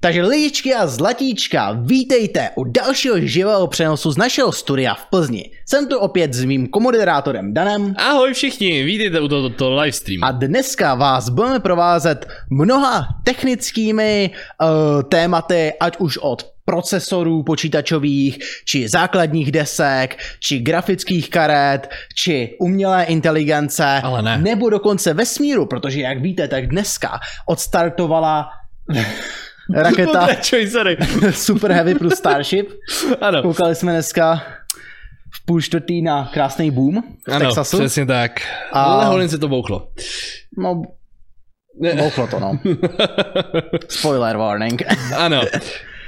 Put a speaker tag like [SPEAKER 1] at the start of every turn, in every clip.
[SPEAKER 1] Takže lidičky a zlatíčka, vítejte u dalšího živého přenosu z našeho studia v Plzni. Jsem tu opět s mým komoderátorem Danem
[SPEAKER 2] Ahoj všichni, vítejte u tohoto to livestreamu.
[SPEAKER 1] a dneska vás budeme provázet mnoha technickými uh, tématy, ať už od procesorů počítačových, či základních desek, či grafických karet, či umělé inteligence,
[SPEAKER 2] Ale ne.
[SPEAKER 1] nebo dokonce vesmíru, protože jak víte, tak dneska odstartovala raketa
[SPEAKER 2] Pokračuj, sorry.
[SPEAKER 1] Super Heavy plus Starship.
[SPEAKER 2] Ano,
[SPEAKER 1] Koukali jsme dneska v půl čtvrtý na krásný boom v
[SPEAKER 2] ano
[SPEAKER 1] Texasu.
[SPEAKER 2] přesně tak.
[SPEAKER 1] A-
[SPEAKER 2] A... Ale holin se to bouklo.
[SPEAKER 1] No, bouklo to, no. Spoiler warning.
[SPEAKER 2] Ano.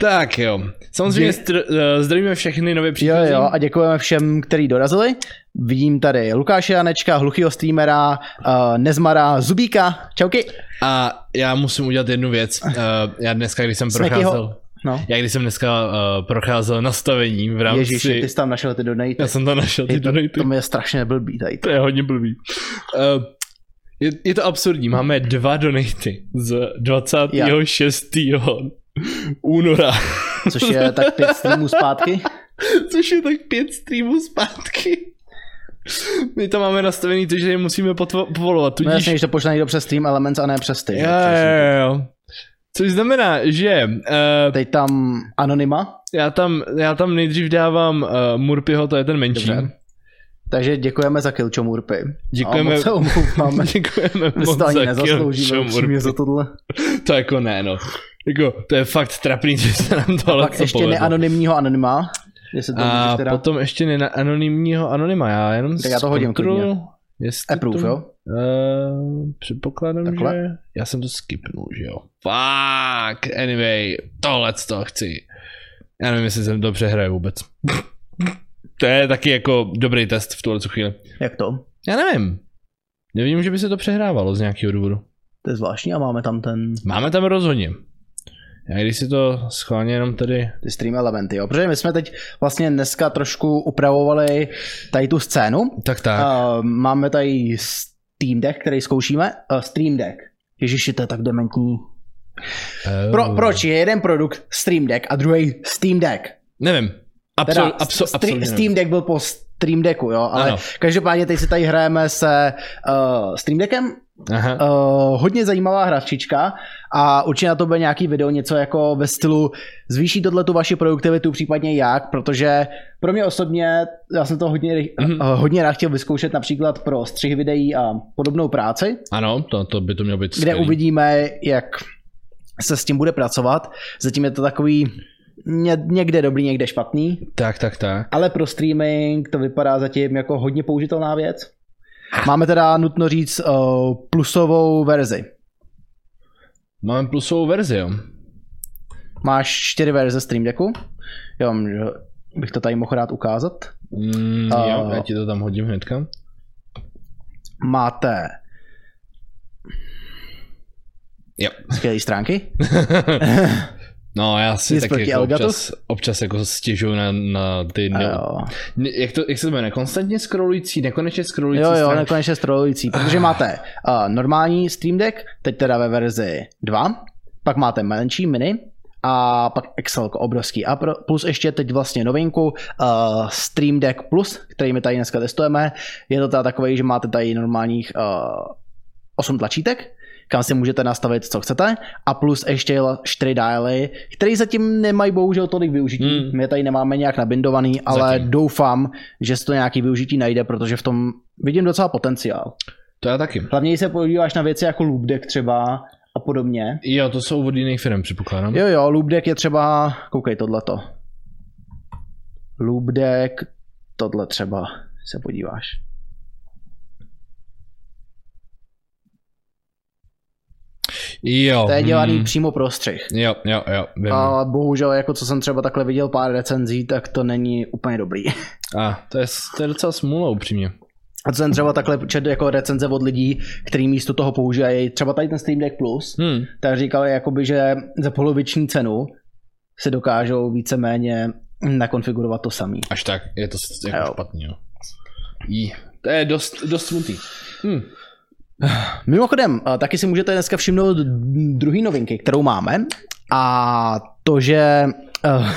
[SPEAKER 2] Tak jo. Samozřejmě str- eh, zdravíme všechny nově
[SPEAKER 1] Jo,
[SPEAKER 2] příchozí.
[SPEAKER 1] jo, a děkujeme všem, kteří dorazili. Vidím tady Lukáše Janečka, hluchýho streamera, uh, Nezmara, Zubíka. Čauky.
[SPEAKER 2] A já musím udělat jednu věc. Eh, Já dneska, když jsem
[SPEAKER 1] Smekyho.
[SPEAKER 2] procházel...
[SPEAKER 1] No,
[SPEAKER 2] Já když jsem dneska eh, procházel nastavením v rámci...
[SPEAKER 1] Ježíš, ty jsi tam našel ty donaty.
[SPEAKER 2] Já jsem tam našel ty
[SPEAKER 1] Je to,
[SPEAKER 2] donaty.
[SPEAKER 1] to mi je strašně blbý tady.
[SPEAKER 2] To je hodně blbý. Uh, je, je to absurdní, máme dva donaty z 26. února,
[SPEAKER 1] Což je tak pět streamů zpátky.
[SPEAKER 2] což je tak pět streamů zpátky. My to máme nastavený, to, že je musíme potvo- povolovat,
[SPEAKER 1] No
[SPEAKER 2] tudíž...
[SPEAKER 1] jasně, že to pošle někdo přes Stream Elements a ne přes ty.
[SPEAKER 2] jo, jo, jo. Což znamená, že uh,
[SPEAKER 1] Teď tam Anonyma,
[SPEAKER 2] já, tam, já tam nejdřív dávám uh, Murpyho, to je ten menší.
[SPEAKER 1] Dobře. takže děkujeme za kill Chomurpy.
[SPEAKER 2] Děkujeme.
[SPEAKER 1] A moc se omlouváme.
[SPEAKER 2] Děkujeme
[SPEAKER 1] My si
[SPEAKER 2] moc
[SPEAKER 1] to ani
[SPEAKER 2] za
[SPEAKER 1] nezasloužíme
[SPEAKER 2] kill,
[SPEAKER 1] upřímně za tohle.
[SPEAKER 2] To jako ne, no. Jako, to je fakt trapný, že se nám to ale
[SPEAKER 1] Pak ještě neanonymního anonyma. Jestli to
[SPEAKER 2] A
[SPEAKER 1] můžeš
[SPEAKER 2] teda...
[SPEAKER 1] teda...
[SPEAKER 2] potom ještě neanonymního anonyma, já jenom
[SPEAKER 1] Tak já to hodím
[SPEAKER 2] zkontroluju,
[SPEAKER 1] klidně.
[SPEAKER 2] Jestli
[SPEAKER 1] Approve,
[SPEAKER 2] to...
[SPEAKER 1] jo?
[SPEAKER 2] Uh, předpokládám,
[SPEAKER 1] Takhle?
[SPEAKER 2] že... Já jsem to skipnul, že jo. Fuck, anyway, tohle to chci. Já nevím, jestli jsem to přehraje vůbec. to je taky jako dobrý test v tuhle chvíli.
[SPEAKER 1] Jak to?
[SPEAKER 2] Já nevím. Nevím, že by se to přehrávalo z nějakého důvodu.
[SPEAKER 1] To je zvláštní a máme tam ten
[SPEAKER 2] Máme tam rozhodně. Já když si to schválně jenom tady...
[SPEAKER 1] ty stream elementy, jo? Protože my jsme teď vlastně dneska trošku upravovali tady tu scénu.
[SPEAKER 2] Tak tak. A...
[SPEAKER 1] A máme tady Steam Deck, který zkoušíme. A Stream Deck. Ježiši, to je tak dementní.
[SPEAKER 2] Eh,
[SPEAKER 1] Pro, proč je jeden produkt Stream Deck a druhý Steam Deck?
[SPEAKER 2] Nevím. Absol,
[SPEAKER 1] Teda
[SPEAKER 2] abso, abso,
[SPEAKER 1] Stre-
[SPEAKER 2] absolutně nevím.
[SPEAKER 1] Steam Deck byl po Stream Decku, jo, ale ano.
[SPEAKER 2] Ano.
[SPEAKER 1] každopádně teď si tady hrajeme se uh, Stream Deckem,
[SPEAKER 2] Aha.
[SPEAKER 1] uh, hodně zajímavá hračička a určitě na to bude nějaký video, něco jako ve stylu zvýší tohle tu vaši produktivitu, případně jak, protože pro mě osobně, já jsem to hodně, mm-hmm.
[SPEAKER 2] Mhm.
[SPEAKER 1] uh, hodně rád chtěl vyzkoušet například pro střih videí a podobnou práci,
[SPEAKER 2] Ano, to, to by to mělo být
[SPEAKER 1] kde
[SPEAKER 2] skvělý.
[SPEAKER 1] uvidíme, jak se s tím bude pracovat. Zatím je to takový ně- někde dobrý, někde špatný.
[SPEAKER 2] Tak, tak, tak.
[SPEAKER 1] Ale pro streaming to vypadá zatím jako hodně použitelná věc. Máme teda nutno říct uh, plusovou verzi.
[SPEAKER 2] Máme plusovou verzi, jo.
[SPEAKER 1] Máš čtyři verze Stream Decku. Jo, m- bych to tady mohl rád ukázat.
[SPEAKER 2] Mm,
[SPEAKER 1] A-
[SPEAKER 2] jo, já ti to tam hodím hnedka.
[SPEAKER 1] Máte
[SPEAKER 2] Jo.
[SPEAKER 1] skvělé stránky.
[SPEAKER 2] No, já si
[SPEAKER 1] Nic
[SPEAKER 2] taky
[SPEAKER 1] proti
[SPEAKER 2] jako
[SPEAKER 1] Elgatu?
[SPEAKER 2] občas, občas jako stěžuju na, na ty...
[SPEAKER 1] A
[SPEAKER 2] Ne,
[SPEAKER 1] Jo,
[SPEAKER 2] ne, jak, to, jak se to jmenuje? Konstantně scrollující, nekonečně scrollující
[SPEAKER 1] jo, jo
[SPEAKER 2] stránky.
[SPEAKER 1] nekonečně strolující. Protože máte uh, normální Stream Deck, teď teda ve verzi 2, pak máte menší mini, a pak Excel jako obrovský a pro- plus ještě teď vlastně novinku uh, Stream Deck Plus, který my tady dneska testujeme. Je to teda takový, že máte tady normálních uh, 8 tlačítek, kam si můžete nastavit, co chcete, a plus ještě 4 dialy, které zatím nemají bohužel tolik využití.
[SPEAKER 2] Hmm.
[SPEAKER 1] My je tady nemáme nějak nabindovaný, ale
[SPEAKER 2] Zatím.
[SPEAKER 1] doufám, že se to nějaký využití najde, protože v tom vidím docela potenciál.
[SPEAKER 2] To já taky.
[SPEAKER 1] Hlavně, když se podíváš na věci jako loop deck třeba a podobně,
[SPEAKER 2] Jo, to jsou od jiných firm, předpokládám.
[SPEAKER 1] Jo, jo, loop deck je třeba, koukej, tohleto. Loop deck, tohle třeba, se podíváš.
[SPEAKER 2] jo.
[SPEAKER 1] To je dělaný
[SPEAKER 2] mm,
[SPEAKER 1] přímo pro střih.
[SPEAKER 2] Jo, jo, jo, vím. A...
[SPEAKER 1] A bohužel, jako co jsem třeba takhle viděl pár recenzí, tak to není úplně dobrý.
[SPEAKER 2] A, to, je, to je docela smůla, upřímně.
[SPEAKER 1] A co jsem třeba takhle čet jako recenze od lidí, který místo toho používají třeba tady ten Steam Deck Plus,
[SPEAKER 2] Hmm.
[SPEAKER 1] tak říkali, jakoby, že za poloviční cenu si dokážou víceméně nakonfigurovat to samý.
[SPEAKER 2] Až tak, je to s- jako
[SPEAKER 1] Jo.
[SPEAKER 2] jo. špatný, jo. Jí. To je dost, dost smutný. Hm.
[SPEAKER 1] Mimochodem, eh, taky si můžete dneska všimnout druhý novinky, kterou máme. A to, že eh,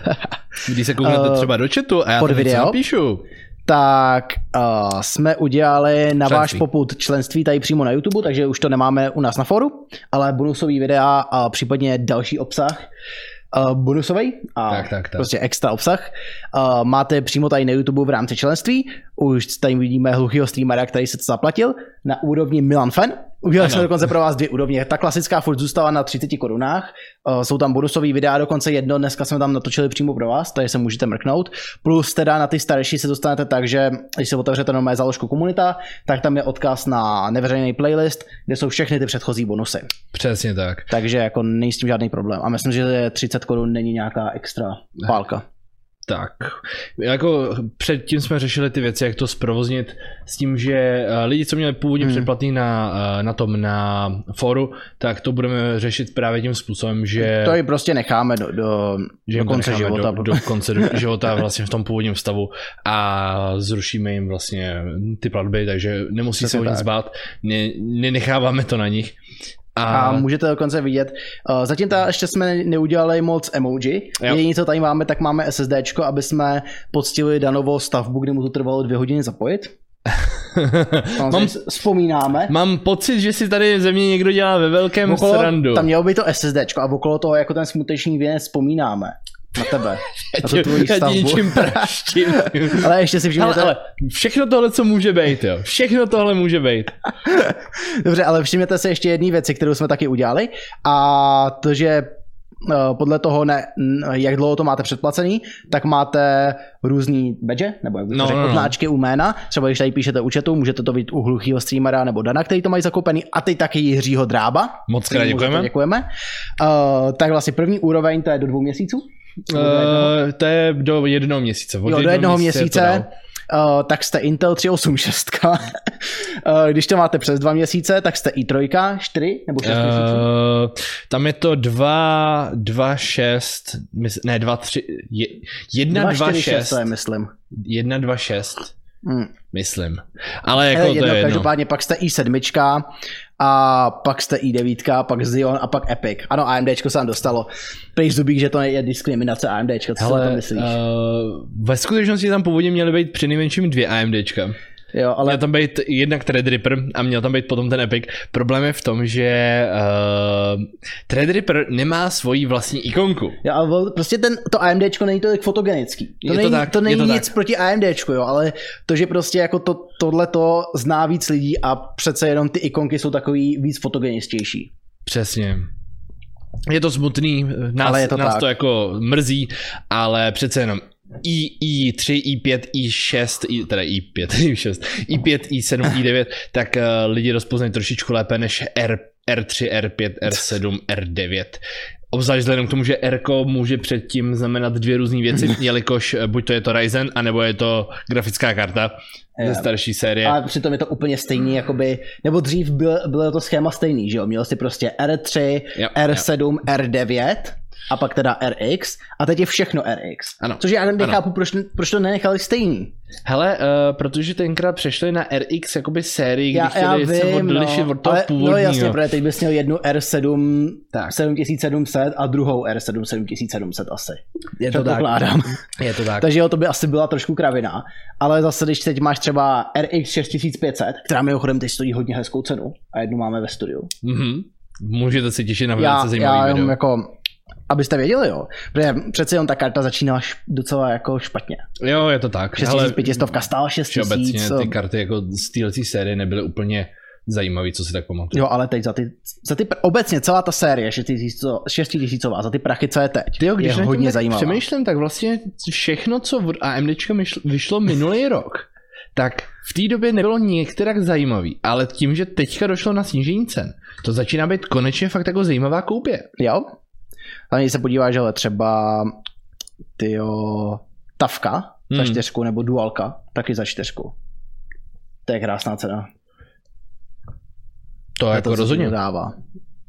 [SPEAKER 2] Když se kouknete
[SPEAKER 1] Eh,
[SPEAKER 2] třeba do chatu a já
[SPEAKER 1] pod
[SPEAKER 2] tam něco
[SPEAKER 1] video?
[SPEAKER 2] napíšu.
[SPEAKER 1] tak uh, jsme udělali na váš
[SPEAKER 2] Členství.
[SPEAKER 1] poput členství tady přímo na YouTube, takže už to nemáme u nás na foru, ale bonusový videa a případně další obsah uh, bonusový a
[SPEAKER 2] Tak, tak, tak.
[SPEAKER 1] prostě extra obsah. Uh, máte přímo tady na YouTube v rámci členství. Už tady vidíme hluchýho streamera, který se to zaplatil na úrovni Milan Fan. Udělali
[SPEAKER 2] Ano.
[SPEAKER 1] jsme dokonce pro vás dvě úrovně. Ta klasická furt zůstala na 30 korunách. Uh, jsou tam bonusový videa, dokonce jedno. Dneska jsme tam natočili přímo pro vás, takže se můžete mrknout. Plus teda na ty starší se dostanete tak, že když se otevřete normálně záložku komunita, tak tam je odkaz na neveřejný playlist, kde jsou všechny ty předchozí bonusy.
[SPEAKER 2] Přesně tak.
[SPEAKER 1] Takže jako není s tím žádný problém. A myslím, že 30 korun není nějaká extra pálka.
[SPEAKER 2] Tak. Jako předtím jsme řešili ty věci, jak to zprovoznit s tím, že eh, lidi, co měli původně
[SPEAKER 1] Hmm.
[SPEAKER 2] hmm. předplatný na, eh, na tom, na foru, tak to budeme řešit právě tím způsobem, že...
[SPEAKER 1] To ji prostě necháme do, do, do
[SPEAKER 2] že jim to
[SPEAKER 1] konce
[SPEAKER 2] necháme
[SPEAKER 1] života.
[SPEAKER 2] Do, do konce do- života vlastně v tom původním stavu a zrušíme jim vlastně ty platby, takže nemusí
[SPEAKER 1] Přesně
[SPEAKER 2] se o nic
[SPEAKER 1] tak.
[SPEAKER 2] bát, ne, nenecháváme to na nich. A,
[SPEAKER 1] A můžete dokonce vidět, eh, zatím ta, ještě jsme neudělali moc emoji,
[SPEAKER 2] Jo.
[SPEAKER 1] jediné co tady máme, tak máme SSDčko, aby jsme poctili danovou stavbu, kdy mu to trvalo dvě hodiny zapojit. Mám...
[SPEAKER 2] mám,
[SPEAKER 1] Vzpomínáme.
[SPEAKER 2] mám pocit, že si tady ze mě někdo dělá ve velkém
[SPEAKER 1] Okolo,
[SPEAKER 2] srandu.
[SPEAKER 1] tam mělo by to SSDčko a okolo toho jako ten smuteční věnec vzpomínáme na tebe, na tu tvoji
[SPEAKER 2] já ti
[SPEAKER 1] stavbu.
[SPEAKER 2] ničím praštím.
[SPEAKER 1] Ale ještě si
[SPEAKER 2] Ale,
[SPEAKER 1] všimněte,
[SPEAKER 2] ale všechno tohle, co může být, jo. Všechno tohle může být.
[SPEAKER 1] Dobře, ale všimněte se ještě jedné věci, kterou jsme taky udělali, a to, že eh, podle toho, ne, n- jak dlouho to máte předplacený, tak máte různý badge, nebo jak bych to
[SPEAKER 2] No,
[SPEAKER 1] řekl,
[SPEAKER 2] no, no.
[SPEAKER 1] odznáčky u jména. Třeba když tady píšete u chatu, můžete to vidět u hluchýho streamera nebo Dana, který to mají zakoupený, a teď taky Jiřího Drába.
[SPEAKER 2] Moc krát
[SPEAKER 1] kterému za to
[SPEAKER 2] děkujeme.
[SPEAKER 1] děkujeme. Uh, tak vlastně první úroveň, to je do dvou měsíců.
[SPEAKER 2] Eh, to je do jednoho měsíce. Od
[SPEAKER 1] Jo, do jednoho měsíce,
[SPEAKER 2] to dál.
[SPEAKER 1] uh, tak jste Intel 386. uh, Eh, když to máte přes dva měsíce, tak jste i3, 4 nebo 6 měsíců.
[SPEAKER 2] Uh, tam je to 2, 2, 6, ne 2, 3, 1, 2, 6,
[SPEAKER 1] to je, myslím.
[SPEAKER 2] 1, 2, 6,
[SPEAKER 1] Hmm.
[SPEAKER 2] myslím. Ale
[SPEAKER 1] Jako
[SPEAKER 2] jako
[SPEAKER 1] jedno,
[SPEAKER 2] to je jedno.
[SPEAKER 1] Každopádně pak jste i7, a pak jste i9, pak Xeon a pak Epic. Ano, AMDčko se tam dostalo. Prej zubík, že to je diskriminace AMDčka, co Hele, si o
[SPEAKER 2] Hele,
[SPEAKER 1] tom myslíš? Uh,
[SPEAKER 2] uh, ve skutečnosti tam původně měly být přinejmenším dvě AMDčka.
[SPEAKER 1] jo, ale
[SPEAKER 2] Měl tam být jednak Threadripper a měl tam být potom ten Epic. Problém je v tom, že uh, Threadripper nemá svoji vlastní ikonku.
[SPEAKER 1] Jo, ale vol- prostě ten, to AMDčko není tolik fotogenický. To
[SPEAKER 2] Je to
[SPEAKER 1] není,
[SPEAKER 2] tak,
[SPEAKER 1] to
[SPEAKER 2] je
[SPEAKER 1] není
[SPEAKER 2] to
[SPEAKER 1] nic proti AMDčku, jo, ale to, že prostě jako to, tohle to zná víc lidí a přece jenom ty ikonky jsou takový víc fotogenistější.
[SPEAKER 2] Přesně. Je to smutný, nás,
[SPEAKER 1] Ale je to
[SPEAKER 2] to, nás
[SPEAKER 1] tak.
[SPEAKER 2] to jako mrzí, ale přece jenom i, i3, i5, i6, i, teda i5, i6, i5, i7, i9, tak eh, lidi rozpoznají trošičku lépe než R, R3, R5, R7, R9. Obzvlášť vzhledem k tomu, že R může předtím znamenat dvě různé věci, jelikož eh, buď to je to Ryzen, anebo je to grafická karta
[SPEAKER 1] Jo.
[SPEAKER 2] ze starší série.
[SPEAKER 1] Eh, A přitom je to úplně stejný, jakoby, nebo dřív byl, bylo to schéma stejný, že jo? Měl jsi prostě R3,
[SPEAKER 2] Jo,
[SPEAKER 1] R7, R9 a pak teda RX a teď je všechno RX.
[SPEAKER 2] Ano,
[SPEAKER 1] Což já
[SPEAKER 2] ano.
[SPEAKER 1] nechápu, proč, proč to nenechali stejný.
[SPEAKER 2] Hele, uh, protože tenkrát přešli na RX jakoby sérii, kdy
[SPEAKER 1] Já, já
[SPEAKER 2] chtěli se
[SPEAKER 1] vím,
[SPEAKER 2] odlišit
[SPEAKER 1] no,
[SPEAKER 2] od toho
[SPEAKER 1] ale,
[SPEAKER 2] původního.
[SPEAKER 1] No jasně, protože teď bys měl jednu R7
[SPEAKER 2] Tak.
[SPEAKER 1] 7700 a druhou R7 7700 asi.
[SPEAKER 2] je to tak.
[SPEAKER 1] Předpokládám.
[SPEAKER 2] Je to tak.
[SPEAKER 1] Takže jo, to by asi byla trošku kravina. Ale zase, když teď máš třeba RX 6500, která mimochodem teď stojí hodně hezkou cenu a jednu máme ve studiu.
[SPEAKER 2] Mhm. Můžete se těšit na
[SPEAKER 1] já,
[SPEAKER 2] velice
[SPEAKER 1] já
[SPEAKER 2] zajímavý
[SPEAKER 1] jenom
[SPEAKER 2] video.
[SPEAKER 1] jako, abyste věděli, jo. Protože přeci jen ta karta začínala š- docela jako špatně.
[SPEAKER 2] Jo, je to tak. Ale
[SPEAKER 1] 6500 stála 6000.
[SPEAKER 2] všeobecně ty karty jako z této série nebyly úplně zajímavý, co si tak pamatuju.
[SPEAKER 1] Jo, ale teď za ty, za ty, pr- obecně celá ta série 6000 za ty prachy, co je teď,
[SPEAKER 2] Tyjo, když
[SPEAKER 1] je
[SPEAKER 2] nad tím
[SPEAKER 1] hodně
[SPEAKER 2] tak
[SPEAKER 1] zajímavá.
[SPEAKER 2] přemýšlím, tak vlastně všechno, co od AMDčka myšl- vyšlo minulý rok, tak v té době nebylo některak zajímavý, ale tím, že teďka došlo na snížení cen, to začíná být konečně fakt jako zajímavá koupě.
[SPEAKER 1] Jo? A když se podíváš, ale třeba ty jo, Tavka za
[SPEAKER 2] Hmm.
[SPEAKER 1] čtyřku, nebo Dualka, taky za čtyřku. To je krásná cena.
[SPEAKER 2] To, to
[SPEAKER 1] to
[SPEAKER 2] jako
[SPEAKER 1] co ti
[SPEAKER 2] rozhodně.
[SPEAKER 1] dodává.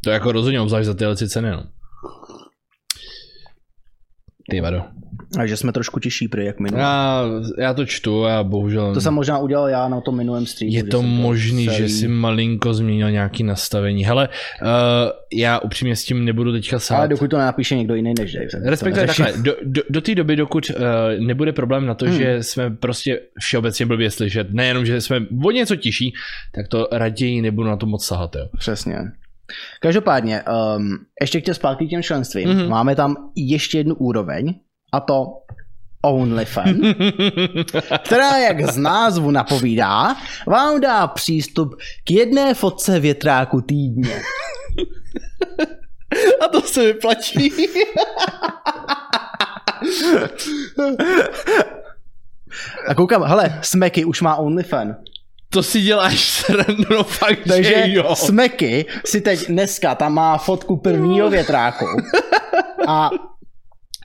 [SPEAKER 2] To jako rozhodně, obzvlášť za tyhle ceny, no. Ty vado.
[SPEAKER 1] A že jsme trošku těžší prý jak minulý.
[SPEAKER 2] Já, já to čtu a bohužel...
[SPEAKER 1] To jsem možná udělal já na tom minulém streamu.
[SPEAKER 2] Je
[SPEAKER 1] že
[SPEAKER 2] to
[SPEAKER 1] jsem
[SPEAKER 2] možný,
[SPEAKER 1] celý-
[SPEAKER 2] že si malinko změnil nějaký nastavení. Hele, uh, já upřímně s tím nebudu teďka sát.
[SPEAKER 1] Ale dokud to nenapíše někdo jiný než Dave. tak to
[SPEAKER 2] Respektive
[SPEAKER 1] neřeším.
[SPEAKER 2] takhle, do, do, do té doby, dokud uh, nebude problém na to,
[SPEAKER 1] Hmm.
[SPEAKER 2] hmm. že jsme prostě všeobecně blbě slyšet, nejenom, že jsme o něco tiší, tak to raději nebudu na to moc sahat, jo.
[SPEAKER 1] Přesně. Každopádně, um, ještě k těm zpátky k těm členstvím. Mm-hmm.
[SPEAKER 2] Mhm.
[SPEAKER 1] Máme tam ještě jednu úroveň a to OnlyFans, která, jak z názvu napovídá, vám dá přístup k jedné fotce větráku týdně.
[SPEAKER 2] A to se vyplatí.
[SPEAKER 1] A koukám, hele, Smeky už má OnlyFans.
[SPEAKER 2] to si děláš srandu, no fakt,
[SPEAKER 1] Takže
[SPEAKER 2] že jo.
[SPEAKER 1] Smeky si teď dneska tam má fotku prvního větráku a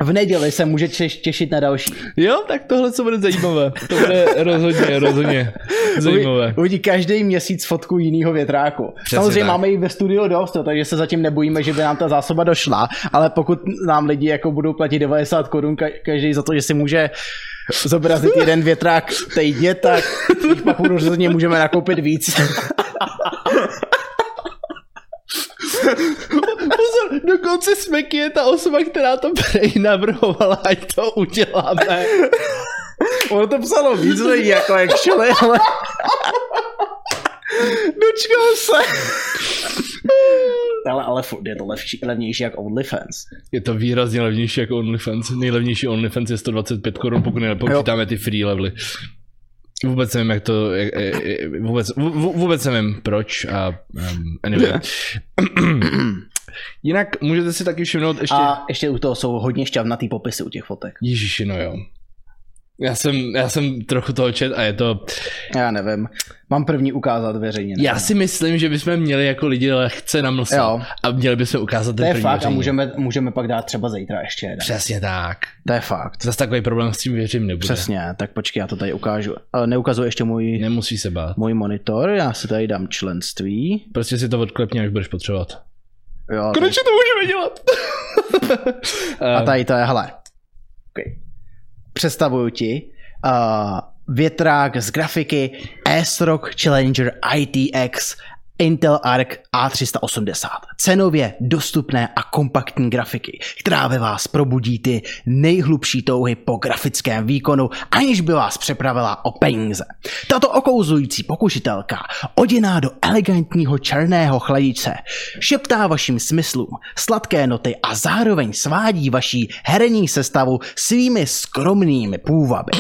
[SPEAKER 1] v neděli se může češ- těšit na další.
[SPEAKER 2] Jo, tak tohle co bude zajímavé. To bude rozhodně, rozhodně zajímavé.
[SPEAKER 1] Uvidí- Uvidí každý měsíc fotku jiného větráku. Přesně Samozřejmě tak.
[SPEAKER 2] tak.
[SPEAKER 1] máme ji ve studiu dost, jo, takže se zatím nebojíme, že by nám ta zásoba došla, ale pokud nám lidi jako budou platit 90 korun ka- každý za to, že si může zobrazit jeden větrák týdně, tak jich pak rozhodně můžeme nakoupit víc.
[SPEAKER 2] Pozor, dokonce Smeky je ta osoba, která to prej navrhovala, ať to uděláme.
[SPEAKER 1] Ono to psalo víc lidí, jako actually, ale
[SPEAKER 2] Dočkal se.
[SPEAKER 1] ale, ale furt je to levší, levnější jak OnlyFans.
[SPEAKER 2] Je to výrazně levnější jako OnlyFans. Nejlevnější OnlyFans je 125 korun, pokud nepočítáme ty free levely. Vůbec nevím, jak to... Jak, eh, eh, vůbec, vů- vů- vůbec nevím, proč a... Um, anyway. Jinak můžete si taky všimnout ještě...
[SPEAKER 1] A ještě u toho jsou hodně šťavnatý popisy u těch fotek.
[SPEAKER 2] Ježiši, no jo. Já jsem, já jsem trochu toho čet a je to...
[SPEAKER 1] Já nevím. Mám první ukázat veřejně.
[SPEAKER 2] Já si myslím, že bychom měli jako lidi lehce namlsat
[SPEAKER 1] Jo.
[SPEAKER 2] a měli bychom ukázat ten
[SPEAKER 1] To je
[SPEAKER 2] první
[SPEAKER 1] fakt a
[SPEAKER 2] veřejně.
[SPEAKER 1] můžeme, můžeme pak dát třeba zítra ještě jeden.
[SPEAKER 2] Přesně tak.
[SPEAKER 1] To je fakt.
[SPEAKER 2] Zase takový problém s tím věřím nebude.
[SPEAKER 1] Přesně, tak počkej, já to tady ukážu. Eh, Neukazuji ještě můj,
[SPEAKER 2] Nemusí se bát.
[SPEAKER 1] můj monitor, já si tady dám členství.
[SPEAKER 2] Prostě si to odklepni, až budeš potřebovat.
[SPEAKER 1] Jo, tady-
[SPEAKER 2] Konečně to můžeme dělat.
[SPEAKER 1] a tady to je, hele. Okay. Představuju ti uh, větrák z grafiky S-Rock Challenger ITX Intel Arc A380. Cenově dostupné a kompaktní grafiky, která ve vás probudí ty nejhlubší touhy po grafickém výkonu, aniž by vás přepravila o peníze. Tato okouzlující pokušitelka, oděná do elegantního černého chladiče, šeptá vašim smyslům sladké noty a zároveň svádí vaší herní sestavu svými skromnými půvaby.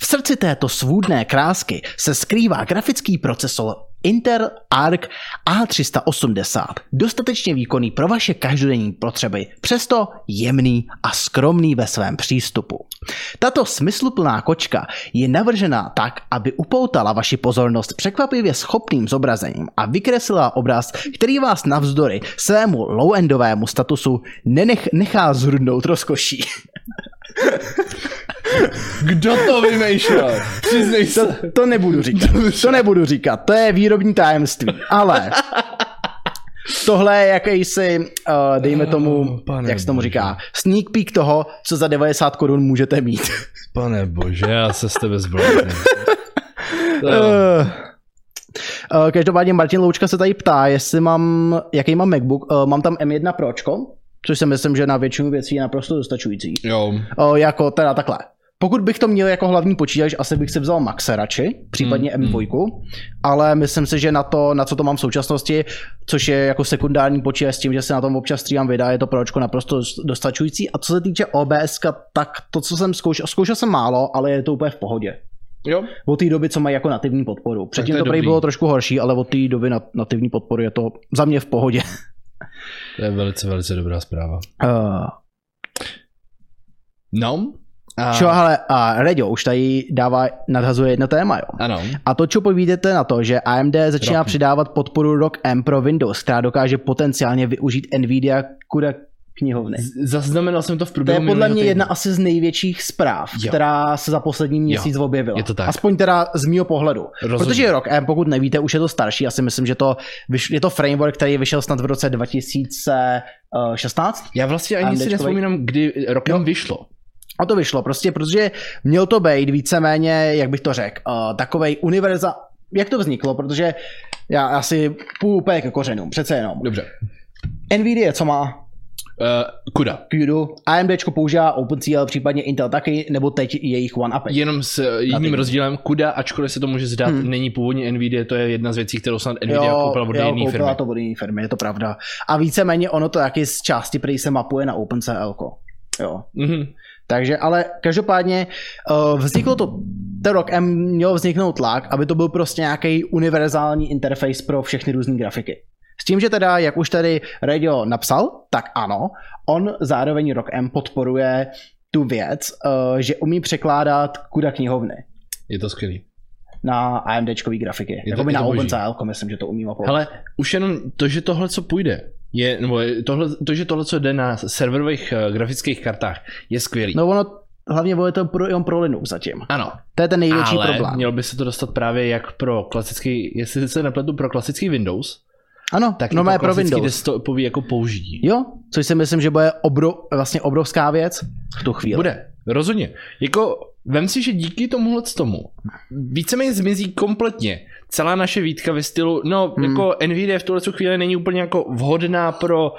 [SPEAKER 1] V srdci této svůdné krásky se skrývá grafický procesor Intel Arc A380, dostatečně výkonný pro vaše každodenní potřeby, přesto jemný a skromný ve svém přístupu. Tato smysluplná kočka je navržená tak, aby upoutala vaši pozornost překvapivě schopným zobrazením a vykreslila obraz, který vás navzdory svému low-endovému statusu nenech, nechá zhrudnout rozkoší.
[SPEAKER 2] Kdo to vymýšlel? Přiznej se.
[SPEAKER 1] To, to nebudu říkat. To nebudu říkat. To je výrobní tajemství. Ale tohle je jakýsi, uh, dejme tomu,
[SPEAKER 2] Oh, pane
[SPEAKER 1] jak se tomu
[SPEAKER 2] bože.
[SPEAKER 1] říká, sneak peek toho, co za 90 korun můžete mít.
[SPEAKER 2] Pane bože, já se s tebe zblázním.
[SPEAKER 1] Eh, eh, Každopádně Martin Loučka se tady ptá, jestli mám, jaký mám MacBook. Eh, Mám tam M1 Pročko, což si myslím, že na většinu věcí je naprosto dostačující.
[SPEAKER 2] Jo,
[SPEAKER 1] O, jako teda takhle. Pokud bych to měl jako hlavní počítač, asi bych si vzal Maxe radši, případně
[SPEAKER 2] Mm,
[SPEAKER 1] M2, ale myslím si, že na to, na co to mám v současnosti, což je jako sekundární počítač s tím, že se na tom občas stříhám videa, je to pročko naprosto dost- dostačující. A co se týče OBS, tak to, co jsem zkoušel, zkoušel jsem málo, ale je to úplně v pohodě.
[SPEAKER 2] jo.
[SPEAKER 1] Od té doby, co mají jako nativní podporu. Předtím
[SPEAKER 2] to
[SPEAKER 1] to,
[SPEAKER 2] je
[SPEAKER 1] to prý
[SPEAKER 2] dobrý.
[SPEAKER 1] bylo trošku horší, ale od té doby na, nativní podporu je to za mě v pohodě.
[SPEAKER 2] To je velice, velice dobrá zpráva.
[SPEAKER 1] Uh,
[SPEAKER 2] No? A,
[SPEAKER 1] čo, ale a Reďo už tady dává, nadhazuje jedno téma, jo.
[SPEAKER 2] Ano.
[SPEAKER 1] A to, co povídete na to, že AMD začíná
[SPEAKER 2] Rocky.
[SPEAKER 1] přidávat podporu ROG M pro Windows, která dokáže potenciálně využít Nvidia kuda knihovny.
[SPEAKER 2] Z- Zaznamenal jsem to v
[SPEAKER 1] To
[SPEAKER 2] průběhu
[SPEAKER 1] je podle
[SPEAKER 2] minulého
[SPEAKER 1] mě
[SPEAKER 2] týdne.
[SPEAKER 1] jedna asi z největších zpráv,
[SPEAKER 2] Jo.
[SPEAKER 1] která se za poslední měsíc objevila.
[SPEAKER 2] je to tak.
[SPEAKER 1] Aspoň teda z mýho pohledu.
[SPEAKER 2] Rozhodně.
[SPEAKER 1] Protože ROG M, pokud nevíte, už je to starší. Já si myslím, že to, vyš- je to framework, který vyšel snad v roce eh, 2016.
[SPEAKER 2] Já vlastně ani
[SPEAKER 1] AMDčkovej.
[SPEAKER 2] si nespomínám, kdy rokem vyšlo.
[SPEAKER 1] A to vyšlo prostě, protože měl to být víceméně, jak bych to řekl, uh, takovej univerza... Jak to vzniklo? Protože já asi půjdu úplně ke kořenům, přece jenom.
[SPEAKER 2] Dobře.
[SPEAKER 1] Nvidia, co má?
[SPEAKER 2] Uh, kuda.
[SPEAKER 1] QDU, AMDčko používá OpenCL, případně Intel taky, nebo teď jejich One API.
[SPEAKER 2] Jenom s jedním
[SPEAKER 1] ty-
[SPEAKER 2] rozdílem, kuda, ačkoliv se to může zdát,
[SPEAKER 1] Hmm.
[SPEAKER 2] není původně Nvidia, to je jedna z věcí, kterou snad Nvidia koupila od
[SPEAKER 1] jo,
[SPEAKER 2] jiné
[SPEAKER 1] koupila
[SPEAKER 2] firmy.
[SPEAKER 1] to od jiné firmy, je to pravda. A víceméně ono to taky z části prý se mapuje na OpenCL. Jo.
[SPEAKER 2] Mhm.
[SPEAKER 1] Takže, ale každopádně eh, vzniklo to, ten rok M měl vzniknout tlak, aby to byl prostě nějaký univerzální interface pro všechny různé grafiky. S tím, že teda, jak už tady Radio napsal, tak ano, on zároveň rok M podporuje tu věc, eh, že umí překládat kuda knihovny
[SPEAKER 2] Je to skvělý.
[SPEAKER 1] na AMDčkový grafiky.
[SPEAKER 2] to-
[SPEAKER 1] Jako by
[SPEAKER 2] je to
[SPEAKER 1] na
[SPEAKER 2] boží.
[SPEAKER 1] OpenCL, myslím, že to umí mapovat.
[SPEAKER 2] Hele, už jenom to, že tohle, co půjde, je, nebo je tohle, to, že tohle, co jde na serverových uh, grafických kartách, je skvělý.
[SPEAKER 1] No ono, hlavně je to pro, jenom pro Linux zatím.
[SPEAKER 2] Ano,
[SPEAKER 1] To je ten největší
[SPEAKER 2] ale
[SPEAKER 1] problém.
[SPEAKER 2] mělo by se to dostat právě jak pro klasický, jestli se nepletu, pro klasický Windows,
[SPEAKER 1] Ano,
[SPEAKER 2] tak
[SPEAKER 1] tak
[SPEAKER 2] i
[SPEAKER 1] no
[SPEAKER 2] pro
[SPEAKER 1] pro
[SPEAKER 2] klasický
[SPEAKER 1] Windows.
[SPEAKER 2] desktopový jako použití.
[SPEAKER 1] Jo, což si myslím, že bude obro, vlastně obrovská věc v tu chvíli.
[SPEAKER 2] Bude, rozhodně. Jako, vem si, že díky tomuhle tomu víceméně zmizí kompletně celá naše výtka ve stylu, no, hmm.
[SPEAKER 1] Hmm.
[SPEAKER 2] jako NVIDIA v tuhle tu chvíli není úplně jako vhodná pro uh,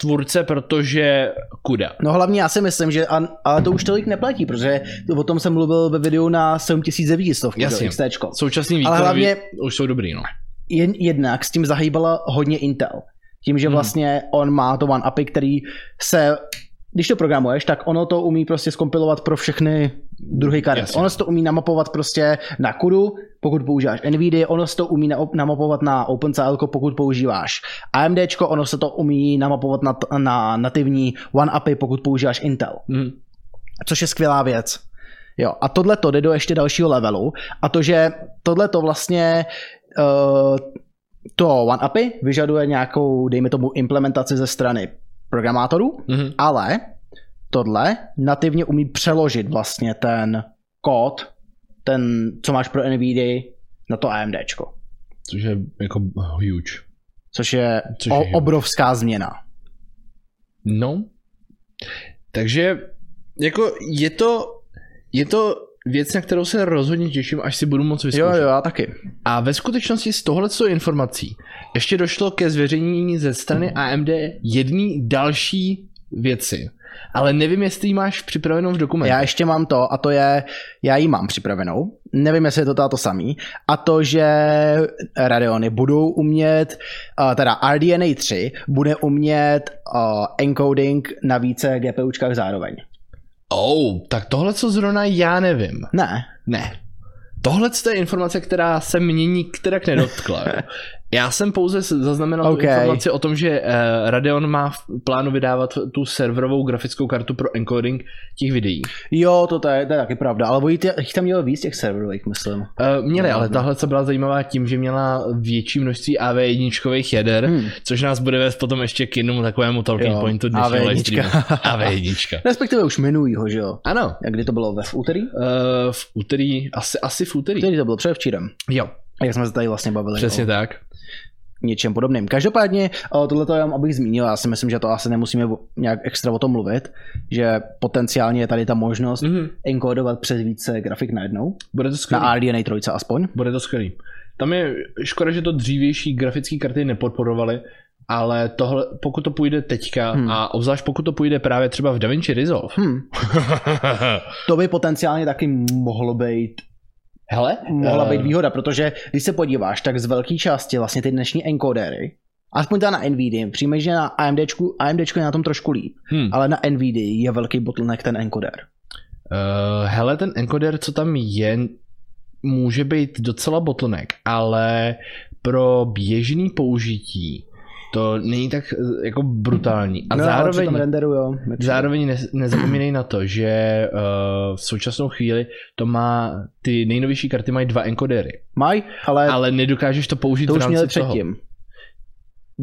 [SPEAKER 2] tvůrce, protože kuda.
[SPEAKER 1] No hlavně já si myslím, že an, ale to už tolik neplatí, protože o tom jsem mluvil ve videu na 7900
[SPEAKER 2] Jasně.
[SPEAKER 1] XTčko.
[SPEAKER 2] Současný výkon
[SPEAKER 1] Ale hlavně-
[SPEAKER 2] už jsou dobrý, no.
[SPEAKER 1] Jen, jednak s tím zahýbala hodně Intel. Tím, že
[SPEAKER 2] Hmm.
[SPEAKER 1] vlastně on má to One API, který se, když to programuješ, tak ono to umí prostě skompilovat pro všechny druhy karet.
[SPEAKER 2] Jasně.
[SPEAKER 1] Jasně. Ono se to umí namapovat prostě na kudu, pokud používáš NVIDIA, ono se to umí na, namapovat na OpenCL, pokud používáš AMD, ono se to umí namapovat na, t- na nativní One API, pokud používáš Intel.
[SPEAKER 2] Mm.
[SPEAKER 1] což je skvělá věc. Jo, a tohle to jde do ještě dalšího levelu a to, že tohle to vlastně uh, to OneUpy vyžaduje nějakou, dejme tomu, implementaci ze strany programátorů,
[SPEAKER 2] Mm.
[SPEAKER 1] ale tohle nativně umí přeložit vlastně ten kód, ten, co máš pro NVIDIA, na to AMDčko,
[SPEAKER 2] Což je jako huge.
[SPEAKER 1] což je,
[SPEAKER 2] Což
[SPEAKER 1] což
[SPEAKER 2] je
[SPEAKER 1] o,
[SPEAKER 2] huge.
[SPEAKER 1] obrovská změna.
[SPEAKER 2] No. Takže jako je to, je to věc, na kterou se rozhodně těším, až si budu moc vyzkoušet.
[SPEAKER 1] Jo, jo, já taky.
[SPEAKER 2] A ve skutečnosti z tohleto informací ještě došlo ke zveřejnění ze strany AMD jedné další věci. Ale nevím, jestli ji máš připravenou v dokumentu.
[SPEAKER 1] Já ještě mám to, a to je, já ji mám připravenou, nevím, jestli je to tato samý, a to, že Radeony budou umět, eh, teda RDNA 3 bude umět eh, encoding na více GPUčkách zároveň.
[SPEAKER 2] Oh, tak tohle co zrovna já nevím.
[SPEAKER 1] Ne,
[SPEAKER 2] Ne. Tohle je informace, která se mě nikterak nedotkla. jo. Já jsem pouze s- zaznamenal okay. tu
[SPEAKER 1] Okay.
[SPEAKER 2] informaci o tom, že eh, Radeon má v plánu vydávat tu serverovou grafickou kartu pro encoding těch videí.
[SPEAKER 1] jo, to, to, je, to je taky pravda, ale oni těch tam mělo víc těch serverových, myslím.
[SPEAKER 2] Eh, Měli, ale
[SPEAKER 1] Mhm.
[SPEAKER 2] tahle co byla zajímavá tím, že měla větší množství AV1 jader,
[SPEAKER 1] Hmm.
[SPEAKER 2] což nás bude vést potom ještě k jednomu takovému Hm, talking
[SPEAKER 1] Jo,
[SPEAKER 2] pointu dnešního
[SPEAKER 1] AV1.
[SPEAKER 2] livestreamu. AV1.
[SPEAKER 1] Respektive už minulýho, že jo?
[SPEAKER 2] Ano,
[SPEAKER 1] A kdy to bylo? Ve v úterý?
[SPEAKER 2] eh, v úterý, asi, asi v úterý.
[SPEAKER 1] Který to bylo? Předevčírem.
[SPEAKER 2] Jo,
[SPEAKER 1] Jak jsme se tady vlastně bavili.
[SPEAKER 2] přesně
[SPEAKER 1] o
[SPEAKER 2] tak.
[SPEAKER 1] něčem podobným. Každopádně o, tohle to jenom abych zmínil, já si myslím, že to asi nemusíme o- nějak extra o tom mluvit, že potenciálně je tady ta možnost
[SPEAKER 2] Mhm.
[SPEAKER 1] enkodovat přes více grafik najednou,
[SPEAKER 2] Bude to skvělý.
[SPEAKER 1] na RDNA 3 aspoň.
[SPEAKER 2] Bude to skvělý. Tam je škoda, že to dřívější grafické karty nepodporovaly, ale tohle, pokud to půjde teďka hmm.
[SPEAKER 1] Hmm.
[SPEAKER 2] a obzvlášť pokud to půjde právě třeba v DaVinci Resolve.
[SPEAKER 1] Hm, to by potenciálně taky mohlo být,
[SPEAKER 2] Hele,
[SPEAKER 1] mohla
[SPEAKER 2] eh,
[SPEAKER 1] být výhoda, protože když se podíváš, tak z velké části vlastně ty dnešní enkodery, aspoň ta na NVIDIA, přijme, že na AMDčku, AMDčku je na tom trošku líp,
[SPEAKER 2] Hm.
[SPEAKER 1] ale na NVIDIA je velký bottleneck ten enkoder.
[SPEAKER 2] Uh, hele, ten encoder, co tam je, může být docela bottleneck, ale pro běžný použití to není tak eh, jako brutální. A
[SPEAKER 1] No,
[SPEAKER 2] no,
[SPEAKER 1] ale při
[SPEAKER 2] zároveň,
[SPEAKER 1] tom renderu, jo.
[SPEAKER 2] zároveň ne, nezapomínej na to, že uh, v současnou chvíli to má, ty nejnovější karty mají dva encodery,
[SPEAKER 1] Maj, ale,
[SPEAKER 2] ale nedokážeš to použít
[SPEAKER 1] to
[SPEAKER 2] v
[SPEAKER 1] už
[SPEAKER 2] rámci
[SPEAKER 1] měli
[SPEAKER 2] Toho.
[SPEAKER 1] předtím.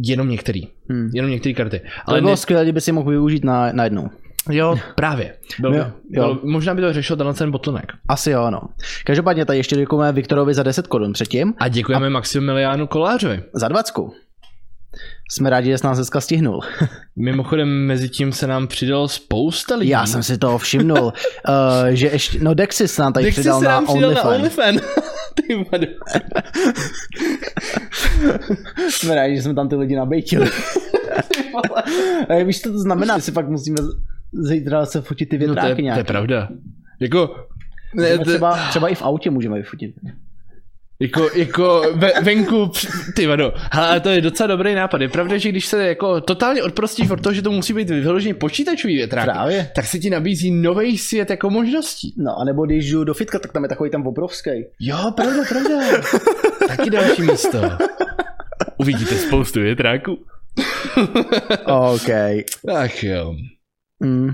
[SPEAKER 2] Jenom některý,
[SPEAKER 1] Hm.
[SPEAKER 2] jenom některé karty.
[SPEAKER 1] Ale
[SPEAKER 2] Ale
[SPEAKER 1] to
[SPEAKER 2] ne,
[SPEAKER 1] bylo skvělé, kdyby si mohl využít na, na jednu.
[SPEAKER 2] jo, právě. Bylo,
[SPEAKER 1] Jo,
[SPEAKER 2] jo,
[SPEAKER 1] jo.
[SPEAKER 2] Bylo, možná by to řešil tenhle ten bottleneck.
[SPEAKER 1] Asi jo, ano. Každopádně tady ještě děkujeme Viktorovi za 10 korun předtím,
[SPEAKER 2] A děkujeme Maximiliánu Kolářovi.
[SPEAKER 1] za 20. Jsme rádi, že jsi nás dneska stihnul.
[SPEAKER 2] Mimochodem, mezi tím se nám přidalo spousta lidí.
[SPEAKER 1] Já jsem si toho všimnul, uh, že ještě, no Dexis nám tady
[SPEAKER 2] Nechci
[SPEAKER 1] přidal
[SPEAKER 2] se
[SPEAKER 1] na
[SPEAKER 2] nám přidal na
[SPEAKER 1] OnlyFans.
[SPEAKER 2] OnlyFan. Ty vado.
[SPEAKER 1] Jsme rádi, že jsme tam ty lidi nabejtili. Ale víš, co to znamená? Si pak musíme zítra se fotit ty
[SPEAKER 2] No to
[SPEAKER 1] větráky
[SPEAKER 2] je, to je
[SPEAKER 1] nějak.
[SPEAKER 2] pravda. Jako, ne,
[SPEAKER 1] Můžeme
[SPEAKER 2] to,
[SPEAKER 1] Třeba, třeba i v autě můžeme vyfotit.
[SPEAKER 2] jako, jako ve, venku, při- ty vado, ale to je docela dobrý nápad. Je pravda, že když se jako totálně odprostíš od toho, že to musí být vyložený počítačový větrák,
[SPEAKER 1] Právě.
[SPEAKER 2] tak se ti nabízí nový svět jako možností.
[SPEAKER 1] No, anebo když jdu do fitka, tak tam je takový tam obrovský.
[SPEAKER 2] Jo, pravda, pravda. Taky další místo. Uvidíte spoustu větráků.
[SPEAKER 1] OK.
[SPEAKER 2] Ach jo.
[SPEAKER 1] Mm.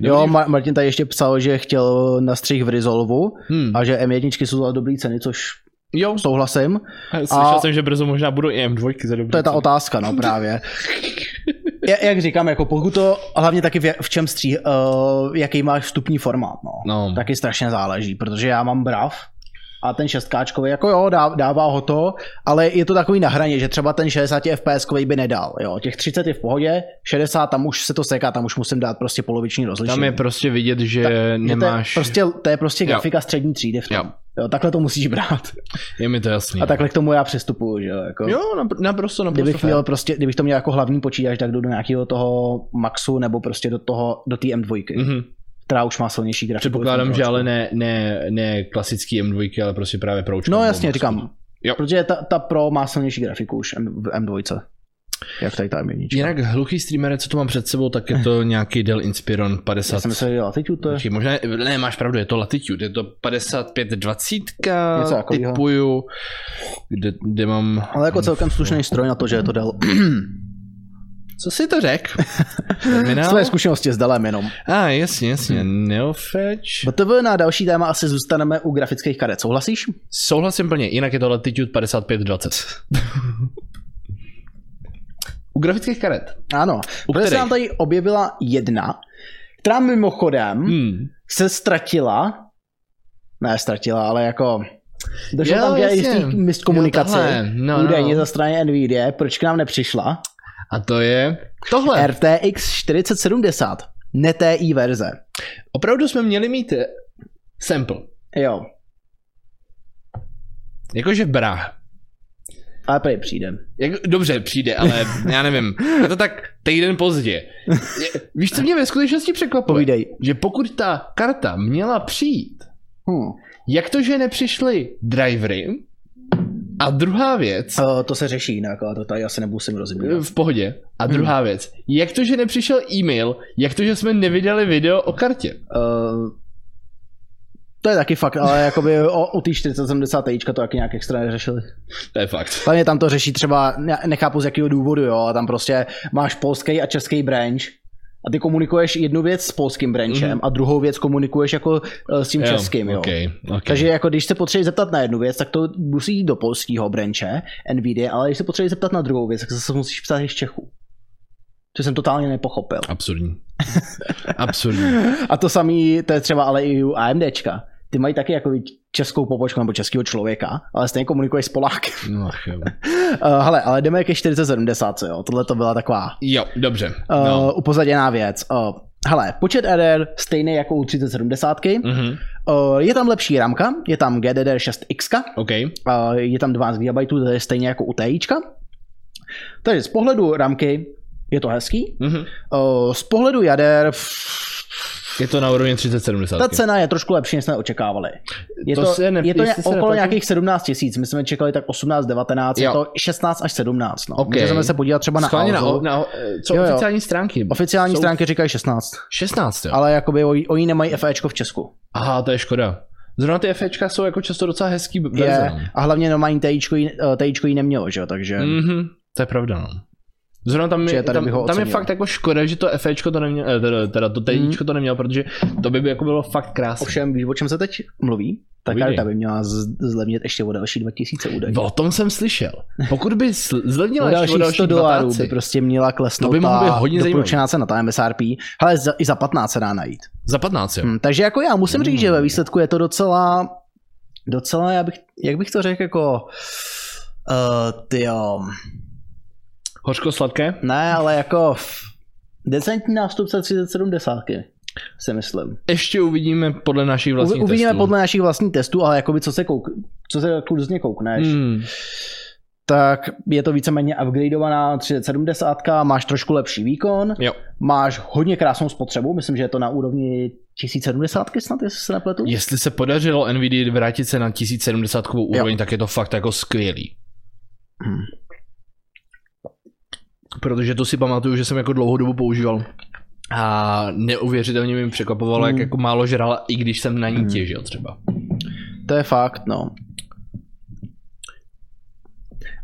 [SPEAKER 1] Jo, Ma- Martin tady ještě psal, že chtěl na střih v Rizolvu
[SPEAKER 2] Hmm.
[SPEAKER 1] a že M1 jsou za dobrý ceny, což
[SPEAKER 2] Jo,
[SPEAKER 1] souhlasím.
[SPEAKER 2] slyšel jsem, že brzo možná budou i M2 za dobrý.
[SPEAKER 1] To je ta
[SPEAKER 2] cenu.
[SPEAKER 1] otázka, no právě. Ja- Jak říkám, jako pokud to, hlavně taky v, v čem stří, uh, jaký máš vstupní formát, no.
[SPEAKER 2] No.
[SPEAKER 1] Taky strašně záleží, protože já mám brav a ten šestkáčkový, jako jo, dá, dává ho to, ale je to takový na hraně, že třeba ten 60 fps by nedal, jo. Těch 30 je v pohodě, 60 tam už se to seká, tam už musím dát prostě poloviční rozlišení.
[SPEAKER 2] Tam je prostě vidět, že
[SPEAKER 1] Že
[SPEAKER 2] nemáš...
[SPEAKER 1] To je prostě, to je prostě
[SPEAKER 2] Jo.
[SPEAKER 1] grafika střední třídy v tom.
[SPEAKER 2] Jo.
[SPEAKER 1] Jo. takhle to musíš brát.
[SPEAKER 2] Je mi to jasný.
[SPEAKER 1] A takhle k tomu já přistupuju, že jo. Jako.
[SPEAKER 2] Jo, no, napr- naprosto, naprosto.
[SPEAKER 1] Kdybych,
[SPEAKER 2] fér.
[SPEAKER 1] měl prostě, kdybych to měl jako hlavní počítač, tak jdu do nějakého toho Maxu nebo prostě do toho, do té M2, mm.
[SPEAKER 2] Mhm.
[SPEAKER 1] která už má silnější grafiku.
[SPEAKER 2] Předpokládám, že ale ne, ne, ne klasický M2, ale prostě právě proučko.
[SPEAKER 1] No
[SPEAKER 2] nebo
[SPEAKER 1] jasně,
[SPEAKER 2] Maxko.
[SPEAKER 1] říkám.
[SPEAKER 2] Jo.
[SPEAKER 1] Protože ta, ta Pro má silnější grafiku už M, v M2. Jak tady ta M1.
[SPEAKER 2] Jinak hluchý streamere, co tu mám před sebou, tak je to nějaký Dell Inspiron
[SPEAKER 1] Eh. Já
[SPEAKER 2] 50.
[SPEAKER 1] jsem myslel, že Latitude to je.
[SPEAKER 2] Počkej, možná, ne, máš pravdu, je to Latitude, je to 5520,
[SPEAKER 1] Něco takovýho.
[SPEAKER 2] typuju, kde, kde mám...
[SPEAKER 1] Ale jako celkem slušný stroj na to, že je to Dell.
[SPEAKER 2] Co si to řek? Terminál?
[SPEAKER 1] Z tvé zkušenosti s Dellem jenom.
[SPEAKER 2] A, ah, jasně, jasně, Neofetch.
[SPEAKER 1] BTV na další téma asi zůstaneme u grafických karet. Souhlasíš?
[SPEAKER 2] Souhlasím plně, jinak je to Latitude 5520. U grafických karet.
[SPEAKER 1] Ano.
[SPEAKER 2] U
[SPEAKER 1] Protože se
[SPEAKER 2] kterých?
[SPEAKER 1] nám tady objevila jedna, která mimochodem
[SPEAKER 2] Hmm.
[SPEAKER 1] se ztratila, ne ztratila, ale jako došlo
[SPEAKER 2] Jo,
[SPEAKER 1] jo, tam k
[SPEAKER 2] jasně.
[SPEAKER 1] jistý miskomunikaci.
[SPEAKER 2] Jo, takhle. No,
[SPEAKER 1] No,
[SPEAKER 2] no.
[SPEAKER 1] údajně ze strany NVIDIA, proč k nám nepřišla?
[SPEAKER 2] A to je tohle. R.
[SPEAKER 1] RTX 4070, ne TI verze.
[SPEAKER 2] Opravdu jsme měli mít eh, sample.
[SPEAKER 1] Jo,
[SPEAKER 2] Jakože brá.
[SPEAKER 1] ale prý přijde.
[SPEAKER 2] Jak, dobře, přijde, ale já nevím. Je to tak týden pozdě. Je- Víš, co mě ve skutečnosti překvapuje?
[SPEAKER 1] Povídej.
[SPEAKER 2] Že pokud ta karta měla přijít,
[SPEAKER 1] Hm.
[SPEAKER 2] jak to, že nepřišly drivery? A druhá věc,
[SPEAKER 1] Uh, to se řeší jinak, ale to tady asi nemusím rozbírat.
[SPEAKER 2] v pohodě. A druhá
[SPEAKER 1] Hmm.
[SPEAKER 2] věc, jak to, že nepřišel e-mail, jak to, že jsme nevydali video o kartě?
[SPEAKER 1] Uh, to je taky fakt, ale jakoby o, o té 4070 Ti to taky nějak extra neřešili.
[SPEAKER 2] To je fakt.
[SPEAKER 1] Hlavně tam to řeší třeba, ne- nechápu z jakého důvodu, jo, a tam prostě máš polský a český branch a ty komunikuješ jednu věc s polským branchem
[SPEAKER 2] Mhm.
[SPEAKER 1] a druhou věc komunikuješ jako eh, s tím českým, jo.
[SPEAKER 2] Okay, okay.
[SPEAKER 1] Takže jako když se potřebuješ zeptat na jednu věc, tak to musí jít do polského branche NVIDIA, ale když se potřebuješ zeptat na druhou věc, tak se musíš ptát i z Čechů. To jsem totálně nepochopil.
[SPEAKER 2] Absurdní. Absurdní.
[SPEAKER 1] A to samý, to je třeba ale i u AMDčka. Ty mají taky jako českou pobočku nebo českého člověka, ale stejně komunikuješ s Polákem.
[SPEAKER 2] No, ach jo.
[SPEAKER 1] Uh, hele, ale jdeme ke 4070, jo. Tohle to byla taková
[SPEAKER 2] jo, dobře.
[SPEAKER 1] uh,
[SPEAKER 2] No.
[SPEAKER 1] upozaděná věc. Uh, hele, počet RR stejný jako u 3070. Mm.
[SPEAKER 2] Mhm,
[SPEAKER 1] Uh, je tam lepší ramka, je tam GDDR6X,
[SPEAKER 2] OK.
[SPEAKER 1] uh, je tam 12 GB, to je stejně jako u TIčka. Takže z pohledu ramky je to hezký.
[SPEAKER 2] Mhm.
[SPEAKER 1] Uh, z pohledu jader pff,
[SPEAKER 2] Je to na úrovni 3070.
[SPEAKER 1] ta cena je trošku lepší, než jsme očekávali. Je
[SPEAKER 2] To
[SPEAKER 1] to,
[SPEAKER 2] se ne-
[SPEAKER 1] je to
[SPEAKER 2] jestli
[SPEAKER 1] ně,
[SPEAKER 2] se
[SPEAKER 1] okolo
[SPEAKER 2] nepletu-
[SPEAKER 1] nějakých 17 tisíc, my jsme čekali tak 18, 19,
[SPEAKER 2] Jo.
[SPEAKER 1] je to 16 až 17. No.
[SPEAKER 2] OK.
[SPEAKER 1] Můžeme se podívat třeba na,
[SPEAKER 2] Schválně na,
[SPEAKER 1] Alzu.
[SPEAKER 2] o- na, o- eh, co
[SPEAKER 1] Jo, jo.
[SPEAKER 2] oficiální stránky?
[SPEAKER 1] Oficiální
[SPEAKER 2] Jsou
[SPEAKER 1] stránky říkají 16,
[SPEAKER 2] 16, jo.
[SPEAKER 1] ale jakoby o- oni nemají FEčko v Česku.
[SPEAKER 2] Aha, to je škoda. Zrovna ty FEčka jsou jako často docela hezký b- verze.
[SPEAKER 1] Je,
[SPEAKER 2] no.
[SPEAKER 1] a hlavně normální TIčko jí, eh, TIčko jí nemělo, že jo, takže...
[SPEAKER 2] Mhm, to je pravda, no. Zrovna tam je,
[SPEAKER 1] Že tady
[SPEAKER 2] tam,
[SPEAKER 1] bych ho
[SPEAKER 2] tam je
[SPEAKER 1] ocenil. Mm-hmm.
[SPEAKER 2] fakt jako škoda, že to FEčko to nemělo, eh, teda, teda to TIčko to nemělo, protože to by jako bylo fakt krásné.
[SPEAKER 1] Ovšem, víš, o čem se teď mluví? Ta
[SPEAKER 2] Povídej.
[SPEAKER 1] karta by měla z- zlevnit ještě o další 2000 údajů.
[SPEAKER 2] O tom jsem slyšel. Pokud by sl- zlevnila
[SPEAKER 1] O
[SPEAKER 2] ještě o
[SPEAKER 1] dalších 100 dolarů
[SPEAKER 2] 20,
[SPEAKER 1] by prostě měla klesnout
[SPEAKER 2] To by mohlo být
[SPEAKER 1] ta
[SPEAKER 2] hodně
[SPEAKER 1] doporučená cena, ta MSRP, ale za, i za 15 se dá najít.
[SPEAKER 2] Za 15, jo.
[SPEAKER 1] Hm, takže jako já musím
[SPEAKER 2] Hmm.
[SPEAKER 1] říct, že ve výsledku je to docela, docela, eh, já bych, jak bych to řekl, jako, uh, tyjo,
[SPEAKER 2] Hořko sladké?
[SPEAKER 1] Ne, ale jako f- decentní nástupce 3070, si myslím.
[SPEAKER 2] Ještě uvidíme podle našich
[SPEAKER 1] Uvi-
[SPEAKER 2] vlastních
[SPEAKER 1] uvidíme
[SPEAKER 2] testů.
[SPEAKER 1] podle našich vlastních testů, ale jakoby co se, kouk, co se jako různě koukneš,
[SPEAKER 2] Hmm.
[SPEAKER 1] tak je to víceméně upgradeovaná 3070, máš trošku lepší výkon,
[SPEAKER 2] Jo.
[SPEAKER 1] máš hodně krásnou spotřebu, myslím, že je to na úrovni 1070 snad, jestli se nepletu.
[SPEAKER 2] Jestli se podařilo NVIDIA vrátit se na 1070 úroveň, tak je to fakt jako skvělý.
[SPEAKER 1] Hmm.
[SPEAKER 2] Protože to si pamatuju, že jsem jako dlouhou dobu používal. A neuvěřitelně mi překvapovalo,
[SPEAKER 1] Hmm.
[SPEAKER 2] jak jako málo žrala, i když jsem na ní
[SPEAKER 1] Hmm.
[SPEAKER 2] těžil třeba.
[SPEAKER 1] To je fakt, no.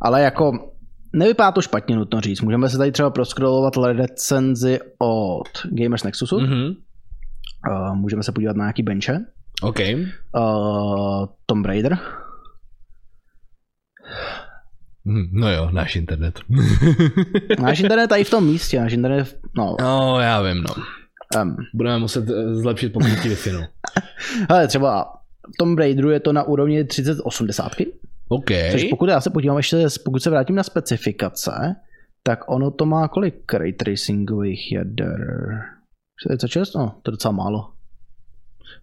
[SPEAKER 1] Ale jako nevypadá to špatně, nutno říct. Můžeme se tady třeba proskrolovat recenzi od Gamers Nexusu. Mm.
[SPEAKER 2] Mhm.
[SPEAKER 1] Uh, můžeme se podívat na nějaký benče.
[SPEAKER 2] OK.
[SPEAKER 1] Uh, Tomb Raider.
[SPEAKER 2] Hm, No jo, náš internet.
[SPEAKER 1] Náš internet tady v tom místě. Náš internet, no.
[SPEAKER 2] no, já vím, no.
[SPEAKER 1] Um,
[SPEAKER 2] Budeme muset eh, zlepšit no. pokrytí wi
[SPEAKER 1] hele, třeba v Tomb Raideru je to na úrovni 3080.
[SPEAKER 2] OK.
[SPEAKER 1] Což pokud já se podívám ještě, pokud se vrátím na specifikace, tak ono to má kolik ray tracingových jader? 46? No, to je docela málo.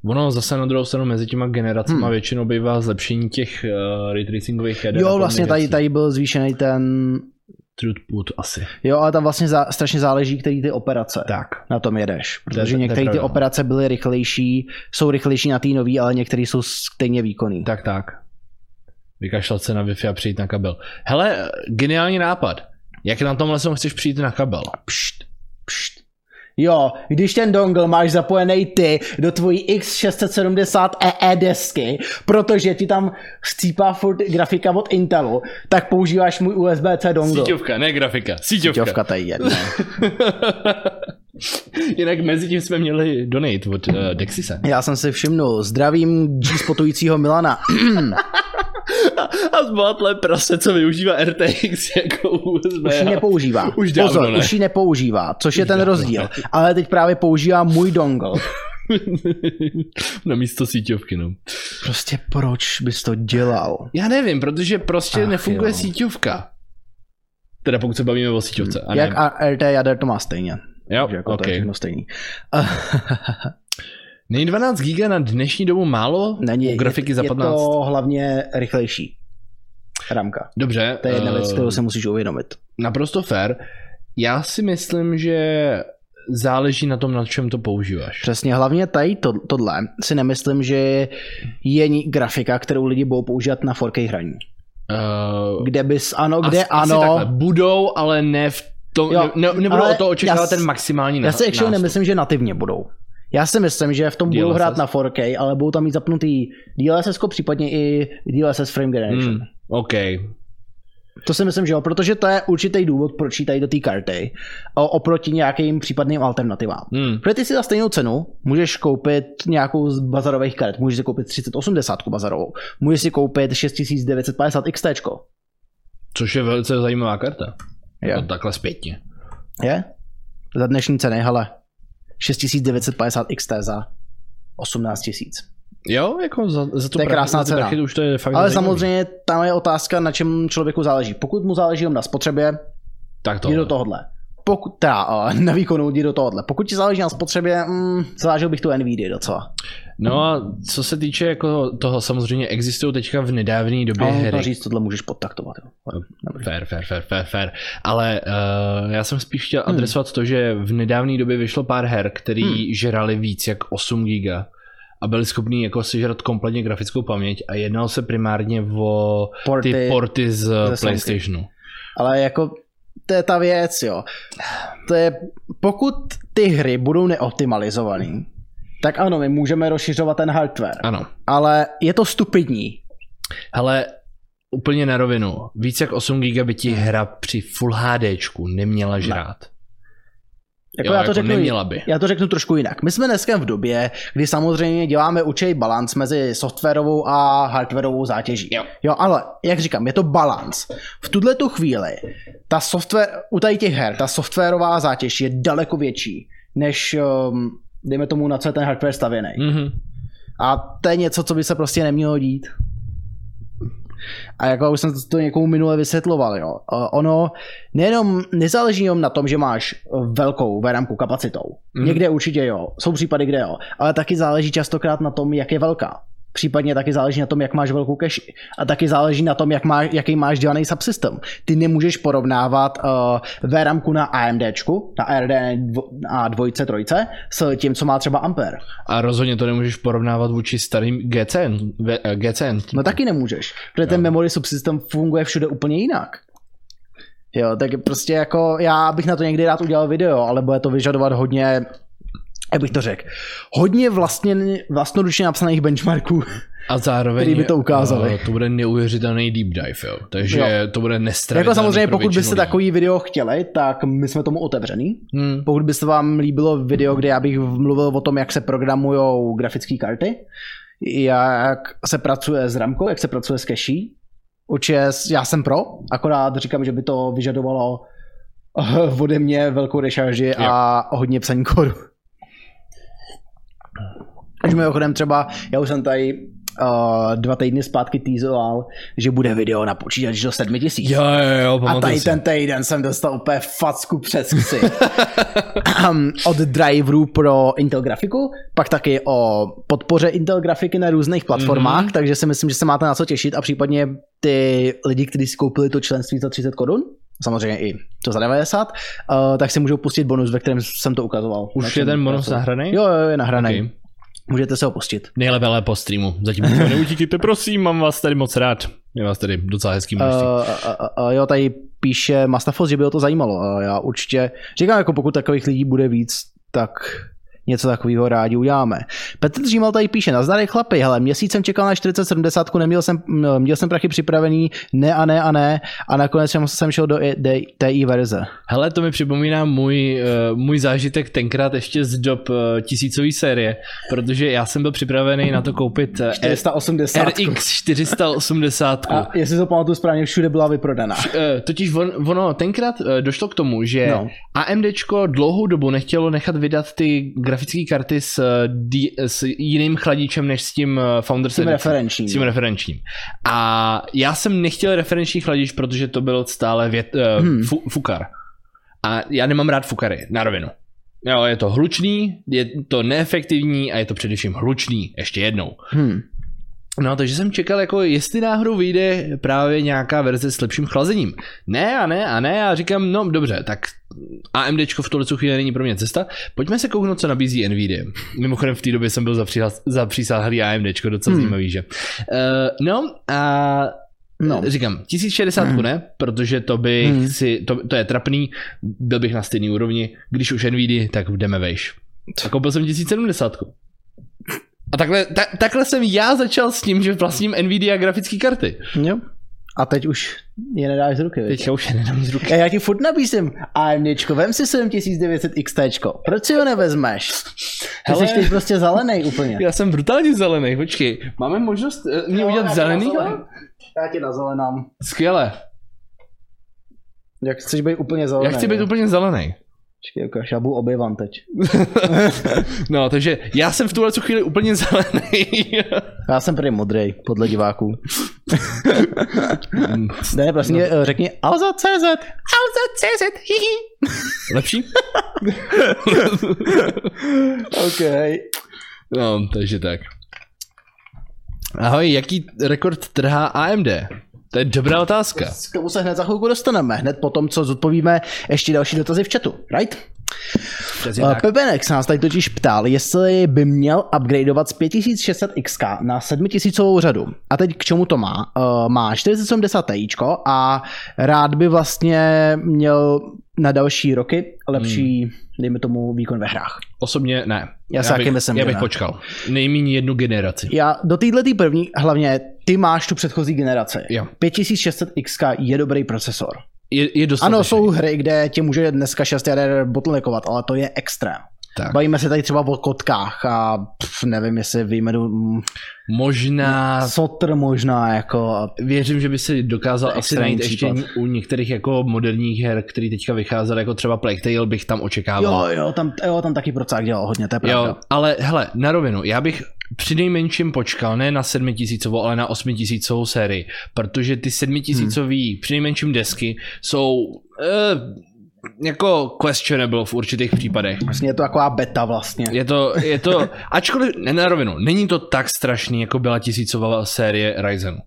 [SPEAKER 2] Ono zase na druhou stranu mezi těma generacemi
[SPEAKER 1] Hmm.
[SPEAKER 2] hmm. většinou bývá zlepšení těch uh, retracingových jader.
[SPEAKER 1] jo,
[SPEAKER 2] a
[SPEAKER 1] vlastně tady,
[SPEAKER 2] komunikací.
[SPEAKER 1] tady byl zvýšený ten...
[SPEAKER 2] Throughput asi.
[SPEAKER 1] Jo, ale tam vlastně zá, strašně záleží, který ty operace
[SPEAKER 2] Tak.
[SPEAKER 1] na tom jedeš.
[SPEAKER 2] je- to
[SPEAKER 1] Protože
[SPEAKER 2] je
[SPEAKER 1] některé ty
[SPEAKER 2] pravda. no.
[SPEAKER 1] operace byly rychlejší, jsou rychlejší na té nový, ale některé jsou stejně výkonný.
[SPEAKER 2] Tak, tak. Vykašlat se na Wi-Fi a přijít na kabel. Hele, geniální nápad. Jak na tomhle sem chceš přijít na kabel?
[SPEAKER 1] Pšt, pšt. Jo, když ten dongle máš zapojený ty do tvojí X670 EE E desky, protože ti tam chcípá furt grafika od Intelu, tak používáš můj USB-C dongle.
[SPEAKER 2] Síťovka, ne grafika. Síťovka.
[SPEAKER 1] Síťovka tady je. ne.
[SPEAKER 2] Jinak mezi tím jsme měli donate od uh, Dexisa.
[SPEAKER 1] Já jsem si všimnul, zdravím G-spotujícího Milana.
[SPEAKER 2] A zbohatlé prase, co využívá RTX jako USB.
[SPEAKER 1] Už ji nepoužívá.
[SPEAKER 2] Už dávno
[SPEAKER 1] Pozor,
[SPEAKER 2] ne.
[SPEAKER 1] už ji nepoužívá, což je ten
[SPEAKER 2] dávno
[SPEAKER 1] rozdíl. Ale teď právě používá můj dongle.
[SPEAKER 2] na místo síťovky, no.
[SPEAKER 1] Prostě proč bys to dělal?
[SPEAKER 2] Já nevím, protože prostě
[SPEAKER 1] Ach,
[SPEAKER 2] Ach, nefunguje
[SPEAKER 1] jo.
[SPEAKER 2] jo. síťovka. Teda pokud se bavíme o síťovce. A
[SPEAKER 1] Jak
[SPEAKER 2] ne,
[SPEAKER 1] a RT jader to má stejně.
[SPEAKER 2] jo,
[SPEAKER 1] Takže jako to je
[SPEAKER 2] okay.
[SPEAKER 1] všechno stejný.
[SPEAKER 2] Není 12 giga na dnešní dobu málo?
[SPEAKER 1] Není.
[SPEAKER 2] U grafiky
[SPEAKER 1] je,
[SPEAKER 2] za 15.
[SPEAKER 1] Je to hlavně rychlejší ramka.
[SPEAKER 2] Dobře.
[SPEAKER 1] To je jedna
[SPEAKER 2] eh,
[SPEAKER 1] věc, kterou si musíš uvědomit.
[SPEAKER 2] Naprosto fair. Já si myslím, že záleží na tom, na čem to používáš.
[SPEAKER 1] Přesně, hlavně tady to, tohle si nemyslím, že je ni- grafika, kterou lidi budou používat na 4K hraní.
[SPEAKER 2] Uh,
[SPEAKER 1] Kde bys, ano, kde
[SPEAKER 2] asi,
[SPEAKER 1] ano.
[SPEAKER 2] Asi takhle. Budou, ale ne v tom,
[SPEAKER 1] Jo,
[SPEAKER 2] jo, ne, nebudou
[SPEAKER 1] ale
[SPEAKER 2] o to očekávat
[SPEAKER 1] já s-
[SPEAKER 2] ten maximální
[SPEAKER 1] Já si
[SPEAKER 2] ná-
[SPEAKER 1] actually
[SPEAKER 2] nástup.
[SPEAKER 1] nemyslím, že nativně budou. Já si myslím, že v tom budou
[SPEAKER 2] DLSS?
[SPEAKER 1] hrát na 4K, ale budou tam mít zapnutý DLSS, případně i DLSS Frame Generation.
[SPEAKER 2] Hmm, OK.
[SPEAKER 1] To si myslím, že jo, protože to je určitý důvod, proč jí tady do té karty o- oproti nějakým případným alternativám.
[SPEAKER 2] Hmm.
[SPEAKER 1] Protože ty si za stejnou cenu můžeš koupit nějakou z bazarových karet. Můžeš si koupit 3080 bazarovou. Můžeš si koupit 6950 XT.
[SPEAKER 2] Což je velice zajímavá karta.
[SPEAKER 1] Je?
[SPEAKER 2] To takhle zpětně.
[SPEAKER 1] je? Za dnešní ceny, hele. 6950 XT za 18 tisíc.
[SPEAKER 2] Jo, jako za, za tu
[SPEAKER 1] To je
[SPEAKER 2] prachy-
[SPEAKER 1] krásná
[SPEAKER 2] za ty
[SPEAKER 1] cena.
[SPEAKER 2] prachy, to už to je fakt
[SPEAKER 1] Ale
[SPEAKER 2] zajímavý.
[SPEAKER 1] samozřejmě tam je otázka, na čem člověku záleží. Pokud mu záleží jenom na spotřebě,
[SPEAKER 2] Tak to.
[SPEAKER 1] jdi do tohohle. Pokud, teda, a, na výkonu jdi do tohohle. Pokud ti záleží na spotřebě, mm, zážil bych tu NVD docela.
[SPEAKER 2] No a co se týče jako toho, samozřejmě existují teďka v nedávné době
[SPEAKER 1] Ale to
[SPEAKER 2] hry.
[SPEAKER 1] No, říct, tohle můžeš podtaktovat. jo. Dobrý.
[SPEAKER 2] Fair, fair, fair, fair, fair. Ale uh, já jsem spíš chtěl adresovat to, že v nedávné době vyšlo pár her, který
[SPEAKER 1] Hmm.
[SPEAKER 2] žrali víc jak 8 giga a byli schopni jako sežrat kompletně grafickou paměť a jednalo se primárně o
[SPEAKER 1] Porty-
[SPEAKER 2] ty porty, porty z
[SPEAKER 1] Songy.
[SPEAKER 2] PlayStationu.
[SPEAKER 1] Ale jako to je ta věc, jo. To je, pokud ty hry budou neoptimalizované, tak ano, my můžeme rozšiřovat ten hardware,
[SPEAKER 2] Ano.
[SPEAKER 1] ale je to stupidní.
[SPEAKER 2] Hele, úplně na rovinu. Víc jak 8 giga by ti hra při Full HDčku neměla žrát.
[SPEAKER 1] Jako
[SPEAKER 2] jo,
[SPEAKER 1] já, to
[SPEAKER 2] jako
[SPEAKER 1] řeknu,
[SPEAKER 2] neměla by.
[SPEAKER 1] já to řeknu trošku jinak. My jsme dneska v době, kdy samozřejmě děláme určitý balans mezi softwarovou a hardwarovou zátěží.
[SPEAKER 2] Jo.
[SPEAKER 1] jo ale jak říkám, je to balans. V tuhle tu chvíli ta software, u tady těch her, ta softwarová zátěž je daleko větší, než um, dejme tomu, na co je ten hardware stavěný.
[SPEAKER 2] Mhm.
[SPEAKER 1] A to je něco, co by se prostě nemělo dít. A jako už jsem to někomu minule vysvětloval, jo. Eh, Ono nejenom nezáleží jenom na tom, že máš velkou VRAMku kapacitou.
[SPEAKER 2] Mhm.
[SPEAKER 1] Mm. Někde určitě jo, jsou případy, kde jo, ale taky záleží častokrát na tom, jak je velká. Případně taky záleží na tom, jak máš velkou cache. A taky záleží na tom, jak má, jaký máš dělaný subsystem. Ty nemůžeš porovnávat uh, VRAMku na AMDčku, na RD a dvojce, trojce, s tím, co má třeba Ampere.
[SPEAKER 2] A rozhodně to nemůžeš porovnávat vůči starým GCN. V- eh, GCN.
[SPEAKER 1] No taky nemůžeš, protože ten memory subsystem funguje všude úplně jinak. Jo, tak prostě jako já bych na to někdy rád udělal video, ale bude to vyžadovat hodně, jak bych to řekl, hodně vlastně, vlastnoručně napsaných benchmarků.
[SPEAKER 2] A zároveň...
[SPEAKER 1] Který by to ukázali.
[SPEAKER 2] eh, To bude neuvěřitelný deep dive, jo. Takže jo. to bude
[SPEAKER 1] jako
[SPEAKER 2] nestravitelný
[SPEAKER 1] samozřejmě,
[SPEAKER 2] pro
[SPEAKER 1] pokud
[SPEAKER 2] většinu
[SPEAKER 1] byste
[SPEAKER 2] lidí.
[SPEAKER 1] takový video chtěli, tak my jsme tomu otevřený.
[SPEAKER 2] Hmm.
[SPEAKER 1] Pokud by se vám líbilo video, kde já bych mluvil o tom, jak se programují grafické karty, jak se pracuje s ramkou, jak se pracuje s cache, určitě s- já jsem pro, akorát říkám, že by to vyžadovalo eh, ode mě velkou rešarži a hodně psaní kódu. Až mimochodem třeba, já už jsem tady uh, dva týdny zpátky týzoval, že bude video na počítač do 7000.
[SPEAKER 2] Jo, jo, jo,
[SPEAKER 1] A
[SPEAKER 2] pamatuju
[SPEAKER 1] tady
[SPEAKER 2] si.
[SPEAKER 1] ten týden jsem dostal úplně facku přes ksy. Ahem, Od driverů pro Intel grafiku, pak taky o podpoře Intel grafiky na různých platformách,
[SPEAKER 2] Mhm.
[SPEAKER 1] mm-hmm. takže si myslím, že se máte na co těšit a případně ty lidi, kteří si koupili to členství za 30 korun, samozřejmě i to za 90, uh, tak si můžou pustit bonus, ve kterém jsem to ukazoval. Na
[SPEAKER 2] Už je
[SPEAKER 1] čem
[SPEAKER 2] ten bonus
[SPEAKER 1] pracuji.
[SPEAKER 2] zahraný?
[SPEAKER 1] Jo, jo, je nahraný.
[SPEAKER 2] Ok.
[SPEAKER 1] Okay. Můžete se ho pustit.
[SPEAKER 2] Nejlépe ale po streamu. Zatím to neutíkejte, prosím, mám vás tady moc rád. Je vás tady docela hezký množství.
[SPEAKER 1] Uh, uh, uh, jo, tady píše Mastafos, že by ho to zajímalo. Uh, já určitě říkám, jako pokud takových lidí bude víc, tak něco takového rádi uděláme. Petr Římal tady píše, nazdary chlapy, hele, měsíc jsem čekal na 4070, neměl jsem, m, měl jsem prachy připravený, ne a ne a ne, a nakonec jsem, jsem šel do E- i- de- TI verze.
[SPEAKER 2] Hele, to mi připomíná můj, eh, můj zážitek tenkrát ještě z dob eh, tisícové série, protože já jsem byl připravený na to koupit eh,
[SPEAKER 1] 480.
[SPEAKER 2] RX 480.
[SPEAKER 1] A jestli to pamatuju správně, všude byla vyprodaná.
[SPEAKER 2] Eh, Totiž on, ono tenkrát eh, došlo k tomu, že no.
[SPEAKER 1] No.
[SPEAKER 2] AMDčko dlouhou dobu nechtělo nechat vydat ty grafické karty s, eh, D, s jiným chladičem než s tím eh, Founders
[SPEAKER 1] S tím
[SPEAKER 2] Edition.
[SPEAKER 1] referenčním.
[SPEAKER 2] S tím referenčním. A já jsem nechtěl referenční chladič, protože to byl stále vět, uh, hmm.
[SPEAKER 1] Hmm.
[SPEAKER 2] fu, fukar. A já nemám rád fukary, na rovinu. Jo, je to hlučný, je to neefektivní a je to především hlučný, ještě jednou.
[SPEAKER 1] Hmm.
[SPEAKER 2] No, takže jsem čekal, jako jestli náhodou vyjde právě nějaká verze s lepším chlazením. Ne a ne a ne a říkám, no dobře, tak AMDčko v tuhle chvíli není pro mě cesta. Pojďme se kouknout, co nabízí Nvidia. Mimochodem v té době jsem byl zapřihlas- zapřísáhlý AMDčko, docela hmm.
[SPEAKER 1] Hmm.
[SPEAKER 2] zajímavý, že? Uh, no a
[SPEAKER 1] No.
[SPEAKER 2] Eh, říkám, 1060
[SPEAKER 1] Hmm.
[SPEAKER 2] ne, protože to bych
[SPEAKER 1] Hmm.
[SPEAKER 2] si, to, to, je trapný, byl bych na stejný úrovni, když už Nvidia, tak jdeme vejš. A koupil jsem 1070. A takhle, ta, takhle jsem já začal s tím, že vlastním Nvidia grafické karty.
[SPEAKER 1] Jo. A teď už je nedáš z ruky. viď?
[SPEAKER 2] Teďka už je nedám z ruky.
[SPEAKER 1] Já, já ti furt nabízím AMDčko, vem si 7900 XTčko. Proč si ho nevezmeš? Ty
[SPEAKER 2] Hele.
[SPEAKER 1] Hele. jsi teď prostě zelený úplně.
[SPEAKER 2] Já jsem brutálně zelený, počkej. Máme možnost eh, mě
[SPEAKER 1] Jo, já
[SPEAKER 2] udělat
[SPEAKER 1] ti
[SPEAKER 2] zelený?
[SPEAKER 1] nazelenám. Já ti nazelenám.
[SPEAKER 2] Skvěle.
[SPEAKER 1] Jak chceš být úplně zelený?
[SPEAKER 2] Já chci být
[SPEAKER 1] jo?
[SPEAKER 2] úplně zelený.
[SPEAKER 1] Počkej, ukáž, já budu objevan teď.
[SPEAKER 2] no, takže já jsem v tuhle chvíli úplně zelený.
[SPEAKER 1] Já jsem prý modrej, podle diváků. ne, prosím, no. řekni Alza.cz.
[SPEAKER 2] Alza.cz, hihi. Lepší?
[SPEAKER 1] OK.
[SPEAKER 2] No, takže tak. Ahoj, jaký rekord trhá AMD? To je dobrá otázka.
[SPEAKER 1] K tomu se hned za chvilku dostaneme, hned po tom, co zodpovíme ještě další dotazy v chatu, right?
[SPEAKER 2] Přesně
[SPEAKER 1] Uh,
[SPEAKER 2] tak.
[SPEAKER 1] Pepenek se nás tady totiž ptal, jestli by měl upgradeovat z 5600 XK na 7000 řadu. A teď k čemu to má? Uh, má 4070 Ti a rád by vlastně měl na další roky lepší, hmm. dejme tomu, výkon ve hrách.
[SPEAKER 2] Osobně ne.
[SPEAKER 1] Já si taky
[SPEAKER 2] bych-
[SPEAKER 1] myslím,
[SPEAKER 2] Já
[SPEAKER 1] že
[SPEAKER 2] bych
[SPEAKER 1] ne.
[SPEAKER 2] počkal. Nejméně jednu generaci.
[SPEAKER 1] Já do téhle tý první, hlavně ty máš tu předchozí generaci.
[SPEAKER 2] Jo.
[SPEAKER 1] 5600 XK je dobrý procesor.
[SPEAKER 2] Je, je dostatečný.
[SPEAKER 1] Ano, jsou hry, kde tě může dneska 6 jader bottleneckovat, ale to je extrém.
[SPEAKER 2] Tak.
[SPEAKER 1] Bavíme se tady třeba o kotkách a pf, nevím, jestli vyjmedu mm,
[SPEAKER 2] Možná...
[SPEAKER 1] Sotr možná, jako a
[SPEAKER 2] Věřím, že by si dokázal
[SPEAKER 1] To je
[SPEAKER 2] asi najít ještě
[SPEAKER 1] extrémní
[SPEAKER 2] u některých jako moderních her, který teďka vycházely, jako třeba Plague Tale, bych tam očekával.
[SPEAKER 1] Jo, jo, tam, jo, tam taky procák dělal hodně, to je pravda.
[SPEAKER 2] Jo, ale hele, na rovinu, já bych při nejmenším počkal, ne na sedmitisícovou, ale na osmitisícovou sérii, protože ty sedmitisícový hmm. při nejmenším desky jsou eh, jako questionable v určitých případech.
[SPEAKER 1] Vlastně je to taková beta vlastně.
[SPEAKER 2] Je to, je to, ačkoliv, ne na rovinu, není to tak strašný, jako byla tisícová série Ryzenu.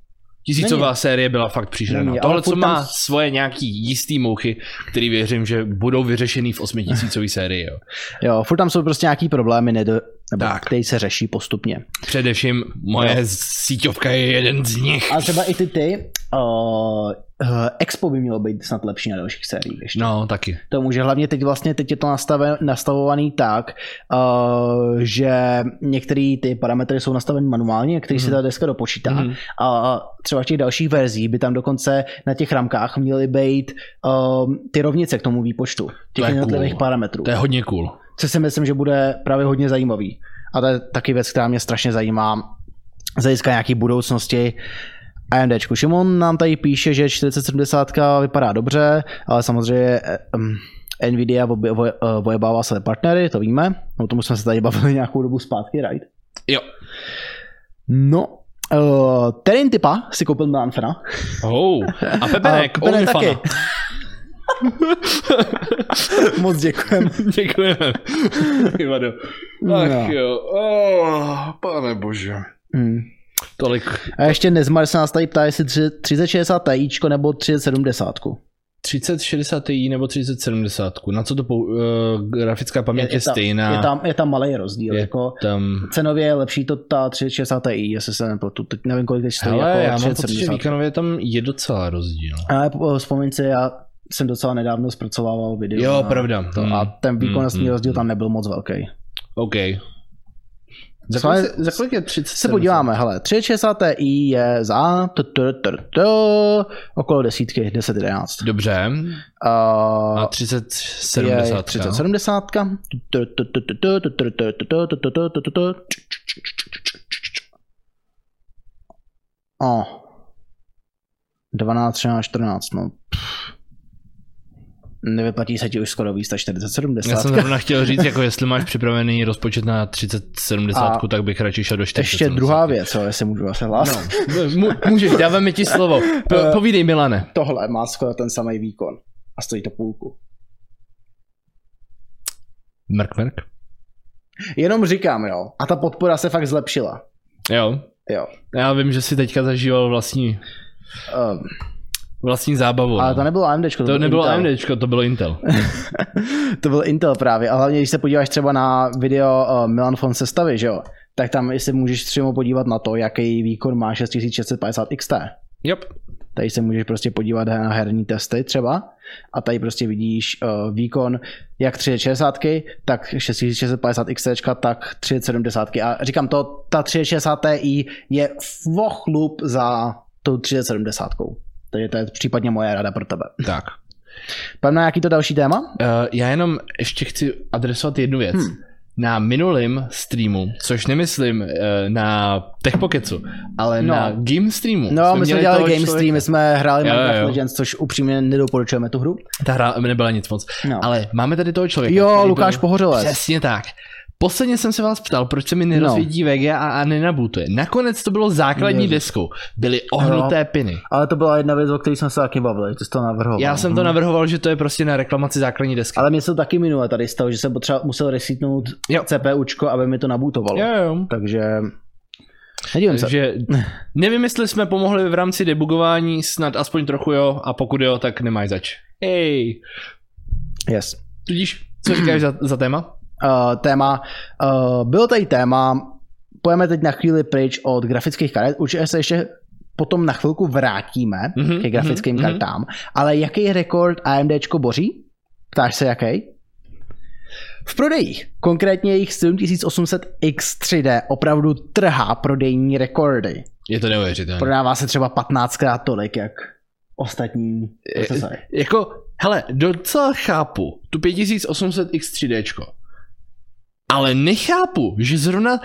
[SPEAKER 2] Tisícová
[SPEAKER 1] Není.
[SPEAKER 2] série byla fakt příšerná.
[SPEAKER 1] Není, ale
[SPEAKER 2] Tohle,
[SPEAKER 1] furt
[SPEAKER 2] co
[SPEAKER 1] tam-
[SPEAKER 2] má svoje nějaký jistý mouchy, který věřím, že budou vyřešený v osmitisícový sérii. Jo.
[SPEAKER 1] Jo, furt tam jsou prostě nějaký problémy, nedo, nebo
[SPEAKER 2] Tak.
[SPEAKER 1] který se řeší postupně.
[SPEAKER 2] Především moje no. síťovka je jeden z nich.
[SPEAKER 1] A třeba i ty ty, uh, uh, Expo by mělo být snad lepší na dalších sériích ještě.
[SPEAKER 2] No, taky.
[SPEAKER 1] tomu, že hlavně teď vlastně teď je to nastave, nastavovaný tak, uh, že některé ty parametry jsou nastaveny manuálně, některé mm-hmm. si ta deska dopočítá
[SPEAKER 2] Mhm.
[SPEAKER 1] mm-hmm. a třeba v těch dalších verzích by tam dokonce na těch ramkách měly být um, ty rovnice k tomu výpočtu těch
[SPEAKER 2] je cool.
[SPEAKER 1] jednotlivých parametrů,
[SPEAKER 2] Jako- To je hodně cool.
[SPEAKER 1] co si myslím, že bude právě hodně zajímavý. A to je taky věc, která mě strašně zajímá z hlediska nějaký budoucnosti AMDčku. Šimon nám tady píše, že 4070 vypadá dobře, ale samozřejmě eh, em, Nvidia obje- voje- eh, vojebává své partnery, to víme. O tom už jsme se tady bavili nějakou dobu zpátky, right?
[SPEAKER 2] Jo.
[SPEAKER 1] No, uh, Terin typa si koupil Milanfena.
[SPEAKER 2] Oh. A
[SPEAKER 1] A
[SPEAKER 2] Pepenek,
[SPEAKER 1] Pepenek
[SPEAKER 2] Pepenek
[SPEAKER 1] taky.
[SPEAKER 2] taky.
[SPEAKER 1] Moc děkujem.
[SPEAKER 2] Děkujeme. Ty vado.
[SPEAKER 1] No.
[SPEAKER 2] Ach jo. Oh, pane bože.
[SPEAKER 1] Hmm.
[SPEAKER 2] Tolik.
[SPEAKER 1] A ještě Nezmar se nás tady ptá, jestli tři- 3060 Tičko nebo 3070.
[SPEAKER 2] 3060 Ti nebo 3070. Na co to pou... Uh, grafická paměť je, je,
[SPEAKER 1] tam,
[SPEAKER 2] stejná.
[SPEAKER 1] je, tam, je tam malý rozdíl.
[SPEAKER 2] Je
[SPEAKER 1] Jako,
[SPEAKER 2] tam...
[SPEAKER 1] cenově je lepší to ta 360 Ti, jestli se nepletu. Teď nevím, kolik teď stojí.
[SPEAKER 2] Hele,
[SPEAKER 1] jako
[SPEAKER 2] já mám pocit, že
[SPEAKER 1] 370.
[SPEAKER 2] výkonově tam je docela rozdíl.
[SPEAKER 1] Ale po- vzpomeň si, já jsem docela nedávno zpracovával video.
[SPEAKER 2] Jo,
[SPEAKER 1] na
[SPEAKER 2] pravda.
[SPEAKER 1] To,
[SPEAKER 2] Hmm.
[SPEAKER 1] A ten výkonnostní
[SPEAKER 2] Hmm.
[SPEAKER 1] rozdíl tam nebyl moc velký.
[SPEAKER 2] OK. Za
[SPEAKER 1] Jsme-
[SPEAKER 2] kolik, se- za kolik je 30?
[SPEAKER 1] Se podíváme, hele, 360 Ti je za t, t, t, t, okolo desítky, 10-11.
[SPEAKER 2] Dobře.
[SPEAKER 1] Uh,
[SPEAKER 2] A 30, 70.
[SPEAKER 1] 3070. O. 12, 13, 14, no. Pff. Nevyplatí se ti už skoro víc ta 4070.
[SPEAKER 2] Já jsem zrovna chtěl říct, jako jestli máš připravený rozpočet na 3070,
[SPEAKER 1] A
[SPEAKER 2] tak bych radši šel do 40.
[SPEAKER 1] Ještě druhá věc, jo, jestli můžu se hlásit. No.
[SPEAKER 2] Můžeš, dáváme ti slovo.
[SPEAKER 1] Eh,
[SPEAKER 2] Po, povídej, Milane.
[SPEAKER 1] Tohle má skoro ten samý výkon. A stojí to půlku.
[SPEAKER 2] Mrk, mrk.
[SPEAKER 1] Jenom říkám, jo. A ta podpora se fakt zlepšila.
[SPEAKER 2] Jo.
[SPEAKER 1] Jo.
[SPEAKER 2] Já vím, že jsi teďka zažíval vlastní,
[SPEAKER 1] Um,
[SPEAKER 2] vlastní zábavu.
[SPEAKER 1] ale to
[SPEAKER 2] no.
[SPEAKER 1] nebylo AMD, to,
[SPEAKER 2] to
[SPEAKER 1] byl
[SPEAKER 2] nebylo
[SPEAKER 1] Intel.
[SPEAKER 2] AMDčko, to bylo Intel.
[SPEAKER 1] To byl Intel právě, a hlavně když se podíváš třeba na video eh, Milan von Sestavy, že jo, tak tam jestli můžeš přímo podívat na to, jaký výkon má 6650 XT.
[SPEAKER 2] Jop.
[SPEAKER 1] Tady se můžeš prostě podívat na herní testy třeba a tady prostě vidíš eh, výkon jak 360, tak 6650 XT, tak 370. A říkám to, ta 360 Ti je vochlup za tou 370. Takže to je případně moje rada pro tebe.
[SPEAKER 2] Tak.
[SPEAKER 1] Pojďme na nějaký to další téma?
[SPEAKER 2] Uh, já jenom ještě chci adresovat jednu věc.
[SPEAKER 1] Hmm.
[SPEAKER 2] Hmm. Na minulém streamu, což nemyslím uh, na TechPocketsu, ale
[SPEAKER 1] No.
[SPEAKER 2] no. na game streamu.
[SPEAKER 1] No, my jsme dělali
[SPEAKER 2] toho
[SPEAKER 1] game stream, my jsme hráli
[SPEAKER 2] Jo,
[SPEAKER 1] Minecraft
[SPEAKER 2] jo.
[SPEAKER 1] Legends, což upřímně nedoporučujeme tu hru.
[SPEAKER 2] Ta hra nebyla nic moc.
[SPEAKER 1] No.
[SPEAKER 2] Ale máme tady toho člověka.
[SPEAKER 1] jo,
[SPEAKER 2] který
[SPEAKER 1] Lukáš
[SPEAKER 2] byl...
[SPEAKER 1] Pohořelec.
[SPEAKER 2] Přesně tak. Posledně jsem se vás ptal, proč se mi nerozvědí no. VGA a nenabutuje. Nakonec to bylo základní
[SPEAKER 1] Ježiš.
[SPEAKER 2] Ježiš. deskou. Byly ohnuté no. piny.
[SPEAKER 1] Ale to byla jedna věc, o které jsme se taky bavili, ty jsi to navrhoval. Mhm.
[SPEAKER 2] Já jsem to navrhoval, že to je prostě na reklamaci základní desky.
[SPEAKER 1] Ale mě se to taky minule tady stalo, že jsem potřeba, musel resetnout
[SPEAKER 2] Jo.
[SPEAKER 1] CPUčko, aby mi to nabutovalo.
[SPEAKER 2] Jo, jo.
[SPEAKER 1] Takže... Nedívím se.
[SPEAKER 2] Takže nevím, jestli jsme pomohli v rámci debugování, snad aspoň trochu jo, a pokud jo, tak nemáš zač. Hej.
[SPEAKER 1] Yes.
[SPEAKER 2] Tudíž, co říkáš za, za téma?
[SPEAKER 1] Uh, téma. Uh, bylo tady téma, pojeme teď na chvíli pryč od grafických karet, určitě se ještě potom na chvilku vrátíme mm-hmm,
[SPEAKER 2] Mhm,
[SPEAKER 1] ke grafickým mm-hmm,
[SPEAKER 2] mhm,
[SPEAKER 1] kartám, ale jaký rekord AMDčko boří? Ptáš se jaký? V prodejích, konkrétně jejich 7800 X3D opravdu trhá prodejní rekordy.
[SPEAKER 2] Je to neuvěřitelné.
[SPEAKER 1] Prodává se třeba 15krát tolik, jak ostatní
[SPEAKER 2] Eh,
[SPEAKER 1] procesory.
[SPEAKER 2] Jako, hele, docela chápu tu 5800 X3D, ale nechápu, že zrovna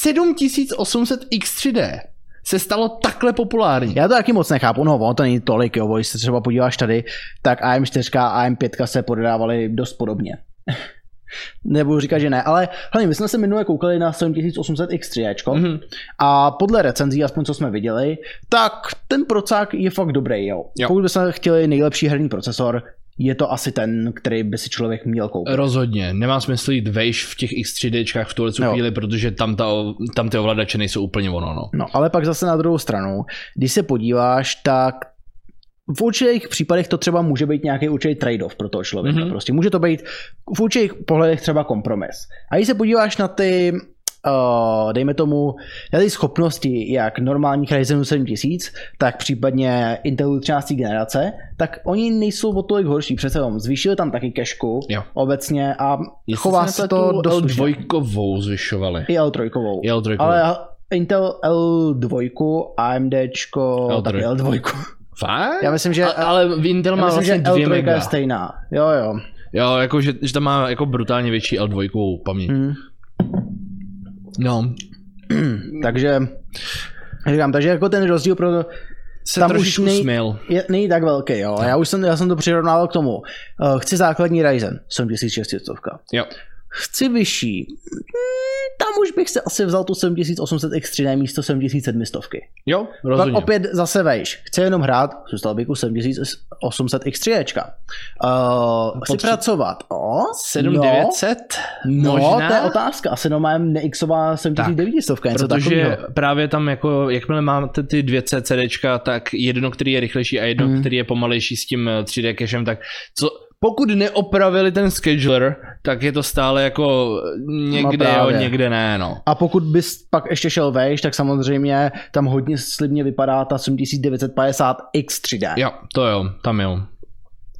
[SPEAKER 2] 7800 X3D se stalo takhle populární.
[SPEAKER 1] Já to taky moc nechápu, no ono to není tolik, jo, bo když se třeba podíváš tady, tak AM4 a AM5 se prodávaly dost podobně. nebudu říkat, že ne, ale hlavně my jsme se minule koukali na 7800 X3
[SPEAKER 2] Mhm.
[SPEAKER 1] a podle recenzí, aspoň co jsme viděli, tak ten procák je fakt dobrý, jo.
[SPEAKER 2] Jo.
[SPEAKER 1] Pokud bychom chtěli nejlepší herní procesor, je to asi ten, který by si člověk měl koupit.
[SPEAKER 2] Rozhodně. Nemá smysl jít vejš v těch X3Dčkách v tuhle
[SPEAKER 1] Jo.
[SPEAKER 2] chvíli, protože tam, ta, o- tam ty ovladače nejsou úplně ono. No.
[SPEAKER 1] No, ale pak zase na druhou stranu, když se podíváš, tak v určitých případech to třeba může být nějaký určitý trade-off pro toho člověka.
[SPEAKER 2] Mhm.
[SPEAKER 1] Mm-hmm. Prostě může to být v určitých pohledech třeba kompromis. A když se podíváš na ty, uh, dejme tomu, na ty schopnosti, jak normální Ryzenu 7000, tak případně Intelu 13. generace, tak oni nejsou o tolik horší. Přece jenom zvýšili tam taky kešku
[SPEAKER 2] Jo.
[SPEAKER 1] obecně a
[SPEAKER 2] Jestli
[SPEAKER 1] chová
[SPEAKER 2] se
[SPEAKER 1] se
[SPEAKER 2] nepletu,
[SPEAKER 1] to dost slušně.
[SPEAKER 2] L2 zvyšovali.
[SPEAKER 1] I L3.
[SPEAKER 2] I L3.
[SPEAKER 1] Ale Intel L2, AMDčko, L3.
[SPEAKER 2] L3.
[SPEAKER 1] taky No, L2.
[SPEAKER 2] Fakt?
[SPEAKER 1] Já myslím, že-
[SPEAKER 2] A, ale Intel
[SPEAKER 1] Já
[SPEAKER 2] má
[SPEAKER 1] myslím,
[SPEAKER 2] vlastně
[SPEAKER 1] že
[SPEAKER 2] dvě
[SPEAKER 1] L3
[SPEAKER 2] mega.
[SPEAKER 1] je stejná. Jo, jo.
[SPEAKER 2] Jo, jako, že, že, tam má jako brutálně větší L2 paměť.
[SPEAKER 1] Hm.
[SPEAKER 2] No,
[SPEAKER 1] Takže, jak říkám, takže jako ten rozdíl pro
[SPEAKER 2] se
[SPEAKER 1] Tam už
[SPEAKER 2] tam trošičku
[SPEAKER 1] nej-
[SPEAKER 2] smil.
[SPEAKER 1] je, není tak velký, jo. A Já už jsem, já jsem to přirovnával k tomu. Eh, Chci základní Ryzen, 7600.
[SPEAKER 2] Jo.
[SPEAKER 1] Chci vyšší. Hm, Tam už bych se asi vzal tu 7800 X3 na místo 7700.
[SPEAKER 2] Jo,
[SPEAKER 1] Pak
[SPEAKER 2] rozhodně.
[SPEAKER 1] No, opět zase vejš. Chci jenom hrát, zůstal bych u 7800 X3. Uh, chci
[SPEAKER 2] Potře-
[SPEAKER 1] pracovat. O?
[SPEAKER 2] 7900?
[SPEAKER 1] No,
[SPEAKER 2] možná?
[SPEAKER 1] no to je otázka. Asi no mám nexová 7900, něco
[SPEAKER 2] Protože
[SPEAKER 1] takového.
[SPEAKER 2] právě tam jako, jakmile máte ty dvě CCDčka, tak jedno, který je rychlejší a jedno,
[SPEAKER 1] Mhm.
[SPEAKER 2] který je pomalejší s tím eh, 3D cachem, tak co, pokud neopravili ten scheduler, tak je to stále jako někde
[SPEAKER 1] No
[SPEAKER 2] jo,
[SPEAKER 1] právě.
[SPEAKER 2] někde ne, no.
[SPEAKER 1] A pokud bys pak ještě šel vejš, tak samozřejmě tam hodně slibně vypadá ta 7950 X3D,
[SPEAKER 2] Jo, to jo, tam jo.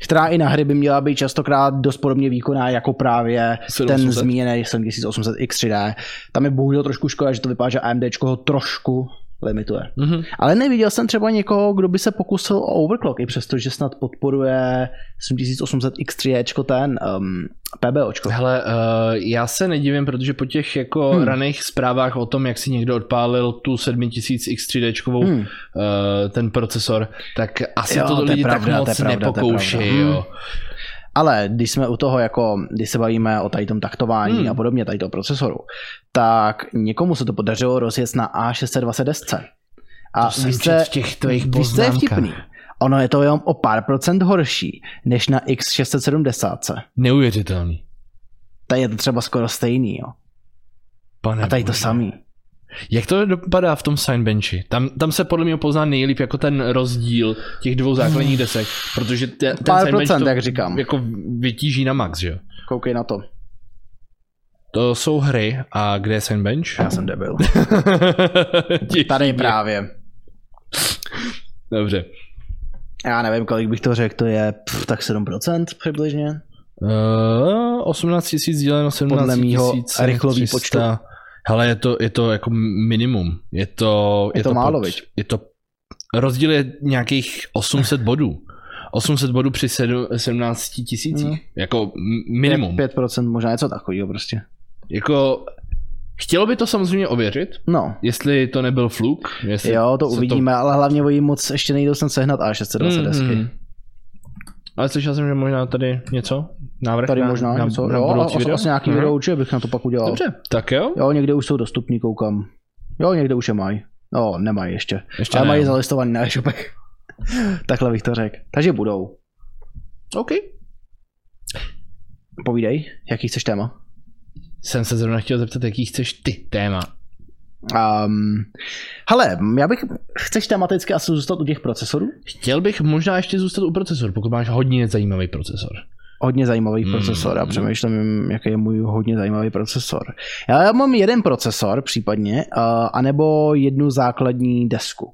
[SPEAKER 1] která i na hry by měla být častokrát dost podobně výkonná jako právě ten
[SPEAKER 2] 7800.
[SPEAKER 1] zmíněný 7800 X3D. Tam je bohužel trošku škoda, že to vypadá, že AMD ho trošku limituje.
[SPEAKER 2] Mhm.
[SPEAKER 1] Ale neviděl jsem třeba někoho, kdo by se pokusil o overclock, i přesto, že snad podporuje 7800 X3 ten um, PBOčko.
[SPEAKER 2] Hele, uh, já se nedivím, protože po těch jako hmm.
[SPEAKER 1] Hmm.
[SPEAKER 2] raných zprávách o tom, jak si někdo odpálil tu 7000 X3Dčkovou hmm.
[SPEAKER 1] Hmm.
[SPEAKER 2] uh, ten procesor, tak asi
[SPEAKER 1] Jo,
[SPEAKER 2] to
[SPEAKER 1] to je
[SPEAKER 2] lidi
[SPEAKER 1] pravda,
[SPEAKER 2] tak
[SPEAKER 1] to je
[SPEAKER 2] moc
[SPEAKER 1] pravda, Hmm. to je
[SPEAKER 2] nepokouší,
[SPEAKER 1] pravda.
[SPEAKER 2] jo.
[SPEAKER 1] Ale když jsme u toho, jako když se bavíme o tady tom taktování
[SPEAKER 2] Hmm.
[SPEAKER 1] hmm. a podobně, tady toho procesoru, tak někomu se to podařilo rozjet na A620 desce. A
[SPEAKER 2] To jsem
[SPEAKER 1] vy
[SPEAKER 2] četl
[SPEAKER 1] jste,
[SPEAKER 2] v těch tvých
[SPEAKER 1] vy jste
[SPEAKER 2] poznámkách.
[SPEAKER 1] vtipný. Ono je to jenom o pár procent horší než na X670.
[SPEAKER 2] Neuvěřitelný.
[SPEAKER 1] Tady je to třeba skoro stejný, jo.
[SPEAKER 2] Pane
[SPEAKER 1] A tady to
[SPEAKER 2] bože.
[SPEAKER 1] samý.
[SPEAKER 2] Jak to dopadá v tom Signbenchi? Tam, tam se podle mě pozná nejlíp jako ten rozdíl těch dvou základních desek, protože te, ten
[SPEAKER 1] Pár
[SPEAKER 2] Signbench
[SPEAKER 1] procent,
[SPEAKER 2] to
[SPEAKER 1] jak říkám.
[SPEAKER 2] jako vytíží na max, že jo?
[SPEAKER 1] Koukej na to.
[SPEAKER 2] To jsou hry a kde je Signbench?
[SPEAKER 1] Já jsem debil.
[SPEAKER 2] Ti-
[SPEAKER 1] Tady právě.
[SPEAKER 2] Dobře.
[SPEAKER 1] Já nevím, kolik bych to řekl, to je pff, tak 7% přibližně.
[SPEAKER 2] Uh, 18 000 děleno 17
[SPEAKER 1] Podle mýho
[SPEAKER 2] 300.
[SPEAKER 1] rychlo výpočtu.
[SPEAKER 2] Hele, je to, je to jako minimum. Je to,
[SPEAKER 1] Je to málo, viď?
[SPEAKER 2] je to, rozdíl je nějakých 800 bodů. 800 bodů při sedm- 17 tisících.
[SPEAKER 1] No.
[SPEAKER 2] Jako m- minimum.
[SPEAKER 1] 5% možná něco takového prostě.
[SPEAKER 2] Jako, chtělo by to samozřejmě ověřit,
[SPEAKER 1] No,
[SPEAKER 2] jestli to nebyl fluk. Jestli
[SPEAKER 1] jo, to
[SPEAKER 2] se
[SPEAKER 1] uvidíme, ale hlavně oni moc ještě nejdou sem sehnat A620 desky.
[SPEAKER 2] Mhm. Ale slyšel jsem, že možná tady něco? Návrh
[SPEAKER 1] Tady
[SPEAKER 2] na,
[SPEAKER 1] možná
[SPEAKER 2] na,
[SPEAKER 1] něco,
[SPEAKER 2] na
[SPEAKER 1] jo,
[SPEAKER 2] budoucí
[SPEAKER 1] asi,
[SPEAKER 2] video?
[SPEAKER 1] asi nějaký
[SPEAKER 2] Mhm.
[SPEAKER 1] video určitě bych na to pak udělal.
[SPEAKER 2] Dobře, tak jo.
[SPEAKER 1] Jo, někde už jsou dostupní, koukám. Jo, někde už je mají. No, nemají ještě.
[SPEAKER 2] Ještě
[SPEAKER 1] ale
[SPEAKER 2] ne. no.
[SPEAKER 1] mají zalistovaný na e-shopech. Takhle bych to řekl. Takže budou.
[SPEAKER 2] OK.
[SPEAKER 1] Povídej, jaký chceš téma?
[SPEAKER 2] Jsem se zrovna chtěl zeptat, jaký chceš ty téma.
[SPEAKER 1] Um, hele, já bych, chceš tematicky asi zůstat u těch procesorů?
[SPEAKER 2] Chtěl bych možná ještě zůstat u procesoru, pokud máš hodně zajímavý procesor.
[SPEAKER 1] hodně zajímavý
[SPEAKER 2] Mm.
[SPEAKER 1] mm. procesor a přemýšlím, jaký je můj hodně zajímavý procesor. Já mám jeden procesor případně, uh, anebo jednu základní desku.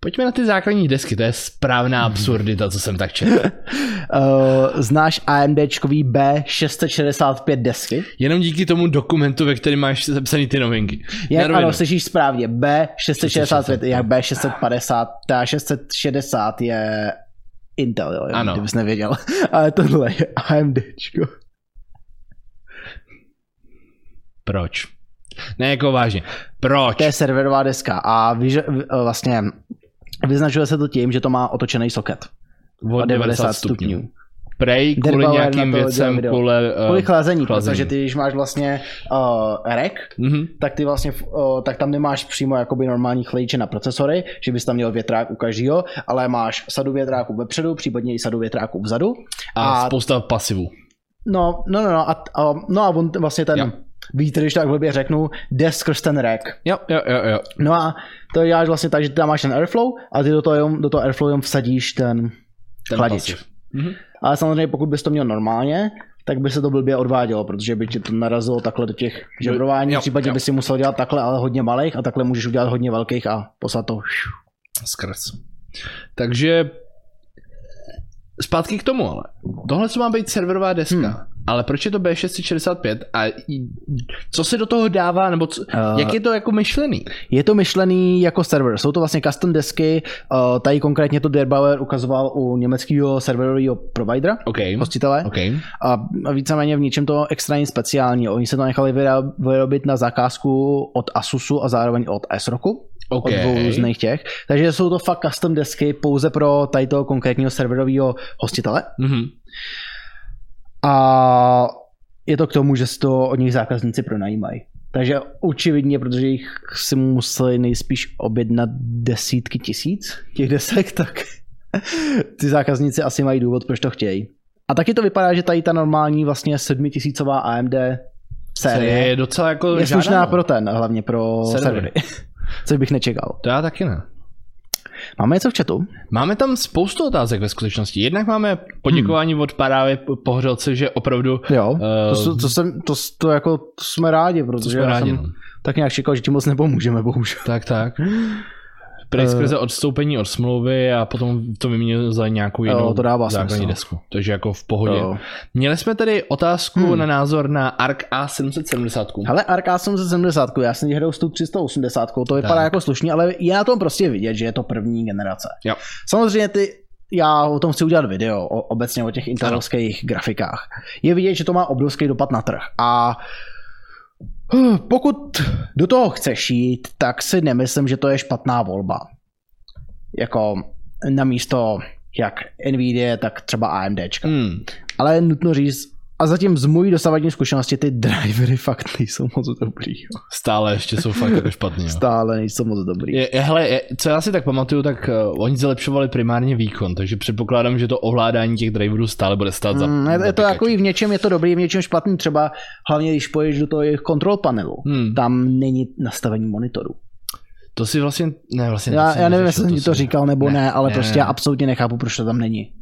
[SPEAKER 2] Pojďme na ty základní desky, to je
[SPEAKER 1] Mhm.
[SPEAKER 2] správná absurdita, co jsem tak četl.
[SPEAKER 1] Uh, znáš AMDčkový B665 desky?
[SPEAKER 2] Jenom díky tomu dokumentu, ve kterém máš zapsaný ty novinky. Na
[SPEAKER 1] Jak,
[SPEAKER 2] rovinu.
[SPEAKER 1] ano, slyšíš správně. B665, jak B650, ta 660 je Intel, jo, jo
[SPEAKER 2] Ano.
[SPEAKER 1] kdybys nevěděl. Ale tohle je AMDčko.
[SPEAKER 2] Proč? Ne, jako vážně. Proč?
[SPEAKER 1] To je serverová deska a vyž, vy- vlastně vyznačuje se to tím, že to má otočený soket.
[SPEAKER 2] O 90 stupňů. Prej kvůli
[SPEAKER 1] Derbauer
[SPEAKER 2] nějakým
[SPEAKER 1] na to dělal
[SPEAKER 2] věcem,
[SPEAKER 1] video.
[SPEAKER 2] kvůli... eh,
[SPEAKER 1] Kvůli chlazení,
[SPEAKER 2] chlazení.
[SPEAKER 1] protože ty, když máš vlastně uh, rek,
[SPEAKER 2] mhm.
[SPEAKER 1] tak ty vlastně, uh, tak tam nemáš přímo jakoby normální chladiče na procesory, že bys tam měl větrák u každého, ale máš sadu větráků vepředu, případně i sadu větráků vzadu.
[SPEAKER 2] A,
[SPEAKER 1] A-
[SPEAKER 2] spousta pasivů.
[SPEAKER 1] No, no, no, no a, a, no a on t- vlastně ten
[SPEAKER 2] Jo.
[SPEAKER 1] vítr, když tak blbě řeknu, jde skrz ten rek.
[SPEAKER 2] Jo, jo, jo, jo.
[SPEAKER 1] No a to děláš vlastně tak, že tam máš ten airflow a ty do toho, jenom- do toho airflow jenom vsadíš ten
[SPEAKER 2] Ten
[SPEAKER 1] chladič.
[SPEAKER 2] pasiv. Mhm.
[SPEAKER 1] Ale samozřejmě pokud bys to měl normálně, tak by se to blbě odvádělo, protože by ti to narazilo takhle do těch žebrování,
[SPEAKER 2] Jo,
[SPEAKER 1] případně
[SPEAKER 2] jo.
[SPEAKER 1] by si musel dělat takhle, ale hodně malých a takhle můžeš udělat hodně velkých a poslat to.
[SPEAKER 2] Skrz. Takže zpátky k tomu ale. Tohle co má být serverová deska.
[SPEAKER 1] Hmm.
[SPEAKER 2] Ale proč je to B665 a i- co se do toho dává, nebo co,
[SPEAKER 1] Eh,
[SPEAKER 2] jak je to jako myšlený?
[SPEAKER 1] Je to myšlený jako server, jsou to vlastně custom desky, eh, tady konkrétně to Derbauer ukazoval u německého serverového providera,
[SPEAKER 2] OK,
[SPEAKER 1] hostitele.
[SPEAKER 2] OK.
[SPEAKER 1] A a víceméně v ničem to extra nic speciálního. Oni se to nechali vyra- vyrobit na zakázku od Asusu a zároveň od S-Roku.
[SPEAKER 2] OK.
[SPEAKER 1] Od dvou různých těch. Takže jsou to fakt custom desky pouze pro tady toho konkrétního serverového hostitele.
[SPEAKER 2] Mhm.
[SPEAKER 1] A je to k tomu, že si to od nich zákazníci pronajímají. Takže očividně, protože jich si museli nejspíš objednat desítky tisíc těch desek, tak ty zákazníci asi mají důvod, proč to chtějí. A taky to vypadá, že tady ta normální vlastně sedmitisícová AMD
[SPEAKER 2] To
[SPEAKER 1] série
[SPEAKER 2] je docela jako
[SPEAKER 1] je slušná
[SPEAKER 2] žádaná.
[SPEAKER 1] pro ten, hlavně pro
[SPEAKER 2] Servery.
[SPEAKER 1] servery. Což bych nečekal.
[SPEAKER 2] To já taky ne.
[SPEAKER 1] Máme něco v chatu?
[SPEAKER 2] Máme tam spoustu otázek ve skutečnosti. Jednak máme poděkování od právě pohřelce, že opravdu
[SPEAKER 1] Jo.
[SPEAKER 2] Eh,
[SPEAKER 1] To, jsou- to, jsem, to, to, jako, to jsme rádi, protože
[SPEAKER 2] jsme
[SPEAKER 1] já
[SPEAKER 2] rádi.
[SPEAKER 1] jsem
[SPEAKER 2] no.
[SPEAKER 1] tak nějak čekal, že ti moc nepomůžeme, bohužel.
[SPEAKER 2] Tak, tak.
[SPEAKER 1] Eh.
[SPEAKER 2] Prej skrze odstoupení od smlouvy a potom to vyměnil za nějakou
[SPEAKER 1] Jo,
[SPEAKER 2] jinou
[SPEAKER 1] to dává
[SPEAKER 2] základní
[SPEAKER 1] smysl.
[SPEAKER 2] desku. Takže jako v pohodě.
[SPEAKER 1] Jo. Hmm.
[SPEAKER 2] Měli jsme tady otázku na názor na ARC A770.
[SPEAKER 1] Hele, Ark 870, já jsem ji hrou s tou 380, to vypadá
[SPEAKER 2] Tak.
[SPEAKER 1] jako slušně, ale je na tom prostě vidět, že je to první generace.
[SPEAKER 2] Jo.
[SPEAKER 1] Samozřejmě ty, já o tom chci udělat video, o, obecně o těch intelovských grafikách. Je vidět, že to má obrovský dopad na trh a huh, pokud do toho chceš jít, tak si nemyslím, že to je špatná volba. Jako na místo jak Nvidia, tak třeba AMDčka.
[SPEAKER 2] Hmm.
[SPEAKER 1] Ale je nutno říct, a zatím z mojí dosavadní zkušenosti ty drivery fakt nejsou moc dobrý. Jo.
[SPEAKER 2] Stále ještě jsou fakt jako špatný. Jo.
[SPEAKER 1] Stále nejsou moc dobrý.
[SPEAKER 2] Je, je, hele, je, co já si tak pamatuju, tak uh, oni zlepšovali primárně výkon, takže předpokládám, že to ovládání těch driverů stále bude stát za
[SPEAKER 1] Mm,
[SPEAKER 2] za
[SPEAKER 1] je, je to
[SPEAKER 2] pikaču.
[SPEAKER 1] jako i v něčem je to dobrý, v něčem špatný, třeba hlavně když pojedeš do toho jejich control panelu.
[SPEAKER 2] Hmm.
[SPEAKER 1] Tam není nastavení monitoru.
[SPEAKER 2] To si vlastně, ne vlastně.
[SPEAKER 1] Já,
[SPEAKER 2] si
[SPEAKER 1] já nevím,
[SPEAKER 2] neřešil,
[SPEAKER 1] jestli jsem ti to
[SPEAKER 2] si-
[SPEAKER 1] říkal nebo
[SPEAKER 2] Ne,
[SPEAKER 1] ne, ale
[SPEAKER 2] ne,
[SPEAKER 1] prostě
[SPEAKER 2] ne.
[SPEAKER 1] já absolutně nechápu, proč to tam není.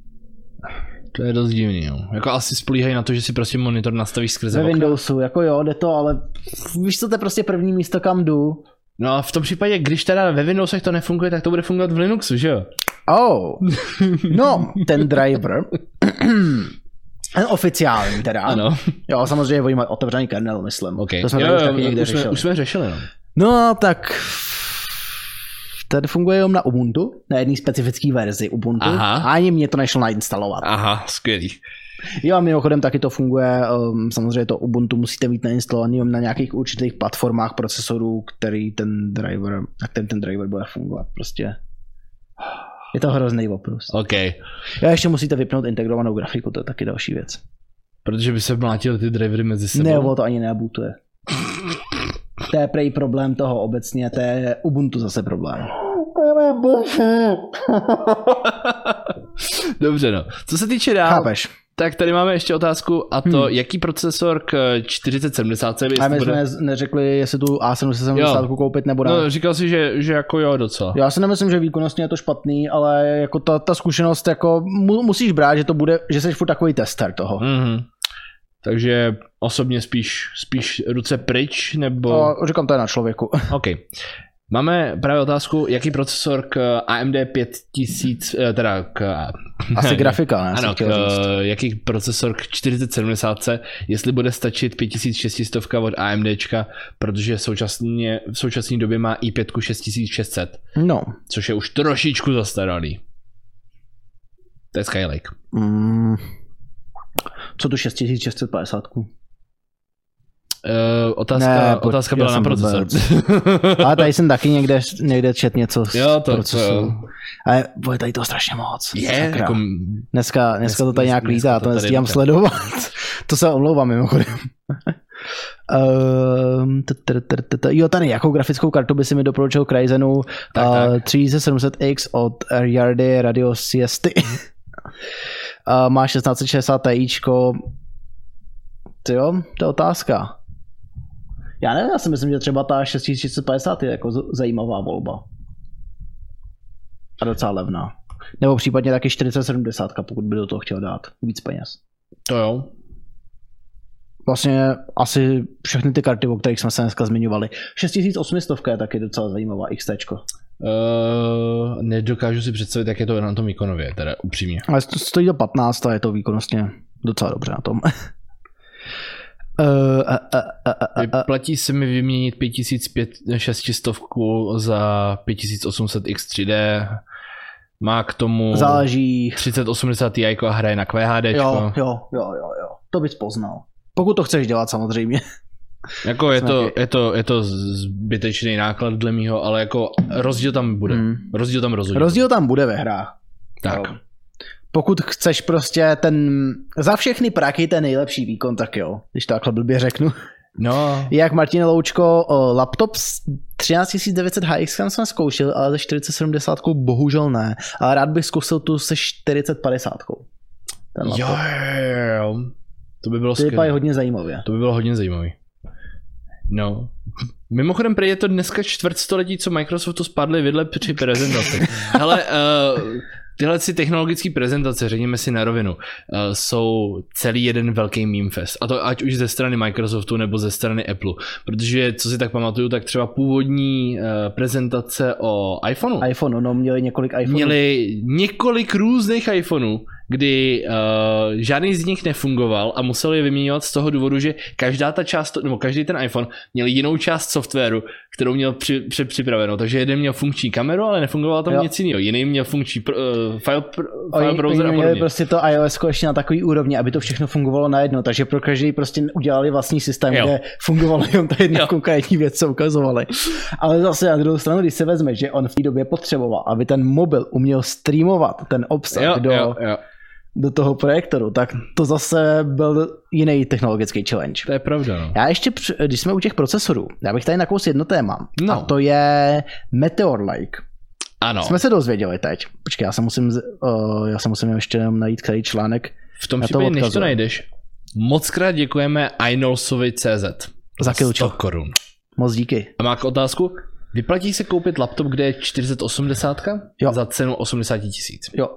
[SPEAKER 2] To je dost divný, jo. Jako asi spolíhají na to, že si prostě monitor nastavíš skrze
[SPEAKER 1] Ve
[SPEAKER 2] okno.
[SPEAKER 1] Windowsu, jako jo, jde to, ale víš co, to je prostě první místo, kam jdu.
[SPEAKER 2] No a v tom případě, když teda ve Windowsech to nefunguje, tak to bude fungovat v Linuxu, že jo?
[SPEAKER 1] Oh, no, ten driver, ten oficiální teda,
[SPEAKER 2] Ano.
[SPEAKER 1] Jo, samozřejmě oni mají otevřený kernel, myslím.
[SPEAKER 2] OK.
[SPEAKER 1] To jsme
[SPEAKER 2] jo,
[SPEAKER 1] tady už
[SPEAKER 2] jo,
[SPEAKER 1] taky někde
[SPEAKER 2] už, jsme,
[SPEAKER 1] řešili.
[SPEAKER 2] už jsme řešili, no.
[SPEAKER 1] No, tak ten funguje jenom na Ubuntu, na jedné specifické verzi Ubuntu.
[SPEAKER 2] Aha.
[SPEAKER 1] A ani mě to nešlo nainstalovat.
[SPEAKER 2] Aha, skvělý.
[SPEAKER 1] Jo, a mimochodem taky to funguje, um, samozřejmě to Ubuntu musíte mít nainstalovaný jenom na nějakých určitých platformách procesorů, který ten driver, na kterém ten driver bude fungovat prostě. Je to hrozný oprus.
[SPEAKER 2] OK.
[SPEAKER 1] Jo, ještě musíte vypnout integrovanou grafiku, to je taky další věc.
[SPEAKER 2] Protože by se mlátily ty drivery mezi sebou.
[SPEAKER 1] Ne, ono to ani neabutuje. To je prej problém toho obecně, to je Ubuntu zase problém.
[SPEAKER 2] Dobře, no. Co se týče dál,
[SPEAKER 1] Chápeš?
[SPEAKER 2] tak tady máme ještě otázku a to, jaký procesor k 4070 se
[SPEAKER 1] A my
[SPEAKER 2] bude...
[SPEAKER 1] jsme neřekli, jestli tu A770
[SPEAKER 2] Jo.
[SPEAKER 1] koupit nebo ne.
[SPEAKER 2] No, říkal si, že, že jako jo, docela.
[SPEAKER 1] Já si nemyslím, že výkonnostně je to špatný, ale jako ta, ta zkušenost, jako mu, musíš brát, že to bude, že jsi furt takový tester toho.
[SPEAKER 2] Mhm. Takže osobně spíš, spíš ruce pryč, nebo...
[SPEAKER 1] No, říkám, to je na člověku.
[SPEAKER 2] OK. Máme právě otázku, jaký procesor k eh, AMD 5000, eh, teda k...
[SPEAKER 1] Asi grafika, ne?
[SPEAKER 2] Ano,
[SPEAKER 1] Ano,
[SPEAKER 2] k, eh, jaký procesor k 4070, jestli bude stačit 5600 od AMDčka, protože současně, v současné době má i5 6600,
[SPEAKER 1] No.
[SPEAKER 2] což je už trošičku zastaralý. To je Skylake.
[SPEAKER 1] Mm. Co tu 6650?
[SPEAKER 2] Uh, otázka,
[SPEAKER 1] Ne,
[SPEAKER 2] ne,
[SPEAKER 1] pojď,
[SPEAKER 2] otázka
[SPEAKER 1] já
[SPEAKER 2] byla na
[SPEAKER 1] jsem
[SPEAKER 2] procesor.
[SPEAKER 1] Ale tady jsem taky někde, někde čet něco z
[SPEAKER 2] Jo, to-
[SPEAKER 1] procesu.
[SPEAKER 2] to jo.
[SPEAKER 1] Ale bude tady to strašně moc.
[SPEAKER 2] Je,
[SPEAKER 1] Sakra.
[SPEAKER 2] jako,
[SPEAKER 1] Dneska, dneska to tady
[SPEAKER 2] dnes-
[SPEAKER 1] nějak
[SPEAKER 2] dneska
[SPEAKER 1] lítá,
[SPEAKER 2] to
[SPEAKER 1] to
[SPEAKER 2] tady
[SPEAKER 1] nestíhám
[SPEAKER 2] lítá.
[SPEAKER 1] sledovat. To se omlouvám mimochodem. Ehm, t- t- t- t- t- Jo, tady jakou grafickou kartu by si mi doporučil Cryzenu?
[SPEAKER 2] Tak,
[SPEAKER 1] Eh,
[SPEAKER 2] tak.
[SPEAKER 1] 3700X od Yardy Radio Siesty.
[SPEAKER 2] Mhm.
[SPEAKER 1] Eh, Má 1660 Tičko. To jo, to je otázka. Já nevím, já si myslím, že třeba ta 6350 je jako z- zajímavá volba. A docela levná. Nebo případně taky 4070, pokud by do toho chtěl dát víc peněz.
[SPEAKER 2] to jo.
[SPEAKER 1] Vlastně asi všechny ty karty, o kterých jsme se dneska zmiňovali. 6800 je taky docela zajímavá XT.
[SPEAKER 2] Uh, nedokážu si představit, jak je to na tom Ikonově, teda upřímně.
[SPEAKER 1] Ale sto- stojí to 15 a je to výkonnostně docela dobře na tom. Eh, eh, eh, eh, eh, eh.
[SPEAKER 2] Platí se mi vyměnit 5600 za 5800 X3D. Má k tomu
[SPEAKER 1] Záleží.
[SPEAKER 2] 3080 Ti a hraje na QHD.
[SPEAKER 1] Jo, jo, jo, jo, jo. To bys poznal. Pokud to chceš dělat samozřejmě.
[SPEAKER 2] Jako je
[SPEAKER 1] Jsme
[SPEAKER 2] to,
[SPEAKER 1] taky-
[SPEAKER 2] je, to, je to zbytečný náklad dle mýho, ale jako rozdíl tam bude.
[SPEAKER 1] Hmm.
[SPEAKER 2] Rozdíl tam rozhodně.
[SPEAKER 1] Rozdíl tam bude ve hrách.
[SPEAKER 2] Tak.
[SPEAKER 1] Jo. Pokud chceš prostě ten, za všechny praky ten nejlepší výkon, tak jo, když to takhle blbě řeknu.
[SPEAKER 2] No,
[SPEAKER 1] Jak Martin Loučko, o, laptop s 13900 HX jsem zkoušel, ale ze 4070 bohužel ne. Ale rád bych zkusil tu se 4050. Ten
[SPEAKER 2] jo,
[SPEAKER 1] laptop.
[SPEAKER 2] jo, jo. To by bylo
[SPEAKER 1] Ty vypadají
[SPEAKER 2] skvělé.
[SPEAKER 1] hodně zajímavě.
[SPEAKER 2] To by bylo hodně zajímavý. No. Mimochodem, prý je to dneska čtvrtstoletí, co Microsoftu spadly vidle při prezentaci. Hele, uh, tyhle si technologické prezentace, řekněme si na rovinu, uh, jsou celý jeden velký meme fest. A to ať už ze strany Microsoftu nebo ze strany Apple. Protože, co si tak pamatuju, tak třeba původní uh, prezentace o iPhoneu
[SPEAKER 1] iPhone, no měli několik iPhoneů.
[SPEAKER 2] měli několik různých iPhoneů, kdy uh, žádný z nich nefungoval a museli je vyměňovat z toho důvodu, že každá ta část, nebo každý ten iPhone měl jinou část softwaru, kterou měl při, při, připravenou. Takže jeden měl funkční kameru, ale nefungoval tam
[SPEAKER 1] Jo.
[SPEAKER 2] jo. nic jiného. Jiný měl funkční pr, uh, file, pr,
[SPEAKER 1] Oni,
[SPEAKER 2] file
[SPEAKER 1] oni
[SPEAKER 2] browser a
[SPEAKER 1] měli
[SPEAKER 2] podobně.
[SPEAKER 1] prostě to iOS ještě na takový úrovni, aby to všechno fungovalo najednou, takže pro každý prostě udělali vlastní systém, jo.
[SPEAKER 2] Jo.
[SPEAKER 1] kde fungovalo jenom ta jedna
[SPEAKER 2] Jo.
[SPEAKER 1] konkrétní věc, co ukazovali. Ale zase na druhou stranu, když se vezme, že on v té době potřeboval, aby ten mobil uměl streamovat ten obsah
[SPEAKER 2] Jo,
[SPEAKER 1] do,
[SPEAKER 2] jo, jo,
[SPEAKER 1] do toho projektoru, tak to zase byl jiný technologický challenge.
[SPEAKER 2] to je pravda. No.
[SPEAKER 1] Já ještě, při- když jsme u těch procesorů, já bych tady nakous jedno téma.
[SPEAKER 2] No.
[SPEAKER 1] A to je Meteor Lake.
[SPEAKER 2] Ano,
[SPEAKER 1] Jsme se dozvěděli teď. Počkej, já se musím, z- eh, já se musím ještě jenom najít který článek.
[SPEAKER 2] v tom
[SPEAKER 1] na to
[SPEAKER 2] případě, než to
[SPEAKER 1] odkazuju.
[SPEAKER 2] najdeš, moc krát děkujeme iKnowsovi.cz
[SPEAKER 1] Za kilčo.
[SPEAKER 2] 100 korun.
[SPEAKER 1] Moc díky.
[SPEAKER 2] A má k otázku, vyplatí se koupit laptop, kde je 4080
[SPEAKER 1] Jo.
[SPEAKER 2] za cenu 80 tisíc?
[SPEAKER 1] Jo,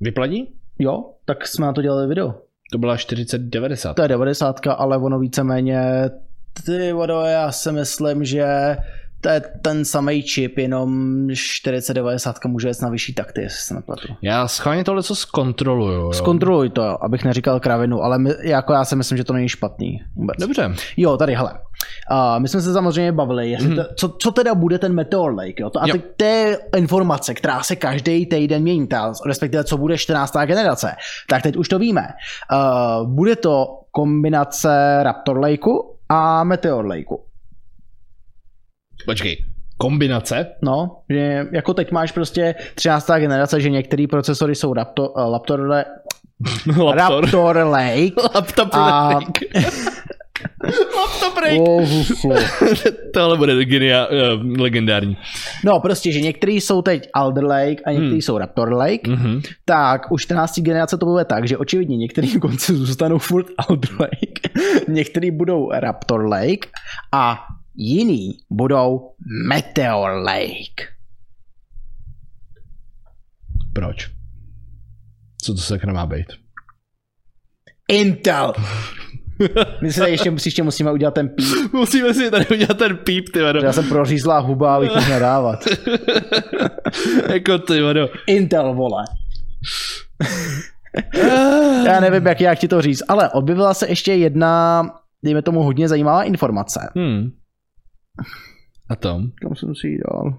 [SPEAKER 2] Vyplatí?
[SPEAKER 1] jo, tak jsme na to dělali video.
[SPEAKER 2] To byla 4090.
[SPEAKER 1] To je 90, ale ono víceméně, ty vodo, já si myslím, že to je ten samý čip, jenom 4090 může jít na vyšší takty, jestli se nepletu.
[SPEAKER 2] Já schválně tohle co zkontroluju. jo.
[SPEAKER 1] Zkontroluj to, jo, abych neříkal kravinu, ale my, jako já si myslím, že to není špatný vůbec.
[SPEAKER 2] Dobře.
[SPEAKER 1] Jo, tady, hele. Uh, my jsme se samozřejmě bavili, jestli
[SPEAKER 2] Mhm.
[SPEAKER 1] to, co, co teda bude ten Meteor Lake, jo? To, a
[SPEAKER 2] Jo.
[SPEAKER 1] teď to je informace, která se každý týden mění, ta, respektive co bude 14. generace. Tak teď už to víme. Uh, bude to kombinace Raptor Lakeu a Meteor Lakeu.
[SPEAKER 2] Počkej. Kombinace?
[SPEAKER 1] No, že jako teď máš prostě 13. generace, že některé procesory jsou Raptor, uh, Raptor, Le,
[SPEAKER 2] Laptop.
[SPEAKER 1] Raptor Lake.
[SPEAKER 2] Laptop.
[SPEAKER 1] A-
[SPEAKER 2] break. Laptop break.
[SPEAKER 1] Oh, huflu.
[SPEAKER 2] Tohle bude genia- eh, legendární.
[SPEAKER 1] No prostě, že některý jsou teď Alder Lake a některý
[SPEAKER 2] Hmm.
[SPEAKER 1] jsou Raptor Lake,
[SPEAKER 2] Mhm.
[SPEAKER 1] tak u 14. generace to bude tak, že očividně některý konci zůstanou furt Alder Lake, některý budou Raptor Lake a jiný budou Meteor Lake.
[SPEAKER 2] Proč? Co to sakra má být?
[SPEAKER 1] Intel! My si tady ještě příště musíme udělat ten píp,
[SPEAKER 2] Musíme si tady udělat ten píp, ty vado.
[SPEAKER 1] protože já jsem prořízlá huba, abych mohl nadávat.
[SPEAKER 2] jako ty vado.
[SPEAKER 1] Intel, vole. Já nevím, jak, jak ti to říct, ale objevila se ještě jedna, dejme tomu, hodně zajímavá informace.
[SPEAKER 2] Hmm. A tom?
[SPEAKER 1] Kam jsem si ji dal?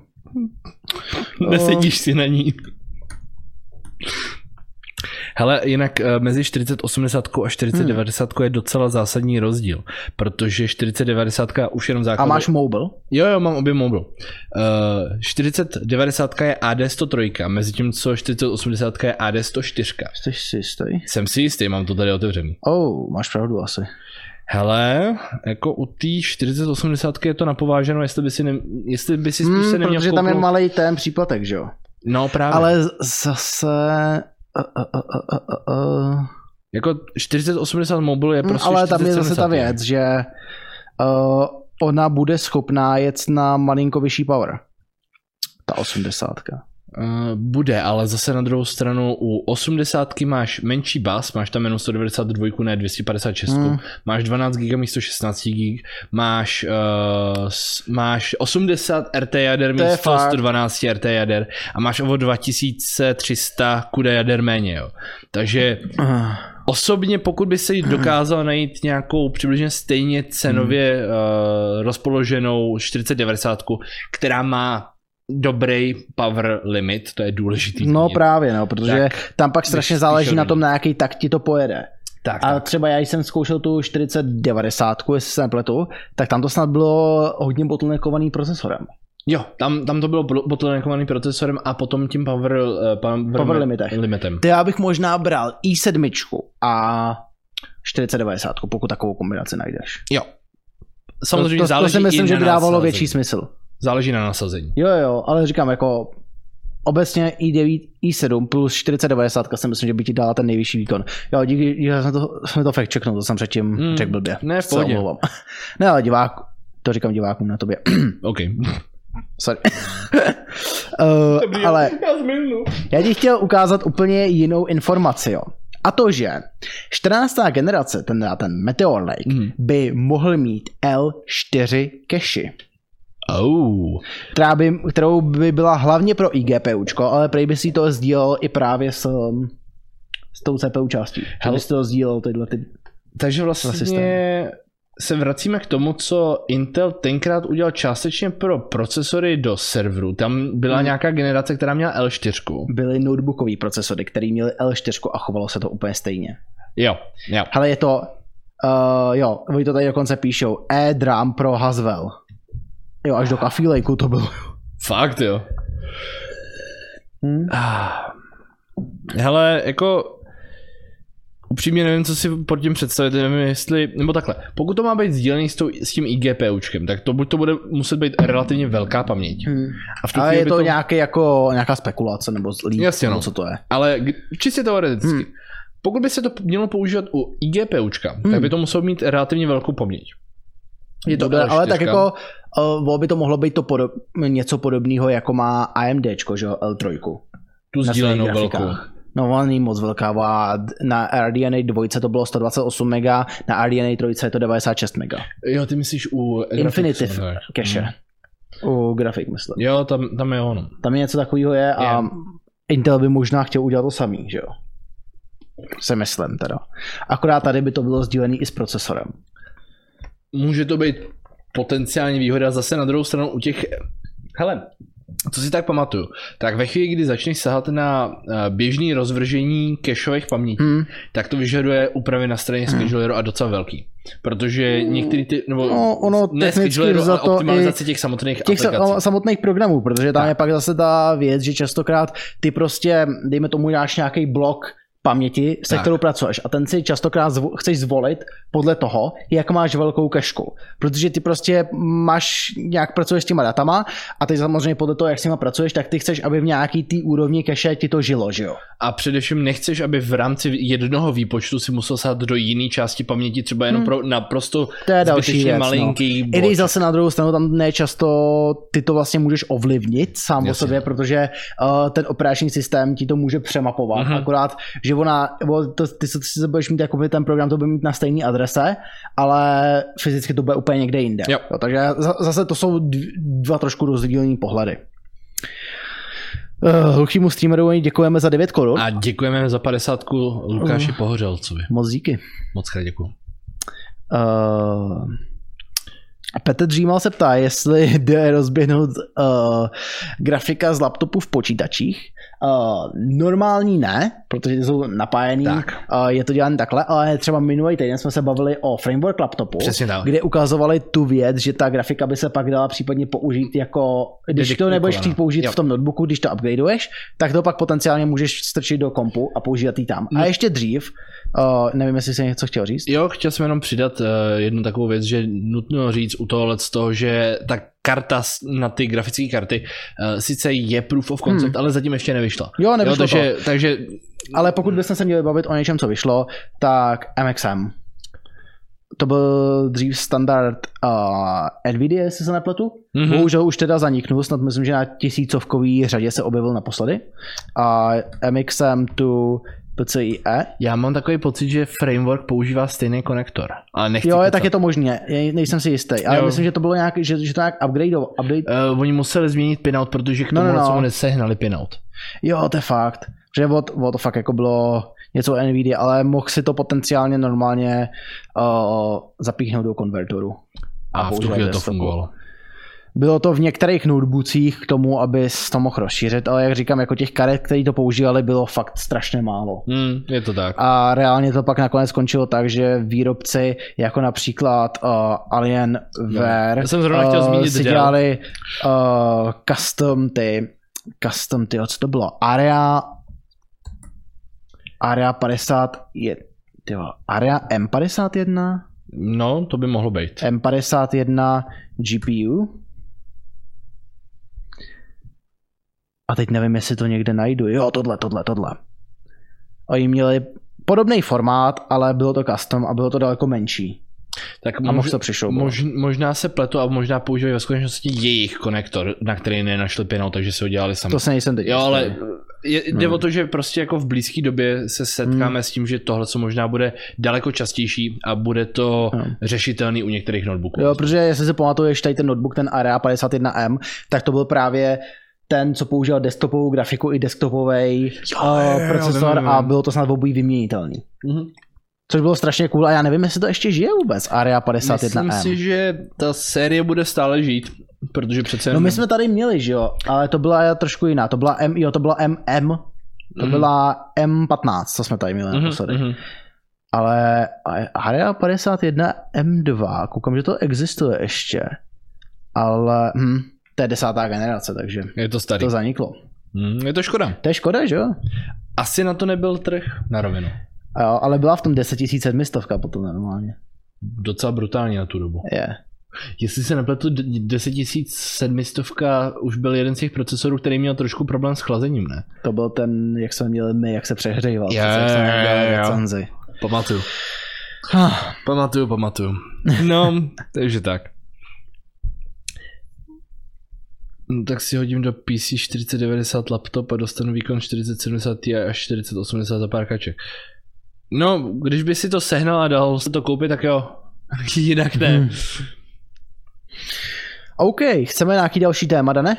[SPEAKER 1] No.
[SPEAKER 2] Nesedíš si na ní. Hele, jinak eh, mezi 4080 a 4090 je docela zásadní rozdíl, protože 4090 už jenom
[SPEAKER 1] A
[SPEAKER 2] základ.
[SPEAKER 1] máš mobile?
[SPEAKER 2] Jo, jo, mám obě mobil. Uh, 4090 je AD 103, mezi tím, co 4080 je AD 104.
[SPEAKER 1] Jsi si jistý?
[SPEAKER 2] Jsem si jistý, mám to tady otevřený.
[SPEAKER 1] Oh, máš pravdu asi.
[SPEAKER 2] Hele, jako u té 4080 je to napováženo, jestli by si, ne, jestli by si spíš se neměl
[SPEAKER 1] Hmm, protože tam je
[SPEAKER 2] kouknout-
[SPEAKER 1] malý ten příplatek, že jo?
[SPEAKER 2] No právě. Ale...
[SPEAKER 1] Ale z- zase... Uh, uh, uh, uh, uh, uh.
[SPEAKER 2] Jako 4080 mobil je prostě
[SPEAKER 1] hm, Hmm, ale tam je zase ta
[SPEAKER 2] 4070.
[SPEAKER 1] věc, že uh, ona bude schopná jet na malinko vyšší power. Ta osmdesátka.
[SPEAKER 2] Eh, bude, ale zase na druhou stranu u 80 máš menší bas, máš tam jenom 192, ne 256,
[SPEAKER 1] Hmm.
[SPEAKER 2] mm. máš 12 GB místo 16 GB, máš, uh, máš 80 RT jader
[SPEAKER 1] To je
[SPEAKER 2] místo
[SPEAKER 1] fakt.
[SPEAKER 2] 112 RT jader a máš o 2300 kuda jader méně, jo. Takže
[SPEAKER 1] Uh,
[SPEAKER 2] Osobně, pokud by si dokázal najít nějakou přibližně stejně cenově
[SPEAKER 1] Hmm.
[SPEAKER 2] uh, rozpoloženou 4090, která má dobrý power limit, to je důležitý.
[SPEAKER 1] no
[SPEAKER 2] zmínit.
[SPEAKER 1] právě, no, protože tak, tam pak strašně
[SPEAKER 2] spíš
[SPEAKER 1] záleží na
[SPEAKER 2] odejít.
[SPEAKER 1] tom, na jaký tak ti to pojede.
[SPEAKER 2] tak,
[SPEAKER 1] A
[SPEAKER 2] tak.
[SPEAKER 1] třeba já jsem zkoušel tu 4090, jestli se nepletu, tak tam to snad bylo hodně bottleneckovaný procesorem.
[SPEAKER 2] Jo, tam, tam to bylo bl- bottleneckovaný procesorem a potom tím power, uh, power,
[SPEAKER 1] Power limitech.
[SPEAKER 2] limitem.
[SPEAKER 1] To já bych možná bral i7 a 4090, pokud takovou kombinaci najdeš.
[SPEAKER 2] Jo. Samozřejmě
[SPEAKER 1] to, to,
[SPEAKER 2] záleží
[SPEAKER 1] to si myslím,
[SPEAKER 2] i
[SPEAKER 1] že
[SPEAKER 2] na
[SPEAKER 1] by dávalo
[SPEAKER 2] nasazení.
[SPEAKER 1] větší smysl.
[SPEAKER 2] Záleží na nasazení.
[SPEAKER 1] Jo, jo, ale říkám jako obecně i9, i7 plus 4090 si myslím, že by ti dala ten nejvyšší výkon. Jo, díky, že jsme to, jsme to fakt čeknul, to jsem předtím
[SPEAKER 2] Hmm,
[SPEAKER 1] řekl blbě.
[SPEAKER 2] ne, v
[SPEAKER 1] Se
[SPEAKER 2] pohodě.
[SPEAKER 1] omlouvám. Ne, ale divák, to říkám divákům na tobě.
[SPEAKER 2] OK.
[SPEAKER 1] Sorry. uh, ale
[SPEAKER 2] Já zmiznu.
[SPEAKER 1] já ti chtěl ukázat úplně jinou informaci, jo. A to, že 14. generace, ten, ten Meteor Lake,
[SPEAKER 2] Mhm.
[SPEAKER 1] by mohl mít L4 keši
[SPEAKER 2] Oh.
[SPEAKER 1] která by, kterou by byla hlavně pro IGPUčko, ale prej by si to sdílel i právě s, um, s tou CPU částí. Hele.
[SPEAKER 2] Hele.
[SPEAKER 1] By si to sdílel tyhle ty...
[SPEAKER 2] Takže
[SPEAKER 1] systém.
[SPEAKER 2] vlastně se vracíme k tomu, co Intel tenkrát udělal částečně pro procesory do serveru. Tam byla
[SPEAKER 1] Hmm.
[SPEAKER 2] nějaká generace, která měla L4.
[SPEAKER 1] Byly notebookový procesory, které měly L4 a chovalo se to úplně stejně.
[SPEAKER 2] Jo, jo.
[SPEAKER 1] Hele, je to... Uh, jo, oni to tady dokonce píšou. E-drum pro Haswell. Jo, až do Coffee Lakeu to bylo.
[SPEAKER 2] Fakt jo.
[SPEAKER 1] Hmm.
[SPEAKER 2] Ah. Hele, jako upřímně nevím, co si pod tím představit, nevím jestli, nebo takhle, pokud to má být sdílený s, tou, s tím IGPUčkem, tak to buď to bude muset být relativně velká paměť.
[SPEAKER 1] Hmm.
[SPEAKER 2] A v tu
[SPEAKER 1] Ale
[SPEAKER 2] chvíli
[SPEAKER 1] je
[SPEAKER 2] by
[SPEAKER 1] to, nějaký jako, nějaká spekulace nebo zlý,
[SPEAKER 2] Jasně,
[SPEAKER 1] nebo
[SPEAKER 2] no.
[SPEAKER 1] co to je.
[SPEAKER 2] Ale k- čistě teoreticky.
[SPEAKER 1] Hmm.
[SPEAKER 2] Hmm. Pokud by se to mělo používat u IGPUčka, hmm.
[SPEAKER 1] Hmm.
[SPEAKER 2] tak by to muselo mít relativně velkou paměť.
[SPEAKER 1] Je to Dobře, ale tak
[SPEAKER 2] L4.
[SPEAKER 1] jako uh, by to mohlo být to podob, něco podobného, jako má AMD, že jo, L3.
[SPEAKER 2] tu
[SPEAKER 1] na
[SPEAKER 2] sdílenou
[SPEAKER 1] svých
[SPEAKER 2] velkou.
[SPEAKER 1] grafikách. No, on není moc velká. a Na RDNA 2 to bylo 128 mega, na RDNA 3 je to 96 mega.
[SPEAKER 2] Jo, ty myslíš u
[SPEAKER 1] Infinitive
[SPEAKER 2] Graphics, ne?
[SPEAKER 1] cache.
[SPEAKER 2] Hmm.
[SPEAKER 1] U grafik, myslím.
[SPEAKER 2] Jo, tam, tam je ono.
[SPEAKER 1] Tam je něco takového je a
[SPEAKER 2] Je.
[SPEAKER 1] Intel by možná chtěl udělat to samý, že jo? Se myslím teda. Akorát tady by to bylo sdílený i s procesorem.
[SPEAKER 2] Může to být potenciální výhoda zase na druhou stranu u těch... Hele, co si tak pamatuju, tak ve chvíli, kdy začneš sahat na eh, běžný rozvržení kešových pamětí,
[SPEAKER 1] Hmm.
[SPEAKER 2] tak to vyžaduje úpravy na straně scheduleru a docela velký. Protože některý ty, nebo
[SPEAKER 1] No, ono
[SPEAKER 2] ne
[SPEAKER 1] technicky
[SPEAKER 2] scheduleru, ale
[SPEAKER 1] za to i-
[SPEAKER 2] optimalizaci těch samotných
[SPEAKER 1] těch sa- no,
[SPEAKER 2] aplikací.
[SPEAKER 1] samotných programů, protože tam
[SPEAKER 2] Tak.
[SPEAKER 1] je pak zase ta věc, že častokrát ty prostě, dejme tomu, dáš nějaký blok paměti, se tak.
[SPEAKER 2] Tak.
[SPEAKER 1] kterou pracuješ a ten si častokrát zvo- chceš zvolit podle toho, jak máš velkou kešku. Protože ty prostě máš, nějak pracuješ s těma datama a ty samozřejmě podle toho, jak s nima pracuješ, tak ty chceš, aby v nějaký té úrovni keše ti to žilo, že jo?
[SPEAKER 2] A především nechceš, aby v rámci jednoho výpočtu si musel sát do jiné části paměti, třeba jenom
[SPEAKER 1] Hmm.
[SPEAKER 2] pro naprosto
[SPEAKER 1] To je další
[SPEAKER 2] zbytečně
[SPEAKER 1] věc. No.
[SPEAKER 2] malinký
[SPEAKER 1] I když
[SPEAKER 2] bod.
[SPEAKER 1] zase na druhou stranu tam nečasto ty to vlastně můžeš ovlivnit sám o
[SPEAKER 2] Jasně.
[SPEAKER 1] sobě, protože uh, ten operační systém ti to může přemapovat. Mm-hmm.
[SPEAKER 2] Mhm.
[SPEAKER 1] Akorát, že ona, o- to, ty se, ty se budeš mít jakoby ten program, to bude mít na stejné adrese, ale fyzicky to bude úplně někde jinde.
[SPEAKER 2] Jo.
[SPEAKER 1] Jo, takže za- zase to jsou dv- dva trošku rozdílní pohledy. Uh, hluchýmu streamerovi děkujeme za 9 korun.
[SPEAKER 2] A děkujeme za 50 Lukáši
[SPEAKER 1] Uh.
[SPEAKER 2] Pohořelcovi.
[SPEAKER 1] Moc díky.
[SPEAKER 2] Moc krát děkuju.
[SPEAKER 1] Uh, Petr Dřímal se eh, ptá, jestli jde rozběhnout uh, grafika z laptopu v počítačích Uh, normální ne, protože ty jsou napájený,
[SPEAKER 2] Tak.
[SPEAKER 1] Uh, je to dělané takhle, ale třeba minulý týden jsme se bavili o framework laptopu,
[SPEAKER 2] Přesně tak.
[SPEAKER 1] kde ukazovali tu věc, že ta grafika by se pak dala případně použít jako, když to
[SPEAKER 2] Dedikovaná.
[SPEAKER 1] nebudeš chtít použít
[SPEAKER 2] Jo.
[SPEAKER 1] v tom notebooku, když to upgradeuješ, tak to pak potenciálně můžeš strčit do kompu a používat ji tam. A
[SPEAKER 2] No.
[SPEAKER 1] ještě dřív, uh, nevím, jestli jsi něco chtěl říct.
[SPEAKER 2] Jo, chtěl jsem jenom přidat eh, jednu takovou věc, že nutno říct u tohohle z toho, že ta karta s- na ty grafické karty eh, sice je proof of concept, ale zatím ještě nevyšla.
[SPEAKER 1] Jo,
[SPEAKER 2] jo,
[SPEAKER 1] Hmm. nevyšlo
[SPEAKER 2] takže, takže
[SPEAKER 1] to. Ale
[SPEAKER 2] Hmm.
[SPEAKER 1] pokud bychom se měli bavit o něčem, co vyšlo, tak MXM. To byl dřív standard uh, NVIDIA, jestli se nepletu.
[SPEAKER 2] Mhm.
[SPEAKER 1] Mm-hmm. Bohužel už teda zaniknul, snad myslím, že na tisícovkový řadě se objevil naposledy. A MXM tu PCIe.
[SPEAKER 2] já mám takový pocit, že framework používá stejný konektor. Ale nechci
[SPEAKER 1] Jo, je,
[SPEAKER 2] kecat.
[SPEAKER 1] tak je to možné, je- nejsem si jistý, ale
[SPEAKER 2] E. Jo.
[SPEAKER 1] jo. myslím, že to bylo nějak, že, že to nějak upgrade, update,
[SPEAKER 2] Eh, oni museli změnit pinout, protože k
[SPEAKER 1] No,
[SPEAKER 2] tomu
[SPEAKER 1] no, no.
[SPEAKER 2] no, no. nesehnali pinout.
[SPEAKER 1] jo, to je fakt, že o, o to fakt jako bylo něco o NVIDIA, ale mohl si to potenciálně normálně uh, zapíchnout do konvertoru.
[SPEAKER 2] A, a v tu
[SPEAKER 1] používat
[SPEAKER 2] chvíli to
[SPEAKER 1] desktopu.
[SPEAKER 2] fungovalo.
[SPEAKER 1] Bylo to v některých notebookích k tomu, aby to mohl rozšířit, ale jak říkám, jako těch karet, které to používali, bylo fakt strašně málo.
[SPEAKER 2] Hmm, je to tak.
[SPEAKER 1] A reálně to pak nakonec skončilo tak, že výrobci, jako například uh, Alienware,
[SPEAKER 2] Já jsem zrovna chtěl zmínit
[SPEAKER 1] eh, si
[SPEAKER 2] Dell.
[SPEAKER 1] dělali uh, custom ty, custom ty, co to bylo? Area, Area 50, je, tyjo, Area M51?
[SPEAKER 2] No, to by mohlo být.
[SPEAKER 1] Eh, M51 GPU. A teď nevím, jestli to někde najdu. Jo, tohle, tohle, tohle. Oni měli podobný formát, ale bylo to custom a bylo to daleko menší.
[SPEAKER 2] Tak
[SPEAKER 1] A mohl
[SPEAKER 2] mož,
[SPEAKER 1] to přišel.
[SPEAKER 2] mož, možná se pletu a možná používají ve skutečnosti jejich konektor, na který nenašli pinout, takže si ho dělali sami.
[SPEAKER 1] To se nejsem teď.
[SPEAKER 2] Jo,
[SPEAKER 1] jistý.
[SPEAKER 2] ale je, jde
[SPEAKER 1] Hmm.
[SPEAKER 2] o to, že prostě jako v blízké době se setkáme s tím, že tohle co možná bude daleko častější a bude to
[SPEAKER 1] Ano.
[SPEAKER 2] řešitelný u některých notebooků.
[SPEAKER 1] Hmm. Jo, protože jestli si pamatuješ tady ten notebook, ten Area 51M, tak to byl právě ten, co používal desktopovou grafiku i desktopový
[SPEAKER 2] jo, jo,
[SPEAKER 1] procesor
[SPEAKER 2] vím, vím,
[SPEAKER 1] a
[SPEAKER 2] vím.
[SPEAKER 1] bylo to snad obojí vyměnitelný.
[SPEAKER 2] Mhm.
[SPEAKER 1] Což bylo strašně cool a já nevím, jestli to ještě žije vůbec, Area 51M.
[SPEAKER 2] Myslím si, že ta série bude stále žít, protože přece...
[SPEAKER 1] No my jsme tady měli, že jo, ale to byla trošku jiná, to byla M, jo, to byla MM, to
[SPEAKER 2] Mhm.
[SPEAKER 1] byla M15, co jsme tady měli
[SPEAKER 2] Mhm,
[SPEAKER 1] naposledy.
[SPEAKER 2] mhm.
[SPEAKER 1] Ale a- Area 51 M2, koukám, že to existuje ještě, ale hm, to je desátá generace, takže
[SPEAKER 2] Je to starý.
[SPEAKER 1] to zaniklo.
[SPEAKER 2] Mhm, Je to škoda.
[SPEAKER 1] To je škoda, že jo?
[SPEAKER 2] Asi na to nebyl trh na rovinu.
[SPEAKER 1] jo ale byla v tom 10700 potom normálně.
[SPEAKER 2] Docela brutální na tu dobu.
[SPEAKER 1] Je.
[SPEAKER 2] Jestli se nepletu, d- 10700 už byl jeden z těch procesorů, který měl trošku problém s chlazením, ne?
[SPEAKER 1] To byl ten, jak jsme měli my, jak se přehřejval.
[SPEAKER 2] Je,
[SPEAKER 1] přece, jak jsme
[SPEAKER 2] je,
[SPEAKER 1] dělali
[SPEAKER 2] je, jo.
[SPEAKER 1] recenzi.
[SPEAKER 2] Pamatuju. Pamatuju, pamatuju. No, takže tak. No, tak si hodím do PC 4090 laptop a dostanu výkon 4070 Ti až 4080 za pár kaček. No, když by si to sehnal a dal se to koupit, tak jo. Jinak
[SPEAKER 1] Hmm.
[SPEAKER 2] ne.
[SPEAKER 1] OK, chceme nějaký další téma, Dane?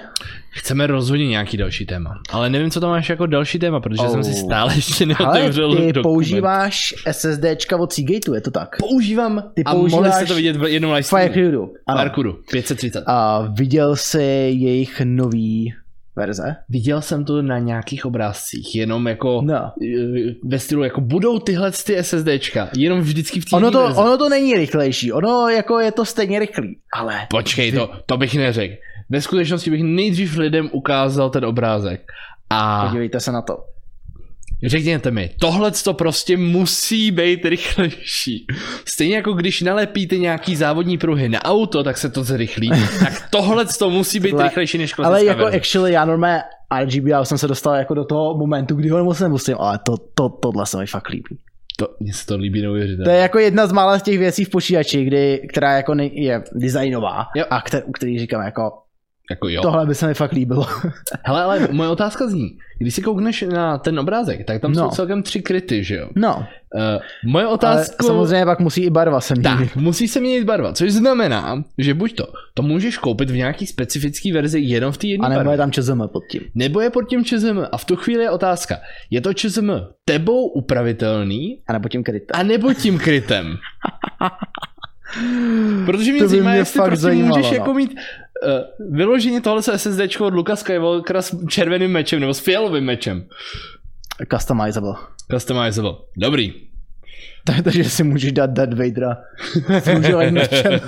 [SPEAKER 2] Chceme rozhodně nějaký další téma. Ale nevím, co tam máš jako další téma, protože
[SPEAKER 1] Oh.
[SPEAKER 2] jsem si stále ještě
[SPEAKER 1] Ale
[SPEAKER 2] neotevřel
[SPEAKER 1] ty
[SPEAKER 2] dokument.
[SPEAKER 1] používáš SSDčka od Seagateu, je to tak?
[SPEAKER 2] Používám.
[SPEAKER 1] Ty
[SPEAKER 2] a mohli jste
[SPEAKER 1] používáš
[SPEAKER 2] to vidět v jednom live streamu.
[SPEAKER 1] Firecrew, ano.
[SPEAKER 2] Parkouru, 530.
[SPEAKER 1] A viděl jsi jejich nový verze?
[SPEAKER 2] Viděl jsem to na nějakých obrázcích, jenom jako no.
[SPEAKER 1] No.
[SPEAKER 2] ve stylu, jako budou tyhle ty SSDčka, jenom vždycky v té
[SPEAKER 1] Ono
[SPEAKER 2] jiný
[SPEAKER 1] to,
[SPEAKER 2] verzi.
[SPEAKER 1] ono to není rychlejší, ono jako je to stejně rychlý, ale
[SPEAKER 2] Počkej, to, to bych neřekl. Ve skutečnosti bych nejdřív lidem ukázal ten obrázek. A
[SPEAKER 1] podívejte se na to.
[SPEAKER 2] řekněte mi, tohle to prostě musí být rychlejší. Stejně jako když nalepíte nějaký závodní pruhy na auto, tak se to zrychlí. tak tohle to musí být
[SPEAKER 1] Tohle-
[SPEAKER 2] rychlejší než klasická
[SPEAKER 1] Ale jako
[SPEAKER 2] verze.
[SPEAKER 1] actually já normálně RGB, já už jsem se dostal jako do toho momentu, kdy ho moc nemusím, ale to, to, tohle se mi fakt líbí.
[SPEAKER 2] To, mně se to líbí
[SPEAKER 1] To
[SPEAKER 2] neuvěřitelně.
[SPEAKER 1] je jako jedna z mála z těch věcí v počítači, kdy, která jako nej, je designová
[SPEAKER 2] Jo.
[SPEAKER 1] a kter, u který říkám jako
[SPEAKER 2] Jako jo.
[SPEAKER 1] tohle by se mi fakt líbilo.
[SPEAKER 2] Hele, ale moje otázka zní, když si koukneš na ten obrázek, tak tam no.
[SPEAKER 1] No.
[SPEAKER 2] jsou celkem tři kryty, že jo?
[SPEAKER 1] No,
[SPEAKER 2] Uh, moje
[SPEAKER 1] ale
[SPEAKER 2] otázka...
[SPEAKER 1] samozřejmě pak musí i barva se měnit.
[SPEAKER 2] Tak, musí se měnit barva, což znamená, že buď to, to můžeš koupit v nějaký specifický verzi jenom v té
[SPEAKER 1] A
[SPEAKER 2] jedné
[SPEAKER 1] nebo je
[SPEAKER 2] barvě.
[SPEAKER 1] tam ČZM pod tím.
[SPEAKER 2] Nebo je pod tím ČSM a v tu chvíli je otázka, je to ČSM tebou upravitelný,
[SPEAKER 1] A nebo tím krytem.
[SPEAKER 2] a nebo tím krytem? Protože mě
[SPEAKER 1] To by
[SPEAKER 2] zajímá,
[SPEAKER 1] mě
[SPEAKER 2] jestli
[SPEAKER 1] fakt
[SPEAKER 2] prostě
[SPEAKER 1] zajímalo,
[SPEAKER 2] můžeš
[SPEAKER 1] no.
[SPEAKER 2] jako mít Uh, vyloženě tohle SSD od Luka Skywalkera s červeným mečem nebo s fialovým mečem.
[SPEAKER 1] Customizable.
[SPEAKER 2] Customizable. Dobrý.
[SPEAKER 1] Tak- Takže si můžeš dát Darth Vadera s růžovým mečem.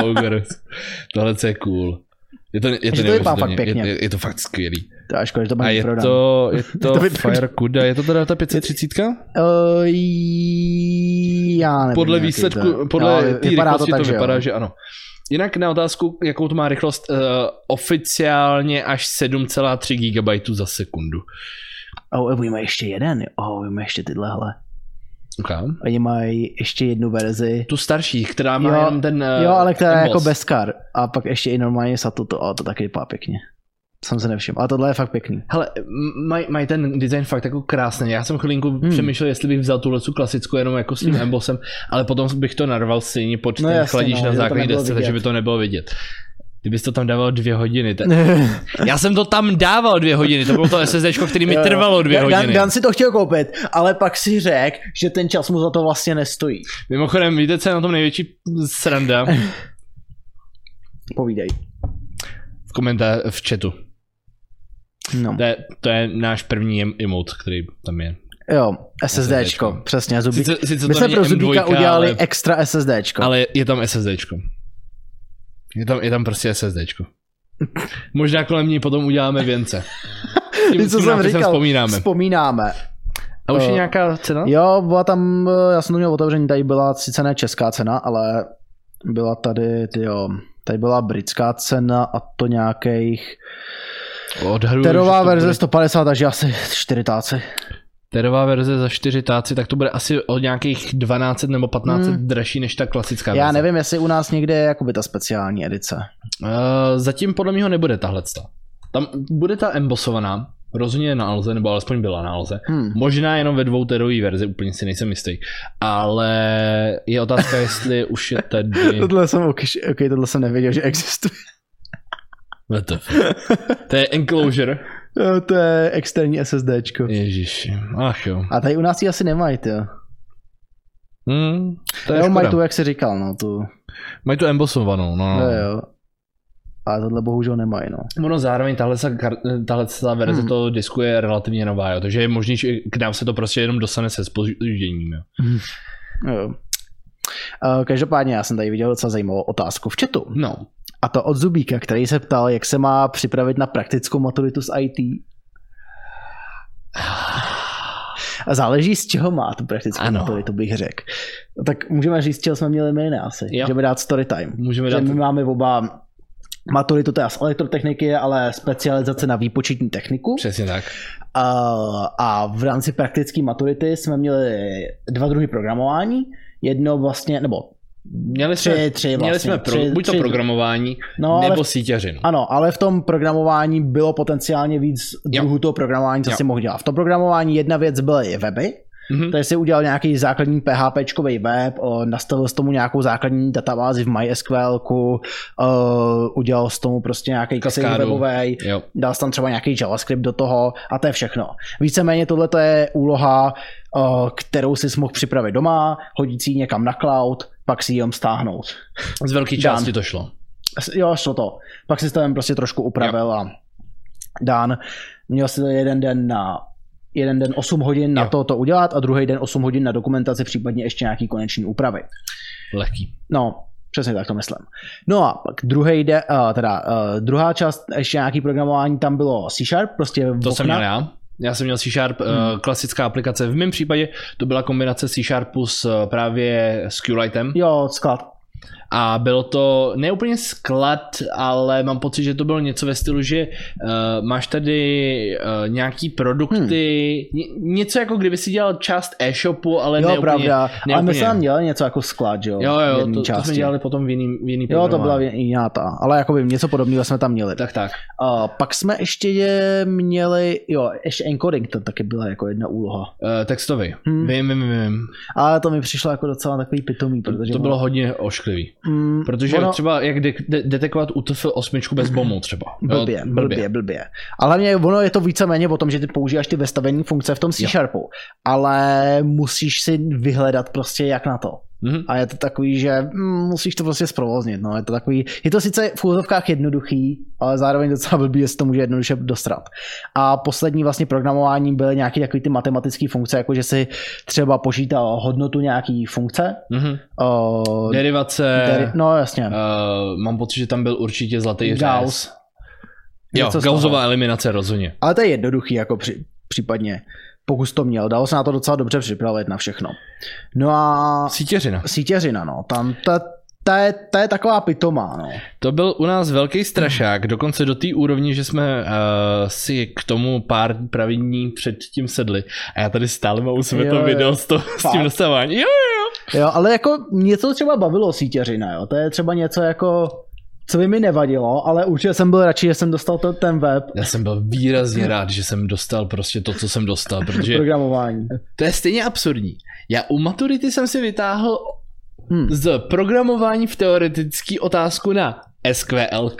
[SPEAKER 2] Poker. Tohle je cool. Je to, je to,
[SPEAKER 1] to vypadá
[SPEAKER 2] neuvěřitelně-
[SPEAKER 1] fakt pěkně.
[SPEAKER 2] Je, je, je, to fakt skvělý.
[SPEAKER 1] To je škoda, že to
[SPEAKER 2] A
[SPEAKER 1] bude
[SPEAKER 2] je
[SPEAKER 1] prodat.
[SPEAKER 2] to, je to,
[SPEAKER 1] To by-
[SPEAKER 2] Fire Kuda, je to teda ta 530?
[SPEAKER 1] Uh, já nevím,
[SPEAKER 2] Podle
[SPEAKER 1] jaký to
[SPEAKER 2] výsledku,
[SPEAKER 1] je.
[SPEAKER 2] podle
[SPEAKER 1] No,
[SPEAKER 2] té
[SPEAKER 1] vypadá
[SPEAKER 2] rychlosti to,
[SPEAKER 1] tak, že jo.
[SPEAKER 2] vypadá, že ano. Jinak na otázku, jakou to má rychlost, uh, oficiálně až 7,3 GB za sekundu.
[SPEAKER 1] Oh, oni mají ještě jeden. Oh, oni mají ještě tyhlehle.
[SPEAKER 2] Okay.
[SPEAKER 1] Oni mají ještě jednu verzi.
[SPEAKER 2] Tu starší, která má
[SPEAKER 1] Jo,
[SPEAKER 2] jenom ten uh,
[SPEAKER 1] Jo, ale která je jako
[SPEAKER 2] emboss.
[SPEAKER 1] bez kar. A pak ještě i normálně sa toto. O, to taky vypadá pěkně. Jsem se nevšiml. A tohle je fakt pěkný.
[SPEAKER 2] Hele, m- mají maj ten design fakt jako krásný. Já jsem chvilinku hmm. přemýšlel, jestli bych vzal tuhle tu klasickou jenom jako s tím embossem, ale potom bych to narval stejně pod
[SPEAKER 1] Hmm. No
[SPEAKER 2] no, ten
[SPEAKER 1] jasně, no,
[SPEAKER 2] chladíš
[SPEAKER 1] že
[SPEAKER 2] na
[SPEAKER 1] by to
[SPEAKER 2] základní
[SPEAKER 1] nebylo
[SPEAKER 2] desce, takže
[SPEAKER 1] vidět.
[SPEAKER 2] by to nebylo vidět. Kdybys to tam dával dvě hodiny. Ten... Já jsem to tam dával dvě hodiny, to bylo to SSD, který mi
[SPEAKER 1] Jo, jo.
[SPEAKER 2] trvalo dvě
[SPEAKER 1] Dan- Dan,
[SPEAKER 2] hodiny.
[SPEAKER 1] Dan si to chtěl koupit, ale pak si řekl, že ten čas mu za to vlastně nestojí.
[SPEAKER 2] Mimochodem, víte, co je na tom největší sranda
[SPEAKER 1] Povídej.
[SPEAKER 2] v komentáři, v chatu.
[SPEAKER 1] No.
[SPEAKER 2] To je, to je náš první em- emote, který tam je.
[SPEAKER 1] Jo, SSDčko,
[SPEAKER 2] SSDčko.
[SPEAKER 1] přesně. Zubík.
[SPEAKER 2] Sice, sice
[SPEAKER 1] My
[SPEAKER 2] to
[SPEAKER 1] jsme
[SPEAKER 2] není
[SPEAKER 1] pro
[SPEAKER 2] M2,
[SPEAKER 1] Zubíka udělali
[SPEAKER 2] ale...
[SPEAKER 1] extra SSDčko.
[SPEAKER 2] Ale je tam SSDčko. Je tam, je tam prostě SSDčko. Možná kolem ní potom uděláme věnce. S Tím,
[SPEAKER 1] Ty,
[SPEAKER 2] s tím nápisem vzpomínáme. No.
[SPEAKER 1] Vzpomínáme.
[SPEAKER 2] A už je
[SPEAKER 1] Eh,
[SPEAKER 2] nějaká cena?
[SPEAKER 1] Jo, byla tam, eh, já jsem to měl otevřený, tady byla sice ne česká cena, ale byla tady, jo, tady byla britská cena a to nějakých
[SPEAKER 2] Odhaduju, že
[SPEAKER 1] terová
[SPEAKER 2] to
[SPEAKER 1] verze
[SPEAKER 2] Bude,
[SPEAKER 1] 150, takže asi 4 táci.
[SPEAKER 2] terová verze za 4 táci, tak to bude asi o nějakých 12 nebo 15
[SPEAKER 1] Hmm.
[SPEAKER 2] hmm. dražší než ta klasická
[SPEAKER 1] Já
[SPEAKER 2] verze.
[SPEAKER 1] nevím, jestli u nás někde je jakoby ta speciální edice.
[SPEAKER 2] Uh, zatím podle mého nebude tahle. Tam bude ta embosovaná, rozhodně je na Alze, nebo alespoň byla na Alze.
[SPEAKER 1] Hmm.
[SPEAKER 2] Možná jenom ve dvou terový verzi, úplně si nejsem jistý. Ale je otázka, jestli už je tady...
[SPEAKER 1] Tohle jsem, ok, okay, tohle jsem nevěděl, že existuje.
[SPEAKER 2] What the fuck? To je enclosure.
[SPEAKER 1] Jo, Eh, to je externí SSDčko.
[SPEAKER 2] Ježíš. Ach jo.
[SPEAKER 1] A tady u nás ji asi nemají, jo.
[SPEAKER 2] Hmm, to je
[SPEAKER 1] Jo, mají tu,
[SPEAKER 2] škoda.
[SPEAKER 1] jak jsi říkal, no, tu.
[SPEAKER 2] Mají tu embosovanou, no.
[SPEAKER 1] Jo,
[SPEAKER 2] no.
[SPEAKER 1] jo. Ale tohle bohužel nemají, no.
[SPEAKER 2] Ono zároveň tahle, sa kar- tahle sa verze
[SPEAKER 1] Hmm.
[SPEAKER 2] hmm. toho disku je relativně nová, jo. Takže je možný, že k nám se to prostě jenom dostane se spožděním, jo.
[SPEAKER 1] Jo. Eh, Každopádně já jsem tady viděl docela zajímavou otázku v chatu.
[SPEAKER 2] No.
[SPEAKER 1] A to od Zubíka, který se ptal, jak se má připravit na praktickou maturitu z IT. A záleží, z čeho má tu praktickou
[SPEAKER 2] Ano.
[SPEAKER 1] maturitu, bych řekl. Tak můžeme říct, z čeho jsme měli my ne asi.
[SPEAKER 2] Jo.
[SPEAKER 1] Můžeme dát story time.
[SPEAKER 2] Můžeme
[SPEAKER 1] Že
[SPEAKER 2] dát...
[SPEAKER 1] my máme oba maturitu teda z elektrotechniky, ale specializace na výpočetní techniku.
[SPEAKER 2] Přesně tak.
[SPEAKER 1] A- a v rámci praktické maturity jsme měli dva druhy programování. Jedno vlastně, nebo
[SPEAKER 2] Měli jsme,
[SPEAKER 1] Tři- tři
[SPEAKER 2] měli
[SPEAKER 1] vlastně,
[SPEAKER 2] jsme pro,
[SPEAKER 1] tři-
[SPEAKER 2] buď to
[SPEAKER 1] tři-
[SPEAKER 2] programování,
[SPEAKER 1] No,
[SPEAKER 2] no,
[SPEAKER 1] ale
[SPEAKER 2] nebo
[SPEAKER 1] v-
[SPEAKER 2] síťařinu.
[SPEAKER 1] ano, ale v tom programování bylo potenciálně víc druhů toho programování, co
[SPEAKER 2] Jo.
[SPEAKER 1] si mohl dělat. V tom programování jedna věc byly weby,
[SPEAKER 2] Mhm.
[SPEAKER 1] takže si udělal nějaký základní PHP web, o, nastavil s tomu nějakou základní databázi v MySQL, udělal s tomu prostě nějaký
[SPEAKER 2] Kaskádu.
[SPEAKER 1] webový,
[SPEAKER 2] Jo.
[SPEAKER 1] dal jsi tam třeba nějaký JavaScript do toho a to je všechno. Víceméně tohle je úloha, o, kterou si mohl připravit doma, hodit si ji někam na cloud, pak si ji jenom stáhnout.
[SPEAKER 2] Z velké
[SPEAKER 1] Dan.
[SPEAKER 2] části to šlo.
[SPEAKER 1] S- Jo, šlo to. Pak si to jen prostě trošku upravil a dán. Měl si to jeden den na jeden den 8 hodin na
[SPEAKER 2] Jo.
[SPEAKER 1] to, to udělat a druhý den 8 hodin na dokumentaci, případně ještě nějaký koneční úpravy.
[SPEAKER 2] Lehký.
[SPEAKER 1] No, přesně tak to myslím. No a pak druhý de, uh, teda, uh, druhá část, ještě nějaký programování, tam bylo C Sharp, prostě v
[SPEAKER 2] To
[SPEAKER 1] okna.
[SPEAKER 2] jsem měl já. Já jsem měl C Sharp, hmm. klasická aplikace. V mém případě to byla kombinace C Sharpu s eh, právě s Qlightem.
[SPEAKER 1] Jo, sklad.
[SPEAKER 2] A bylo to ne úplně sklad, ale mám pocit, že to bylo něco ve stylu, že uh, máš tady uh, nějaký produkty, ně, něco jako kdyby si dělal část e-shopu, ale
[SPEAKER 1] Hmm. Jo,
[SPEAKER 2] ne úplně.
[SPEAKER 1] pravda.
[SPEAKER 2] ne
[SPEAKER 1] ale my
[SPEAKER 2] úplně.
[SPEAKER 1] jsme tam dělali něco jako sklad, jo?
[SPEAKER 2] Jo,
[SPEAKER 1] v
[SPEAKER 2] jo,
[SPEAKER 1] jedný
[SPEAKER 2] to, to jsme
[SPEAKER 1] části.
[SPEAKER 2] dělali potom v jiný, v jiný
[SPEAKER 1] Jo, to byla
[SPEAKER 2] programování.
[SPEAKER 1] jiná ta, ale jakoby něco podobného jsme tam měli.
[SPEAKER 2] Tak, tak.
[SPEAKER 1] A pak jsme ještě je měli, jo, ještě encoding, to taky byla jako jedna úloha.
[SPEAKER 2] Uh, textový.
[SPEAKER 1] Hmm.
[SPEAKER 2] Hmm. Vím, vím, vím.
[SPEAKER 1] Ale to mi přišlo jako docela takový pitomý,
[SPEAKER 2] To,
[SPEAKER 1] protože...
[SPEAKER 2] to bylo hodně ošklivý.
[SPEAKER 1] mm,
[SPEAKER 2] Protože
[SPEAKER 1] ono,
[SPEAKER 2] ono... třeba jak de- de- detekovat UTF 8 bez bomu třeba. Jo,
[SPEAKER 1] Blbě, blbě, blbě. Ale hlavně ono je to víceméně o tom, že ty používáš ty vestavení funkce v tom C
[SPEAKER 2] Jo.
[SPEAKER 1] Sharpu, ale musíš si vyhledat prostě jak na to.
[SPEAKER 2] Mhm.
[SPEAKER 1] A je to takový, že mm, musíš to prostě zprovoznit. No. Je to takový, je to sice v úzovkách jednoduchý, ale zároveň docela blbý, jestli to může jednoduše dostrat. A poslední vlastně programování byly nějaké takové ty matematické funkce, jako že si třeba počítal hodnotu nějaký funkce.
[SPEAKER 2] Mhm.
[SPEAKER 1] Uh,
[SPEAKER 2] Derivace,
[SPEAKER 1] deri- no jasně.
[SPEAKER 2] eh, mám pocit, že tam byl určitě zlatý řez.
[SPEAKER 1] Gauss.
[SPEAKER 2] Jo,
[SPEAKER 1] Něco z
[SPEAKER 2] Gaussová
[SPEAKER 1] toho.
[SPEAKER 2] eliminace, rozhodně.
[SPEAKER 1] Ale to je jednoduchý, jako při, případně, pokud to měl. Dalo se na to docela dobře připravit na všechno. No a
[SPEAKER 2] Sítěřina.
[SPEAKER 1] sítěřina, no, tam ta, ta, je, ta je taková pitomá, no.
[SPEAKER 2] To byl u nás velký strašák, dokonce do té úrovni, že jsme uh, si k tomu pár pravý dní předtím sedli. A já tady stále mám u sebe
[SPEAKER 1] Jo,
[SPEAKER 2] to
[SPEAKER 1] jo.
[SPEAKER 2] video s, to, s tím
[SPEAKER 1] Fakt?
[SPEAKER 2] nastavování. Jo, jo,
[SPEAKER 1] Jo, ale jako mě to třeba bavilo sítěřina, jo. To je třeba něco jako, co by mi nevadilo, ale určitě jsem byl radši, že jsem dostal to, ten web
[SPEAKER 2] Já jsem byl výrazně rád, že jsem dostal prostě to, co jsem dostal, protože
[SPEAKER 1] programování.
[SPEAKER 2] to je stejně absurdní. Já u maturity jsem si vytáhl
[SPEAKER 1] Hm.
[SPEAKER 2] z programování v teoretický otázku na SQL.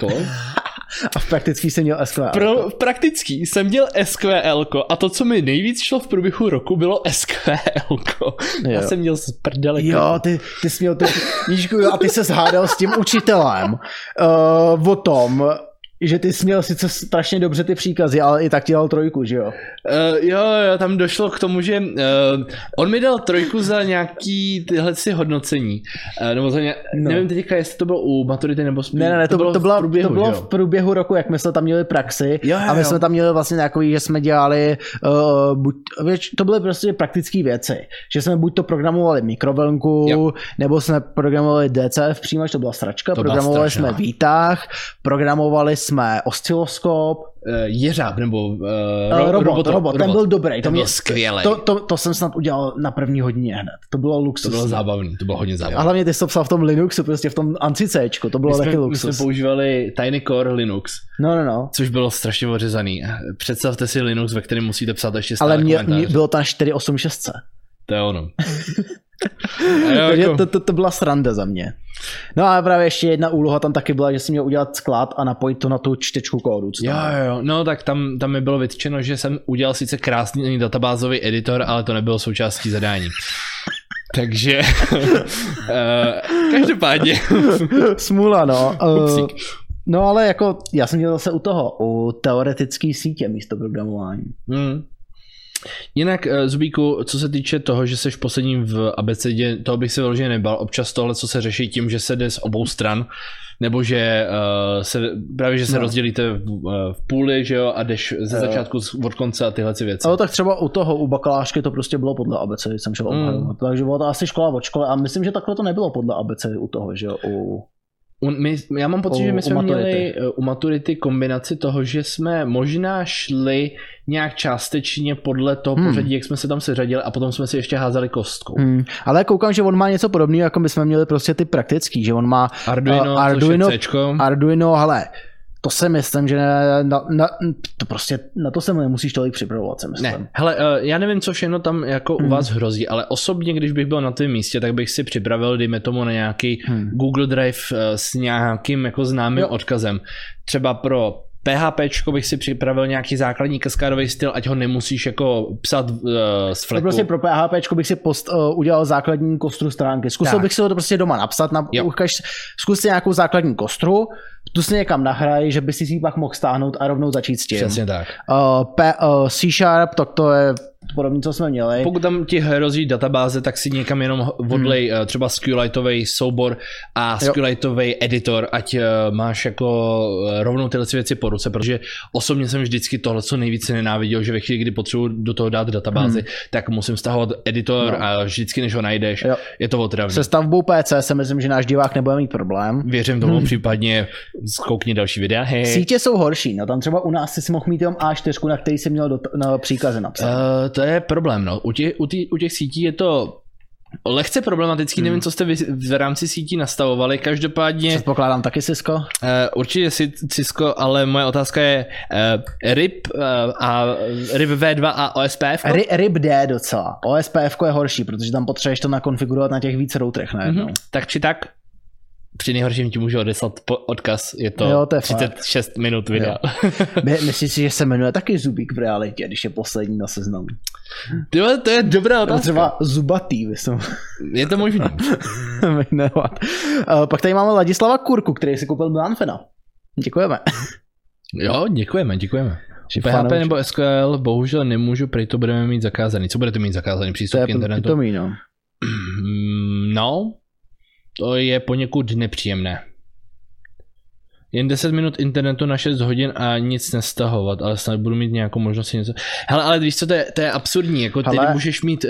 [SPEAKER 1] A v praktický jsem měl SQL.
[SPEAKER 2] Pro v praktický jsem měl SQL a to, co mi nejvíc šlo v průběhu roku, bylo SQL. Já
[SPEAKER 1] Jo.
[SPEAKER 2] jsem měl z prdele.
[SPEAKER 1] Jo, ty, ty jsi měl tu knížku jo, a ty se zhádal s tím učitelem uh, o tom, že ty jsi měl sice strašně dobře ty příkazy, ale i tak ti dal trojku, že jo?
[SPEAKER 2] Uh, jo, jo, tam došlo k tomu, že uh, on mi dal trojku za nějaký tyhle si hodnocení. Uh, nebo za ně, no.
[SPEAKER 1] No.
[SPEAKER 2] nevím teďka, jestli to bylo u maturity nebo spíš.
[SPEAKER 1] Ne, ne, ne, to, to, bylo, to, bylo,
[SPEAKER 2] v průběhu,
[SPEAKER 1] to bylo
[SPEAKER 2] že
[SPEAKER 1] v
[SPEAKER 2] jo?
[SPEAKER 1] průběhu roku, jak my jsme tam měli praxi
[SPEAKER 2] Jo, jo,
[SPEAKER 1] a my
[SPEAKER 2] jo.
[SPEAKER 1] jsme tam měli vlastně takový, že jsme dělali, uh, buď, věč, to byly prostě praktické věci, že jsme buď to programovali mikrovlnku,
[SPEAKER 2] Jo.
[SPEAKER 1] nebo jsme programovali DCF přímač, to byla sračka,
[SPEAKER 2] To byla
[SPEAKER 1] programovali
[SPEAKER 2] strašná.
[SPEAKER 1] jsme výtah, programovali jsme osciloskop,
[SPEAKER 2] Eh, jeřáb nebo uh,
[SPEAKER 1] Eh, robot, robot, robot, ten byl dobrý,
[SPEAKER 2] to
[SPEAKER 1] to,
[SPEAKER 2] byl
[SPEAKER 1] mě,
[SPEAKER 2] skvělý.
[SPEAKER 1] to,
[SPEAKER 2] To,
[SPEAKER 1] to, to jsem snad udělal na první hodině hned, to bylo
[SPEAKER 2] to
[SPEAKER 1] luxus.
[SPEAKER 2] bylo zábavný, to bylo hodně
[SPEAKER 1] a
[SPEAKER 2] zábavný.
[SPEAKER 1] hlavně ty jsi to psal v tom Linuxu, prostě v tom ANSI Cčku, to bylo
[SPEAKER 2] My
[SPEAKER 1] taky
[SPEAKER 2] jsme, my jsme
[SPEAKER 1] luxus.
[SPEAKER 2] používali Tiny Core Linux,
[SPEAKER 1] No, no, no.
[SPEAKER 2] což bylo strašně ořezaný. Eh, Představte si Linux, ve kterém musíte psát ještě stále
[SPEAKER 1] Ale mě, mě
[SPEAKER 2] komentáře.
[SPEAKER 1] bylo tam 486.
[SPEAKER 2] To je ono. A jo,
[SPEAKER 1] Takže
[SPEAKER 2] jako-
[SPEAKER 1] to, to, to byla sranda za mě. No a právě ještě jedna úloha tam taky byla, že jsem měl udělat sklad a napojit to na tu čtečku kódu. Co
[SPEAKER 2] Jo,
[SPEAKER 1] tam je.
[SPEAKER 2] jo, jo, no tak tam, tam mi bylo vytčeno, že jsem udělal sice krásný databázový editor, ale to nebylo součástí zadání. Takže eh, každopádně
[SPEAKER 1] Smůla, no.
[SPEAKER 2] Upsík.
[SPEAKER 1] Eh, No ale jako, já jsem měl zase u toho, u teoretické sítě místo programování.
[SPEAKER 2] Hmm. Jinak, eh, Zubíku, co se týče toho, že jsi v posledním v abecedě, toho bych se vyloženě nebal. Občas tohle, co se řeší tím, že se jde z obou stran, nebo že eh, se, právě, že se no.
[SPEAKER 1] No.
[SPEAKER 2] rozdělíte v, eh, v půli, že jo, a jdeš ze
[SPEAKER 1] Jo.
[SPEAKER 2] začátku z- od konce a tyhle ty věci.
[SPEAKER 1] Ale tak třeba u toho, u bakalářky to prostě bylo podle ABC, když jsem šel
[SPEAKER 2] Mm.
[SPEAKER 1] obhajovat. Takže bylo to asi škola od školy a myslím, že takhle to nebylo podle ABC u toho, že jo, u...
[SPEAKER 2] U, my, já mám pocit,
[SPEAKER 1] U-
[SPEAKER 2] že my
[SPEAKER 1] u
[SPEAKER 2] jsme
[SPEAKER 1] maturity.
[SPEAKER 2] měli eh, u maturity kombinaci toho, že jsme možná šli nějak částečně podle toho
[SPEAKER 1] Hmm.
[SPEAKER 2] pořadí, jak jsme se tam seřadili a potom jsme si ještě házeli kostkou.
[SPEAKER 1] Hmm. Ale koukám, že on má něco podobného, jako my jsme měli prostě ty praktický, že on má
[SPEAKER 2] Arduino,
[SPEAKER 1] A-
[SPEAKER 2] Arduino
[SPEAKER 1] Arduino-
[SPEAKER 2] což je Cčko.
[SPEAKER 1] Mm-hmm. Arduino, hele, to si myslím, že na, na, na, to prostě, na to se mu nemusíš tolik připravovat, si myslím.
[SPEAKER 2] Ne, hele, eh, já nevím, co všechno tam jako u
[SPEAKER 1] Hmm.
[SPEAKER 2] vás hrozí, ale osobně, když bych byl na tom místě, tak bych si připravil, dejme tomu, na nějaký
[SPEAKER 1] Hmm.
[SPEAKER 2] Google Drive eh, s nějakým jako známým
[SPEAKER 1] Jo.
[SPEAKER 2] odkazem. Třeba pro PHP bych si připravil nějaký základní kaskádový styl, ať ho nemusíš jako psat uh, z
[SPEAKER 1] Tak
[SPEAKER 2] fleku.
[SPEAKER 1] prostě pro PHP bych si post, uh, udělal základní kostru stránky. Zkusil
[SPEAKER 2] Tak.
[SPEAKER 1] tak. bych si ho to prostě doma napsat, na,
[SPEAKER 2] Jo.
[SPEAKER 1] ukaž, zkus si nějakou základní kostru, tu si někam nahraj, že by si ji pak mohl stáhnout a rovnou začít s tím.
[SPEAKER 2] Přesně tak.
[SPEAKER 1] Uh, P, uh, C Sharp, tak to je podobně, co jsme měli.
[SPEAKER 2] Pokud tam ti hrozí databáze, tak si někam jenom odlej hmm. třeba SQLiteový soubor a
[SPEAKER 1] Jo.
[SPEAKER 2] SQLiteový editor, ať eh, máš jako eh, rovnou tyhle věci po ruce, protože osobně jsem vždycky tohle co nejvíce nenáviděl, že ve chvíli, kdy potřebuji do toho dát databázi, hmm. tak musím stahovat editor no.
[SPEAKER 1] No.
[SPEAKER 2] a vždycky, než ho najdeš, jo.
[SPEAKER 1] Jo.
[SPEAKER 2] je to otravné.
[SPEAKER 1] Se stavbou PC si myslím, že náš divák nebude mít problém.
[SPEAKER 2] Věřím tomu, případně zkoukni další videa. Hej.
[SPEAKER 1] Sítě jsou horší, no tam třeba u nás si mohl mít jenom A4, na který si měl do, na příkazy napsat.
[SPEAKER 2] Uh, to je problém, no. U těch, u, tý, u těch sítí je to lehce problematický, nevím, co jste vy, v rámci sítí nastavovali, každopádně
[SPEAKER 1] Předpokládám taky Cisco.
[SPEAKER 2] Uh, určitě si Cisco, ale moje otázka je uh, RIP uh, a RIP V2 a OSPF.
[SPEAKER 1] Ry, ryb jde docela. OSPF je horší, protože tam potřebuješ to nakonfigurovat na těch víc routerech najednou.
[SPEAKER 2] Mhm.
[SPEAKER 1] Mm-hmm.
[SPEAKER 2] Tak či tak, při nejhorším ti můžu odeslat po- odkaz, je to,
[SPEAKER 1] Jo, to je
[SPEAKER 2] 36 minut videa. No,
[SPEAKER 1] My, myslím si, že se jmenuje taky Zubík v realitě, když je poslední na seznamu.
[SPEAKER 2] Ty vole, to je dobrá
[SPEAKER 1] Nebo
[SPEAKER 2] otázka.
[SPEAKER 1] třeba zubatý by se mohl
[SPEAKER 2] Je to možný.
[SPEAKER 1] jmenovat. Eh, Pak tady máme Ladislava Kurku, který si koupil Blanfena. Děkujeme.
[SPEAKER 2] Jo, děkujeme, děkujeme.
[SPEAKER 1] Že
[SPEAKER 2] PHP
[SPEAKER 1] fanoušek-
[SPEAKER 2] nebo SQL, bohužel nemůžu, prej to budeme mít zakázaný. Co budete mít zakázaný?
[SPEAKER 1] to
[SPEAKER 2] Přístup
[SPEAKER 1] je
[SPEAKER 2] k internetu?
[SPEAKER 1] pitomý, no.
[SPEAKER 2] Mm, No, to je poněkud nepříjemné. Jen 10 minut internetu na 6 hodin a nic nestahovat, ale snad budu mít nějakou možnost si něco... Hele, ale víš co, to je, to je absurdní, jako ty
[SPEAKER 1] Hele.
[SPEAKER 2] můžeš mít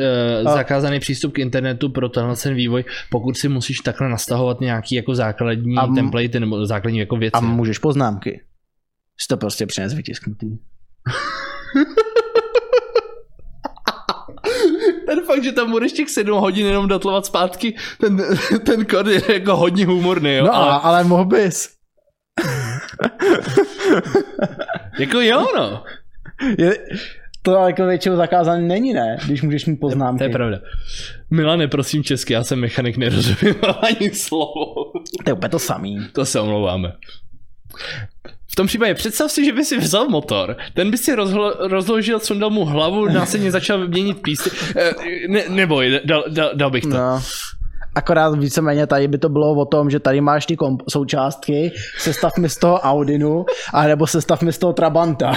[SPEAKER 2] uh, zakázaný přístup k internetu pro tenhle ten vývoj, pokud si musíš takhle nastahovat nějaký jako základní
[SPEAKER 1] A m-
[SPEAKER 2] template nebo základní jako věci.
[SPEAKER 1] A můžeš poznámky. Jsi to prostě přines vytisknutý.
[SPEAKER 2] Ten fakt, že tam budeš těch 7 hodin jenom datlovat zpátky, ten, ten kód je jako hodně humorný, jo?
[SPEAKER 1] No ale, ale mohl bys.
[SPEAKER 2] Jako jo, no.
[SPEAKER 1] Je, to jako většinou zakázané není, ne? Když můžeš mít poznámky.
[SPEAKER 2] To je pravda. Milane, prosím česky, já jsem mechanik, nerozumím ani slovo.
[SPEAKER 1] to je úplně to samý.
[SPEAKER 2] To se omlouváme. V tom případě představ si, že by si vzal motor, ten by si rozhlo, rozložil, sundal mu hlavu, následně začal měnit písty. Eh, Ne, neboj, dal, dal, dal bych to. No.
[SPEAKER 1] No. Akorát víceméně tady by to bylo o tom, že tady máš ty komp- součástky, sestav mi z toho Audinu, anebo sestav mi z toho Trabanta.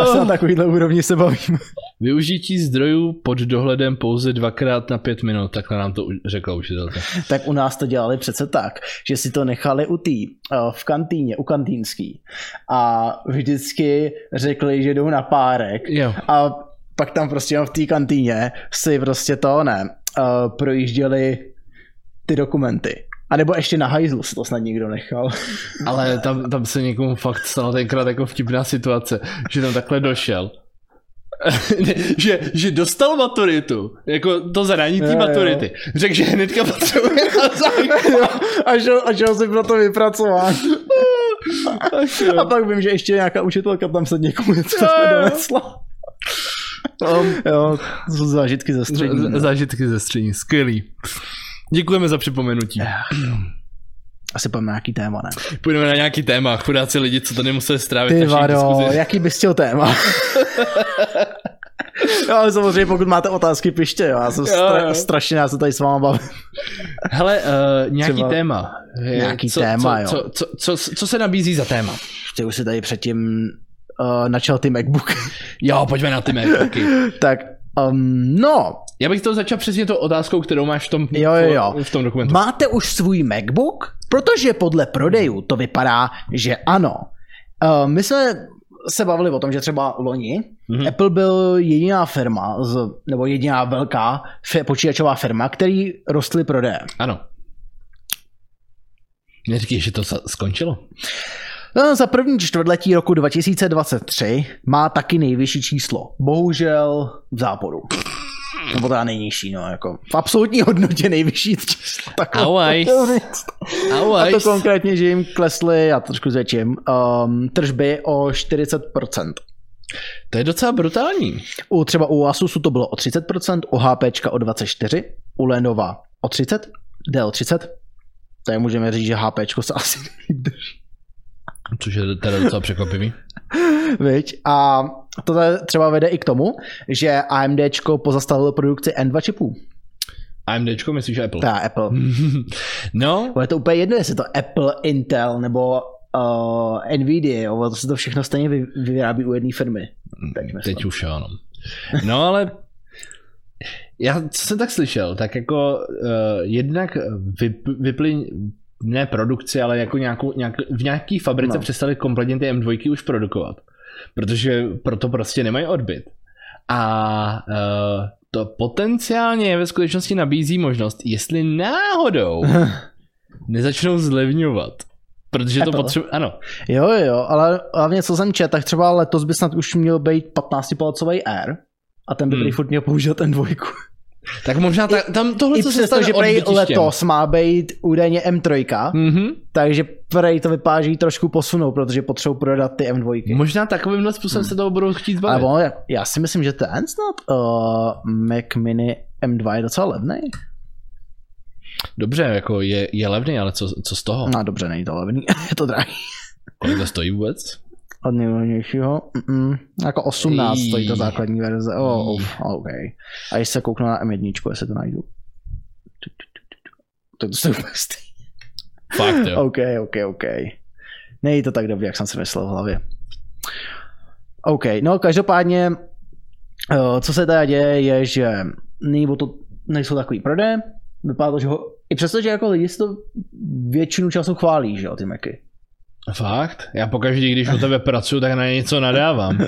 [SPEAKER 1] Asi na
[SPEAKER 2] Oh.
[SPEAKER 1] takovýhle úrovni se bavíme.
[SPEAKER 2] Ah! Využití zdrojů pod dohledem pouze dvakrát na pět minut, takhle nám to u- řekla učitelka.
[SPEAKER 1] Tak u nás to dělali přece tak, že si to nechali u tý, eh, v kantýně, u kantýnský. A vždycky řekli, že jdou na párek.
[SPEAKER 2] Jo.
[SPEAKER 1] A pak tam prostě jenom v té kantýně si prostě to, ne, uh, projížděli ty dokumenty. A nebo ještě na hajzlu si to snad někdo nechal.
[SPEAKER 2] Ale tam, tam se někomu fakt stala tenkrát jako vtipná situace, že tam takhle došel. že, že dostal maturitu, jako to zraní
[SPEAKER 1] Jo,
[SPEAKER 2] té
[SPEAKER 1] jo.
[SPEAKER 2] maturity. Řekl, že hnedka potřebuje na zájem.
[SPEAKER 1] a, šel, a šel si pro to vypracovat.
[SPEAKER 2] Ach jo.
[SPEAKER 1] A pak vím, že ještě nějaká učitelka tam se někomu něco
[SPEAKER 2] Jo, jo.
[SPEAKER 1] donesla.
[SPEAKER 2] Um,
[SPEAKER 1] Jo, to jsou zážitky ze střední.
[SPEAKER 2] z-
[SPEAKER 1] no.
[SPEAKER 2] Zážitky ze střední, skvělý. Děkujeme za připomenutí.
[SPEAKER 1] Asi pojďme na nějaký téma, ne?
[SPEAKER 2] Půjdeme na nějaký téma, chudáci lidi, co tady museli strávit
[SPEAKER 1] Ty
[SPEAKER 2] naší
[SPEAKER 1] vado,
[SPEAKER 2] diskuzi.
[SPEAKER 1] jaký bys chtěl téma? no, ale samozřejmě, pokud máte otázky, pište, jo. Já jsem
[SPEAKER 2] Jo,
[SPEAKER 1] stra-
[SPEAKER 2] jo.
[SPEAKER 1] strašně, já se tady s váma bavím.
[SPEAKER 2] Hele, uh, nějaký
[SPEAKER 1] Třeba-
[SPEAKER 2] téma. Eh,
[SPEAKER 1] Nějaký téma, jo.
[SPEAKER 2] co, co, co, co, co se nabízí za téma?
[SPEAKER 1] Ty už si tady předtím uh, načal ty MacBooky.
[SPEAKER 2] Jo, pojďme na ty MacBooky.
[SPEAKER 1] tak, um, no,
[SPEAKER 2] Já bych to začal přesně tou otázkou, kterou máš v tom,
[SPEAKER 1] Jo, jo, jo.
[SPEAKER 2] V tom dokumentu.
[SPEAKER 1] máte už svůj MacBook? Protože podle prodejů to vypadá, že ano. Uh, my jsme se bavili o tom, že třeba loni
[SPEAKER 2] Mhm.
[SPEAKER 1] mm-hmm. Apple byl jediná firma, z, nebo jediná velká fe- počítačová firma, který rostly prodeje.
[SPEAKER 2] Ano. Neříkej, že to sa- skončilo.
[SPEAKER 1] No, za první čtvrtletí roku 2023 má taky nejvyšší číslo. Bohužel v záporu. Nebo teda nejnižší, no, jako v absolutní hodnotě nejvyšší číslo. Takhle.
[SPEAKER 2] Awajs.
[SPEAKER 1] A
[SPEAKER 2] Awaj.
[SPEAKER 1] to konkrétně, že jim klesly, já to trošku zvětším, um, tržby o 40%.
[SPEAKER 2] to je docela brutální.
[SPEAKER 1] U třeba u Asusu to bylo o 30%, u HPčka o 24%, u Lenova o 30%, Dell 30%. Tady můžeme říct, že HPčko se asi nejde
[SPEAKER 2] Což je teda docela překvapivý.
[SPEAKER 1] Viď? A to tady třeba vede i k tomu, že AMD pozastavilo produkci N2 čipů.
[SPEAKER 2] AMDčko, myslíš Apple?
[SPEAKER 1] Teda Apple.
[SPEAKER 2] No,
[SPEAKER 1] Bo Je to úplně jedno, jestli to Apple, Intel nebo uh, Nvidia, jo? ono to se to všechno stejně vy- vyrábí u jedné firmy. Teď mi
[SPEAKER 2] Hmm, teď už ano. No ale já, co jsem tak slyšel, tak jako uh, jednak vyp, vypli, ne produkci, ale jako nějakou, nějak, v nějaký fabrice
[SPEAKER 1] No.
[SPEAKER 2] no. přestali kompletně ty M2 už produkovat, protože proto prostě nemají odbyt. A uh, to potenciálně ve skutečnosti nabízí možnost, jestli náhodou nezačnou zlevňovat. Protože to
[SPEAKER 1] Apple.
[SPEAKER 2] potřebuje, ano,
[SPEAKER 1] Jo, jo, ale hlavně co jsem čet, tak třeba letos by snad už měl být 15-palcový Air a ten by
[SPEAKER 2] Hmm.
[SPEAKER 1] hmm. furt měl používat N2.
[SPEAKER 2] tak možná ta, tam tohle,
[SPEAKER 1] I
[SPEAKER 2] No, co se
[SPEAKER 1] přesto,
[SPEAKER 2] stane
[SPEAKER 1] že prej
[SPEAKER 2] odbytištěm.
[SPEAKER 1] letos má být údajně M3,
[SPEAKER 2] Mhm.
[SPEAKER 1] takže prej to vypadá, že ji trošku posunou, protože potřebují prodat ty M2.
[SPEAKER 2] Možná takovýmhle způsobem hmm. se toho budou chtít bavit.
[SPEAKER 1] Ale ono, já- já si myslím, že ten snad uh, Mac Mini M2 je docela levný.
[SPEAKER 2] Dobře, jako je, je levný, ale co, co z toho?
[SPEAKER 1] No dobře, není to levný, je to drahý.
[SPEAKER 2] Kolik to stojí vůbec?
[SPEAKER 1] Od nejlevnějšího? Mm-mm. Jako 18 stojí ta
[SPEAKER 2] Jí.
[SPEAKER 1] základní verze. Oh,
[SPEAKER 2] Jí.
[SPEAKER 1] uf, OK. A když se kouknu na M1, jestli to najdu. Tu, tu, tu, tu, tu. To to jsou úplně stejný.
[SPEAKER 2] Fakt, jo.
[SPEAKER 1] OK, OK, OK. Není to tak dobrý, jak jsem si myslel v hlavě. OK, no každopádně, eh, co se teda děje, je, že není o to, nejsou takový prodeje, vypadá to, že ho, i přesto, že jako lidi si to většinu času chválí, že jo, ty Macy.
[SPEAKER 2] Fakt? Já pokaždé, když u tebe pracuju, tak na něco nadávám.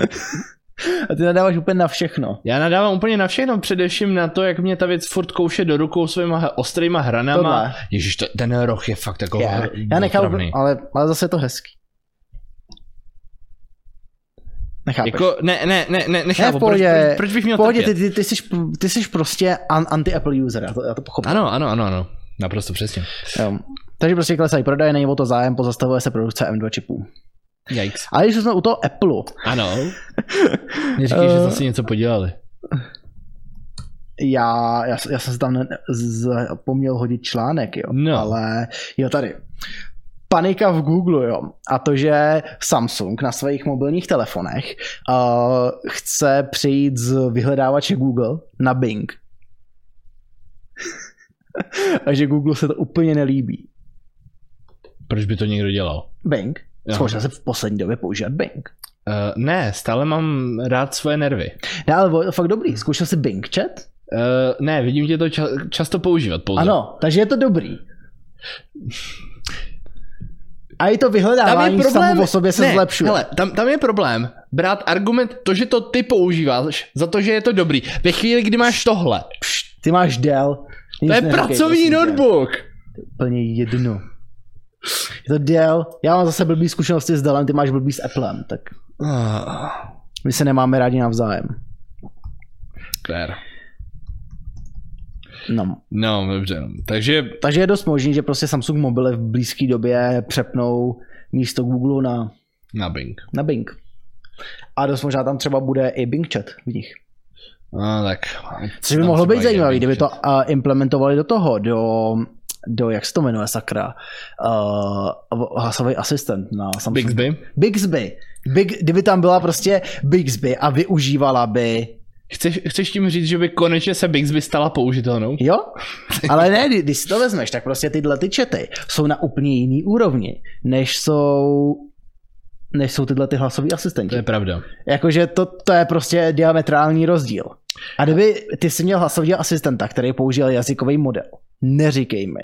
[SPEAKER 1] A ty nadáváš úplně na všechno.
[SPEAKER 2] Já nadávám úplně na všechno, především na to, jak mě ta věc furt kouše do rukou svýma ostrýma hranama.
[SPEAKER 1] Tohle.
[SPEAKER 2] Ježíš, to, ten roh je fakt takový
[SPEAKER 1] Já,
[SPEAKER 2] hr-
[SPEAKER 1] já nechápu,
[SPEAKER 2] Jako otravný.
[SPEAKER 1] ale, ale zase je to hezký. Nechápeš.
[SPEAKER 2] Jako, no, ne, ne, ne, ne,
[SPEAKER 1] Ne,
[SPEAKER 2] nechápu,
[SPEAKER 1] v
[SPEAKER 2] proč,
[SPEAKER 1] pohodě,
[SPEAKER 2] proč, proč, bych měl
[SPEAKER 1] Pohodě,
[SPEAKER 2] trpět?
[SPEAKER 1] ty, ty, ty, jsi, ty jsi prostě an, anti-Apple user, já to, já to pochopím.
[SPEAKER 2] Ano, ano, ano, ano. Naprosto přesně.
[SPEAKER 1] Jo. Takže prostě klesají prodeje, není o to zájem, pozastavuje se produkce M2 čipů.
[SPEAKER 2] Yikes.
[SPEAKER 1] Ale když jsme u toho Apple,
[SPEAKER 2] Ano. Neříkej, že
[SPEAKER 1] Eh.
[SPEAKER 2] zase něco podělali.
[SPEAKER 1] já, já, já jsem se tam ne- zapomněl hodit článek, jo.
[SPEAKER 2] No.
[SPEAKER 1] Ale jo, tady. Panika v Google, jo. A to, že Samsung na svých mobilních telefonech uh, chce přejít z vyhledávače Google na Bing. A že Google se to úplně nelíbí.
[SPEAKER 2] Proč by to někdo dělal?
[SPEAKER 1] Bing?
[SPEAKER 2] Jo.
[SPEAKER 1] Zkoušel se v poslední době používat Bing.
[SPEAKER 2] Uh, ne, stále mám rád svoje nervy.
[SPEAKER 1] Ne, ale bylo to fakt dobrý. Zkoušel jsi Bing chat?
[SPEAKER 2] Uh, ne, vidím tě to ča- často používat pouze.
[SPEAKER 1] Ano, takže je to dobrý. A i to
[SPEAKER 2] Tam
[SPEAKER 1] vyhledávání
[SPEAKER 2] je problém.
[SPEAKER 1] samo o sobě se
[SPEAKER 2] ne,
[SPEAKER 1] zlepšuje.
[SPEAKER 2] Hele, tam, tam je problém. Brát argument to, že to ty používáš, za to, že je to dobrý. Ve chvíli, kdy máš tohle.
[SPEAKER 1] Pšt, ty máš Dell. Nic
[SPEAKER 2] To je
[SPEAKER 1] neříkej,
[SPEAKER 2] pracovní
[SPEAKER 1] prosím tě.
[SPEAKER 2] notebook.
[SPEAKER 1] Úplně jedno. Je to Dell. Já mám zase blbý zkušenosti s Dellem, ty máš blbý s Applem, tak Ah. my se nemáme rádi navzájem.
[SPEAKER 2] Claire.
[SPEAKER 1] No.
[SPEAKER 2] No, dobře. no. Takže
[SPEAKER 1] Takže je dost možný, že prostě Samsung mobily v blízké době přepnou místo Google na,
[SPEAKER 2] na Bing.
[SPEAKER 1] na Bing. A dost možná tam třeba bude i Bing chat v nich.
[SPEAKER 2] No, tak.
[SPEAKER 1] Což by
[SPEAKER 2] Tam
[SPEAKER 1] mohlo
[SPEAKER 2] třeba
[SPEAKER 1] být
[SPEAKER 2] je
[SPEAKER 1] zajímavý,
[SPEAKER 2] Bing
[SPEAKER 1] kdyby to
[SPEAKER 2] chat.
[SPEAKER 1] uh, implementovali do toho, do, do jak se to jmenuje, sakra, uh, hlasový asistent na Samsung.
[SPEAKER 2] Bixby.
[SPEAKER 1] Bixby. Big, kdyby tam byla prostě Bixby a využívala by,
[SPEAKER 2] Chceš, chceš tím říct, že by konečně se Bixby stala použitelnou?
[SPEAKER 1] jo? Ale ne, kdy- když si to vezmeš, tak prostě tyhle ty čety jsou na úplně jiný úrovni, než jsou než jsou tyhle ty hlasový asistenti.
[SPEAKER 2] To je pravda.
[SPEAKER 1] Jakože to, to je prostě diametrální rozdíl. A kdyby ty jsi měl hlasového asistenta, který použil jazykový model, neříkej mi,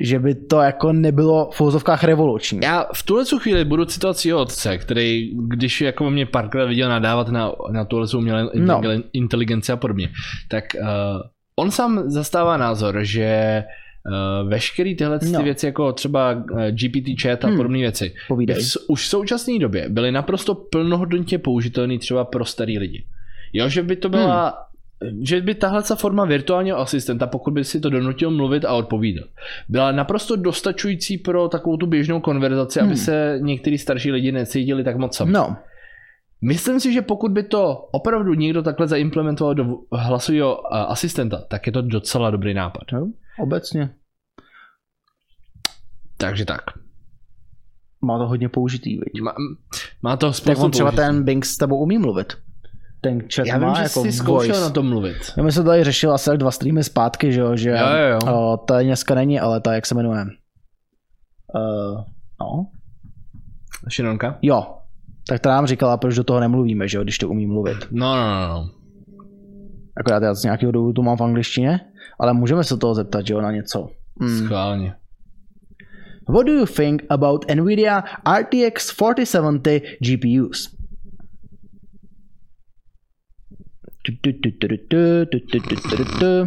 [SPEAKER 1] že by to jako nebylo v fouzovkách revoluční.
[SPEAKER 2] Já v tuhle tu chvíli budu citovat svého otce, který, když jako mě párkrát viděl nadávat na, na tuhle tu umělé
[SPEAKER 1] No.
[SPEAKER 2] no. inteligenci a podobně, tak uh, on sám zastává názor, že uh, veškeré tyhle ty
[SPEAKER 1] No.
[SPEAKER 2] věci, jako třeba eh, GPT chat a
[SPEAKER 1] Hmm.
[SPEAKER 2] hmm. podobné věci,
[SPEAKER 1] Povídej.
[SPEAKER 2] v, s- už v současné době byly naprosto plnohodnotně použitelné třeba pro starý lidi. Jo, že by to byla,
[SPEAKER 1] Hmm.
[SPEAKER 2] že by tahle ta forma virtuálního asistenta, pokud by si to donutil mluvit a odpovídat, byla naprosto dostačující pro takovou tu běžnou konverzaci,
[SPEAKER 1] Hmm.
[SPEAKER 2] aby se některý starší lidi necítili tak moc sami.
[SPEAKER 1] No,
[SPEAKER 2] Myslím si, že pokud by to opravdu někdo takhle zaimplementoval do hlasového a, asistenta, tak je to docela dobrý nápad.
[SPEAKER 1] no, obecně.
[SPEAKER 2] Takže tak.
[SPEAKER 1] Má to hodně použitý, viď?
[SPEAKER 2] Má, má to
[SPEAKER 1] Tak
[SPEAKER 2] spoustu
[SPEAKER 1] on třeba
[SPEAKER 2] použití.
[SPEAKER 1] ten Bing s tebou umí mluvit. Ten chat
[SPEAKER 2] Já
[SPEAKER 1] má
[SPEAKER 2] vím, že
[SPEAKER 1] jako
[SPEAKER 2] jsi zkoušel
[SPEAKER 1] voice.
[SPEAKER 2] na to mluvit.
[SPEAKER 1] Já jsem to tady řešil asi tak dva streamy zpátky, že jo, že
[SPEAKER 2] Jo, jo, jo.
[SPEAKER 1] O, ta dneska není, ale ta, jak se jmenuje? Uh, no,
[SPEAKER 2] Šinonka?
[SPEAKER 1] Jo. Tak ta nám říkala, proč do toho nemluvíme, že jo, když to umí mluvit.
[SPEAKER 2] No, no, no, no.
[SPEAKER 1] Akorát já z nějakého důvodu to mám v angličtině, ale můžeme se toho zeptat, že jo, na něco. Mm.
[SPEAKER 2] Schválně.
[SPEAKER 1] What do you think about Nvidia RTX 4070 GPUs? Tu, tu, tu, tu, tu, tu, tu, tu, tu, tu, tu, tu.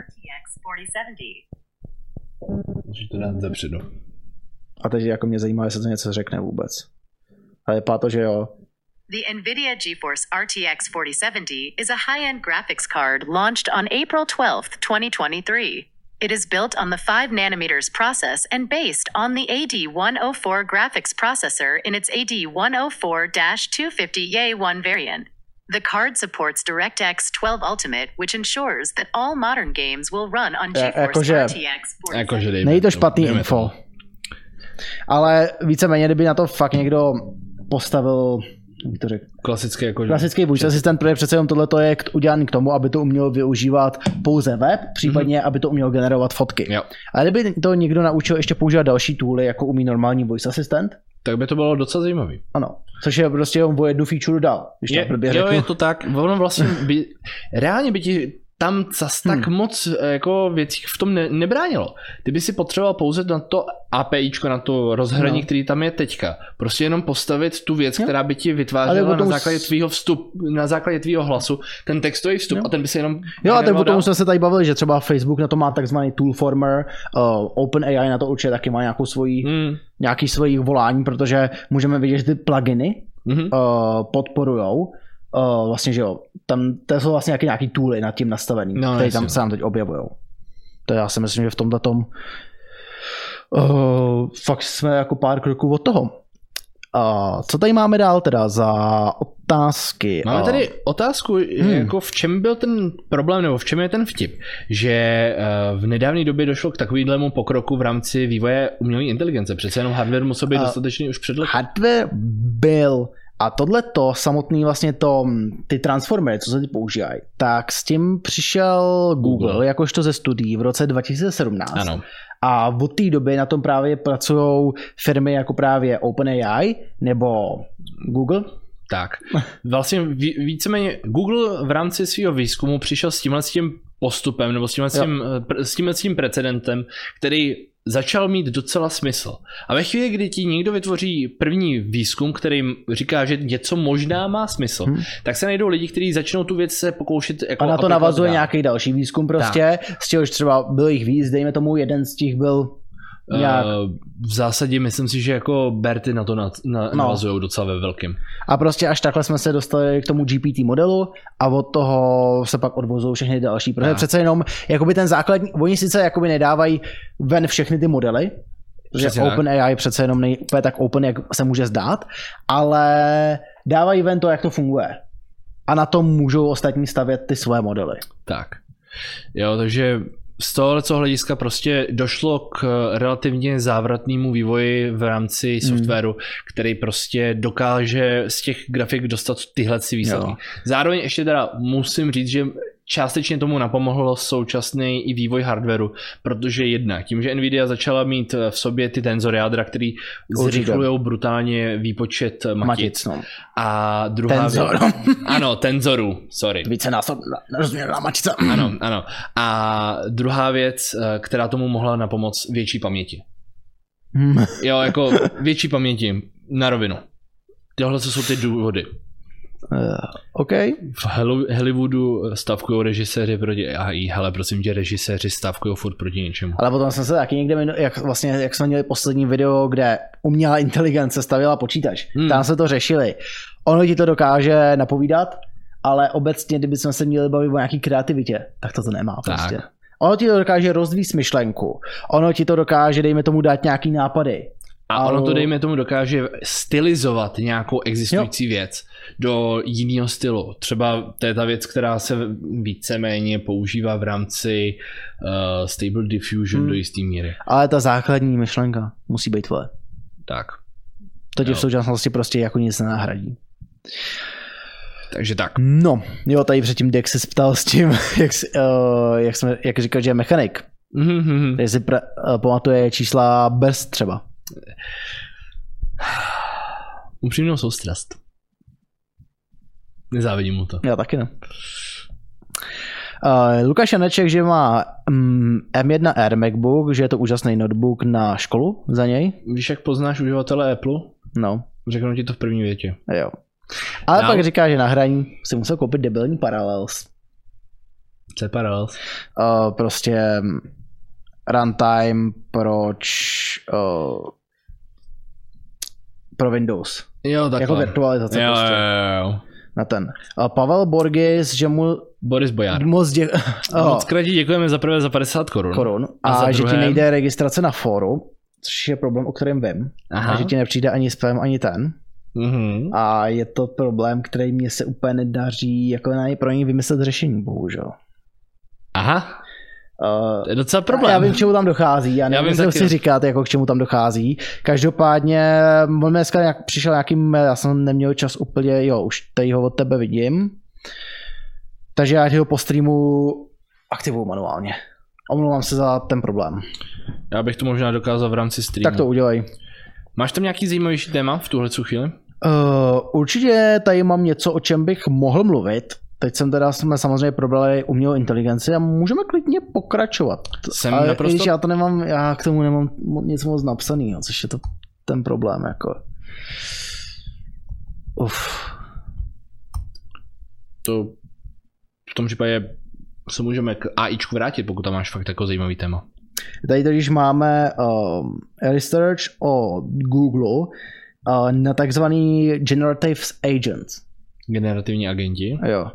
[SPEAKER 3] RTX 4070.
[SPEAKER 2] Můžeš to dát zepředu.
[SPEAKER 1] A teď jako mě zajímá, jestli to něco řekne vůbec. Ale vypadá to, že jo.
[SPEAKER 3] The NVIDIA GeForce RTX 4070 is a high end graphics card launched on April 12, 2023. It is built on the 5 nanometers process and based on the AD104 graphics processor in its AD104 250Y1 variant. The card supports DirectX 12 Ultimate, which ensures that all modern games will run on
[SPEAKER 1] Ja-
[SPEAKER 3] GeForce
[SPEAKER 1] jakože-
[SPEAKER 3] RTX 4070.
[SPEAKER 2] Jakože dej.
[SPEAKER 1] Není to
[SPEAKER 2] tomu,
[SPEAKER 1] špatný
[SPEAKER 2] dejme
[SPEAKER 1] info.
[SPEAKER 2] tomu.
[SPEAKER 1] Ale víceméně, kdyby na to fakt někdo postavil jak bych to řekl,
[SPEAKER 2] Klasické jako...
[SPEAKER 1] klasický voice assistant, protože přece jenom tohle je k- udělané k tomu, aby to umělo využívat pouze web, případně aby to umělo generovat fotky.
[SPEAKER 2] Mhm. Jo.
[SPEAKER 1] A kdyby to někdo naučil ještě používat další tooly, jako umí normální voice assistant,
[SPEAKER 2] Tak by to bylo docela zajímavý.
[SPEAKER 1] ano, což je prostě jenom o jednu feature dál, když to jako-
[SPEAKER 2] Je,
[SPEAKER 1] blbě
[SPEAKER 2] jo,
[SPEAKER 1] řeknu.
[SPEAKER 2] je to tak. Ono vlastně by, reálně by ti tam zas tak
[SPEAKER 1] Hmm.
[SPEAKER 2] moc eh, jako věcí v tom ne, nebránilo. Ty by si potřeboval pouze na to APIčko, na to rozhraní,
[SPEAKER 1] No.
[SPEAKER 2] no. který tam je teďka. Prostě jenom postavit tu věc,
[SPEAKER 1] Jo.
[SPEAKER 2] která by ti
[SPEAKER 1] Ale
[SPEAKER 2] vytvářela na
[SPEAKER 1] potom s-
[SPEAKER 2] základě tvýho vstup, na základě tvýho hlasu, ten textový vstup
[SPEAKER 1] Jo.
[SPEAKER 2] a ten by se jenom...
[SPEAKER 1] Jo, a tak
[SPEAKER 2] generoval
[SPEAKER 1] o tom
[SPEAKER 2] dál.
[SPEAKER 1] jsme se tady bavili, že třeba Facebook na to má takzvaný toolformer, uh, OpenAI na to určitě taky má nějakou svoji,
[SPEAKER 2] Hmm.
[SPEAKER 1] nějaký svoji volání, protože můžeme vidět, že ty pluginy
[SPEAKER 2] Mhm.
[SPEAKER 1] uh, podporujou uh, vlastně, že jo, tam to jsou vlastně nějaký, nějaký tooly nad tím nastavený,
[SPEAKER 2] No,
[SPEAKER 1] no, které
[SPEAKER 2] jasně.
[SPEAKER 1] tam se nám teď objevují. To já si myslím, že v tomhle tom uh, fakt jsme jako pár kroků od toho. Uh, co tady máme dál teda za otázky?
[SPEAKER 2] Máme
[SPEAKER 1] Eh,
[SPEAKER 2] tady otázku,
[SPEAKER 1] Hmm.
[SPEAKER 2] Prostě hmm. jako v čem byl ten problém, nebo v čem je ten vtip, že eh, v nedávné době došlo k takovému pokroku v rámci vývoje umělé inteligence. Přece jenom hardware musel být
[SPEAKER 1] A-
[SPEAKER 2] dostatečný už před lety.
[SPEAKER 1] Eh, hardware byl a tohle to samotný vlastně to, ty transformery, co se ty používají, tak s tím přišel Google,
[SPEAKER 2] Google.
[SPEAKER 1] jakožto ze studií v roce 2017
[SPEAKER 2] Ano.
[SPEAKER 1] a od té doby na tom právě pracují firmy jako právě OpenAI nebo Google.
[SPEAKER 2] Tak. Vlastně ví- víceméně Google v rámci svého výzkumu přišel s tímhle s tím postupem nebo s tímhle, s
[SPEAKER 1] Jo.
[SPEAKER 2] tím, eh, pr- s tímhle s tím precedentem, který začal mít docela smysl. A ve chvíli, kdy ti někdo vytvoří první výzkum, který jim říká, že něco možná má smysl,
[SPEAKER 1] Hmm.
[SPEAKER 2] hmm. tak se najdou lidi, kteří začnou tu věc se pokoušet jako
[SPEAKER 1] A na to
[SPEAKER 2] aplikovat
[SPEAKER 1] navazuje
[SPEAKER 2] dál.
[SPEAKER 1] nějaký další výzkum prostě, z čehož třeba byl jich víc, dejme tomu jeden z těch byl nějak.
[SPEAKER 2] Eh, V zásadě myslím si, že jako Berty na to na,
[SPEAKER 1] No.
[SPEAKER 2] na, navazují docela ve velkým.
[SPEAKER 1] A prostě až takhle jsme se dostali k tomu GPT modelu a od toho se pak odvozují všechny další. Protože
[SPEAKER 2] Tak.
[SPEAKER 1] přece jenom jakoby ten základní, oni sice jakoby nedávají ven všechny ty modely, protože
[SPEAKER 2] Přesně tak.
[SPEAKER 1] OpenAI přece jenom není úplně tak open, jak se může zdát, ale dávají ven to, jak to funguje. A na tom můžou ostatní stavět ty své modely.
[SPEAKER 2] Tak. Jo, takže z tohohle co hlediska prostě došlo k relativně závratnému vývoji v rámci
[SPEAKER 1] Mhm.
[SPEAKER 2] softwaru, který prostě dokáže z těch grafik dostat tyhle si výsledky.
[SPEAKER 1] Jo.
[SPEAKER 2] Zároveň ještě teda musím říct, že částečně tomu napomohlo současný i vývoj hardwareu, protože jedna, tím, že Nvidia začala mít eh, v sobě ty tenzor jádra, který
[SPEAKER 1] Určitě.
[SPEAKER 2] zrychlují brutálně výpočet eh, matic.
[SPEAKER 1] Matic, no.
[SPEAKER 2] A druhá
[SPEAKER 1] Tenzor.
[SPEAKER 2] Věc, ano, tenzorů, sorry.
[SPEAKER 1] Více násobná rozměrná matice.
[SPEAKER 2] Ano, ano. A druhá věc, eh, která tomu mohla na pomoc, větší paměti.
[SPEAKER 1] Hmm.
[SPEAKER 2] Jo, jako větší paměti, na rovinu. Tohle co jsou ty důvody.
[SPEAKER 1] Eh, OK.
[SPEAKER 2] V Hello- Hollywoodu eh, stavkují režiséři proti AI, hele prosím tě, režiséři stavkují furt proti něčemu.
[SPEAKER 1] Ale potom jsem se taky někde, minu- jak, vlastně, jak jsme měli poslední video, kde umělá inteligence stavila počítač, hmm.
[SPEAKER 2] Hmm.
[SPEAKER 1] tam se to řešili. Ono ti to dokáže napovídat, ale obecně, kdyby jsme se měli bavit o nějaký kreativitě, tak to, to nemá
[SPEAKER 2] Tak.
[SPEAKER 1] prostě. Ono ti to dokáže rozvíjet myšlenku, ono ti to dokáže, dejme tomu, dát nějaký nápady.
[SPEAKER 2] A ono to,
[SPEAKER 1] ale-
[SPEAKER 2] dejme tomu, dokáže stylizovat nějakou existující jo. věc do jiného stylu. Třeba to je ta věc, která se víceméně používá v rámci uh, Stable Diffusion
[SPEAKER 1] Hmm.
[SPEAKER 2] hmm. do jisté míry.
[SPEAKER 1] Ale ta základní myšlenka musí být tvoje.
[SPEAKER 2] Tak.
[SPEAKER 1] To ti
[SPEAKER 2] Jo.
[SPEAKER 1] v současnosti prostě jako nic nenahradí.
[SPEAKER 2] Takže tak.
[SPEAKER 1] No, jo, tady předtím Dex se ptal s tím, jak, s- eh, jak, jsme, jak říkal, že je mechanik.
[SPEAKER 2] Mhm.
[SPEAKER 1] Tady si pra, eh, pamatuje čísla bez třeba.
[SPEAKER 2] Upřímnou soustrast. Nezávidím mu to.
[SPEAKER 1] Já taky ne. Uh, Lukáš Janeček, že má um, M1R MacBook, že je to úžasný notebook na školu za něj.
[SPEAKER 2] Víš, jak poznáš uživatele Apple?
[SPEAKER 1] No,
[SPEAKER 2] Řeknu ti to v první větě.
[SPEAKER 1] jo. Ale
[SPEAKER 2] No.
[SPEAKER 1] pak říká, že na hraní si musel koupit debilní Parallels.
[SPEAKER 2] Co je Parallels?
[SPEAKER 1] Uh, prostě mm, runtime proč uh, pro Windows.
[SPEAKER 2] Jo, takhle.
[SPEAKER 1] Jako virtualizace
[SPEAKER 2] no. jo,
[SPEAKER 1] prostě.
[SPEAKER 2] jo, jo, jo.
[SPEAKER 1] Na ten. Uh, Pavel Borges, že mu
[SPEAKER 2] Boris Bojar.
[SPEAKER 1] moc dě...
[SPEAKER 2] Moc krát ti děkujeme za prvé za 50 korun.
[SPEAKER 1] korun a,
[SPEAKER 2] A za
[SPEAKER 1] že ti
[SPEAKER 2] druhé?
[SPEAKER 1] nejde registrace na fóru, což je problém, o kterém vím.
[SPEAKER 2] Aha.
[SPEAKER 1] A že ti nepřijde ani spam, ani ten.
[SPEAKER 2] Mhm.
[SPEAKER 1] A je to problém, který mě se úplně nedaří jako na něj pro něj vymyslet řešení, bohužel.
[SPEAKER 2] Aha.
[SPEAKER 1] Uh,
[SPEAKER 2] To je docela problém.
[SPEAKER 1] Já vím, k čemu tam dochází, já nevím,
[SPEAKER 2] vím
[SPEAKER 1] co
[SPEAKER 2] taky.
[SPEAKER 1] chci říkat, jako k čemu tam dochází. Každopádně, on mi dneska nějak, přišel nějaký mail, já jsem neměl čas úplně, jo, už tady ho od tebe vidím. Takže já ti ho po streamu aktivuju manuálně. Omlouvám se za ten problém.
[SPEAKER 2] Já bych to možná dokázal v rámci streamu.
[SPEAKER 1] Tak to udělej.
[SPEAKER 2] Máš tam nějaký zajímavější téma v tuhle tu chvíli?
[SPEAKER 1] Uh, určitě tady mám něco, o čem bych mohl mluvit. Teď jsem teda, jsme samozřejmě probrali umělou inteligenci a můžeme klidně pokračovat.
[SPEAKER 2] Jsem
[SPEAKER 1] Ale
[SPEAKER 2] naprosto-
[SPEAKER 1] i když já to nemám, já k tomu nemám mo- nic moc napsaného, což je to ten problém, jako. Uf.
[SPEAKER 2] To v tom případě se můžeme k AIčku vrátit, pokud tam máš fakt jako zajímavý téma.
[SPEAKER 1] Tady totiž máme um, research od Google uh, na takzvaný generative agents.
[SPEAKER 2] Generativní agenti.
[SPEAKER 1] Jo.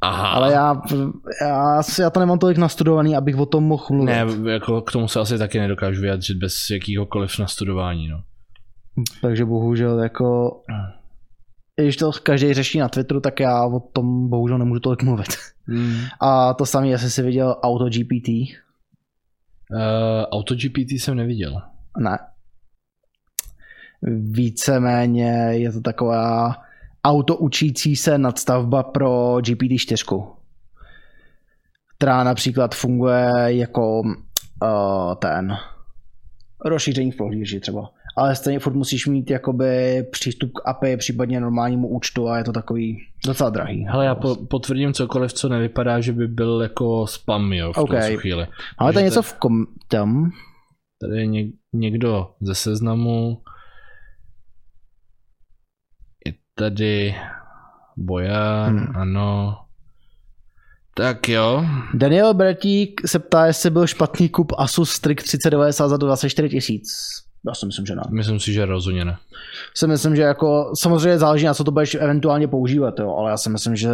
[SPEAKER 2] Aha.
[SPEAKER 1] Ale já, já, si- já to nemám tolik nastudovaný, abych o tom mohl mluvit.
[SPEAKER 2] Ne, jako k tomu se asi taky nedokážu vyjádřit bez jakýhokoliv nastudování, no.
[SPEAKER 1] Takže bohužel jako... i Když to každý řeší na Twitteru, tak já o tom bohužel nemůžu tolik mluvit.
[SPEAKER 2] Mm.
[SPEAKER 1] A to samé, jestli jsi viděl Auto GPT.
[SPEAKER 2] Uh, AutoGPT jsem neviděl.
[SPEAKER 1] Ne. Víceméně je to taková auto učící se nadstavba pro GPT-4, která například funguje jako uh, ten rozšíření v prohlíži třeba. Ale stejně furt musíš mít jakoby přístup k API, případně normálnímu účtu a je to takový docela drahý.
[SPEAKER 2] Hele, já po, potvrdím cokoliv, co nevypadá, že by byl jako spam, jo, v
[SPEAKER 1] OK.
[SPEAKER 2] okay. chvíli.
[SPEAKER 1] Máme tady
[SPEAKER 2] že
[SPEAKER 1] něco
[SPEAKER 2] to-
[SPEAKER 1] v kom... tam?
[SPEAKER 2] Tady je něk, někdo ze seznamu. Je tady Bojan,
[SPEAKER 1] Hmm.
[SPEAKER 2] hmm. ano. Tak jo,
[SPEAKER 1] Daniel Bratík se ptá, jestli byl špatný kup Asus Strix 3090 za 24 tisíc. Já si myslím, že ne.
[SPEAKER 2] myslím si, že rozhodně ne.
[SPEAKER 1] si myslím, že jako samozřejmě záleží na co to budeš eventuálně používat, jo, ale já si myslím, že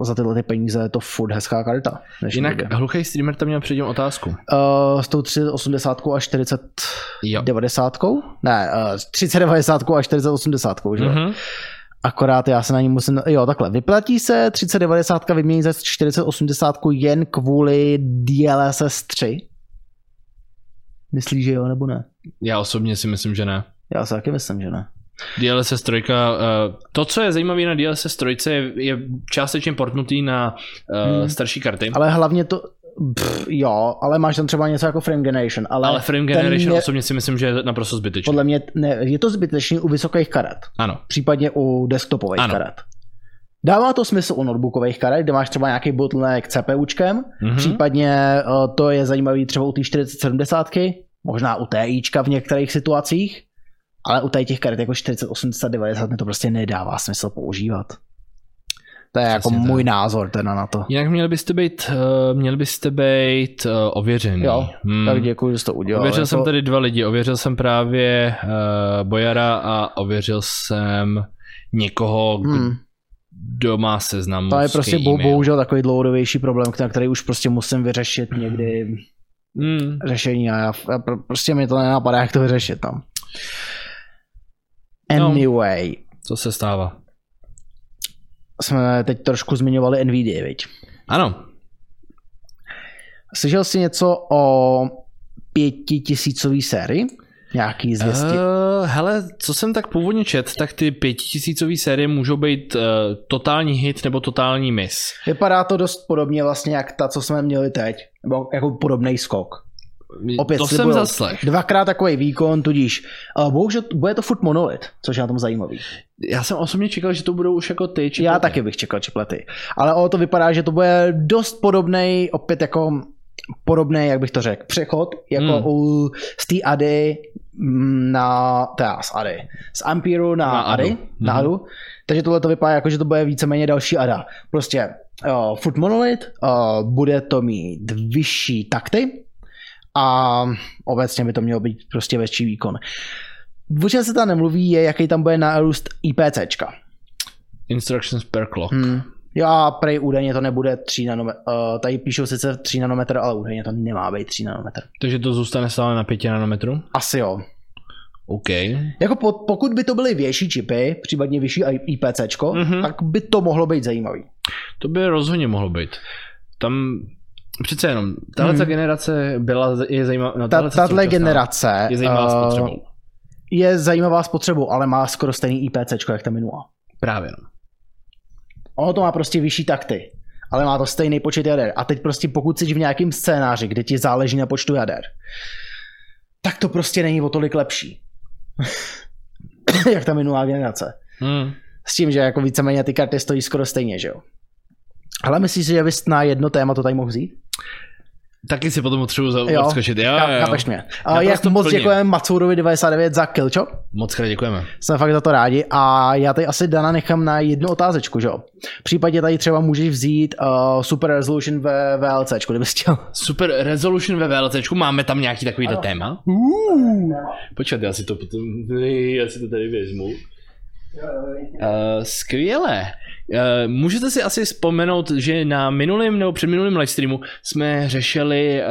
[SPEAKER 1] za tyhle ty peníze je to furt hezká karta. v dnešní
[SPEAKER 2] Jinak
[SPEAKER 1] době.
[SPEAKER 2] hluchý streamer tam měl předtím otázku.
[SPEAKER 1] uh, s tou 380 a 40
[SPEAKER 2] Jo.
[SPEAKER 1] 90 Ne, uh, 3090 a 4080, že? Mm-hmm.
[SPEAKER 2] Mhm.
[SPEAKER 1] Akorát já se na ní musím... Jo, takhle. Vyplatí se 3090 vyměnit za 4080 jen kvůli DLSS 3? Myslíš, že jo nebo ne?
[SPEAKER 2] Já osobně si myslím, že ne.
[SPEAKER 1] Já si taky myslím, že ne.
[SPEAKER 2] DLSS 3, eh, to, co je zajímavé na DLSS 3, je, je částečně portnutý na eh,
[SPEAKER 1] Hmm.
[SPEAKER 2] starší karty.
[SPEAKER 1] Ale hlavně to... Pff, jo, ale máš tam třeba něco jako Frame Generation, ale,
[SPEAKER 2] Ale Frame Generation
[SPEAKER 1] je-
[SPEAKER 2] je... osobně si myslím, že je naprosto zbytečný.
[SPEAKER 1] podle mě ne, je to zbytečný u vysokých karet,
[SPEAKER 2] Ano.
[SPEAKER 1] případně u desktopových ano.
[SPEAKER 2] Ano.
[SPEAKER 1] karet. Dává to smysl u notebookových karet, kde máš třeba nějaký bottleneck CPUčkem,
[SPEAKER 2] Mhm.
[SPEAKER 1] případně eh, to je zajímavý třeba u té 4070, možná u TIčka v některých situacích, ale u tady těch karet jako 4080, 90 mi to prostě nedává smysl používat. To je jako
[SPEAKER 2] Přesně tak. Mhm.
[SPEAKER 1] můj názor teda na to.
[SPEAKER 2] Jinak měli byste být, eh, měli byste být eh, ověřený.
[SPEAKER 1] Jo,
[SPEAKER 2] Hmm.
[SPEAKER 1] Tak děkuji, že jsi to udělal.
[SPEAKER 2] Ověřil
[SPEAKER 1] jako-
[SPEAKER 2] jsem tady dva lidi. Ověřil jsem právě uh, Bojara a ověřil jsem někoho,
[SPEAKER 1] Hmm.
[SPEAKER 2] kdo má seznam.
[SPEAKER 1] To je
[SPEAKER 2] s
[SPEAKER 1] prostě bo,
[SPEAKER 2] e-mail.
[SPEAKER 1] bohužel takový dlouhodobější problém, který, který už prostě musím vyřešit někdy
[SPEAKER 2] Hmm.
[SPEAKER 1] řešení a já, já pr- prostě mi to nenapadá, jak to vyřešit tam.
[SPEAKER 2] No.
[SPEAKER 1] Anyway,
[SPEAKER 2] Co se stává?
[SPEAKER 1] jsme teď trošku zmiňovali NVIDIA, viď?
[SPEAKER 2] Ano.
[SPEAKER 1] Slyšel jsi něco o pětitisícový sérii? Nějaký zvěsti? Uh,
[SPEAKER 2] Uh, hele, co jsem tak původně čet, tak ty pětitisícový série můžou být uh, totální hit nebo totální miss.
[SPEAKER 1] Vypadá to dost podobně vlastně jak ta, co jsme měli teď. Nebo jako podobný skok. Opět
[SPEAKER 2] to jsem
[SPEAKER 1] slibujou
[SPEAKER 2] zaslech.
[SPEAKER 1] Dvakrát takový výkon, tudíž uh, bohužel bude to furt monolit, což je na tom zajímavý.
[SPEAKER 2] Já jsem osobně čekal, že to budou už jako ty či
[SPEAKER 1] Já
[SPEAKER 2] ty.
[SPEAKER 1] taky bych čekal čiplety. Ale o to vypadá, že to bude dost podobný, opět jako podobný, jak bych to řekl, přechod, jako
[SPEAKER 2] Hmm.
[SPEAKER 1] u z té Ady mm, na, teda z Ady, z Ampiru na, na
[SPEAKER 2] Na
[SPEAKER 1] Ady,
[SPEAKER 2] Adu.
[SPEAKER 1] Adu. na
[SPEAKER 2] Mhm.
[SPEAKER 1] Adu. Takže tohle to vypadá jako, že to bude víceméně další Ada. Prostě uh, Food Monolith, uh, bude to mít vyšší takty a obecně by to mělo být prostě větší výkon. O čem se tam nemluví, je, jaký tam bude nárůst IPCčka.
[SPEAKER 2] Instructions per clock.
[SPEAKER 1] Hmm. Jo, a prej údajně to nebude 3 nanometr. Uh, tady píšou sice 3 nanometr, ale údajně to nemá být 3 nanometr.
[SPEAKER 2] Takže to zůstane stále na 5 nanometru?
[SPEAKER 1] Asi jo.
[SPEAKER 2] OK.
[SPEAKER 1] Jako po, pokud by to byly větší čipy, případně vyšší I- IPCčko, mm-hmm.
[SPEAKER 2] Mhm.
[SPEAKER 1] tak by to mohlo být zajímavý.
[SPEAKER 2] To by rozhodně mohlo být. Tam Přece jenom, tahle
[SPEAKER 1] Hmm.
[SPEAKER 2] hmm. generace byla, je zajímavá. No,
[SPEAKER 1] Ta,
[SPEAKER 2] tahleta
[SPEAKER 1] tato
[SPEAKER 2] současná
[SPEAKER 1] generace
[SPEAKER 2] Je zajímavá
[SPEAKER 1] eh,
[SPEAKER 2] spotřebou.
[SPEAKER 1] je zajímavá spotřebou, ale má skoro stejný IPC, jak ta minulá.
[SPEAKER 2] Právě. No.
[SPEAKER 1] Ono to má prostě vyšší takty, ale má to stejný počet jader. A teď prostě pokud jsi v nějakém scénáři, kde ti záleží na počtu jader, tak to prostě není o tolik lepší. jak ta minulá generace.
[SPEAKER 2] Hmm.
[SPEAKER 1] S tím, že jako víceméně ty karty stojí skoro stejně, že jo. Ale myslíš si, že bys na jedno téma to tady mohl vzít?
[SPEAKER 2] Taky si potom potřebuji
[SPEAKER 1] Jo.
[SPEAKER 2] za- odskočit. Jo,
[SPEAKER 1] Ka-
[SPEAKER 2] jo,
[SPEAKER 1] Kapeš
[SPEAKER 2] jo.
[SPEAKER 1] mě. A jak
[SPEAKER 2] Naprosto
[SPEAKER 1] moc
[SPEAKER 2] plně.
[SPEAKER 1] děkujeme Macurovi 99 za Killchop.
[SPEAKER 2] Moc krát děkujeme.
[SPEAKER 1] Jsme fakt za to rádi a já tady asi Dana nechám na jednu otázečku, že jo? V případě tady třeba můžeš vzít uh, Super Resolution ve VLC, kdybys chtěl.
[SPEAKER 2] Super Resolution ve VLCčku, máme tam nějaký takovýhle téma?
[SPEAKER 1] Uh.
[SPEAKER 2] Počkat, já si to potom, já si to tady vezmu. Uh, skvěle. Uh, můžete si asi vzpomenout, že na minulém nebo předminulém livestreamu jsme řešili,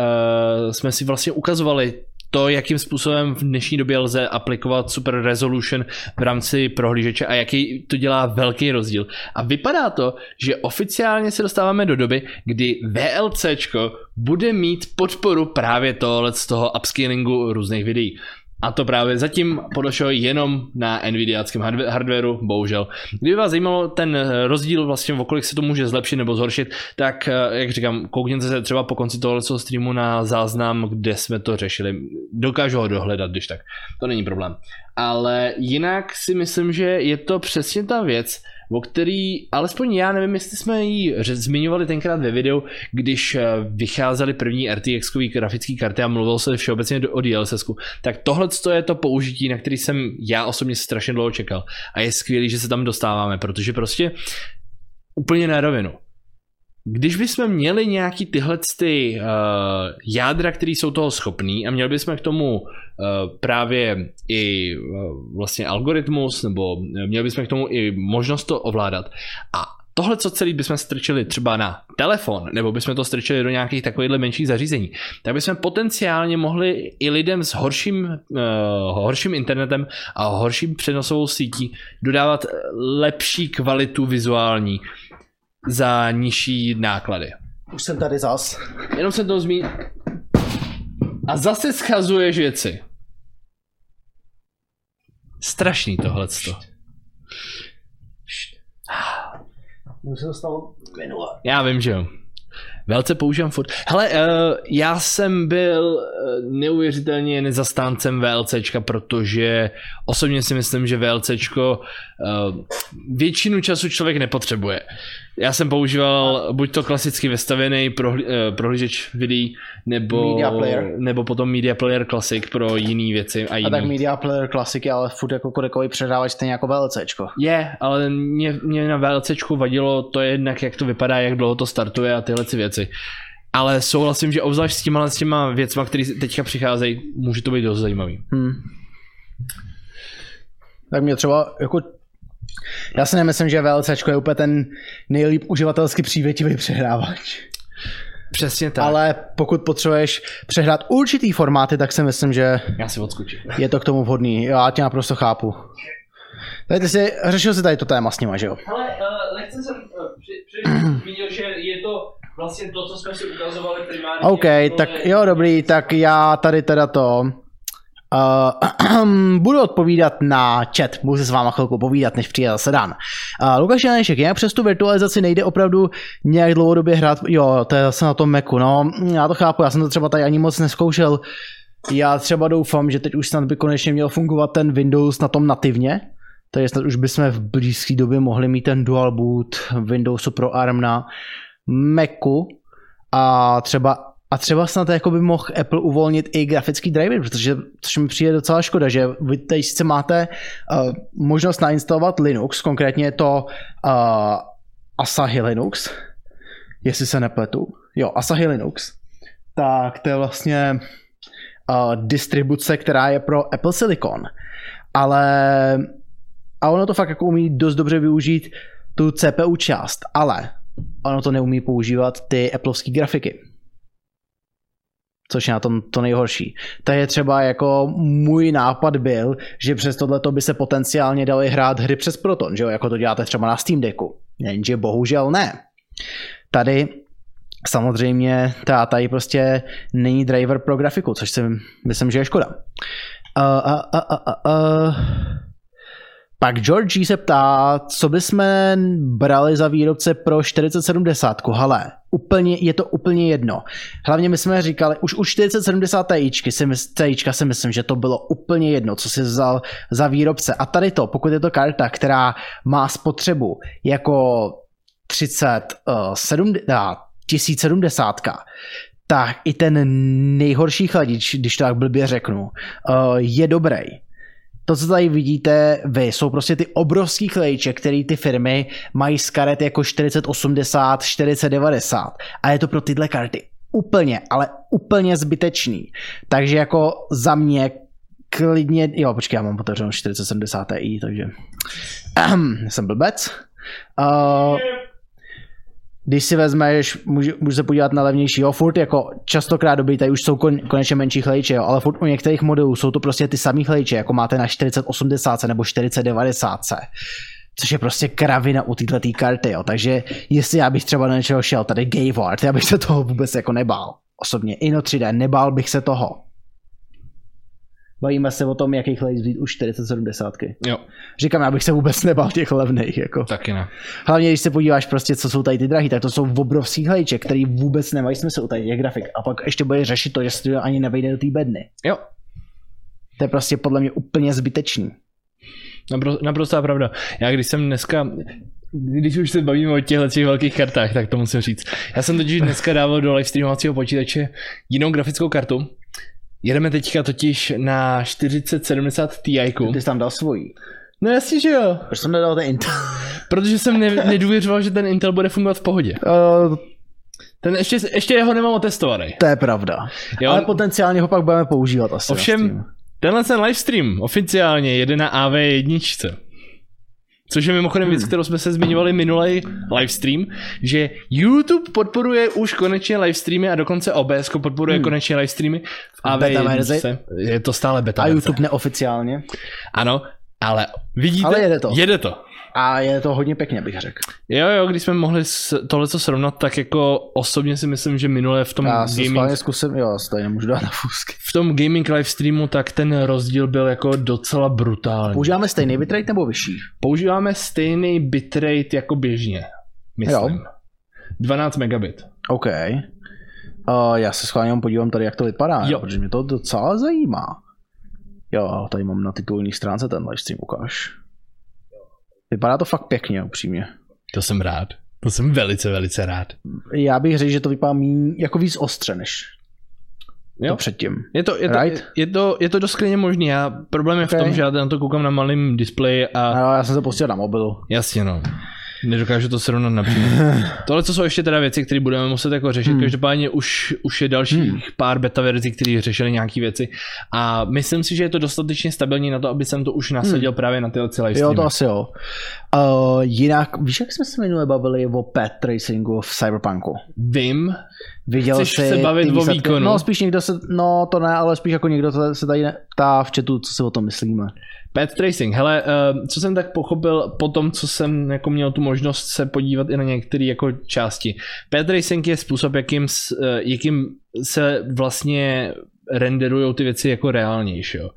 [SPEAKER 2] uh, jsme si vlastně ukazovali to, jakým způsobem v dnešní době lze aplikovat Super Resolution v rámci prohlížeče a jaký to dělá velký rozdíl. A vypadá to, že oficiálně se dostáváme do doby, kdy VLCčko bude mít podporu právě tohle z toho upscalingu různých videí. A to právě zatím podešlo jenom na NVIDIáckém hardwa- hardwareu, bohužel. Kdyby vás zajímalo ten eh, rozdíl vlastně, o kolik se to může zlepšit nebo zhoršit, tak, eh, jak říkám, koukněte se třeba po konci tohoto streamu na záznam, kde jsme to řešili. Dokážu ho dohledat, když tak. To není problém. Ale jinak si myslím, že je to přesně ta věc, o který, alespoň já nevím, jestli jsme ji ře- zmiňovali tenkrát ve videu, když eh, vycházely první RTX grafické karty a mluvilo se všeobecně do- o DLSS, tak tohle je to použití, na který jsem já osobně strašně dlouho čekal. A je skvělý, že se tam dostáváme, protože prostě úplně na rovinu. Když bychom měli nějaký tyhle ty uh, jádra, které jsou toho schopný a měli bychom k tomu uh, právě i uh, vlastně algoritmus, nebo eh, měli bychom k tomu i možnost to ovládat. A tohle, co celý bychom strčili třeba na telefon, nebo bychom to strčili do nějakých takových menších zařízení, tak bychom potenciálně mohli i lidem s horším, eh, horším internetem a horším přenosovou sítí dodávat eh, lepší kvalitu vizuální za nižší náklady.
[SPEAKER 1] Už jsem tady zas.
[SPEAKER 2] Jenom jsem to zmínil. A zase schazuješ věci. Strašný tohleto.
[SPEAKER 1] Už se dostal minule.
[SPEAKER 2] Já vím, že jo. Velce používám furt. Hele, uh, já jsem byl uh, neuvěřitelně nezastáncem VLCčka, protože osobně si myslím, že VLCčko uh, většinu času člověk nepotřebuje. Já jsem používal buď to klasicky vestavěný prohlí, uh, prohlížeč videí, nebo,
[SPEAKER 1] Media player.
[SPEAKER 2] nebo potom Media Player Classic pro jiné věci a
[SPEAKER 1] A
[SPEAKER 2] jiný.
[SPEAKER 1] tak Media Player Classic je ale furt jako korekový předávač stejně jako VLCčko.
[SPEAKER 2] Je, ale mě, mě na VLCčku vadilo to jednak, jak to vypadá, jak dlouho to startuje a tyhle ty věci. Ale souhlasím, že obzvlášť s těma, s těma věcma, které teďka přicházejí, může to být dost zajímavý.
[SPEAKER 1] Hmm. Tak mě třeba jako já si nemyslím, že VLCčko je úplně ten nejlíp uživatelsky přívětivý přehrávač.
[SPEAKER 2] Přesně tak.
[SPEAKER 1] Tak. Ale pokud potřebuješ přehrát určitý formáty, tak si myslím, že
[SPEAKER 2] Já si odskočím.
[SPEAKER 1] je to k tomu vhodný. Já tě naprosto chápu. Tady ty jsi, řešil jsi tady to téma s nima, že jo?
[SPEAKER 2] Ale eh, lehce jsem zmínil, že je to vlastně to, co jsme si ukazovali primárně. jako
[SPEAKER 1] OK, tak jo, dobrý, tak já tady teda to... Uh, budu odpovídat na chat, budu se s váma chvilku povídat, než přijde zase Dan. Uh, Lukáš Janešek, jak přes tu virtualizaci nejde opravdu nějak dlouhodobě hrát, jo, to je zase na tom Macu, no, já to chápu, já jsem to třeba tady ani moc neskoušel, já třeba doufám, že teď už snad by konečně měl fungovat ten Windows na tom nativně, takže snad už bychom v blízké době mohli mít ten dual boot Windowsu pro ARM na Macu a třeba a třeba snad jako by mohl Apple uvolnit i grafický driver, protože což mi přijde docela škoda, že vy tady sice máte uh, možnost nainstalovat Linux, konkrétně je to uh, Asahi Linux, jestli se nepletu. Jo, Asahi Linux. Tak to je vlastně uh, distribuce, která je pro Apple Silicon. Ale a ono to fakt jako umí dost dobře využít tu CPU část, ale ono to neumí používat ty Appleovské grafiky. Což je na tom to nejhorší. To je třeba jako můj nápad byl, že přes tohleto by se potenciálně daly hrát hry přes Proton, že jo? Jako to děláte třeba na Steam Decku. Jenže bohužel ne. Tady Samozřejmě ta tady prostě není driver pro grafiku, což si myslím, že je škoda. Uh, uh, uh, uh, uh, uh. Pak Georgie se ptá, co bychom brali za výrobce pro 4070, hele, úplně, je to úplně jedno. Hlavně my jsme říkali, už u 4070 Tičky si, mys- Tička si myslím, že to bylo úplně jedno, co si vzal za výrobce. A tady to, pokud je to karta, která má spotřebu jako 30, uh, 70, 1070, tak i ten nejhorší chladič, když to tak blbě řeknu, uh, je dobrý to, co tady vidíte vy, jsou prostě ty obrovský klejče, který ty firmy mají z karet jako 4080, 4090 a je to pro tyhle karty úplně, ale úplně zbytečný. Takže jako za mě klidně, jo počkej, já mám otevřenou 4070 Ti, takže Ahem, jsem blbec. Uh, když si vezmeš, může, může se podívat na levnější, jo, furt jako častokrát dobrý, tady už jsou kon, konečně menší chlejče, jo, ale furt u některých modelů jsou to prostě ty samý chlejče, jako máte na 4080 nebo 4090, což je prostě kravina u této karty, jo, takže jestli já bych třeba do něčeho šel, tady Gavard, já bych se toho vůbec jako nebál, osobně, Ino 3D, nebál bych se toho. Bavíme se o tom, jaký chlejč vzít už 4070.
[SPEAKER 2] Jo,
[SPEAKER 1] Říkám, já bych se vůbec nebál těch levných, jako.
[SPEAKER 2] taky ne.
[SPEAKER 1] Hlavně, když se podíváš prostě, co jsou tady ty drahý, tak to jsou obrovský hlejče, který vůbec nemají smysl tady těch grafik. A pak ještě bude řešit to, že se to ani nevejde do té bedny.
[SPEAKER 2] Jo,
[SPEAKER 1] To je prostě podle mě úplně zbytečný.
[SPEAKER 2] Napro- naprostá pravda. Já když jsem dneska, když už se bavíme o těchto těch velkých kartách, tak to musím říct. Já jsem totiž dneska dával do livestreamovacího počítače jinou grafickou kartu. Jedeme teďka totiž na 4070 Ti.
[SPEAKER 1] Ty jsi tam dal svojí.
[SPEAKER 2] No jasně, že jo.
[SPEAKER 1] Proč jsem nedal ten Intel?
[SPEAKER 2] Protože jsem ne- nedůvěřoval, že ten Intel bude fungovat v pohodě.
[SPEAKER 1] Uh,
[SPEAKER 2] Ten ještě, ještě ho nemám otestovaný.
[SPEAKER 1] to je pravda.
[SPEAKER 2] Jo.
[SPEAKER 1] Jo. Ale potenciálně ho pak budeme používat asi.
[SPEAKER 2] Ovšem, tenhle ten livestream oficiálně jede na AV1. Což je mimochodem
[SPEAKER 1] Hmm.
[SPEAKER 2] věc, kterou jsme se zmiňovali minulý livestream, že YouTube podporuje už konečně livestreamy a dokonce OBS podporuje hmm. konečně livestreamy v
[SPEAKER 1] Beta verzi?
[SPEAKER 2] AV1. Je to stále beta
[SPEAKER 1] A
[SPEAKER 2] verze.
[SPEAKER 1] YouTube neoficiálně.
[SPEAKER 2] Ano, ale vidíte,
[SPEAKER 1] Ale jede to.
[SPEAKER 2] Jede to.
[SPEAKER 1] A je to hodně pěkně, bych řekl.
[SPEAKER 2] Jo, jo, když jsme mohli s- tohleto srovnat, tak jako osobně si myslím, že minule v tom
[SPEAKER 1] Já si
[SPEAKER 2] gaming
[SPEAKER 1] schválně zkusím, jo, já si tady nemůžu dát na fusky.
[SPEAKER 2] v tom gaming live streamu, tak ten rozdíl byl jako docela brutální.
[SPEAKER 1] Používáme stejný bitrate nebo vyšší?
[SPEAKER 2] Používáme stejný bitrate jako běžně, myslím.
[SPEAKER 1] Jo.
[SPEAKER 2] Jo. 12 megabit.
[SPEAKER 1] OK. Uh, já se schválně jenom podívám tady, jak to vypadá, jo.
[SPEAKER 2] Jo.
[SPEAKER 1] protože mě to docela zajímá. Jo, tady mám na titulní stránce ten livestream, ukáž. Vypadá to fakt pěkně, upřímně.
[SPEAKER 2] To jsem rád. To jsem velice, velice rád.
[SPEAKER 1] Já bych řekl, že to vypadá míň, jako víc ostře, než jo.
[SPEAKER 2] Jo.
[SPEAKER 1] to předtím.
[SPEAKER 2] Je to, je to,
[SPEAKER 1] Right.
[SPEAKER 2] je to, je to dost klidně možný. Já, problém je
[SPEAKER 1] Okay.
[SPEAKER 2] v tom, že já na to koukám na malém displeji a
[SPEAKER 1] No, já jsem se pustil na mobilu.
[SPEAKER 2] Jasně no. Nedokážu to srovnat napřímo. Tohle to jsou ještě teda věci, které budeme muset jako řešit. Hmm. Každopádně už, už je dalších
[SPEAKER 1] Hm,
[SPEAKER 2] hmm. pár beta verzí, které řešily nějaké věci. A myslím si, že je to dostatečně stabilní na to, aby jsem to už nasadil hmm. právě na tyhle celé
[SPEAKER 1] Jo, to asi jo. Uh, jinak, víš, jak jsme se minule bavili o pet tracingu v Cyberpunku?
[SPEAKER 2] Vím.
[SPEAKER 1] Viděl
[SPEAKER 2] Chceš
[SPEAKER 1] jsi
[SPEAKER 2] se bavit
[SPEAKER 1] ty
[SPEAKER 2] o
[SPEAKER 1] výsledky?
[SPEAKER 2] výkonu?
[SPEAKER 1] No, spíš někdo se, no to ne, ale spíš jako někdo to se tady ptá v chatu, co si o tom myslíme.
[SPEAKER 2] Path Tracing. Hele, eh, co jsem tak pochopil po tom, co jsem jako měl tu možnost se podívat i na některé jako části. Path Tracing je způsob, jakým, s- eh, jakým se vlastně renderujou ty věci jako reálnější. Jo.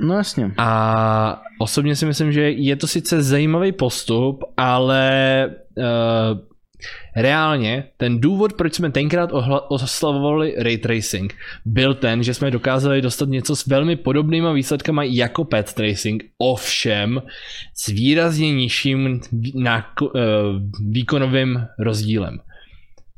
[SPEAKER 1] No jasně.
[SPEAKER 2] A osobně si myslím, že je to sice zajímavý postup, ale uh, reálně ten důvod, proč jsme tenkrát ohla- oslavovali ray tracing, byl ten, že jsme dokázali dostat něco s velmi podobnýma výsledkama jako pet tracing, ovšem s výrazně nižším náko- uh, výkonovým rozdílem.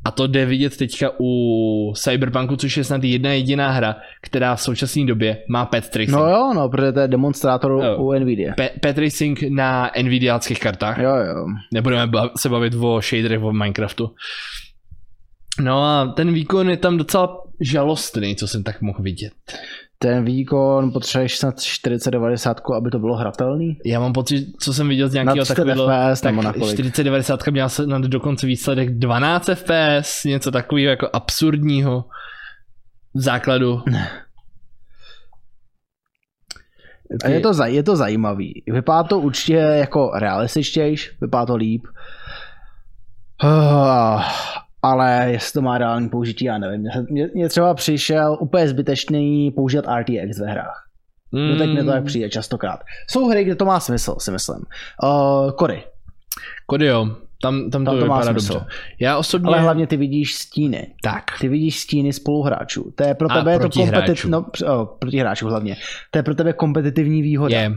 [SPEAKER 2] A to jde vidět teďka u Cyberpunku, což je snad jedna jediná hra, která v současné době má pet tracing.
[SPEAKER 1] No jo, no, protože to je demonstrátor
[SPEAKER 2] Jo.
[SPEAKER 1] u Nvidia.
[SPEAKER 2] Pe- Pet Racing na Nvidiáckých kartách.
[SPEAKER 1] Jo, jo.
[SPEAKER 2] Nebudeme ba- se bavit o shaderech v Minecraftu. No a ten výkon je tam docela žalostný, co jsem tak mohl vidět.
[SPEAKER 1] Ten výkon potřebuješ snad 4090, aby to bylo hratelný.
[SPEAKER 2] Já mám pocit, co jsem viděl z
[SPEAKER 1] Na
[SPEAKER 2] nějakého
[SPEAKER 1] 30
[SPEAKER 2] takového...
[SPEAKER 1] FPS
[SPEAKER 2] Tak
[SPEAKER 1] nebo na kolik?
[SPEAKER 2] 4090 měla snad dokonce výsledek 12 FPS, něco takového jako absurdního v základu.
[SPEAKER 1] A je to, zaj- je to zajímavý. Vypadá to určitě jako realističtějš, vypadá to líp. Ah, ale jestli to má reální použití, já nevím. Mně se- Mně mně třeba přišel úplně zbytečný používat RTX ve hrách.
[SPEAKER 2] Hmm,
[SPEAKER 1] No teď mi to
[SPEAKER 2] Mm.
[SPEAKER 1] tak přijde častokrát. Jsou hry, kde to má smysl, si myslím. Uh, Kory,
[SPEAKER 2] Kody jo, tam,
[SPEAKER 1] tam
[SPEAKER 2] tam, to,
[SPEAKER 1] to má
[SPEAKER 2] vypadá
[SPEAKER 1] smysl.
[SPEAKER 2] dobře. Já osobně...
[SPEAKER 1] Ale hlavně ty vidíš stíny.
[SPEAKER 2] Tak.
[SPEAKER 1] Ty vidíš stíny spoluhráčů. To je pro
[SPEAKER 2] A
[SPEAKER 1] tebe je to kompetit...
[SPEAKER 2] protihráčů.
[SPEAKER 1] No, př- o, protihráčů hlavně. To je pro tebe kompetitivní výhoda.
[SPEAKER 2] Je.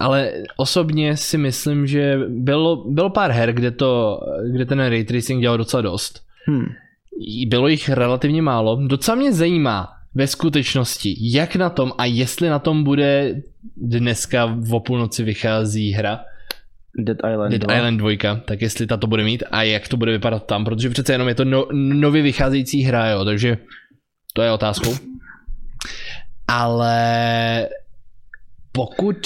[SPEAKER 2] Ale osobně si myslím, že bylo, bylo pár her, kde, to, kde ten ray tracing dělal docela dost.
[SPEAKER 1] Hmm.
[SPEAKER 2] Bylo jich relativně málo. Docela mě zajímá ve skutečnosti, jak na tom a jestli na tom bude dneska v půlnoci vychází hra
[SPEAKER 1] Dead Island
[SPEAKER 2] Dead
[SPEAKER 1] 2.
[SPEAKER 2] Island 2, tak jestli ta to bude mít a jak to bude vypadat tam, protože přece jenom je to no, nově vycházející hra, jo, takže to je otázkou. Ale pokud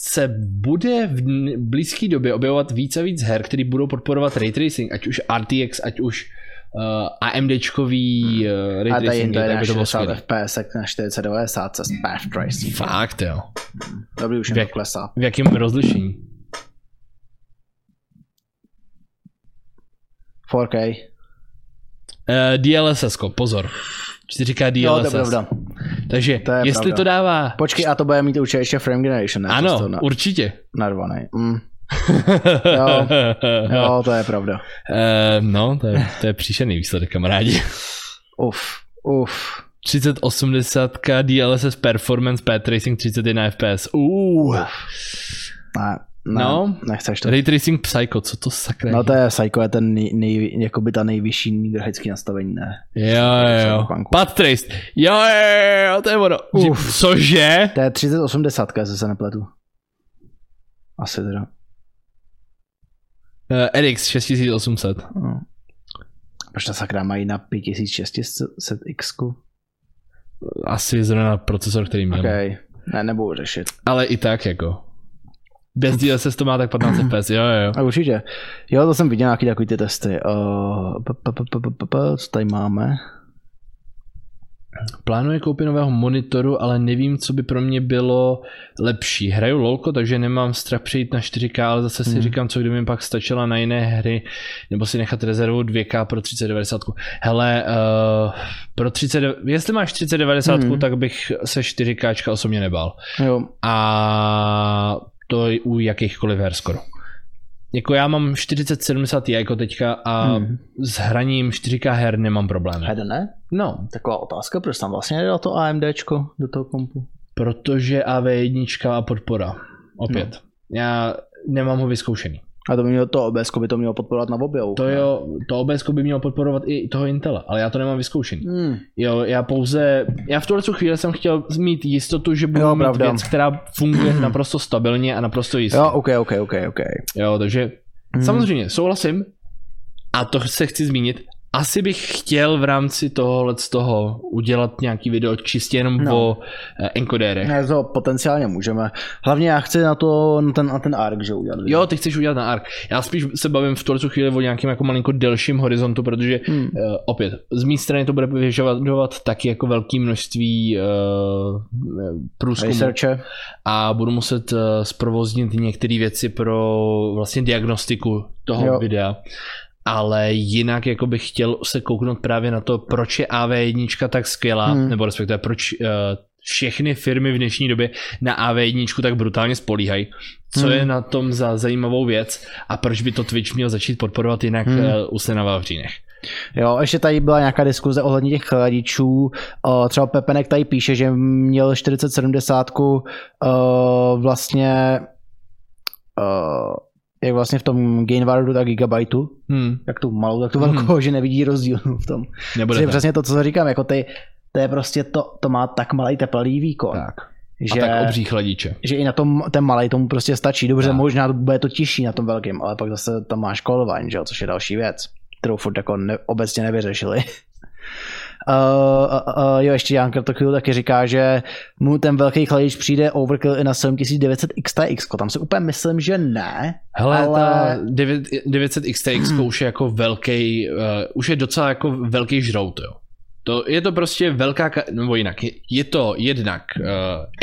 [SPEAKER 2] se bude v n- blízké době objevovat více a víc her, které budou podporovat ray tracing, ať už RTX, ať už uh, AMDčkový uh,
[SPEAKER 1] A
[SPEAKER 2] ray
[SPEAKER 1] tady
[SPEAKER 2] tracing,
[SPEAKER 1] jinde je
[SPEAKER 2] tak
[SPEAKER 1] na
[SPEAKER 2] by to bylo
[SPEAKER 1] 60
[SPEAKER 2] skvělé.
[SPEAKER 1] FPS jak na 4090 se Path Tracing.
[SPEAKER 2] Fakt jo.
[SPEAKER 1] Dobrý, už jim
[SPEAKER 2] Jak-
[SPEAKER 1] to klesá.
[SPEAKER 2] V jakém rozlišení?
[SPEAKER 1] 4K.
[SPEAKER 2] Uh, DLSS, ko, pozor. 4K
[SPEAKER 1] Jo, to
[SPEAKER 2] DLSS.
[SPEAKER 1] je pravda.
[SPEAKER 2] Takže
[SPEAKER 1] To je
[SPEAKER 2] jestli
[SPEAKER 1] pravda.
[SPEAKER 2] to dává...
[SPEAKER 1] Počkej, a to bude mít určitě ještě Frame Generation, ne?
[SPEAKER 2] ano,
[SPEAKER 1] Přesto na,
[SPEAKER 2] určitě.
[SPEAKER 1] narvaný. Mm. Jo. Jo, to je pravda.
[SPEAKER 2] Eh, no, to je, to je příšerný výsledek, kamarádi.
[SPEAKER 1] Uf, uf.
[SPEAKER 2] 3080 DLSS Performance Path Tracing 31 FPS. Uh.
[SPEAKER 1] Ne, ne,
[SPEAKER 2] No.
[SPEAKER 1] nechceš to.
[SPEAKER 2] Ray Tracing Psycho, co to sakra
[SPEAKER 1] No to je Psycho, je ten nej, nej, jakoby ta nejvyšší grafický nastavení, ne?
[SPEAKER 2] Jo, jo, jo.
[SPEAKER 1] Cyberpunku.
[SPEAKER 2] Path Trace. Jo, jo, jo, to je ono.
[SPEAKER 1] Uf.
[SPEAKER 2] Cože?
[SPEAKER 1] To je 3080, jestli se nepletu. Asi teda.
[SPEAKER 2] Eh, RX 6800.
[SPEAKER 1] No. Proč ta sakra mají na 5600 x
[SPEAKER 2] Asi zrovna procesor, který měl.
[SPEAKER 1] OK, ne, nebudu řešit.
[SPEAKER 2] Ale i tak jako. Bez DLSS to má tak 15 FPS, jo, jo, jo.
[SPEAKER 1] A určitě. Jo, to jsem viděl nějaký takový ty testy. Uh, p- p- p- p- p- p- co tady máme?
[SPEAKER 2] Plánuje koupit nového monitoru, ale nevím, co by pro mě bylo lepší. Hraju lolko, takže nemám strach přejít na 4K, ale zase si
[SPEAKER 1] Hmm.
[SPEAKER 2] říkám, co kdyby mi pak stačila na jiné hry, nebo si nechat rezervu 2K pro 3090. Hele, uh, pro 30, jestli máš 3090,
[SPEAKER 1] Hmm.
[SPEAKER 2] tak bych se 4K osobně nebál.
[SPEAKER 1] Jo,
[SPEAKER 2] A to je u jakýchkoliv her skoro. Jako já mám 4070 jako teďka a
[SPEAKER 1] Hmm.
[SPEAKER 2] s hraním 4K her nemám problém.
[SPEAKER 1] hede ne?
[SPEAKER 2] No,
[SPEAKER 1] Taková otázka, proč tam vlastně nedal to AMDčko do toho kompu?
[SPEAKER 2] Protože AV1 a podpora. Opět. Já nemám ho vyzkoušený.
[SPEAKER 1] A to by mělo to OBS, by to mělo podporovat na obě.
[SPEAKER 2] To jo, to OBS by mělo podporovat i toho Intela, ale já to nemám vyzkoušený.
[SPEAKER 1] Hmm.
[SPEAKER 2] Jo, já pouze, já v tuhle tu chvíli jsem chtěl mít jistotu, že budu
[SPEAKER 1] Jo,
[SPEAKER 2] mít
[SPEAKER 1] pravda.
[SPEAKER 2] věc, která funguje naprosto stabilně a naprosto jistě.
[SPEAKER 1] Jo,
[SPEAKER 2] Jo,
[SPEAKER 1] OK, OK, OK, OK.
[SPEAKER 2] jo takže
[SPEAKER 1] Hmm.
[SPEAKER 2] samozřejmě souhlasím a to se chci zmínit. Asi bych chtěl v rámci tohohle z toho udělat nějaký video čistě jenom
[SPEAKER 1] No.
[SPEAKER 2] o eh, enkodérech.
[SPEAKER 1] Ne, to potenciálně můžeme. Hlavně já chci na to, na ten, na ten ARK, že udělat. video.
[SPEAKER 2] Jo, ty chceš udělat na ARK. Já spíš se bavím v tuhle tu chvíli o nějakém jako malinko delším horizontu, protože
[SPEAKER 1] Hmm.
[SPEAKER 2] Uh, opět, z mé strany to bude vyžadovat taky jako velké množství uh, průzkumu
[SPEAKER 1] Researche.
[SPEAKER 2] a budu muset uh, zprovoznit některé věci pro vlastně diagnostiku toho
[SPEAKER 1] Jo.
[SPEAKER 2] jo. videa. Ale jinak jako bych chtěl se kouknout právě na to, proč je AV1 tak skvělá,
[SPEAKER 1] Hmm.
[SPEAKER 2] hmm. nebo respektive proč uh, všechny firmy v dnešní době na AV1 tak brutálně spolíhají. Co
[SPEAKER 1] Hmm.
[SPEAKER 2] je na tom za zajímavou věc a proč by to Twitch měl začít podporovat jinak
[SPEAKER 1] Hmm.
[SPEAKER 2] hmm. uh, u Sena Vavřínech.
[SPEAKER 1] Jo, ještě tady byla nějaká diskuze ohledně těch chladičů. O, třeba Pepenek tady píše, že měl 4070 o, vlastně o, jak vlastně v tom Gainwardu, tak Gigabyteu,
[SPEAKER 2] Hmm.
[SPEAKER 1] jak tu malou, tak tu velkou, že nevidí rozdíl v tom.
[SPEAKER 2] Nebude
[SPEAKER 1] Což je
[SPEAKER 2] tak.
[SPEAKER 1] přesně to, co říkám, jako ty, to je prostě to, to má tak malý teplý výkon.
[SPEAKER 2] Tak.
[SPEAKER 1] Že...
[SPEAKER 2] A tak obří chladiče.
[SPEAKER 1] že i na tom ten malý tomu prostě stačí. Dobře,
[SPEAKER 2] Tak.
[SPEAKER 1] možná bude to těžší na tom velkém, ale pak zase tam máš kolování, že jo, což je další věc, kterou furt jako ne, obecně nevyřešili. Uh, uh, uh, jo, ještě Jan Krtokil taky říká, že mu ten velký chladič přijde overkill i na 7900 XTX. Tam si úplně myslím, že ne.
[SPEAKER 2] Hele,
[SPEAKER 1] Ale-
[SPEAKER 2] ale... ta 9, 900 XTX už je jako velký, uh, už je docela jako velký žrout, jo. To je to prostě velká, ka- nebo jinak, je, je to jednak uh,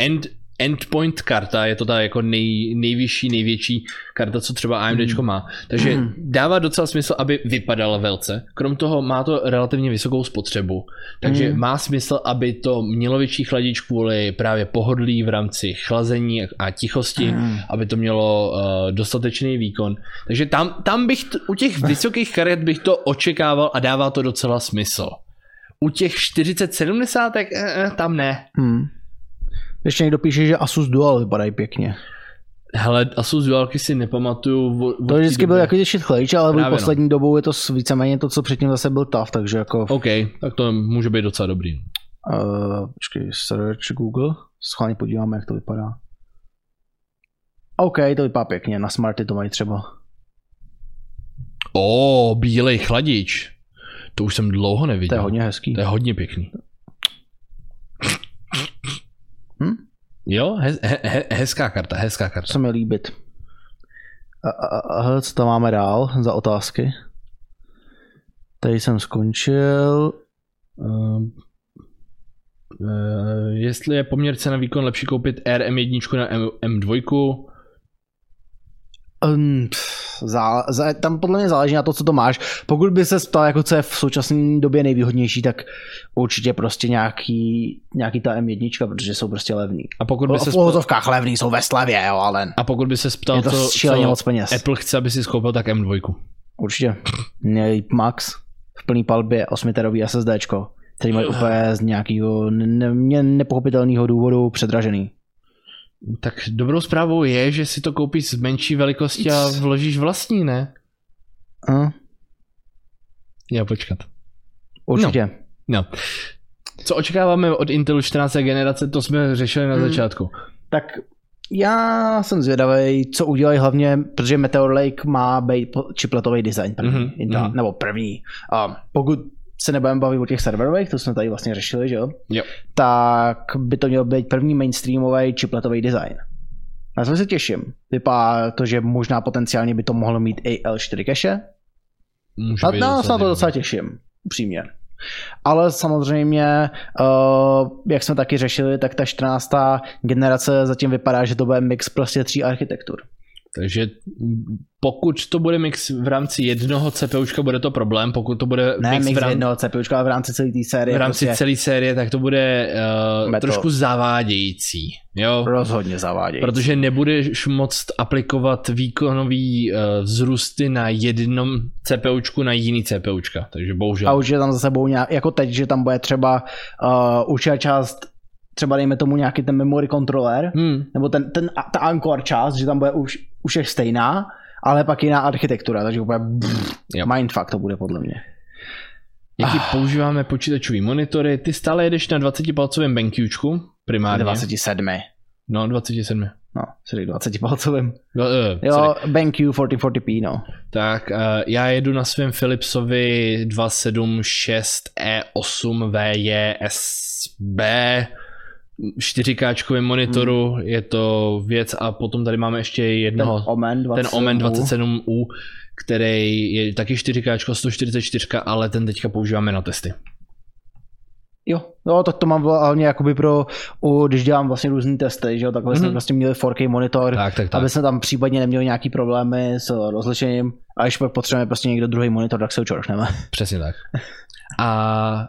[SPEAKER 2] end endpoint karta, je to ta jako nej, nejvyšší, největší karta, co třeba AMD má. Takže dává docela smysl, aby vypadala velce. Krom toho má to relativně vysokou spotřebu, takže má smysl, aby to mělo větší chladič kvůli právě pohodlí v rámci chlazení a tichosti,
[SPEAKER 1] Hmm.
[SPEAKER 2] aby to mělo uh, dostatečný výkon. Takže tam, tam bych t- u těch vysokých karet bych to očekával a dává to docela smysl. U těch 40-70 eh, eh, tam ne.
[SPEAKER 1] Hmm. Ještě někdo píše, že Asus Dual vypadají pěkně.
[SPEAKER 2] Hele, Asus Dualky si nepamatuju. Od, od
[SPEAKER 1] To
[SPEAKER 2] té
[SPEAKER 1] vždycky
[SPEAKER 2] doby.
[SPEAKER 1] byl jako- takový shit chlejč, ale
[SPEAKER 2] Právě
[SPEAKER 1] Právě
[SPEAKER 2] no.
[SPEAKER 1] poslední dobou je to s- víceméně to, co předtím zase byl TAF, takže jako...
[SPEAKER 2] OK, tak to může být docela dobrý.
[SPEAKER 1] Uh, počkej, search Google. Schválně podíváme, jak to vypadá. OK, to vypadá pěkně, na smarty to mají třeba.
[SPEAKER 2] O, oh, bílej chladič. To už jsem dlouho neviděl.
[SPEAKER 1] To je hodně hezký.
[SPEAKER 2] to je hodně pěkný.
[SPEAKER 1] Hm?
[SPEAKER 2] Jo, he, he, he, hezká karta, hezká karta.
[SPEAKER 1] Co mi líbit. A, a, a, co tam máme dál za otázky? Tady jsem skončil.
[SPEAKER 2] Ehm, eh, jestli je poměr cena výkon lepší koupit RM1 na M, M2,
[SPEAKER 1] Um, pff, zá, zá, tam podle mě záleží na to, co to máš. Pokud by se ptal, jako co je v současné době nejvýhodnější, tak určitě prostě nějaký, nějaký ta M1, protože jsou prostě levný.
[SPEAKER 2] a pokud by
[SPEAKER 1] V
[SPEAKER 2] se
[SPEAKER 1] v
[SPEAKER 2] sptal,
[SPEAKER 1] úvozovkách levný jsou ve slevě, jo, ale
[SPEAKER 2] a pokud by se sptal
[SPEAKER 1] je to
[SPEAKER 2] co,
[SPEAKER 1] šíleně moc
[SPEAKER 2] co
[SPEAKER 1] peněz.
[SPEAKER 2] Apple chce, aby si skoupil, tak M2.
[SPEAKER 1] Určitě. Měl Max v plný palbě 8-terový SSDčko, který mají úplně z nějakého ne, ne, nepochopitelného důvodu předražený.
[SPEAKER 2] Tak dobrou zprávou je, že si to koupíš z menší velikosti a vložíš vlastní, ne?
[SPEAKER 1] Hm?
[SPEAKER 2] Já počkat.
[SPEAKER 1] Určitě.
[SPEAKER 2] No. Co očekáváme od Intelu 14. generace, to jsme řešili na
[SPEAKER 1] Mm.
[SPEAKER 2] začátku.
[SPEAKER 1] Tak já jsem zvědavý, co udělají hlavně, protože Meteor Lake má být po- chipletový design první,
[SPEAKER 2] Mhm,
[SPEAKER 1] mm-hmm,
[SPEAKER 2] mhm.
[SPEAKER 1] nebo první. A pokud se nebudeme bavit o těch serverových, to jsme tady vlastně řešili, že jo?
[SPEAKER 2] Jo.
[SPEAKER 1] Tak by to měl být první mainstreamový chipletový design. Na co se těším? Vypadá to, že možná potenciálně by to mohlo mít i L4 cache,
[SPEAKER 2] Může
[SPEAKER 1] na,
[SPEAKER 2] být
[SPEAKER 1] na, na to
[SPEAKER 2] zajímavé.
[SPEAKER 1] docela těším, upřímně. Ale samozřejmě, uh, jak jsme taky řešili, tak ta 14. generace zatím vypadá, že to bude mix prostě tří architektur.
[SPEAKER 2] Takže pokud to bude mix v rámci jednoho CPUčka, bude to problém, pokud to bude
[SPEAKER 1] Ne mix,
[SPEAKER 2] v,
[SPEAKER 1] mix
[SPEAKER 2] rám-
[SPEAKER 1] jednoho CPUčka, ale v rámci celé té série.
[SPEAKER 2] v rámci
[SPEAKER 1] prostě
[SPEAKER 2] celé série, tak to bude uh,
[SPEAKER 1] Bude to-
[SPEAKER 2] trošku zavádějící. Jo?
[SPEAKER 1] Rozhodně zavádějí.
[SPEAKER 2] Protože nebudeš moct aplikovat výkonový uh, vzrůsty na jednom CPUčku na jiný CPUčka, takže bohužel.
[SPEAKER 1] A už je tam za sebou nějak, jako teď, že tam bude třeba uh, určitá část, třeba dejme tomu nějaký ten memory controller,
[SPEAKER 2] Hmm.
[SPEAKER 1] nebo ten, ten, a- ta Anchor část, že tam bude už, už je stejná, ale pak jiná architektura, takže úplně brr,
[SPEAKER 2] Jo.
[SPEAKER 1] mindfuck to bude podle mě.
[SPEAKER 2] Jaký
[SPEAKER 1] Ah.
[SPEAKER 2] používáme počítačový monitory? Ty stále jedeš na 20-palcovém BenQčku primárně.
[SPEAKER 1] 27.
[SPEAKER 2] No, 27.
[SPEAKER 1] No, sorry, 20 palcovým.
[SPEAKER 2] No, eh, sorry.
[SPEAKER 1] Jo, BenQ 1440p, no.
[SPEAKER 2] Tak eh, já jedu na svém Philipsovi E 276E8 VJSB 4K monitoru, hmm. je to věc a potom tady máme ještě
[SPEAKER 1] Ten
[SPEAKER 2] jednoho,
[SPEAKER 1] Omen
[SPEAKER 2] ten
[SPEAKER 1] 27.
[SPEAKER 2] Omen 27U, který je taky 4K, 144, ale ten teďka používáme na testy.
[SPEAKER 1] Jo, no, tak to mám hlavně jakoby pro, u, když dělám vlastně různý testy, že jo, takhle jsme
[SPEAKER 2] Mhm.
[SPEAKER 1] prostě měli 4K monitor,
[SPEAKER 2] Tak, tak, tak.
[SPEAKER 1] aby jsme tam případně neměli nějaký problémy s rozlišením. A když pak potřebujeme prostě někdo druhý monitor, tak se ho čorchneme.
[SPEAKER 2] Přesně tak. A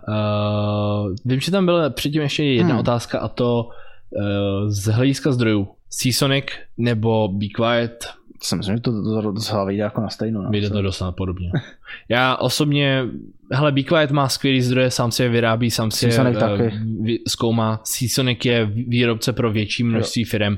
[SPEAKER 2] uh, vím, že tam byla předtím ještě jedna
[SPEAKER 1] Hmm.
[SPEAKER 2] hmm. otázka a to uh, z hlediska zdrojů. Seasonic nebo Be Quiet,
[SPEAKER 1] To si myslím, že to to- to docela vyjde jako na stejnou. No.
[SPEAKER 2] vyjde to dost podobně. Já osobně, hele, Be Quiet má skvělý zdroje, sám si je vyrábí, sám si je
[SPEAKER 1] Seasonic
[SPEAKER 2] eh,
[SPEAKER 1] taky.
[SPEAKER 2] vy- zkoumá. Seasonic je výrobce pro větší množství firm.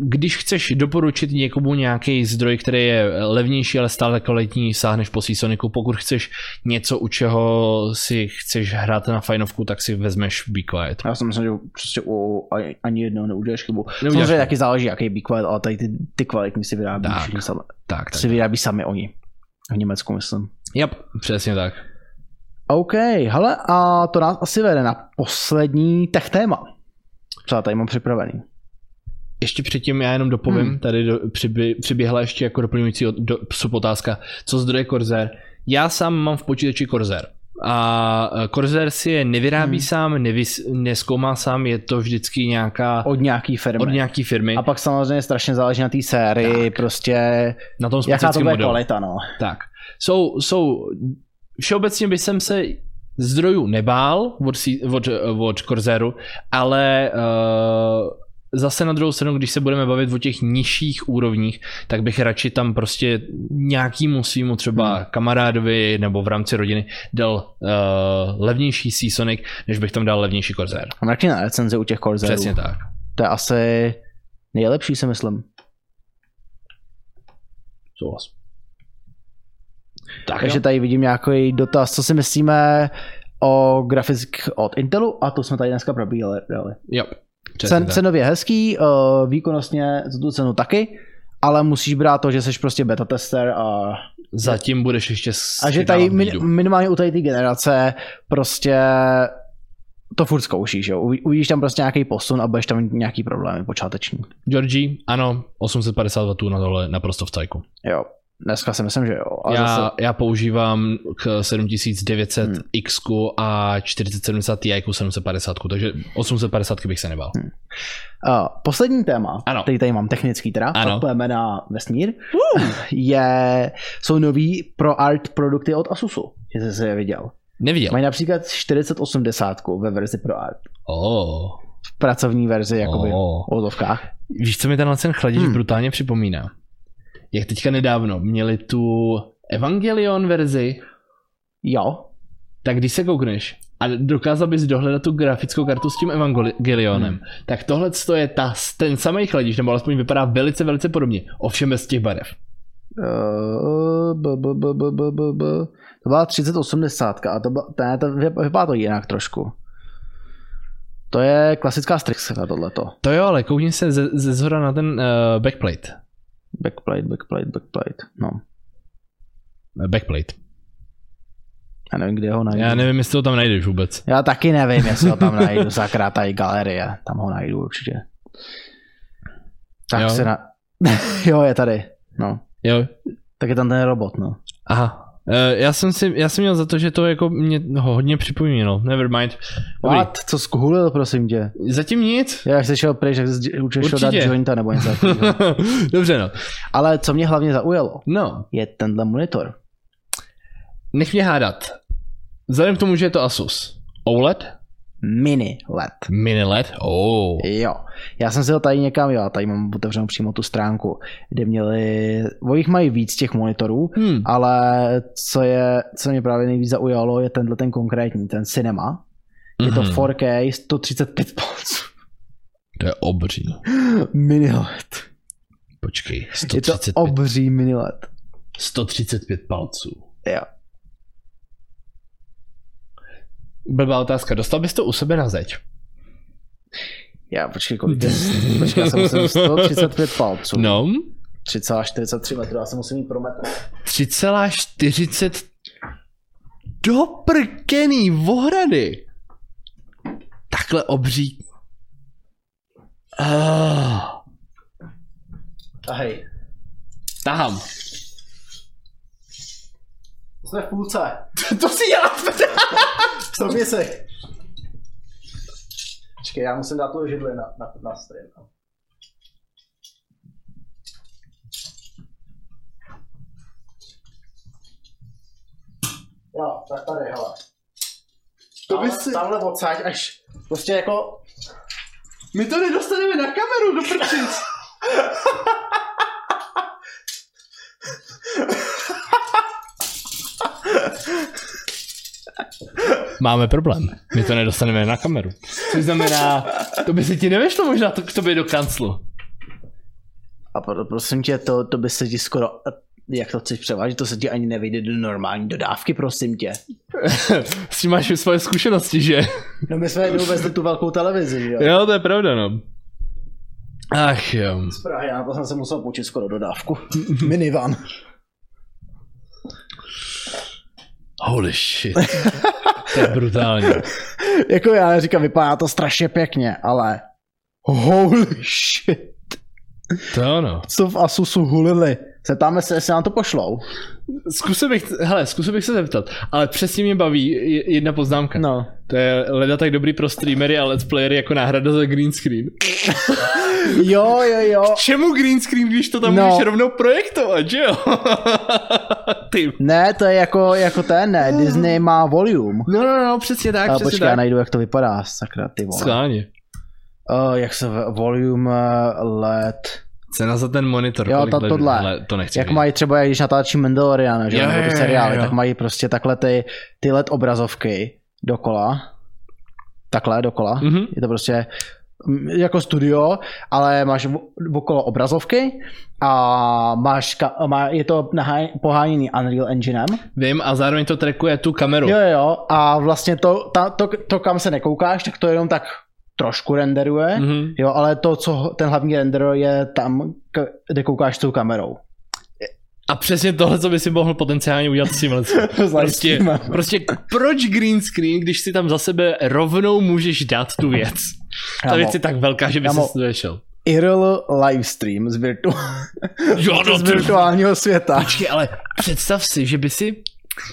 [SPEAKER 2] Když chceš doporučit někomu nějaký zdroj, který je levnější, ale stále kvalitní, sáhneš po Seasonicu. Pokud chceš něco, u čeho si chceš hrát na fajnovku, tak si vezmeš Be Quiet.
[SPEAKER 1] Já si myslím, že prostě u, ani- ani jednoho neuděláš chybu.
[SPEAKER 2] Neuděláš
[SPEAKER 1] Samozřejmě
[SPEAKER 2] chybu.
[SPEAKER 1] taky záleží, jaký Big Quiet, ale tady ty, ty kvalitní si vyrábí
[SPEAKER 2] Tak.
[SPEAKER 1] všichni sami.
[SPEAKER 2] Tak, tak.
[SPEAKER 1] Si vyrábí sami oni. V Německu, myslím.
[SPEAKER 2] Yep, přesně tak.
[SPEAKER 1] OK, hele, a to nás asi vede na poslední tech téma. Co já tady mám připravený.
[SPEAKER 2] Ještě předtím já jenom dopovím,
[SPEAKER 1] Hmm.
[SPEAKER 2] hmm. tady do, přibě, přiběhla ještě jako doplňující od, do, subotázka, co zdroje Corsair. Já sám mám v počítači Corsair. A eh, Corsair si je nevyrábí
[SPEAKER 1] Hmm.
[SPEAKER 2] hmm. sám, nevys, neskoumá sám, je to vždycky nějaká od,
[SPEAKER 1] od nějaký firmy.
[SPEAKER 2] od nějaký firmy.
[SPEAKER 1] A pak samozřejmě strašně záleží na té sérii, tak. prostě
[SPEAKER 2] na tom
[SPEAKER 1] jaká to
[SPEAKER 2] specifickém
[SPEAKER 1] bude
[SPEAKER 2] modelu.
[SPEAKER 1] kvalita, no.
[SPEAKER 2] Tak. Jsou, jsou, všeobecně bych se zdrojů nebál od, si- od, od Corsairu, ale uh, zase na druhou stranu, když se budeme bavit o těch nižších úrovních, tak bych radši tam prostě nějakýmu svýmu třeba
[SPEAKER 1] Hmm.
[SPEAKER 2] kamarádovi nebo v rámci rodiny dal uh, levnější Seasonic, než bych tam dal levnější Corsair.
[SPEAKER 1] A mrkni na recenzi u těch Corsairů.
[SPEAKER 2] Přesně tak.
[SPEAKER 1] To je asi nejlepší, si myslím.
[SPEAKER 2] Souhlas. Tak
[SPEAKER 1] Takže tady vidím nějaký dotaz, co si myslíme o grafick od Intelu a to jsme tady dneska probírali.
[SPEAKER 2] jo. Přesně
[SPEAKER 1] Cen,
[SPEAKER 2] tak.
[SPEAKER 1] cenově hezký, eh, výkonnostně za tu cenu taky, ale musíš brát to, že jsi prostě beta tester a,
[SPEAKER 2] Zatím budeš ještě
[SPEAKER 1] a že
[SPEAKER 2] si
[SPEAKER 1] tady
[SPEAKER 2] dávám
[SPEAKER 1] min,
[SPEAKER 2] bídu.
[SPEAKER 1] minimálně u tady té generace prostě to furt zkoušíš, jo. Uvi- Uvidíš tam prostě nějaký posun a budeš tam mít nějaký problémy počáteční.
[SPEAKER 2] Georgie, ano, 850 W na tohle naprosto v cajku.
[SPEAKER 1] Jo. Dneska si myslím, že jo. Ale
[SPEAKER 2] Já,
[SPEAKER 1] zase,
[SPEAKER 2] já používám k 7900
[SPEAKER 1] Hmm.
[SPEAKER 2] X a 4070 Ti 750, takže 850 bych se nebál.
[SPEAKER 1] uh, poslední téma,
[SPEAKER 2] Ano.
[SPEAKER 1] který tady mám technický teda,
[SPEAKER 2] Ano.
[SPEAKER 1] pak půjdeme na vesmír, je, jsou nový pro art produkty od Asusu, jestli jsi je viděl.
[SPEAKER 2] Neviděl.
[SPEAKER 1] Mají například 4080 ve verzi pro art.
[SPEAKER 2] Oh,
[SPEAKER 1] pracovní verzi, jakoby oh.
[SPEAKER 2] oh.
[SPEAKER 1] o odlovkách.
[SPEAKER 2] Víš, co mi tenhle ten chladič
[SPEAKER 1] Hmm.
[SPEAKER 2] hmm. brutálně připomíná? Jak teďka nedávno měli tu Evangelion verzi,
[SPEAKER 1] Jo,
[SPEAKER 2] tak když se koukneš a dokázal bys dohledat tu grafickou kartu s tím Evangelionem,
[SPEAKER 1] Hmm.
[SPEAKER 2] hmm. tak tohle je ta, ten samý chladič, nebo alespoň vypadá velice, velice podobně, ovšem bez těch barev.
[SPEAKER 1] Eh, b, b, b, b, b, b, b. to byla 3080 a to, byla- ne, to vyp- vypadá to jinak trošku. To je klasická Strixka tohleto.
[SPEAKER 2] To jo, ale koukni se ze, ze zhora na ten uh, backplate.
[SPEAKER 1] Backplate, backplate, backplate. No,
[SPEAKER 2] Eh, Backplate.
[SPEAKER 1] já nevím, kde ho najdu.
[SPEAKER 2] Já nevím, jestli to tam najdeš vůbec.
[SPEAKER 1] Já taky nevím, jestli ho tam najdu, sakra, tady galerie, tam ho najdu určitě. Tak jo.
[SPEAKER 2] Jo.
[SPEAKER 1] se na... jo, je tady, no.
[SPEAKER 2] Jo.
[SPEAKER 1] Tak je tam ten robot, no.
[SPEAKER 2] Aha. Eh, já, jsem si, já jsem měl za to, že to jako mě ho hodně připomínalo. Never mind. Dobrý.
[SPEAKER 1] What? Co skuhulil, prosím tě?
[SPEAKER 2] Zatím nic.
[SPEAKER 1] Já jsi šel pryč, tak jsi určitě šel dát
[SPEAKER 2] Určitě.
[SPEAKER 1] jointa nebo něco takového.
[SPEAKER 2] Dobře no.
[SPEAKER 1] Ale co mě hlavně zaujalo,
[SPEAKER 2] No,
[SPEAKER 1] je tenhle monitor.
[SPEAKER 2] nech mě hádat. Vzhledem k tomu, že je to Asus. E OLED?
[SPEAKER 1] Mini LED.
[SPEAKER 2] Mini LED? Oh.
[SPEAKER 1] Jo. Já jsem si ho tady někam, jo, tady mám otevřenou přímo tu stránku, kde měli, o jich mají víc těch monitorů,
[SPEAKER 2] Hmm.
[SPEAKER 1] ale co je, co mě právě nejvíc zaujalo, je tenhle ten konkrétní, ten Cinema. Je to
[SPEAKER 2] Mhm.
[SPEAKER 1] 4K 135 palců.
[SPEAKER 2] To je obří.
[SPEAKER 1] Mini LED.
[SPEAKER 2] Počkej.
[SPEAKER 1] Je to
[SPEAKER 2] 135,
[SPEAKER 1] obří mini LED.
[SPEAKER 2] 135 palců.
[SPEAKER 1] Jo.
[SPEAKER 2] Blbá otázka. Dostal bys to u sebe na zeď?
[SPEAKER 1] Já počkej, kolik je? Počkej, já jsem musel 135 palců.
[SPEAKER 2] No.
[SPEAKER 1] 3,43 metrů, já se musím mít pro metr.
[SPEAKER 2] 3,40 do prkený vohrady. Takhle obří. Ah,
[SPEAKER 1] A hej,
[SPEAKER 2] tahám.
[SPEAKER 1] jsme v půlce.
[SPEAKER 2] To si děláš?
[SPEAKER 1] Stopni se. Počkej, já musím dát tu židli na, na, na stream. no. Jo, tak tady, hele.
[SPEAKER 2] To by
[SPEAKER 1] Tamhle-
[SPEAKER 2] si-
[SPEAKER 1] Tamhle odsaď až prostě jako...
[SPEAKER 2] My to nedostaneme na kameru, do prčic. Máme problém. My to nedostaneme na kameru. Což znamená, to by se ti nevešlo možná to, k tobě do kanclu.
[SPEAKER 1] A pro, prosím tě, to, to by se ti skoro... Jak to chceš převážit, to se ti ani nevejde do normální dodávky, prosím tě.
[SPEAKER 2] S tím máš svoje zkušenosti, že?
[SPEAKER 1] No my jsme jednou vezli tu velkou televizi, že jo?
[SPEAKER 2] Jo, to je pravda, no. Ach jo.
[SPEAKER 1] Z Prahy, já na to jsem se musel počít skoro dodávku. Minivan.
[SPEAKER 2] Holy shit. To je brutální.
[SPEAKER 1] jako já říkám, vypadá to strašně pěkně, ale holy shit,
[SPEAKER 2] To ano.
[SPEAKER 1] co v Asusu hulili. Zeptáme se, jestli nám to pošlou.
[SPEAKER 2] Zkusil bych, hele, zkusil bych se zeptat, ale přesně mě baví je- jedna poznámka.
[SPEAKER 1] No.
[SPEAKER 2] To je leda tak dobrý pro streamery a let's playery jako náhrada za green screen.
[SPEAKER 1] Jo, jo, jo.
[SPEAKER 2] Čemu green screen, když to tam
[SPEAKER 1] No.
[SPEAKER 2] můžeš rovnou projektovat, že jo? Ty.
[SPEAKER 1] Ne, to je jako, jako ten, ne, Disney má volume.
[SPEAKER 2] No, no, no, přesně tak,
[SPEAKER 1] Ale
[SPEAKER 2] přesně
[SPEAKER 1] počkej, já
[SPEAKER 2] tak.
[SPEAKER 1] najdu, jak to vypadá, sakra, ty vole.
[SPEAKER 2] Skláně.
[SPEAKER 1] Uh, jak se ve- volume eh, LED.
[SPEAKER 2] Cena za ten monitor.
[SPEAKER 1] Jo,
[SPEAKER 2] kolik
[SPEAKER 1] to-
[SPEAKER 2] let-
[SPEAKER 1] tohle.
[SPEAKER 2] hele, to nechci
[SPEAKER 1] Jak
[SPEAKER 2] vědět.
[SPEAKER 1] mají třeba, jak když natáčí Mandaloriana, že
[SPEAKER 2] Jo,
[SPEAKER 1] jo, nebo
[SPEAKER 2] jo,
[SPEAKER 1] ty
[SPEAKER 2] jo,
[SPEAKER 1] seriály,
[SPEAKER 2] jo, jo.
[SPEAKER 1] tak mají prostě takhle ty, ty LED obrazovky dokola. Takhle dokola.
[SPEAKER 2] Mhm.
[SPEAKER 1] Je to prostě mm, jako studio, ale máš v- okolo obrazovky a máš, ka- má, je to nahá- poháněný Unreal Enginem.
[SPEAKER 2] Vím, a zároveň to trackuje tu kameru.
[SPEAKER 1] Jo, jo, jo. A vlastně to, ta, to, to, kam se nekoukáš, tak to jenom tak trošku renderuje. Mm.
[SPEAKER 2] Mhm.
[SPEAKER 1] Jo, ale to, co ho- ten hlavní render je tam, k- kde koukáš s tou kamerou.
[SPEAKER 2] A přesně tohle, co by si mohl potenciálně udělat s tímhle. prostě,
[SPEAKER 1] Streamem.
[SPEAKER 2] prostě proč green screen, když si tam za sebe rovnou můžeš dát tu věc? Ta
[SPEAKER 1] Kámo,
[SPEAKER 2] věc je tak velká, že by
[SPEAKER 1] Kámo.
[SPEAKER 2] se nešel.
[SPEAKER 1] IRL livestream z, virtu-
[SPEAKER 2] Jo, no,
[SPEAKER 1] z
[SPEAKER 2] ty-
[SPEAKER 1] virtuálního světa.
[SPEAKER 2] Počkej, ale představ si, že by si,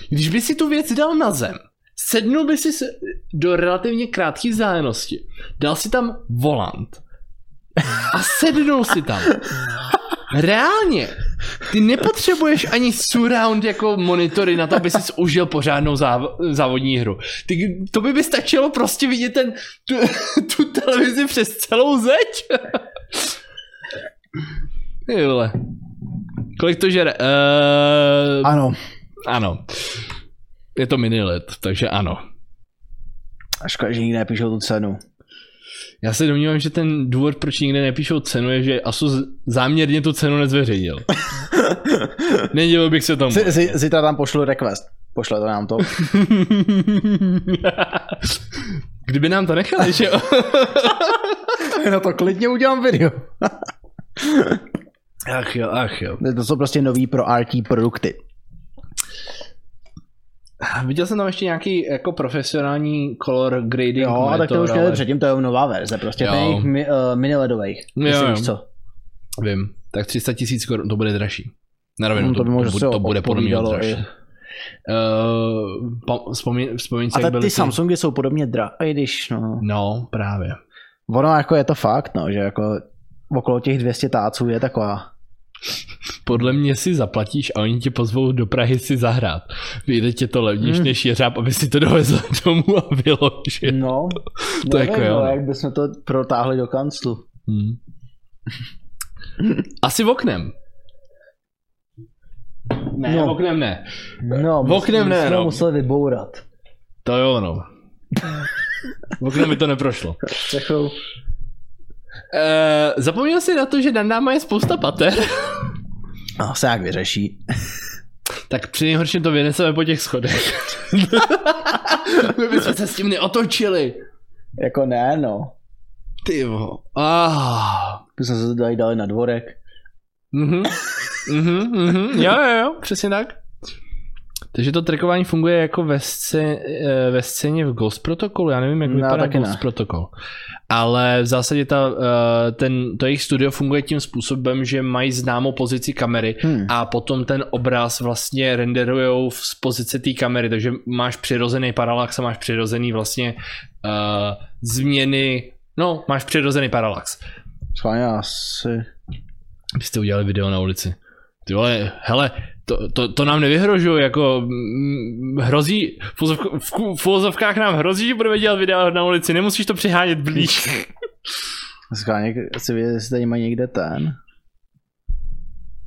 [SPEAKER 2] když by si tu věc dal na zem, sednul by si se do relativně krátké vzdálenosti, dal si tam volant a sednul si tam. Reálně, ty nepotřebuješ ani surround jako monitory na to, aby si užil pořádnou záv- závodní hru. Ty, to by by stačilo prostě vidět ten, tu, tu televizi přes celou zeď. Jule. Kolik to žere? Uh,
[SPEAKER 1] Ano,
[SPEAKER 2] ano. Je to minilet, takže ano.
[SPEAKER 1] a škoda, že nikdy nepíšou tu cenu.
[SPEAKER 2] Já se domnívám, že ten důvod, proč nikde nepíšou cenu, je, že Asus záměrně tu cenu nezveřejnil. Nedělal bych se tomu.
[SPEAKER 1] Z- z- Zítra tam pošlu request. Pošle to nám to.
[SPEAKER 2] Kdyby nám to nechali, že jo?
[SPEAKER 1] No to klidně udělám video.
[SPEAKER 2] Ach jo, ach jo.
[SPEAKER 1] To jsou prostě nový pro RT produkty.
[SPEAKER 2] Viděl jsem tam ještě nějaký jako profesionální color grading
[SPEAKER 1] Jo, a tak to už
[SPEAKER 2] monitor,
[SPEAKER 1] měli
[SPEAKER 2] ale-
[SPEAKER 1] předtím, to je nová verze, prostě
[SPEAKER 2] Jo.
[SPEAKER 1] ten jejich mi, uh, mini ledových.
[SPEAKER 2] Jo,
[SPEAKER 1] Jestli
[SPEAKER 2] jo.
[SPEAKER 1] víš co.
[SPEAKER 2] Vím, tak 300 tisíc korun, to bude dražší. Na
[SPEAKER 1] No,
[SPEAKER 2] rovinu,
[SPEAKER 1] to
[SPEAKER 2] to,
[SPEAKER 1] by
[SPEAKER 2] to,
[SPEAKER 1] možná
[SPEAKER 2] bu-
[SPEAKER 1] se
[SPEAKER 2] to bude podle mě
[SPEAKER 1] odpovídalo i-
[SPEAKER 2] dražší. Uh, pam- vzpomín, vzpomín si,
[SPEAKER 1] A
[SPEAKER 2] jak
[SPEAKER 1] tak
[SPEAKER 2] byly
[SPEAKER 1] ty Samsungy jsou podobně dra, i když no.
[SPEAKER 2] No, právě.
[SPEAKER 1] Ono jako je to fakt, no, že jako okolo těch 200 táců je taková.
[SPEAKER 2] Podle mě si zaplatíš a oni tě pozvou do Prahy si zahrát. Vyjde tě to levnější
[SPEAKER 1] Hmm.
[SPEAKER 2] než jeřáb, aby si to dovezl domů a vyložil.
[SPEAKER 1] No,
[SPEAKER 2] To
[SPEAKER 1] nevím,
[SPEAKER 2] jako jo,
[SPEAKER 1] no,
[SPEAKER 2] no.
[SPEAKER 1] jak bychom to protáhli do kanclu.
[SPEAKER 2] Hmm. Asi v oknem. Ne,
[SPEAKER 1] No.
[SPEAKER 2] no. oknem ne.
[SPEAKER 1] No,
[SPEAKER 2] V oknem ne,
[SPEAKER 1] jsme
[SPEAKER 2] no.
[SPEAKER 1] museli vybourat.
[SPEAKER 2] To jo, no. V oknem mi to neprošlo.
[SPEAKER 1] Střechou.
[SPEAKER 2] Eh, zapomněl jsi na to, že Dandáma je spousta pater?
[SPEAKER 1] No, se jak vyřeší.
[SPEAKER 2] Tak při nejhorším to vyneseme po těch schodech. My bychom se s tím neotočili.
[SPEAKER 1] Jako ne, no.
[SPEAKER 2] Ty vo. Ah.
[SPEAKER 1] Když jsme se to dali, dali na dvorek.
[SPEAKER 2] Mhm. Mhm, mhm. Jo, jo, jo, přesně tak. Takže to trackování funguje jako ve, scé- eh, ve scéně v Ghost Protocolu, já nevím, jak
[SPEAKER 1] No,
[SPEAKER 2] vypadá
[SPEAKER 1] taky
[SPEAKER 2] Ghost
[SPEAKER 1] ne.
[SPEAKER 2] Protocol. Ale v zásadě ta, eh, ten, to jejich studio funguje tím způsobem, že mají známou pozici kamery
[SPEAKER 1] Hmm.
[SPEAKER 2] a potom ten obraz vlastně renderujou v- z pozice té kamery, takže máš přirozený paralax a máš přirozený vlastně uh, změny, no, máš přirozený paralax.
[SPEAKER 1] Schválně asi.
[SPEAKER 2] Byste udělali video na ulici. Ty vole, hele, to, to, to nám nevyhrožuje, jako mm, hrozí, v pozovk- v ku- v uvozovkách nám hrozí, že budeme dělat videa na ulici, nemusíš to přihánět blíž.
[SPEAKER 1] Schválně chci vědět, jestli tady mají někde ten.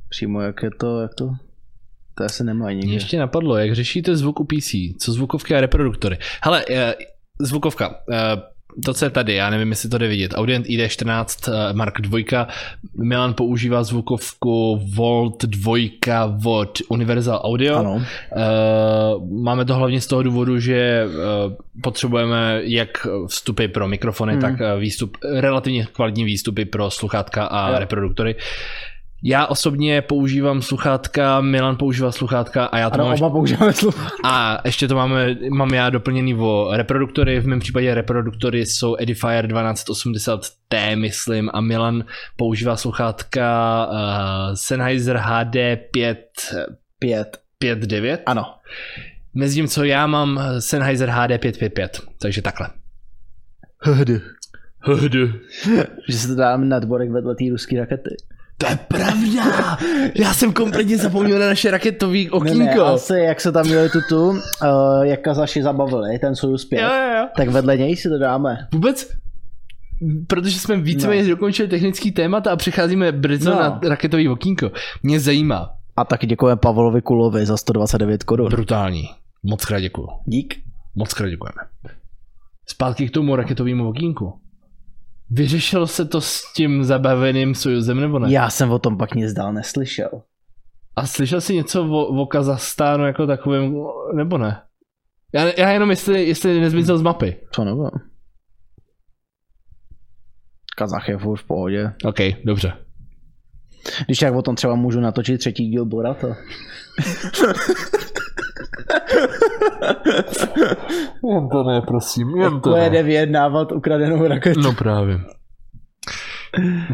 [SPEAKER 1] Přímo jak je to, jak to... To asi nemají
[SPEAKER 2] Mě
[SPEAKER 1] nikde.
[SPEAKER 2] ještě napadlo, jak řešíte zvuk u PC, co zvukovky a reproduktory. Hele, eh, zvukovka, eh, to, co je tady, já nevím, jestli to jde vidět. Audient ID14 eh, Mark 2, Milan používá zvukovku Volt 2 od Universal Audio.
[SPEAKER 1] Ano.
[SPEAKER 2] Eh, máme to hlavně z toho důvodu, že eh, potřebujeme jak vstupy pro mikrofony,
[SPEAKER 1] Mhm.
[SPEAKER 2] tak eh, výstup, relativně kvalitní výstupy pro sluchátka a
[SPEAKER 1] Jo.
[SPEAKER 2] reproduktory. Já osobně používám sluchátka, Milan používá sluchátka a já to
[SPEAKER 1] Ano,
[SPEAKER 2] mám
[SPEAKER 1] oba používáme sluchátka.
[SPEAKER 2] a ještě to máme, mám já doplněný o reproduktory, v mém případě reproduktory jsou Edifier 1280T, myslím, a Milan eh, používá sluchátka uh, Sennheiser HD 5,
[SPEAKER 1] Pět.
[SPEAKER 2] 5.9,
[SPEAKER 1] Ano.
[SPEAKER 2] mezi tím, co já mám eh, Sennheiser HD 555, takže takhle. HD.
[SPEAKER 1] Že se to dáme na dvorek vedle té ruské rakety.
[SPEAKER 2] To je pravda! Já jsem kompletně zapomněl na naše raketový
[SPEAKER 1] Ne, ne,
[SPEAKER 2] okýnko.
[SPEAKER 1] asi jak se tam měli tu tu, uh, jak kazaši zabavili, ten Soyuz 5,
[SPEAKER 2] Jo, jo, jo.
[SPEAKER 1] tak vedle něj si to dáme.
[SPEAKER 2] Vůbec? Protože jsme víceméně no. dokončili technický témata a přecházíme brzo no.
[SPEAKER 1] No.
[SPEAKER 2] na raketový okýnko. Mě zajímá.
[SPEAKER 1] A taky děkujeme Pavlovi Kulovi za 129 korun.
[SPEAKER 2] Brutální. Moc krát děkuju.
[SPEAKER 1] Dík.
[SPEAKER 2] Moc krát děkujeme. Zpátky k tomu raketovému okýnku. Vyřešilo se to s tím zabaveným Sojuzem nebo ne?
[SPEAKER 1] Já jsem o tom pak nic dál neslyšel.
[SPEAKER 2] A slyšel jsi něco o, o Kazachstánu jako takovém, nebo ne? Já, já jenom jestli, jestli nezmizel z mapy.
[SPEAKER 1] Co nebo? Kazach je furt v pohodě.
[SPEAKER 2] OK, dobře.
[SPEAKER 1] Když tak o tom třeba můžu natočit třetí díl Borata.
[SPEAKER 2] Jen to ne, prosím,
[SPEAKER 1] Pojede vyjednávat Jako ukradenou raketu.
[SPEAKER 2] No právě.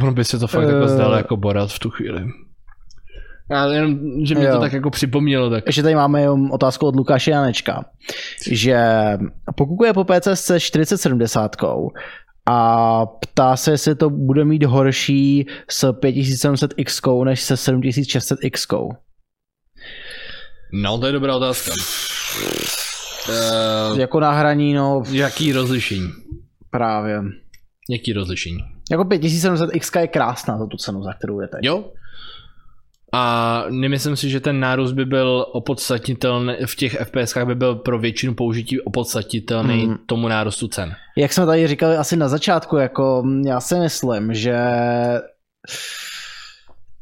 [SPEAKER 2] Ono by se to fakt jako
[SPEAKER 1] Eh.
[SPEAKER 2] zdálo jako Borat v tu chvíli. Ale jenom, že mě jo. to
[SPEAKER 1] Jo.
[SPEAKER 2] tak jako připomnělo, tak
[SPEAKER 1] Ještě tady máme jenom otázku od Lukáše Janečka, že pokukuje po PCSC 4070 a ptá se, jestli to bude mít horší s 5700X než se 7600X.
[SPEAKER 2] No, to je dobrá otázka. Uh,
[SPEAKER 1] Jako na hraní, no
[SPEAKER 2] jaký rozlišení?
[SPEAKER 1] právě.
[SPEAKER 2] Jaký rozlišení?
[SPEAKER 1] Jako 5700X je krásná za tu cenu, za kterou je teď.
[SPEAKER 2] Jo? A nemyslím si, že ten nárůst by byl opodstatnitelný, v těch FPSkách by byl pro většinu použití opodstatnitelný
[SPEAKER 1] Mhm.
[SPEAKER 2] mm. tomu nárůstu cen.
[SPEAKER 1] Jak jsme tady říkali asi na začátku, jako mm, já si myslím, že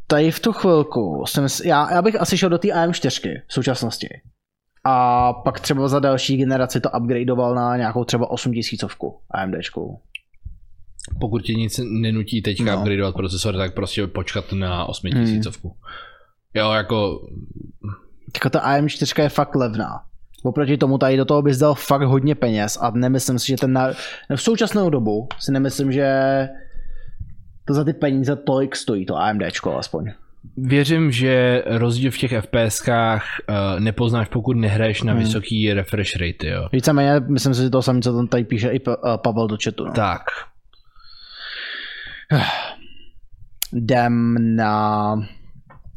[SPEAKER 1] tady v tu chvilku, jsem, s- já, já bych asi šel do té AM4 v současnosti. A pak třeba za další generaci to upgradeoval na nějakou třeba 8000 AMDčku.
[SPEAKER 2] Pokud tě nic nenutí teďka no.
[SPEAKER 1] No.
[SPEAKER 2] upgradeovat procesor, tak prostě počkat na 8000. Mm. Jo, jako
[SPEAKER 1] Jako ta AM4 je fakt levná. Oproti tomu tady do toho bys dal fakt hodně peněz a nemyslím si, že ten na... v současnou dobu si nemyslím, že to za ty peníze tolik stojí, to AMDčko aspoň.
[SPEAKER 2] Věřím, že rozdíl v těch FPSkách uh, nepoznáš, pokud nehraješ na hmm. vysoký refresh rate, jo.
[SPEAKER 1] Víceméně, myslím si, že to samé, co tam tady píše i Pa- eh, Pavel do chatu. No.
[SPEAKER 2] Tak.
[SPEAKER 1] Jdem na,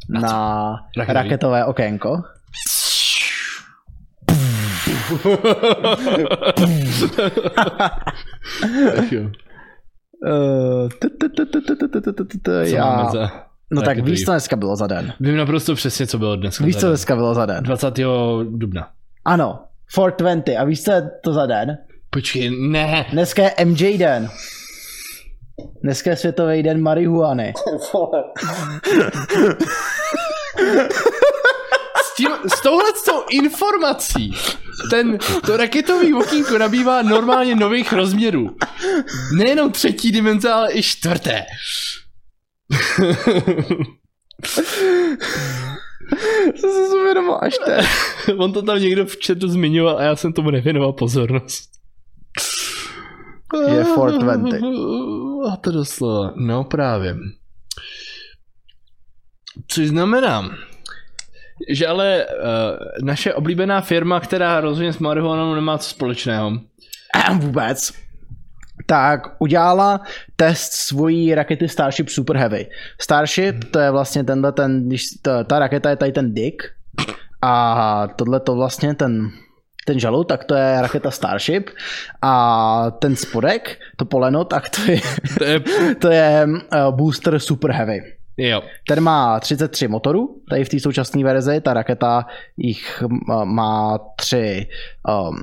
[SPEAKER 1] na,
[SPEAKER 2] Raketový.
[SPEAKER 1] raketové okénko. Eh, tu, tu, tu, tu, tu, tu, tu, tu, tu, tu, tu, já-
[SPEAKER 2] za...
[SPEAKER 1] No tak
[SPEAKER 2] raketový?
[SPEAKER 1] víš, co dneska bylo za den.
[SPEAKER 2] Vím naprosto přesně, co bylo dneska.
[SPEAKER 1] Víš,
[SPEAKER 2] za
[SPEAKER 1] co
[SPEAKER 2] den.
[SPEAKER 1] dneska bylo za den.
[SPEAKER 2] 20. dubna.
[SPEAKER 1] Ano, 420. A víš, co je to za den?
[SPEAKER 2] Počkej, ne.
[SPEAKER 1] Dneska je MJ den. Dneska je světový den marihuany.
[SPEAKER 2] S, tím, s touhle informací ten, to raketový okýnko nabývá normálně nových rozměrů. Nejenom třetí dimenze, ale i čtvrté.
[SPEAKER 1] Co jsi si uvědomil až teď?
[SPEAKER 2] On to tam někdo v chatu zmiňoval a já jsem tomu nevěnoval pozornost.
[SPEAKER 1] Je 420.
[SPEAKER 2] A to doslova. No právě. Což znamená, že ale uh, naše oblíbená firma, která rozhodně s marihuanou nemá co společného,
[SPEAKER 1] Ehm, vůbec, tak udělala test svojí rakety Starship Super Heavy. Starship, to je vlastně tenhle ten, když ta, ta raketa je tady ten Dick a tohle to vlastně ten ten žalud, tak to je raketa Starship a ten spodek, to poleno, tak to je,
[SPEAKER 2] to je,
[SPEAKER 1] to je eh, booster Super Heavy.
[SPEAKER 2] jo,
[SPEAKER 1] Ten má 33 motorů, tady v té současné verzi, ta raketa jich m- má 3 um,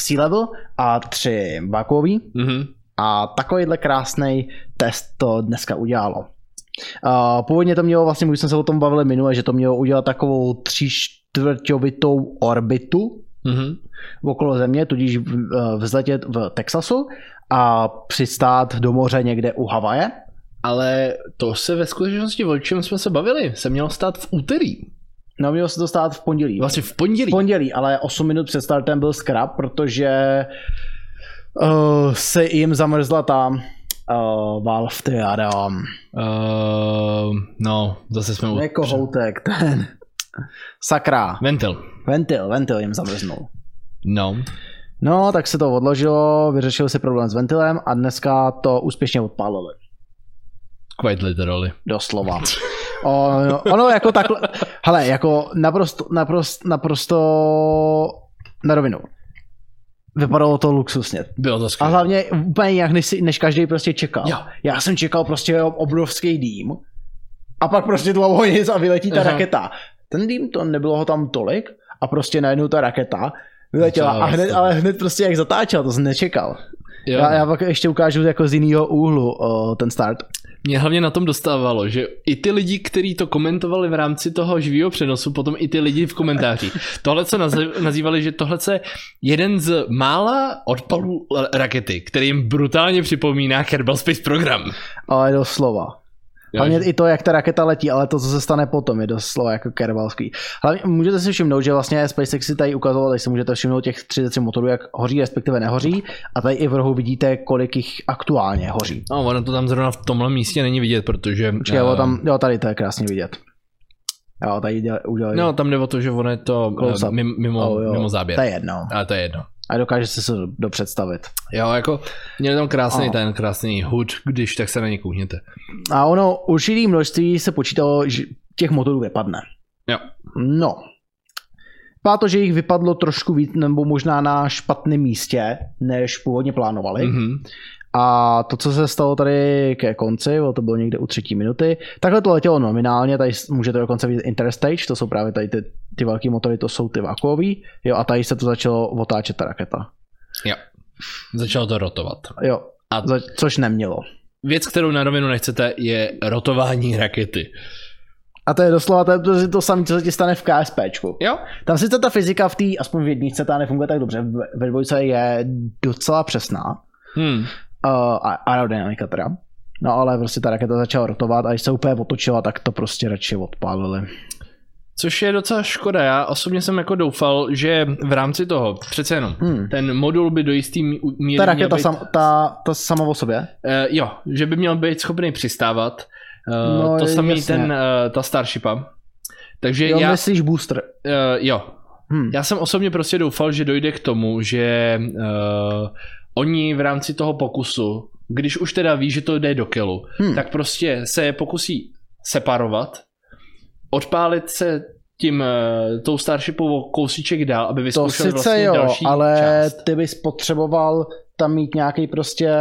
[SPEAKER 1] C-level a 3 vakuový
[SPEAKER 2] mhm.
[SPEAKER 1] a takovýhle krásný test to dneska udělalo. Uh, původně to mělo, vlastně už jsme se o tom bavili minule, že to mělo udělat takovou tříčtvrťovitou orbitu,
[SPEAKER 2] Mhm.
[SPEAKER 1] okolo země, tudíž v- eh, vzletět v Texasu a přistát do moře někde u Havaje.
[SPEAKER 2] Ale to se ve skutečnosti, o čem jsme se bavili, se mělo stát v úterý.
[SPEAKER 1] No mělo se to stát v pondělí.
[SPEAKER 2] Vlastně v pondělí.
[SPEAKER 1] V pondělí, ale 8 minut před startem byl skrap, protože uh, se jim zamrzla ta uh, Valve, ty já dám.
[SPEAKER 2] Uh, no, zase jsme... u-
[SPEAKER 1] Ne kohoutek, jako ten. Sakra.
[SPEAKER 2] Ventil.
[SPEAKER 1] Ventil, ventil jim zabrznul.
[SPEAKER 2] No.
[SPEAKER 1] No, tak se to odložilo, vyřešil si problém s ventilem a dneska to úspěšně odpálili.
[SPEAKER 2] Quite literally.
[SPEAKER 1] Doslova. Ono, ono jako takhle, hele, jako naprosto, naprosto, naprosto na rovinu. Vypadalo to luxusně.
[SPEAKER 2] Bylo to
[SPEAKER 1] A
[SPEAKER 2] skvělé.
[SPEAKER 1] hlavně úplně jinak, než, si- než každý prostě čekal.
[SPEAKER 2] Jo.
[SPEAKER 1] Já jsem čekal prostě obrovský dým a pak prostě dlouho nic a vyletí ta
[SPEAKER 2] Aha.
[SPEAKER 1] raketa. Ten dým, to nebylo ho tam tolik a prostě najednou ta raketa vyletěla
[SPEAKER 2] Začala
[SPEAKER 1] a hned,
[SPEAKER 2] rostat.
[SPEAKER 1] ale hned prostě jak zatáčela, to jsem nečekal.
[SPEAKER 2] Jo.
[SPEAKER 1] Já, já pak ještě ukážu jako z jiného úhlu o, ten start.
[SPEAKER 2] Mě hlavně na tom dostávalo, že i ty lidi, kteří to komentovali v rámci toho živého přenosu, potom i ty lidi v komentářích. Tohle se naz- nazývali, že tohle je jeden z mála odpalů l- rakety, který jim brutálně připomíná Kerbal Space Program.
[SPEAKER 1] Ale doslova. Hlavně i to, jak ta raketa letí, ale to, co se stane potom, je doslova jako kerbalský. Hlavně můžete si všimnout, že vlastně SpaceX si tady ukazoval, tady si můžete všimnout těch 33 motorů, jak hoří, respektive nehoří. A tady i v rohu vidíte, kolik jich aktuálně hoří.
[SPEAKER 2] No, ono to tam zrovna v tomhle místě není vidět, protože...
[SPEAKER 1] Počkej, jo,
[SPEAKER 2] eh,
[SPEAKER 1] tam, jo, tady to je krásně vidět. Jo, tady děla- udělali.
[SPEAKER 2] No, tam jde o to, že ono je to
[SPEAKER 1] Close
[SPEAKER 2] eh,
[SPEAKER 1] up.
[SPEAKER 2] mimo, mimo,
[SPEAKER 1] Oh, jo.
[SPEAKER 2] mimo záběr.
[SPEAKER 1] To je jedno.
[SPEAKER 2] Ale to je jedno.
[SPEAKER 1] A dokáže se to dopředstavit.
[SPEAKER 2] Jo, jako měli tam krásný
[SPEAKER 1] Ano.
[SPEAKER 2] ten krásný hood, když tak se na ně koukněte.
[SPEAKER 1] A ono určitý množství se počítalo, že těch motorů vypadne.
[SPEAKER 2] Jo.
[SPEAKER 1] No. Vypadá to, že jich vypadlo trošku víc, nebo možná na špatném místě, než původně plánovali. Mm-hmm.
[SPEAKER 2] Mhm.
[SPEAKER 1] A to, co se stalo tady ke konci, bylo to bylo někde u třetí minuty, takhle to letělo nominálně, tady s- můžete dokonce vidět Interstage, to jsou právě tady ty, ty velké motory, to jsou ty vakuový, jo, a tady se to začalo otáčet ta raketa.
[SPEAKER 2] Jo. Začalo to rotovat.
[SPEAKER 1] Jo,
[SPEAKER 2] A-
[SPEAKER 1] za, což nemělo.
[SPEAKER 2] Věc, kterou na rovinu nechcete, je rotování rakety.
[SPEAKER 1] A to je doslova to, je to, to samé, co se ti stane v KSPčku.
[SPEAKER 2] Jo?
[SPEAKER 1] Tam sice ta fyzika v té, aspoň v jedničce, ta nefunguje tak dobře, v- ve dvojce je docela přesná,
[SPEAKER 2] Hmm.
[SPEAKER 1] uh, aerodynamika teda. No ale prostě ta raketa začala rotovat a když se úplně otočila, tak to prostě radši odpálili.
[SPEAKER 2] Což je docela škoda. Já osobně jsem jako doufal, že v rámci toho, přece jenom,
[SPEAKER 1] Hmm.
[SPEAKER 2] ten modul by do jistý mí- míry
[SPEAKER 1] Ta
[SPEAKER 2] měl
[SPEAKER 1] raketa
[SPEAKER 2] být,
[SPEAKER 1] sam, ta, ta sama o sobě?
[SPEAKER 2] eh, jo, že by měl být schopný přistávat. Eh,
[SPEAKER 1] No,
[SPEAKER 2] to samý
[SPEAKER 1] jasně.
[SPEAKER 2] ten, eh, ta Starshipa. Takže
[SPEAKER 1] Jo,
[SPEAKER 2] já,
[SPEAKER 1] já... myslíš booster.
[SPEAKER 2] eh, jo,
[SPEAKER 1] Hmm.
[SPEAKER 2] Já jsem osobně prostě doufal, že dojde k tomu, že uh, oni v rámci toho pokusu, když už teda ví, že to jde do kilu,
[SPEAKER 1] Hmm.
[SPEAKER 2] tak prostě se pokusí separovat, odpálit se tím, uh, tou starshipovou kousíček dál, aby
[SPEAKER 1] To
[SPEAKER 2] vyzkoušel
[SPEAKER 1] sice
[SPEAKER 2] vlastně
[SPEAKER 1] jo,
[SPEAKER 2] další
[SPEAKER 1] ale
[SPEAKER 2] část.
[SPEAKER 1] ty bys potřeboval tam mít nějaký prostě...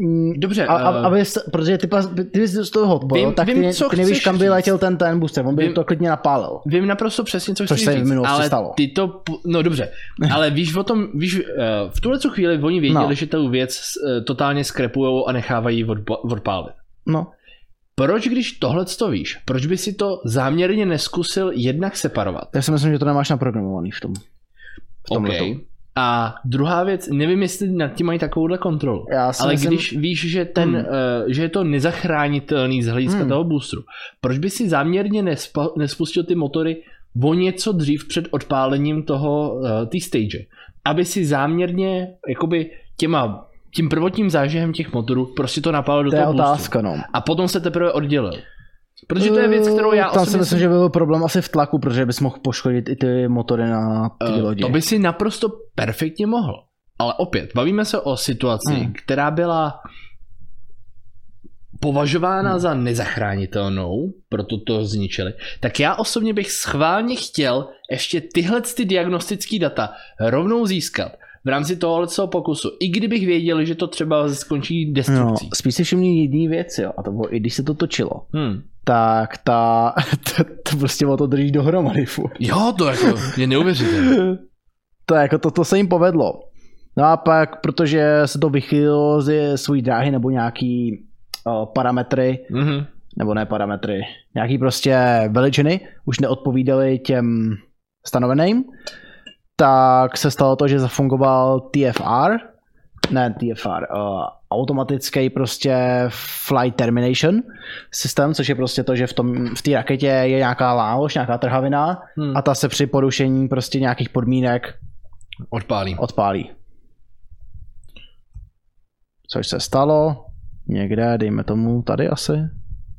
[SPEAKER 1] Mm,
[SPEAKER 2] Dobře,
[SPEAKER 1] A, a,
[SPEAKER 2] eh,
[SPEAKER 1] aby, se- protože ty, pas- ty bys z toho odpojil,
[SPEAKER 2] Vím-
[SPEAKER 1] tak ty,
[SPEAKER 2] vím, co
[SPEAKER 1] ty nevíš,
[SPEAKER 2] chceš
[SPEAKER 1] kam by
[SPEAKER 2] říct.
[SPEAKER 1] letěl ten, ten booster, on by
[SPEAKER 2] Vím-
[SPEAKER 1] to klidně napálil.
[SPEAKER 2] Vím naprosto přesně, co
[SPEAKER 1] Což
[SPEAKER 2] chci
[SPEAKER 1] se v
[SPEAKER 2] říct,
[SPEAKER 1] minulosti
[SPEAKER 2] ale
[SPEAKER 1] stalo.
[SPEAKER 2] ty to, p- no dobře, ale víš o tom, víš, eh, v tuhle tu chvíli oni věděli,
[SPEAKER 1] No.
[SPEAKER 2] že tu věc eh, totálně skrepujou a nechávají ji odpa- odpálit.
[SPEAKER 1] No.
[SPEAKER 2] Proč, když tohle to víš, proč by si to záměrně neskusil jednak separovat?
[SPEAKER 1] Já si myslím, že to nemáš naprogramovaný v tom. V tomhle
[SPEAKER 2] OK.
[SPEAKER 1] tom.
[SPEAKER 2] A druhá věc, nevím, jestli nad tím mají takovouhle kontrolu.
[SPEAKER 1] Já si
[SPEAKER 2] Ale
[SPEAKER 1] myslím,
[SPEAKER 2] když víš, že, ten,
[SPEAKER 1] Hmm.
[SPEAKER 2] hmm. uh, že je to nezachránitelný z hlediska
[SPEAKER 1] Hmm.
[SPEAKER 2] hmm. toho boostru, proč by si záměrně nespa, nespustil ty motory o něco dřív před odpálením toho uh, té stage? Aby si záměrně jakoby těma, tím prvotním zážehem těch motorů prostě to napálil
[SPEAKER 1] to
[SPEAKER 2] do
[SPEAKER 1] je
[SPEAKER 2] toho boostru.
[SPEAKER 1] otázka, no.
[SPEAKER 2] A potom se teprve oddělil. Protože to je věc, kterou já
[SPEAKER 1] Tam si
[SPEAKER 2] osobně
[SPEAKER 1] myslím, že by byl problém asi v tlaku, protože bys mohl poškodit i ty motory na ty
[SPEAKER 2] Eh,
[SPEAKER 1] lodi.
[SPEAKER 2] To by si naprosto perfektně mohl. Ale opět, bavíme se o situaci,
[SPEAKER 1] Hmm.
[SPEAKER 2] hmm. která byla považována hmm. za nezachránitelnou, proto to zničili, tak já osobně bych schválně chtěl ještě tyhle ty diagnostické data rovnou získat v rámci tohohle pokusu, i kdybych věděl, že to třeba skončí
[SPEAKER 1] No,
[SPEAKER 2] destrukcí.
[SPEAKER 1] spíš si všimni jední věc, jo, a to bylo, i když se to točilo,
[SPEAKER 2] No. Hmm.
[SPEAKER 1] tak ta, to, to prostě o to drží dohromady, fu.
[SPEAKER 2] Jo, to jako je neuvěřitelné.
[SPEAKER 1] To, je jako to, to se jim povedlo. No a pak, protože se to vychylilo ze své dráhy nebo nějaký uh, parametry,
[SPEAKER 2] Mhm.
[SPEAKER 1] nebo ne parametry, nějaký prostě veličiny už neodpovídaly těm stanoveným, tak se stalo to, že zafungoval TFR, ne TFR, uh, automatický prostě flight termination systém, což je prostě to, že v tom v té raketě je nějaká lámoš, nějaká trhavina
[SPEAKER 2] Hmm.
[SPEAKER 1] a ta se při porušení prostě nějakých podmínek
[SPEAKER 2] Odpálím.
[SPEAKER 1] odpálí. Což se stalo někde, dejme tomu tady asi,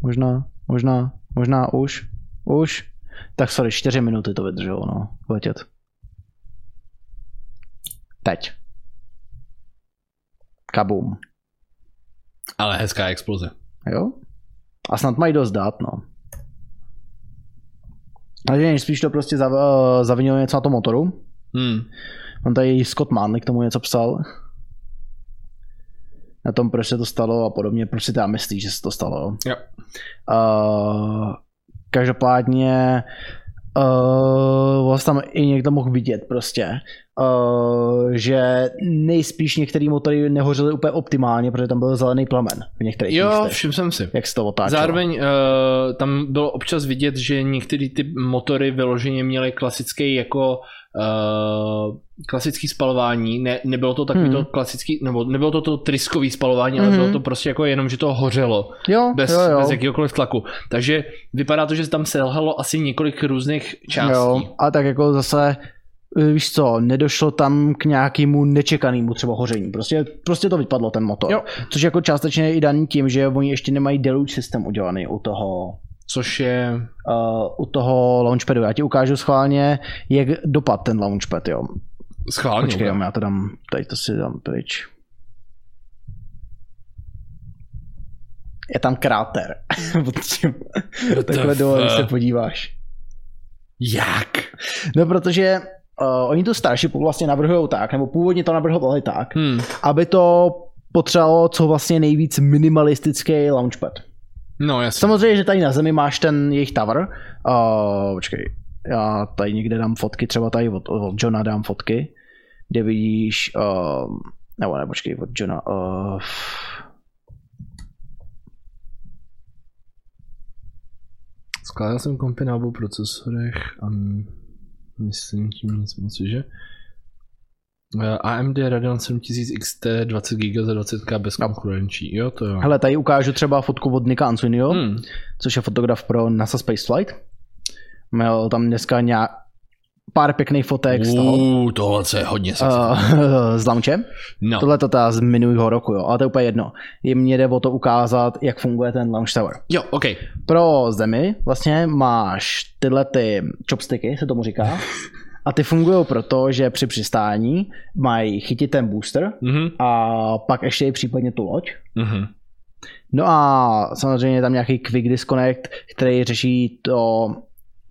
[SPEAKER 1] možná, možná, možná už. Už? Tak sorry, čtyři minuty to vydrželo, no. Letět. Teď. Kabum.
[SPEAKER 2] Ale hezká exploze.
[SPEAKER 1] Jo? A snad mají dost dát, no. Takže nejspíš to prostě zav, eh, zavinilo něco na tom motoru.
[SPEAKER 2] Hmm.
[SPEAKER 1] On tady Scott Manley k tomu něco psal. Na tom, proč se to stalo a podobně, proč si teda myslí, že se to stalo.
[SPEAKER 2] Jo.
[SPEAKER 1] Uh, každopádně uh, vlastně tam i někdo mohl vidět prostě, uh, že nejspíš některý motory nehořely úplně optimálně, protože tam byl zelený plamen v některých
[SPEAKER 2] Jo,
[SPEAKER 1] místech.
[SPEAKER 2] všiml jsem si.
[SPEAKER 1] Jak se to otáčelo.
[SPEAKER 2] Zároveň uh, tam bylo občas vidět, že některé ty motory vyloženě měly klasické jako uh, klasický spalování, ne, nebylo to takový
[SPEAKER 1] Mhm.
[SPEAKER 2] to klasický, nebo nebylo to to triskový spalování, ale
[SPEAKER 1] Mhm.
[SPEAKER 2] bylo to prostě jako jenom, že to hořelo
[SPEAKER 1] jo,
[SPEAKER 2] bez,
[SPEAKER 1] jo, jo.
[SPEAKER 2] bez jakýkoliv tlaku. Takže vypadá to, že tam selhalo asi několik různých částí.
[SPEAKER 1] Jo, a tak jako zase, e, víš co, nedošlo tam k nějakému nečekanému třeba hoření. Prostě, prostě to vypadlo ten motor.
[SPEAKER 2] Jo.
[SPEAKER 1] Což jako částečně je i daný tím, že oni ještě nemají deluge systém udělaný u toho
[SPEAKER 2] Což je...
[SPEAKER 1] Uh, u toho launchpadu. Já ti ukážu schválně, jak dopad ten launchpad, jo.
[SPEAKER 2] Schválně.
[SPEAKER 1] Počkej,
[SPEAKER 2] jo.
[SPEAKER 1] já to dám, tady to si dám pryč. Je tam kráter. Pod tím-
[SPEAKER 2] What the
[SPEAKER 1] Takhle dole, když se
[SPEAKER 2] fuck?
[SPEAKER 1] podíváš.
[SPEAKER 2] eh, Jak?
[SPEAKER 1] No protože uh, oni tu Starshipu vlastně navrhují tak, nebo původně to navrhovali tak,
[SPEAKER 2] Hmm.
[SPEAKER 1] aby to potřebovalo co vlastně nejvíc minimalistický launchpad.
[SPEAKER 2] No jasně.
[SPEAKER 1] Samozřejmě, že tady na zemi máš ten jejich tower. Uh, počkej, já tady někde dám fotky, třeba tady od, od Johna dám fotky, kde vidíš, uh, nebo ne, počkej, od Johna, uh,
[SPEAKER 2] Skládal jsem kompy na obou procesorech a m- myslím tím nic moc, že? Eh, AMD Radeon 7000 XT 20 GB za 20k bez konkurenčí. Jo, to jo.
[SPEAKER 1] hele, tady ukážu třeba fotku od Nika Ansunio,
[SPEAKER 2] Hmm.
[SPEAKER 1] což je fotograf pro NASA Space Flight. Měl tam dneska nějak pár pěkných fotek z toho.
[SPEAKER 2] Uuu, tohle se hodně sexy.
[SPEAKER 1] Uh, s launchem.
[SPEAKER 2] no.
[SPEAKER 1] Tohle to ta z minulého roku, jo, ale to je úplně jedno. Je mně jde o to ukázat, jak funguje ten launch tower.
[SPEAKER 2] Jo, OK.
[SPEAKER 1] Pro zemi vlastně máš tyhle ty chopsticky, se tomu říká. A ty fungují proto, že při přistání mají chytit ten booster
[SPEAKER 2] Mhm.
[SPEAKER 1] a pak ještě i případně tu loď.
[SPEAKER 2] Mhm.
[SPEAKER 1] No a samozřejmě je tam nějaký quick disconnect, který řeší to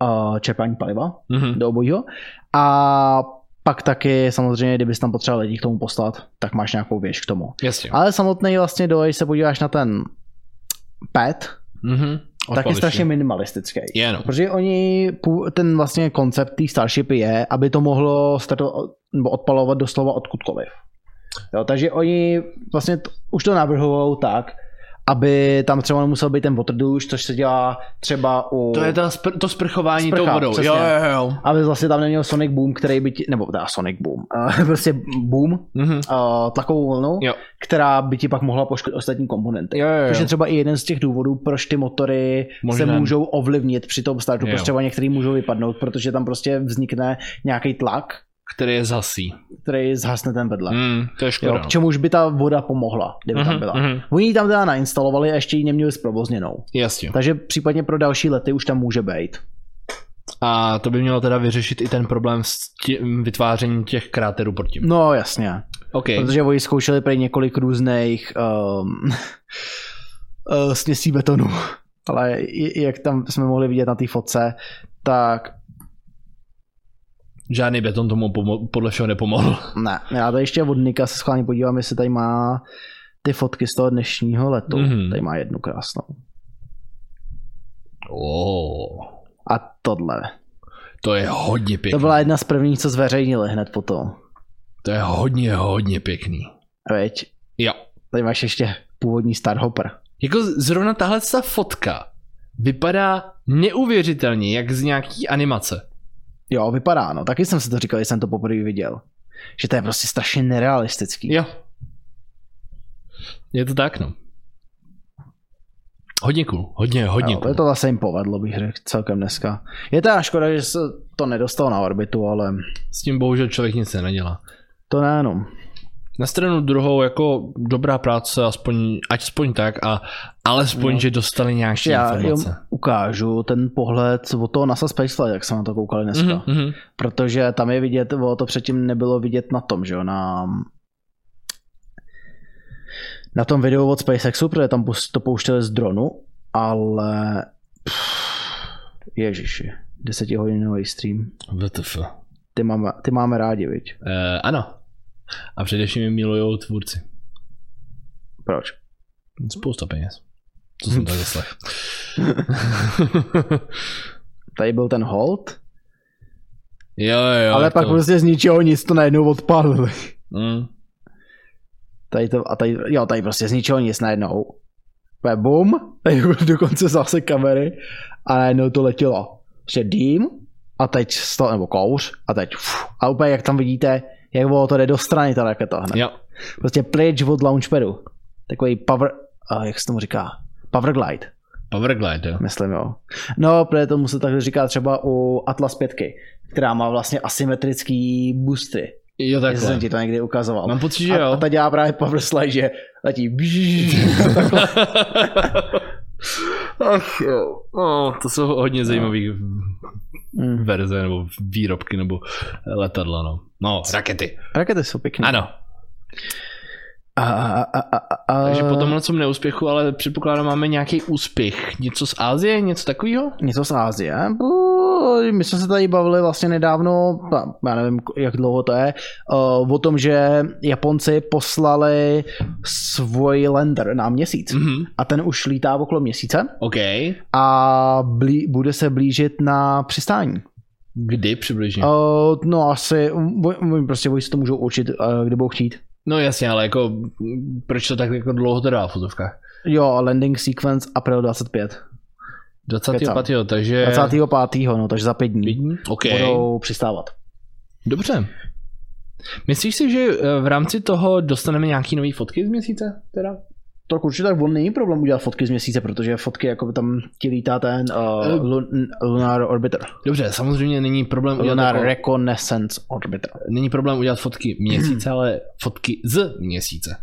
[SPEAKER 1] uh, čerpání paliva
[SPEAKER 2] Mhm.
[SPEAKER 1] do obojího. A pak taky samozřejmě, kdybys tam potřeboval lidi k tomu poslat, tak máš nějakou věž k tomu.
[SPEAKER 2] Jasně.
[SPEAKER 1] Ale samotný vlastně dole, když se podíváš na ten pet,
[SPEAKER 2] Mhm.
[SPEAKER 1] tak je
[SPEAKER 2] Odpališ,
[SPEAKER 1] strašně
[SPEAKER 2] jo.
[SPEAKER 1] minimalistický.
[SPEAKER 2] Je, no.
[SPEAKER 1] Protože oni, pů- ten vlastně koncept té Starshipy je, aby to mohlo startovat, nebo odpalovat doslova odkudkoliv. Jo, takže oni vlastně t- už to navrhují tak, aby tam třeba nemusel být ten waterduš, což se dělá třeba u...
[SPEAKER 2] To je ta spr- to sprchování
[SPEAKER 1] Sprcha,
[SPEAKER 2] tou vodou.
[SPEAKER 1] přesně.
[SPEAKER 2] Jo, jo, jo.
[SPEAKER 1] Aby vlastně tam neměl Sonic Boom, který by ti, nebo teda Sonic Boom, eh, prostě Boom,
[SPEAKER 2] Mhm.
[SPEAKER 1] eh, tlakovou vlnu,
[SPEAKER 2] Jo.
[SPEAKER 1] která by ti pak mohla poškodit ostatní komponenty.
[SPEAKER 2] Jo, jo, jo.
[SPEAKER 1] Což je třeba i jeden z těch důvodů, proč ty motory
[SPEAKER 2] Možná.
[SPEAKER 1] se můžou ovlivnit při tom startu,
[SPEAKER 2] Jo.
[SPEAKER 1] protože třeba některý můžou vypadnout, protože tam prostě vznikne nějaký tlak,
[SPEAKER 2] Který je zhasí.
[SPEAKER 1] který zhasne ten vedle.
[SPEAKER 2] Mm, to je
[SPEAKER 1] Jo,
[SPEAKER 2] škoda.
[SPEAKER 1] k čemuž by ta voda pomohla, kdyby tam
[SPEAKER 2] Mhm,
[SPEAKER 1] byla.
[SPEAKER 2] mhm.
[SPEAKER 1] Oni ji tam teda nainstalovali a ještě ji neměli zprovozněnou.
[SPEAKER 2] Jasně.
[SPEAKER 1] Takže případně pro další lety už tam může být.
[SPEAKER 2] A to by mělo teda vyřešit i ten problém s tím vytvářením těch kráterů pod tím.
[SPEAKER 1] No jasně.
[SPEAKER 2] OK.
[SPEAKER 1] Protože oni zkoušeli prý několik různých um, eh, směsí betonu. Ale i- jak tam jsme mohli vidět na té fotce, tak
[SPEAKER 2] Žádný beton tomu pomo- podle všeho nepomohl.
[SPEAKER 1] ne. Já tady ještě od Nika se schválně podívám, jestli tady má ty fotky z toho dnešního letu.
[SPEAKER 2] Mhm.
[SPEAKER 1] Mm-hmm. Tady má jednu krásnou.
[SPEAKER 2] Oh,
[SPEAKER 1] A tohle.
[SPEAKER 2] to je hodně pěkný.
[SPEAKER 1] To byla jedna z prvních, co zveřejnili hned potom.
[SPEAKER 2] to je hodně, hodně pěkný.
[SPEAKER 1] Veď,
[SPEAKER 2] Jo.
[SPEAKER 1] tady máš ještě původní Starhopper.
[SPEAKER 2] Jako zrovna tahle ta fotka vypadá neuvěřitelně, jak z nějaký animace.
[SPEAKER 1] Jo, vypadá, no. Taky jsem si to říkal, když jsem to poprvé viděl. Že to je prostě strašně nerealistický.
[SPEAKER 2] Jo. Je to tak, no. Hodně cool, hodně, hodně
[SPEAKER 1] Jo,
[SPEAKER 2] cool.
[SPEAKER 1] to, to zase jim povedlo, bych řekl, celkem dneska. Je teda škoda, že se to nedostalo na orbitu, ale
[SPEAKER 2] S tím bohužel člověk nic nenadělá.
[SPEAKER 1] to ne, no.
[SPEAKER 2] Na stranu druhou jako dobrá práce, aspoň, aspoň tak a alespoň, no. že dostali nějaké
[SPEAKER 1] Já jim
[SPEAKER 2] informace.
[SPEAKER 1] ukážu ten pohled od toho NASA Space Flight, jak jsme na to koukali dneska.
[SPEAKER 2] Mhm, mhm.
[SPEAKER 1] Protože tam je vidět, o to předtím nebylo vidět na tom, že jo, na na tom videu od SpaceXu, protože tam pus- to pouštěli z dronu, ale pff, ježiši, desetihodinový stream.
[SPEAKER 2] WTF. Uh,
[SPEAKER 1] Ty máme, ty máme rádi, viď?
[SPEAKER 2] Eh, ano. A především je milujou tvůrci.
[SPEAKER 1] Proč?
[SPEAKER 2] Spousta peněz. To jsem tak zaslech.
[SPEAKER 1] Tady byl ten hold,
[SPEAKER 2] jo, jo,
[SPEAKER 1] ale
[SPEAKER 2] jak
[SPEAKER 1] pak
[SPEAKER 2] to...
[SPEAKER 1] prostě z ničeho nic to najednou odpálili.
[SPEAKER 2] Mm.
[SPEAKER 1] Tady to, a tady, jo, tady prostě z ničeho nic najednou. Úplně Bum, tady byly dokonce zase kamery a najednou to letělo. Ještě dým a teď z toho, nebo kouř a teď uf, a úplně jak tam vidíte, jak bylo to jde do strany ta raketa hned.
[SPEAKER 2] Jo.
[SPEAKER 1] Prostě pryč od launchpadu. Takový power, a jak se tomu říká? Powerglide,
[SPEAKER 2] Powerglide, jo.
[SPEAKER 1] myslím jo. No, protože tomu se takhle říká třeba u Atlas 5, která má vlastně asymetrický boostry.
[SPEAKER 2] Jo,
[SPEAKER 1] Jestli jsem
[SPEAKER 2] takhle.
[SPEAKER 1] ti to někdy ukazoval.
[SPEAKER 2] Mám pocit, že
[SPEAKER 1] A, a
[SPEAKER 2] jo.
[SPEAKER 1] ta dělá právě Power Slide, že letí bžžž, takhle.
[SPEAKER 2] Ach jo. Oh, to jsou hodně zajímavý
[SPEAKER 1] Mm.
[SPEAKER 2] verze nebo výrobky nebo letadla, no. No, rakety.
[SPEAKER 1] Rakety jsou pěkné.
[SPEAKER 2] Ano.
[SPEAKER 1] A, a, a, a, a,
[SPEAKER 2] Takže po tomhle tom neúspěchu, ale předpokládám, máme nějaký úspěch. Něco z Asie, něco takového?
[SPEAKER 1] Něco z Ázie. Bu, My jsme se tady bavili vlastně nedávno, a já nevím, jak dlouho to je, eh, o tom, že Japonci poslali svůj lander na měsíc.
[SPEAKER 2] Mhm.
[SPEAKER 1] A ten už lítá okolo měsíce
[SPEAKER 2] OK.
[SPEAKER 1] a blí, bude se blížit na přistání.
[SPEAKER 2] Kdy přibližně?
[SPEAKER 1] Uh, no asi, um, prostě oni si to můžou určit, eh, kdy budou chtít.
[SPEAKER 2] No jasně, ale jako mm, proč to tak jako dlouho trvá v fotovkách?
[SPEAKER 1] Jo, landing sequence april 25.
[SPEAKER 2] 25. takže...
[SPEAKER 1] 25. no, takže za pět dní
[SPEAKER 2] OK.
[SPEAKER 1] budou přistávat.
[SPEAKER 2] Dobře. Myslíš si, že eh, v rámci toho dostaneme nějaký nový fotky z měsíce? Teda?
[SPEAKER 1] Tak určitě tak on není problém udělat fotky z měsíce, protože fotky jako by tam ti lítá ten uh,
[SPEAKER 2] Eh.
[SPEAKER 1] lun, Lunar Orbiter.
[SPEAKER 2] Dobře, samozřejmě není problém udělat,
[SPEAKER 1] Lunar
[SPEAKER 2] jako,
[SPEAKER 1] Reconnaissance Orbiter.
[SPEAKER 2] není problém udělat fotky měsíce, ale fotky z měsíce.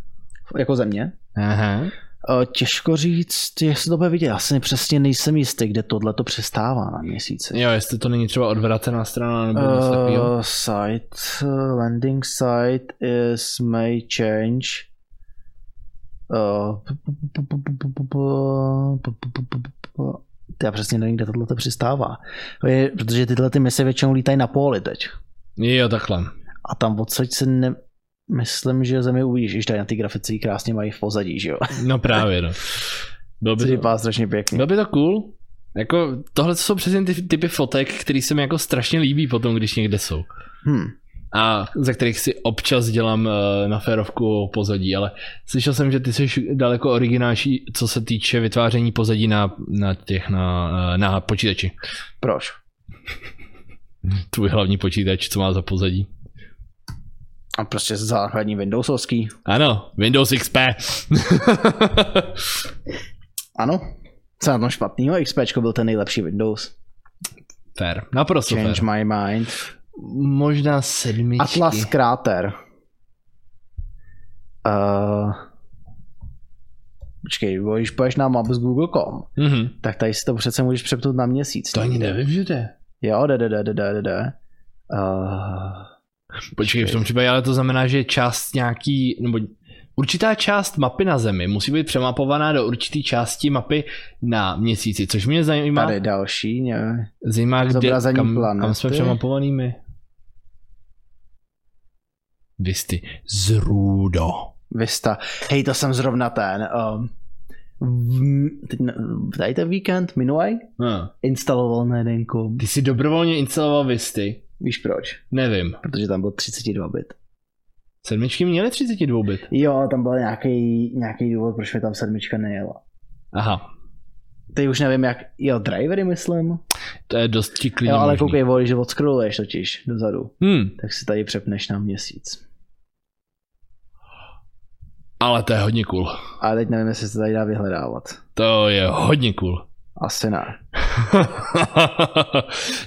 [SPEAKER 1] Jako země.
[SPEAKER 2] Aha.
[SPEAKER 1] Uh, těžko říct, jestli to bude vidět. Já si přesně nejsem jistý, kde tohle to přestává na měsíci.
[SPEAKER 2] Jo, jestli to není třeba odvracená strana nebo něco takového.
[SPEAKER 1] Uh, site, uh, landing site is may change. Uh, já přesně nevím, kde tohle přistává. Je- Protože tyhle ty mise většinou lítají na poli teď.
[SPEAKER 2] Jo, takhle.
[SPEAKER 1] A tam odsaď se ne... Myslím, že zemi uvidíš, když tady na ty grafice ji krásně mají v pozadí, že jo?
[SPEAKER 2] No právě, no. Bylo
[SPEAKER 1] Což
[SPEAKER 2] by, to,
[SPEAKER 1] vypadá strašně pěkně.
[SPEAKER 2] bylo by to cool. Jako, tohle jsou přesně ty typy fotek, které se mi jako strašně líbí potom, když někde jsou.
[SPEAKER 1] Hmm.
[SPEAKER 2] A ze kterých si občas dělám eh, na férovku pozadí, ale slyšel jsem, že ty jsi daleko originálnější, co se týče vytváření pozadí na, na těch, na, eh, na počítači.
[SPEAKER 1] Proč?
[SPEAKER 2] Tvůj hlavní počítač, co má za pozadí.
[SPEAKER 1] A prostě základní Windowsovský.
[SPEAKER 2] Ano, Windows XP.
[SPEAKER 1] Ano. Co je na tom špatného? XPčko byl ten nejlepší Windows.
[SPEAKER 2] fair, naprosto
[SPEAKER 1] Change my
[SPEAKER 2] fair.
[SPEAKER 1] mind.
[SPEAKER 2] Možná sedmičky.
[SPEAKER 1] Atlas kráter. Uh, počkej, bo když půjdeš na maps Google.com,
[SPEAKER 2] Mhm.
[SPEAKER 1] tak tady si to přece můžeš přepnout na měsíc.
[SPEAKER 2] To ani nevím, že jde.
[SPEAKER 1] Jo, jde, jde, jde, jde, jde, jde. Uh,
[SPEAKER 2] Počkej, v tom případě ale to znamená, že část nějaký, nebo určitá část mapy na Zemi musí být přemapovaná do určité části mapy na měsíci, což mě zajímá,
[SPEAKER 1] tady další, ne?
[SPEAKER 2] zajímá kde,
[SPEAKER 1] zobrazení
[SPEAKER 2] kam, kam
[SPEAKER 1] planety.
[SPEAKER 2] jsme přemapovaný my. Visty. Zrůdo.
[SPEAKER 1] Vista. Hej, to jsem zrovna ten. Um, v- teď, ne- tady ten víkend, minulý,
[SPEAKER 2] Hm.
[SPEAKER 1] instaloval na jedenku.
[SPEAKER 2] Ty jsi dobrovolně instaloval Visty.
[SPEAKER 1] Víš proč?
[SPEAKER 2] Nevím.
[SPEAKER 1] Protože tam byl 32 bit.
[SPEAKER 2] Sedmičky měly 32 bit.
[SPEAKER 1] Jo, tam byl nějaký, nějaký důvod, proč mi tam sedmička nejela.
[SPEAKER 2] Aha.
[SPEAKER 1] Teď už nevím jak, jo, drivery myslím.
[SPEAKER 2] To je dost ti klidně
[SPEAKER 1] Jo, ale
[SPEAKER 2] možný.
[SPEAKER 1] koukej, voli, že odskroluješ totiž dozadu,
[SPEAKER 2] Hm,
[SPEAKER 1] tak si tady přepneš na měsíc.
[SPEAKER 2] ale to je hodně cool.
[SPEAKER 1] A teď nevím, jestli se tady dá vyhledávat.
[SPEAKER 2] To je hodně cool.
[SPEAKER 1] Asi ne.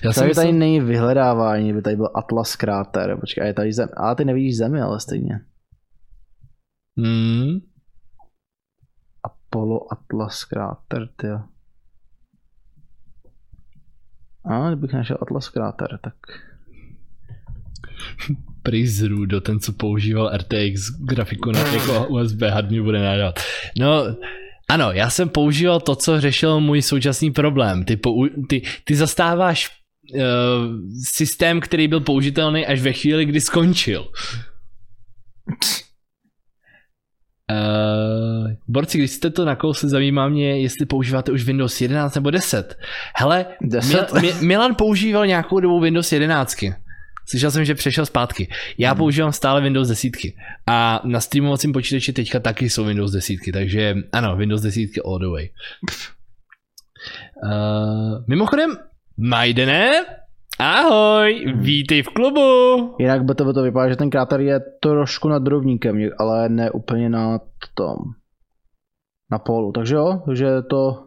[SPEAKER 2] Já jsem
[SPEAKER 1] Tady, tady
[SPEAKER 2] myslel-
[SPEAKER 1] není vyhledávání, by tady byl Atlas kráter, počkej, a je tady zem. A ty nevidíš zemi, ale stejně.
[SPEAKER 2] Hmm.
[SPEAKER 1] Apollo Atlas kráter, ty. A kdybych našel Atlas kráter, tak...
[SPEAKER 2] Prý Zrudo, ten, co používal RTX grafiku na jako USB hard, mě bude nádat. No, ano, já jsem používal to, co řešil můj současný problém. Ty, pou, ty, ty zastáváš uh, systém, který byl použitelný až ve chvíli, kdy skončil. Uh, borci, když jste to nakousli, zajímá mě, jestli používáte už Windows 11 nebo 10. Hele, Mil,
[SPEAKER 1] Deset?
[SPEAKER 2] Mi, Milan používal nějakou dobu Windows 11. Slyšel jsem, že přešel zpátky. Já hmm. používám stále Windows 10. A na streamovacím počítači teďka taky jsou Windows 10. Takže ano, Windows 10 all the way. Uh, mimochodem, Majdene, ahoj, vítej v klubu.
[SPEAKER 1] Jinak by to, by to vypadá, že ten kráter je trošku nad rovníkem, ně- ale ne úplně na tom. Na polu, takže jo, že je to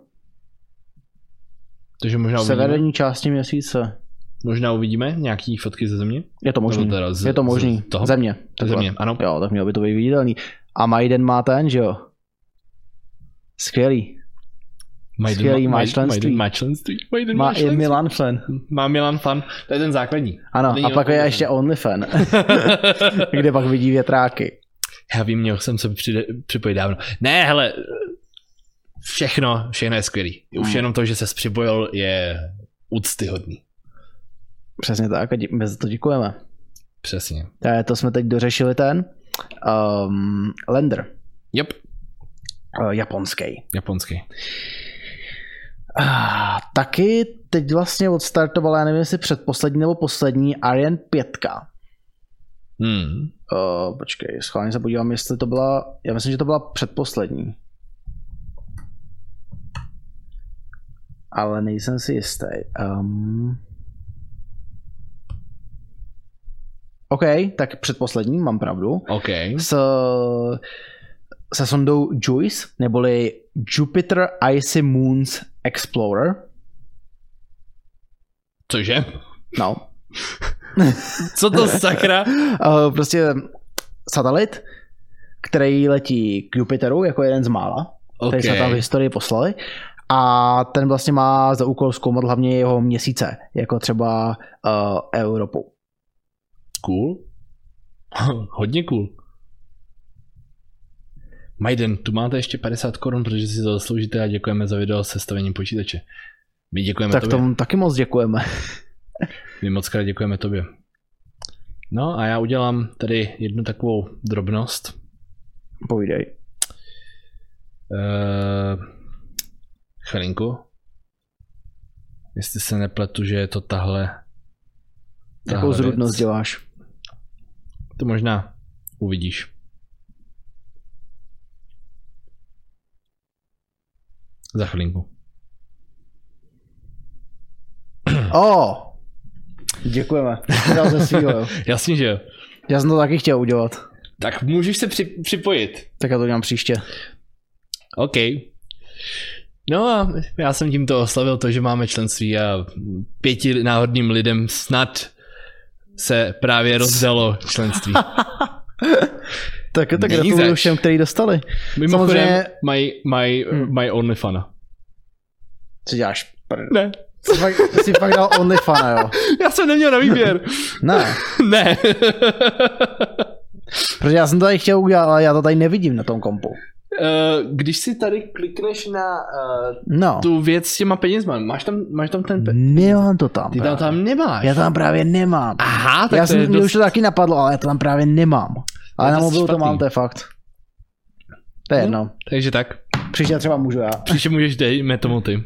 [SPEAKER 2] Takže možná
[SPEAKER 1] v
[SPEAKER 2] uvidíme,
[SPEAKER 1] severní části měsíce.
[SPEAKER 2] možná uvidíme nějaký fotky ze země.
[SPEAKER 1] Je to možný.
[SPEAKER 2] Nebo teda z-
[SPEAKER 1] je to možný.
[SPEAKER 2] z toho?
[SPEAKER 1] Země.
[SPEAKER 2] Ze
[SPEAKER 1] takhle.
[SPEAKER 2] země, ano.
[SPEAKER 1] Jo, tak mělo by to být viditelný. A Maiden má ten, že jo? Skvělý.
[SPEAKER 2] Majden
[SPEAKER 1] Skvělý,
[SPEAKER 2] ma-
[SPEAKER 1] má
[SPEAKER 2] Majden-
[SPEAKER 1] členství.
[SPEAKER 2] Majden Má členství. Majden
[SPEAKER 1] Má
[SPEAKER 2] má
[SPEAKER 1] i
[SPEAKER 2] členství.
[SPEAKER 1] Milan fan.
[SPEAKER 2] Má Milan fan. To je ten základní.
[SPEAKER 1] Ano,
[SPEAKER 2] Není
[SPEAKER 1] a pak je
[SPEAKER 2] odpovědný.
[SPEAKER 1] ještě Only fan, kde pak vidí větráky.
[SPEAKER 2] Já vím, měl jsem se přide, připojit dávno. Ne, hele, všechno, všechno je skvělý. Už
[SPEAKER 1] Hmm.
[SPEAKER 2] jenom to, že se připojil, je úctyhodný.
[SPEAKER 1] Přesně tak a dě- my za to děkujeme.
[SPEAKER 2] Přesně.
[SPEAKER 1] Eh, To jsme teď dořešili ten. Um, Lender,
[SPEAKER 2] Jop,
[SPEAKER 1] eh, japonský.
[SPEAKER 2] japonský.
[SPEAKER 1] Ah, taky teď vlastně odstartovala, já nevím, jestli předposlední nebo poslední, Ariane 5.
[SPEAKER 2] Hmm.
[SPEAKER 1] Uh, počkej, schválně se podívám, jestli to byla, já myslím, že to byla předposlední. Ale nejsem si jistý. Um... OK, tak předposlední, mám pravdu.
[SPEAKER 2] OK.
[SPEAKER 1] s, se sondou JUICE, neboli Jupiter Icy Moons Explorer.
[SPEAKER 2] Cože?
[SPEAKER 1] No,
[SPEAKER 2] Co to sakra?
[SPEAKER 1] uh, prostě satelit, který letí k Jupiteru jako jeden z mála,
[SPEAKER 2] OK.
[SPEAKER 1] který jsme tam v historii poslali. A ten vlastně má za úkol zkoumat hlavně jeho měsíce, jako třeba uh, Evropu.
[SPEAKER 2] Cool. Hodně cool. Majden, tu máte ještě 50 korun, protože si to zasloužíte a děkujeme za video s sestavením počítače. My děkujeme
[SPEAKER 1] Tak
[SPEAKER 2] tobě.
[SPEAKER 1] tomu taky moc děkujeme.
[SPEAKER 2] My moc krát děkujeme tobě. No a já udělám tady jednu takovou drobnost.
[SPEAKER 1] Povídej.
[SPEAKER 2] Uh, chvilinku. Jestli se nepletu, že je to tahle.
[SPEAKER 1] Jakou
[SPEAKER 2] tahle
[SPEAKER 1] zrudnost
[SPEAKER 2] No, věc.
[SPEAKER 1] děláš?
[SPEAKER 2] To možná uvidíš. Za chvilinku. Hm.
[SPEAKER 1] O! Oh, děkujeme. Dal ze svýho, jo.
[SPEAKER 2] Jasně, že jo.
[SPEAKER 1] Já jsem to taky chtěl udělat.
[SPEAKER 2] Tak můžeš se při, připojit.
[SPEAKER 1] Tak já to udělám příště.
[SPEAKER 2] OK. No a já jsem tímto oslavil to, že máme členství a pěti náhodným lidem snad se právě rozdalo členství.
[SPEAKER 1] Tak, tak
[SPEAKER 2] Není
[SPEAKER 1] gratuluju
[SPEAKER 2] zač.
[SPEAKER 1] všem, kteří dostali.
[SPEAKER 2] Mimochodem,
[SPEAKER 1] Samozřejmě-
[SPEAKER 2] mají maj,
[SPEAKER 1] Hmm.
[SPEAKER 2] maj OnlyFana.
[SPEAKER 1] Co děláš? Prd.
[SPEAKER 2] Ne,
[SPEAKER 1] Jsi fakt, jsi fakt dal OnlyFana, jo?
[SPEAKER 2] já jsem neměl na výběr.
[SPEAKER 1] Ne,
[SPEAKER 2] ne.
[SPEAKER 1] protože já jsem to tady chtěl udělat, ale já to tady nevidím na tom kompu.
[SPEAKER 2] Eh, Když si tady klikneš na eh,
[SPEAKER 1] No,
[SPEAKER 2] tu věc s těma penězma, máš tam, máš tam ten pe-
[SPEAKER 1] nemám to tam.
[SPEAKER 2] Ty tam,
[SPEAKER 1] právě.
[SPEAKER 2] tam nemáš.
[SPEAKER 1] Hmm. Já to tam právě nemám.
[SPEAKER 2] Aha, tak
[SPEAKER 1] já
[SPEAKER 2] to je
[SPEAKER 1] jsem, mě
[SPEAKER 2] dost...
[SPEAKER 1] už to taky napadlo, ale já to tam právě nemám. Ale
[SPEAKER 2] je
[SPEAKER 1] na
[SPEAKER 2] dost
[SPEAKER 1] mobilu to
[SPEAKER 2] špatný.
[SPEAKER 1] mám, to je fakt. To je
[SPEAKER 2] No.
[SPEAKER 1] jedno.
[SPEAKER 2] Takže tak.
[SPEAKER 1] Příště třeba můžu já.
[SPEAKER 2] Příště můžeš dejme tomu ty.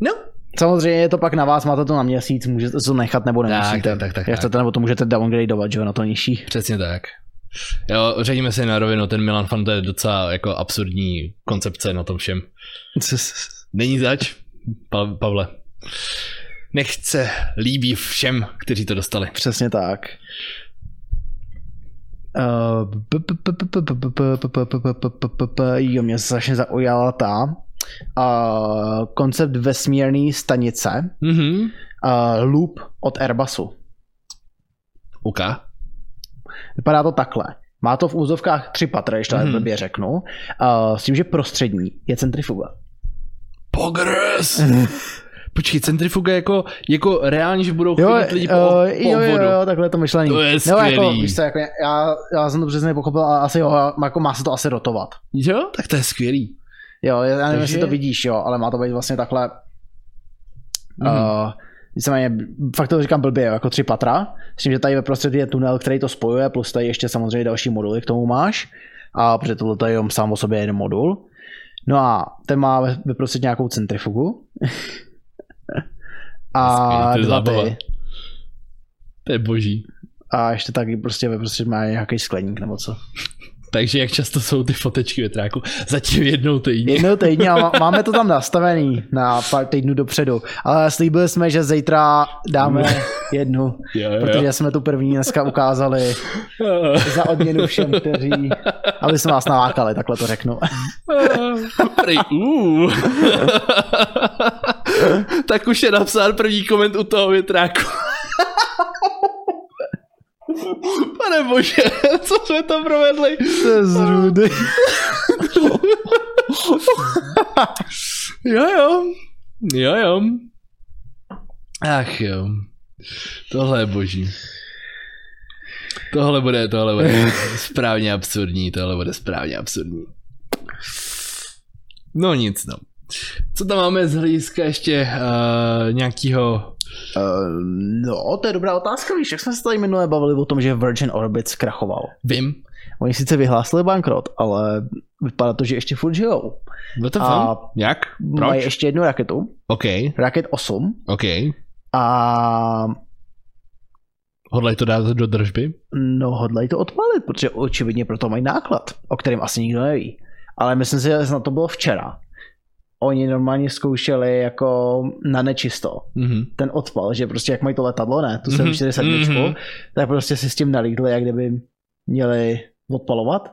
[SPEAKER 2] No.
[SPEAKER 1] Samozřejmě je to pak na vás, máte to na měsíc, můžete to nechat nebo nemusíte.
[SPEAKER 2] tak, tak, tak,
[SPEAKER 1] Jak
[SPEAKER 2] tak.
[SPEAKER 1] chcete, nebo to můžete downgradeovat, že jo, na to nižší.
[SPEAKER 2] Přesně tak. Jo, řekněme si na rovinu, ten Milan Fan to je docela jako absurdní koncepce na tom všem. Není zač, pa- Pavle. Nechce líbí všem, kteří to dostali.
[SPEAKER 1] Přesně tak. Eh, p- p- p- p- p- p- p- p- p- p- p- p- p- p- p- Jo, mě strašně zaujala ta eh, koncept vesmírné stanice
[SPEAKER 2] Mhm.
[SPEAKER 1] eh, Loop od Airbusu.
[SPEAKER 2] Uka.
[SPEAKER 1] Vypadá to takhle. Má to v úzovkách tři patra, když to mm.
[SPEAKER 2] Mhm.
[SPEAKER 1] blbě řeknu, uh, s tím, že prostřední je centrifuga.
[SPEAKER 2] Pogres! Počkej, centrifuga jako, jako reálně, že budou
[SPEAKER 1] Jo,
[SPEAKER 2] chodit lidi po,
[SPEAKER 1] eh,
[SPEAKER 2] po
[SPEAKER 1] jo, jo,
[SPEAKER 2] vodu.
[SPEAKER 1] jo, takhle je to myšlení.
[SPEAKER 2] To je
[SPEAKER 1] no,
[SPEAKER 2] skvělý.
[SPEAKER 1] jako, víš co, jako, já, já, jsem to přesně nepochopil, ale asi jo, jako má se to asi rotovat.
[SPEAKER 2] jo, tak to je skvělý.
[SPEAKER 1] Jo, já nevím,
[SPEAKER 2] Takže-
[SPEAKER 1] jestli to vidíš, jo, ale má to být vlastně takhle.
[SPEAKER 2] Mhm.
[SPEAKER 1] Mm-hmm. Uh, nicméně, fakt to říkám blbě, jo, jako tři patra. S tím, že tady ve prostředí je tunel, který to spojuje, plus tady ještě samozřejmě další moduly k tomu máš. A protože tohle to je jenom sám o sobě jeden modul. No a ten má ve- ve prostředí nějakou centrifugu. a
[SPEAKER 2] Skvělý, to je
[SPEAKER 1] dva
[SPEAKER 2] zábava.
[SPEAKER 1] ty.
[SPEAKER 2] To je boží.
[SPEAKER 1] A ještě taky prostě ve prostředí má nějaký skleník nebo co.
[SPEAKER 2] Takže jak často jsou ty fotečky větráku? Zatím jednou týdně.
[SPEAKER 1] Jednou týdně a má- máme to tam nastavený na pár týdnů dopředu. Ale slíbili jsme, že zítra dáme jednu,
[SPEAKER 2] Jo, jo, jo.
[SPEAKER 1] protože jsme tu první dneska ukázali za odměnu všem, kteří, aby jsme vás nalákali, takhle to řeknu.
[SPEAKER 2] Prej, uh. tak už je napsán první koment u toho větráku. Pane bože, co jsme tam provedli?
[SPEAKER 1] To je zrudy.
[SPEAKER 2] Jo, jo. Jo, jo. Ach jo. Tohle je boží. Tohle bude, tohle bude správně absurdní, tohle bude správně absurdní. No nic, no. Co tam máme z hlediska ještě uh, nějakýho...
[SPEAKER 1] Uh, no, to je dobrá otázka, víš, jak jsme se tady minule bavili o tom, že Virgin Orbit zkrachoval.
[SPEAKER 2] Vím.
[SPEAKER 1] Oni sice vyhlásili bankrot, ale vypadá to, že ještě furt žijou.
[SPEAKER 2] Byl to
[SPEAKER 1] A-
[SPEAKER 2] A... Jak?
[SPEAKER 1] Mají
[SPEAKER 2] Proč?
[SPEAKER 1] ještě jednu raketu,
[SPEAKER 2] OK,
[SPEAKER 1] raket 8,
[SPEAKER 2] OK.
[SPEAKER 1] a
[SPEAKER 2] Hodlej to dát do držby?
[SPEAKER 1] No, hodlají to odpalit, protože očividně proto mají náklad, o kterém asi nikdo neví. Ale myslím si, že snad to bylo včera. Oni normálně zkoušeli jako na nečisto
[SPEAKER 2] Mhm.
[SPEAKER 1] ten odpal, že prostě jak mají to letadlo, ne, tu 747,
[SPEAKER 2] Mhm.
[SPEAKER 1] mm-hmm. tak prostě si s tím nalídli, jak kdyby měli odpalovat,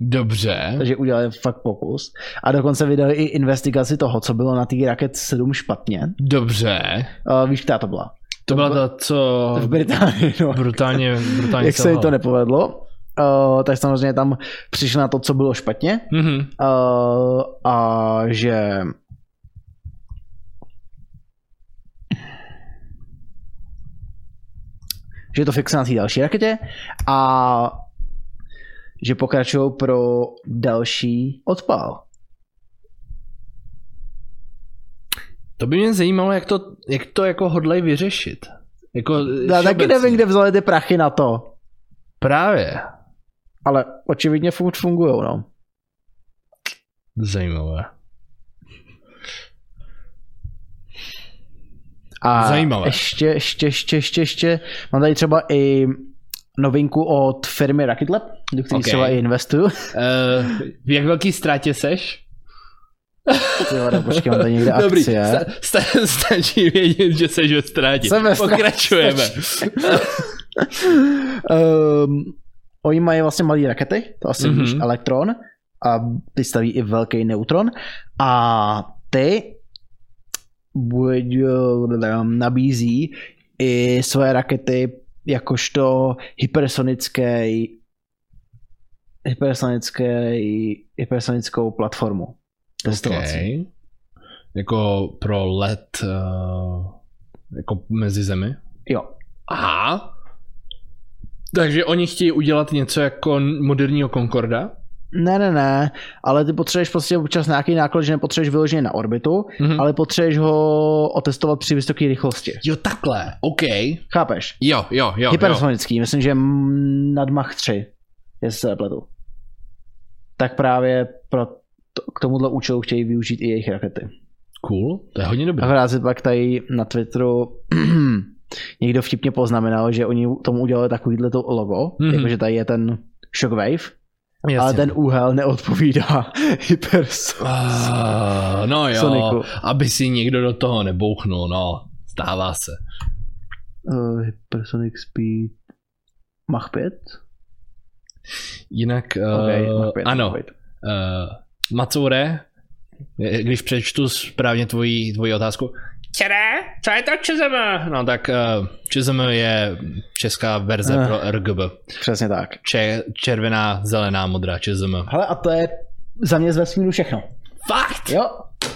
[SPEAKER 2] Dobře.
[SPEAKER 1] takže udělali fakt pokus. A dokonce vydali i investigaci toho, co bylo na té raket 7 špatně.
[SPEAKER 2] Dobře.
[SPEAKER 1] Uh, víš, která to byla?
[SPEAKER 2] To byla ta, co...
[SPEAKER 1] V Británii, no.
[SPEAKER 2] Brutálně, brutálně
[SPEAKER 1] Jak se jim to
[SPEAKER 2] selhala.
[SPEAKER 1] nepovedlo, uh, tak samozřejmě tam přišli na to, co bylo špatně,
[SPEAKER 2] Mhm.
[SPEAKER 1] Uh, a že že je to fixe na té další raketě a že pokračují pro další odpal.
[SPEAKER 2] To by mě zajímalo, jak to, jak to jako hodlej vyřešit. Jako
[SPEAKER 1] Já
[SPEAKER 2] všeobecně.
[SPEAKER 1] taky nevím, kde vzali ty prachy na to,
[SPEAKER 2] Právě.
[SPEAKER 1] ale očividně furt fungují, no.
[SPEAKER 2] Zajímavé.
[SPEAKER 1] A
[SPEAKER 2] Zajímavé.
[SPEAKER 1] Ještě, ještě, ještě, ještě, ještě. Mám tady třeba i novinku od firmy Rocket Lab, do které
[SPEAKER 2] Ok.
[SPEAKER 1] okay. třeba i investuju.
[SPEAKER 2] Uh, v jak velký ztrátě seš?
[SPEAKER 1] Ty vole, počkej, mám tady někde
[SPEAKER 2] Dobrý,
[SPEAKER 1] akcie.
[SPEAKER 2] sta, sta, stačí vědět, že seš ve ztrátě.
[SPEAKER 1] Jsem ve ztrátě.
[SPEAKER 2] Pokračujeme.
[SPEAKER 1] um, oni mají vlastně malé rakety, to asi
[SPEAKER 2] Mhm.
[SPEAKER 1] mm-hmm. víš, elektron, a ty staví i velký neutron a ty buď, eh, nabízí i svoje rakety jakožto hypersonické hypersonické hypersonickou platformu testovací. Okay.
[SPEAKER 2] okay. Jako pro let uh, jako mezi zemi.
[SPEAKER 1] Jo,
[SPEAKER 2] Aha. Takže oni chtějí udělat něco jako moderního Concorda?
[SPEAKER 1] Ne, ne, ne, ale ty potřebuješ prostě občas nějaký náklad, že nepotřebuješ vyloženě na orbitu,
[SPEAKER 2] Mhm.
[SPEAKER 1] ale potřebuješ ho otestovat při vysoké rychlosti.
[SPEAKER 2] Jo, takhle. OK.
[SPEAKER 1] Chápeš?
[SPEAKER 2] Jo, jo, jo. jo.
[SPEAKER 1] Hypersonický, myslím, že mm, nad Mach 3, jestli se nepletu. Tak právě pro to, k tomuhle účelu chtějí využít i jejich rakety.
[SPEAKER 2] Cool, to je hodně
[SPEAKER 1] A
[SPEAKER 2] dobré.
[SPEAKER 1] v rázi pak tady na Twitteru někdo vtipně poznamenal, že oni tomu udělali takovýhle to logo,
[SPEAKER 2] Mhm.
[SPEAKER 1] mm-hmm. jakože tady je ten shockwave, ale ten úhel neodpovídá hypersonický.
[SPEAKER 2] Ah, no jo,
[SPEAKER 1] Soniku. aby
[SPEAKER 2] aby si někdo do toho nebouchnul, no. Stává se.
[SPEAKER 1] Uh, Hypersonic Speed Mach 5?
[SPEAKER 2] Jinak, uh,
[SPEAKER 1] Mach 5
[SPEAKER 2] ano,
[SPEAKER 1] Mach
[SPEAKER 2] uh,
[SPEAKER 1] 5.
[SPEAKER 2] Macoure, když přečtu správně tvoji, tvoji otázku, Čere, co je to ČZM? No tak eh, ČZM je česká verze
[SPEAKER 1] Eh.
[SPEAKER 2] pro RGB.
[SPEAKER 1] Přesně tak.
[SPEAKER 2] Če- červená, zelená, modrá ČZM.
[SPEAKER 1] Hele, a to je za mě z vesmíru všechno.
[SPEAKER 2] Fakt!
[SPEAKER 1] Jo,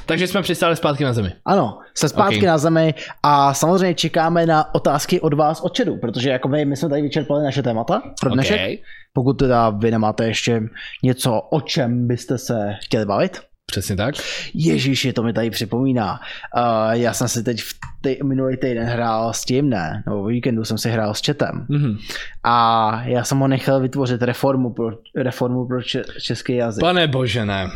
[SPEAKER 2] Takže jsme přistáli zpátky na zemi.
[SPEAKER 1] ano, se zpátky
[SPEAKER 2] Ok.
[SPEAKER 1] okay. na zemi a samozřejmě čekáme na otázky od vás od čedu, protože jakoby my jsme tady vyčerpali naše témata pro dnešek. Okay.
[SPEAKER 2] Okay.
[SPEAKER 1] Pokud teda vy nemáte ještě něco, o čem byste se chtěli bavit,
[SPEAKER 2] Přesně tak.
[SPEAKER 1] Ježíši, to mi tady připomíná. Uh, já jsem si teď v ty, minulý týden hrál s tím, ne, nebo o víkendu jsem si hrál s četem.
[SPEAKER 2] Mm-hmm.
[SPEAKER 1] A já jsem ho nechal vytvořit reformu pro, reformu pro če, český jazyk.
[SPEAKER 2] Pane bože, ne.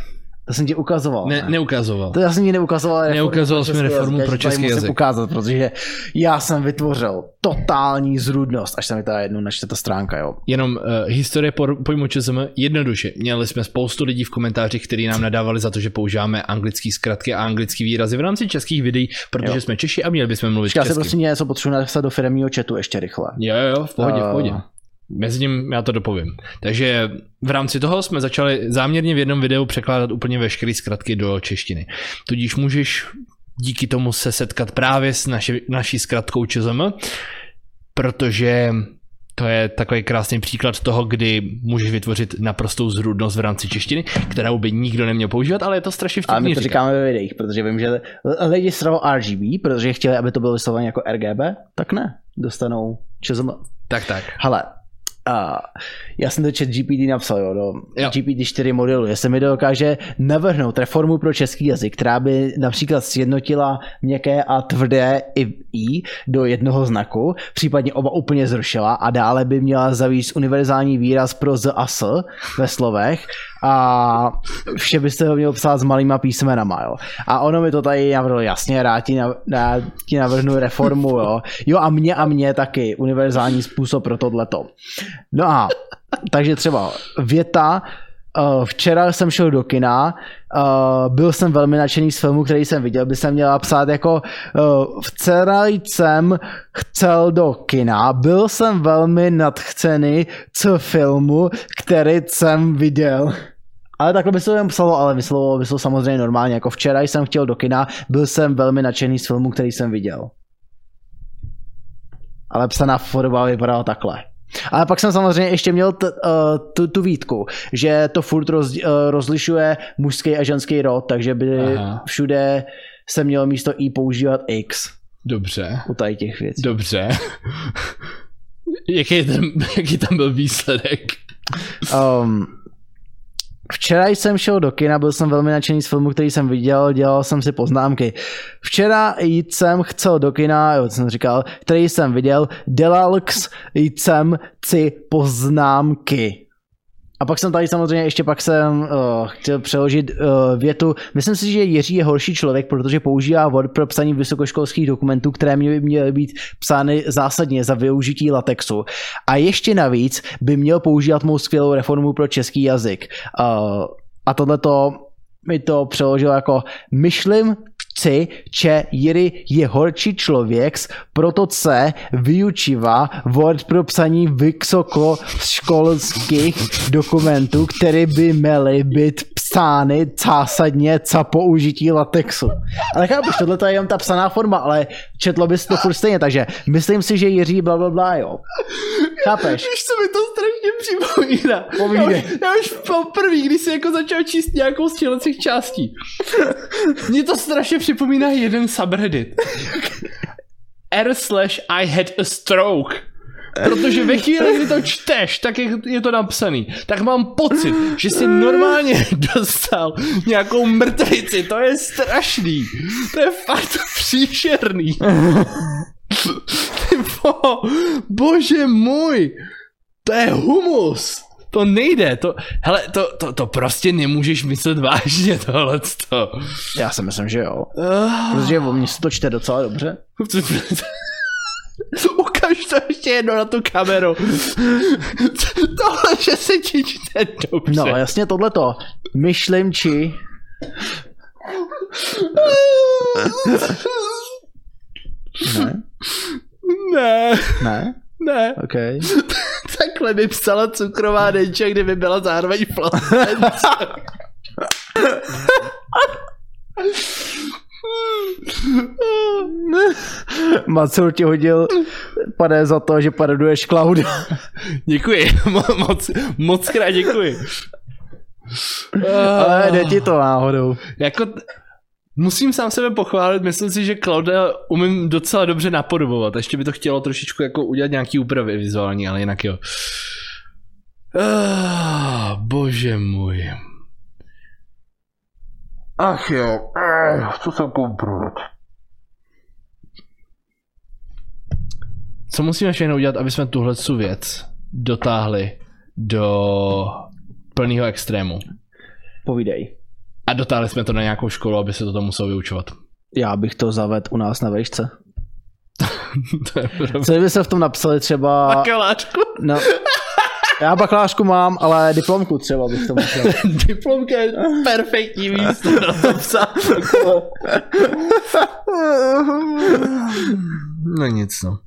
[SPEAKER 1] To jsem ti ukazoval.
[SPEAKER 2] ne neukazoval.
[SPEAKER 1] To já jsem ti neukazoval. reformu
[SPEAKER 2] Neukazoval
[SPEAKER 1] pro
[SPEAKER 2] jsi
[SPEAKER 1] český
[SPEAKER 2] mi reformu
[SPEAKER 1] jazyk, já
[SPEAKER 2] pro
[SPEAKER 1] ti to tady
[SPEAKER 2] český
[SPEAKER 1] musím
[SPEAKER 2] jazyk.
[SPEAKER 1] ukázat, protože já jsem vytvořil totální zrůdnost, až se mi teda jednou načte ta stránka, jo.
[SPEAKER 2] Jenom uh, historie por- pojmu ČSM jednoduše. Měli jsme spoustu lidí v komentářích, kteří nám nadávali za to, že používáme anglické zkratky a anglické výrazy v rámci českých videí, protože
[SPEAKER 1] Jo.
[SPEAKER 2] jo. jsme Češi a měli bychom mluvit
[SPEAKER 1] Říká
[SPEAKER 2] česky.
[SPEAKER 1] se prostě něco, potřebuji napsat do firmního chatu ještě rychle.
[SPEAKER 2] Jo, jo, jo, v pohodě, v pohodě.
[SPEAKER 1] Eh.
[SPEAKER 2] Mezi tím já to dopovím. Takže v rámci toho jsme začali záměrně v jednom videu překládat úplně veškeré zkratky do češtiny. Tudíž můžeš díky tomu se setkat právě s naši, naší zkratkou ČZM, protože to je takový krásný příklad toho, kdy můžeš vytvořit naprostou zhrudnost v rámci češtiny, kterou by nikdo neměl používat, ale je to strašně
[SPEAKER 1] A my
[SPEAKER 2] vtipný.
[SPEAKER 1] to
[SPEAKER 2] říkat.
[SPEAKER 1] říkáme ve videích, protože vím, že lidi stravo RGB, protože chtěli, aby to bylo vyslovené jako RGB, tak ne, dostanou ČSM.
[SPEAKER 2] Tak, tak.
[SPEAKER 1] Hele, a já jsem to chat GPT napsal, jo, do
[SPEAKER 2] Jo.
[SPEAKER 1] GPT-4 modelu, jestli mi dokáže navrhnout reformu pro český jazyk, která by například sjednotila měkké a tvrdé i v i do jednoho znaku, případně oba úplně zrušila a dále by měla zavíst univerzální výraz pro z a s ve slovech a vše byste ho měl psát s malýma písmenama, jo. A ono mi to tady navrhlo, jasně, rád ti, nav, rád ti navrhnu reformu, jo. Jo a mě a mě taky, univerzální způsob pro tohleto. No a, takže třeba věta, eh, včera jsem šel do kina, eh, byl jsem velmi nadšený z filmu, který jsem viděl, by se měla psát jako eh, včera jsem chcel do kina, byl jsem velmi nadchcený co filmu, který jsem viděl. Ale takhle by se to jen psalo, ale vyslovovalo by se to samozřejmě normálně. Jako včera jsem chtěl do kina, byl jsem velmi nadšený z filmu, který jsem viděl. Ale psaná forma vypadala takhle. Ale pak jsem samozřejmě ještě měl t, uh, tu, tu výtku, že to furt roz, uh, rozlišuje mužský a ženský rod, takže by
[SPEAKER 2] Aha.
[SPEAKER 1] všude se mělo místo i používat x
[SPEAKER 2] Dobře.
[SPEAKER 1] u tady těch věcí.
[SPEAKER 2] Dobře. jaký, je ten, jaký tam byl výsledek?
[SPEAKER 1] Um, včera jsem šel do kina, byl jsem velmi nadšený z filmu, který jsem viděl, dělal jsem si poznámky. Včera jít jsem chcel do kina, jo, co jsem říkal, který jsem viděl, dělal ks, jít jsem si poznámky. A pak jsem tady samozřejmě, ještě pak jsem uh, chtěl přeložit uh, větu. Myslím si, že Jiří je horší člověk, protože používá Word pro psaní vysokoškolských dokumentů, které měly, měly být psány zásadně za využití latexu. A ještě navíc by měl používat mou skvělou reformu pro český jazyk. Uh, a tohleto mi to přeložilo jako myšlim si, že Jiri je horší člověk, proto se vyučívá Word pro psaní vysokoškolských dokumentů, které by měly být psány zásadně za použití latexu. Ale chápu, tohle je jenom ta psaná forma, ale četlo bys to furt stejně, takže myslím si, že Jiří bla, bla, bla, jo. Chápeš?
[SPEAKER 2] Víš, co mi to strašně připomíná?
[SPEAKER 1] Povídej.
[SPEAKER 2] Já už, já už poprvé, když jsi jako začal číst nějakou z těchto těch částí. Mně to strašně připomíná jeden subreddit. R slash I had a stroke. Protože ve chvíli, kdy to čteš, tak jak je to napsaný, tak mám pocit, že jsi normálně dostal nějakou mrtvici. To je strašný. To je fakt příšerný. Ty bo, bože můj. To je humus. To nejde. To, hele, to, to, to prostě nemůžeš myslet vážně tohle. To.
[SPEAKER 1] Já si myslím, že jo.
[SPEAKER 2] Ah.
[SPEAKER 1] Protože o mně se to čte docela dobře.
[SPEAKER 2] Ukaž to ještě jedno na tu kameru. Tohle, že se ti čte dobře.
[SPEAKER 1] No jasně tohleto. Myšlim či... Ne,
[SPEAKER 2] ne,
[SPEAKER 1] ne,
[SPEAKER 2] ne.
[SPEAKER 1] ok.
[SPEAKER 2] Takhle by psala cukrová denča, kdyby byla zároveň placenta.
[SPEAKER 1] Macur ti hodil pade za to, že paroduješ Clouda.
[SPEAKER 2] Děkuji, Mo- moc, moc krát děkuji. Ah.
[SPEAKER 1] Ale jde ti to náhodou.
[SPEAKER 2] Jako, t- musím sám sebe pochválit, myslím si, že Klauda umím docela dobře napodobovat, ještě by to chtělo trošičku jako udělat nějaký úpravy vizuální, ale jinak jo. Ah, bože můj. Ach jo, Ach, co jsem koupil? Co musíme všechno udělat, aby jsme tuhle věc dotáhli do plného extrému?
[SPEAKER 1] Povídej.
[SPEAKER 2] A dotáhli jsme to na nějakou školu, aby se to tam muselo vyučovat.
[SPEAKER 1] Já bych to zavedl u nás na vejšce.
[SPEAKER 2] to je pravda.
[SPEAKER 1] Co by se v tom napsali třeba...
[SPEAKER 2] Bakalářku.
[SPEAKER 1] No, já bakalářku mám, ale diplomku třeba bych to musel.
[SPEAKER 2] Diplomka je perfektní místo na to psát. No nic no.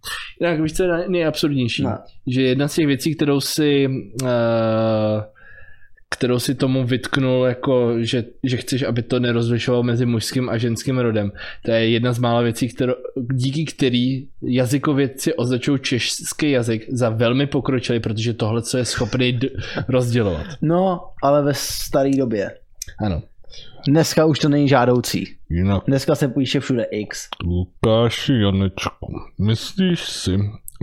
[SPEAKER 2] Jinak víš, co je nej- nejabsurdnější?
[SPEAKER 1] Ne.
[SPEAKER 2] Že jedna z těch věcí, kterou si eh, kterou si tomu vytknul, jako, že, že chceš, aby to nerozlišovalo mezi mužským a ženským rodem. To je jedna z mála věcí, kterou, díky který jazykovědci označují český jazyk za velmi pokročilý, protože tohle, co je schopný d- rozdělovat.
[SPEAKER 1] No, ale ve staré době.
[SPEAKER 2] Ano.
[SPEAKER 1] Dneska už to není žádoucí.
[SPEAKER 4] Jinak,
[SPEAKER 1] Dneska se píše všude X.
[SPEAKER 4] Lukáši Janečku, myslíš si,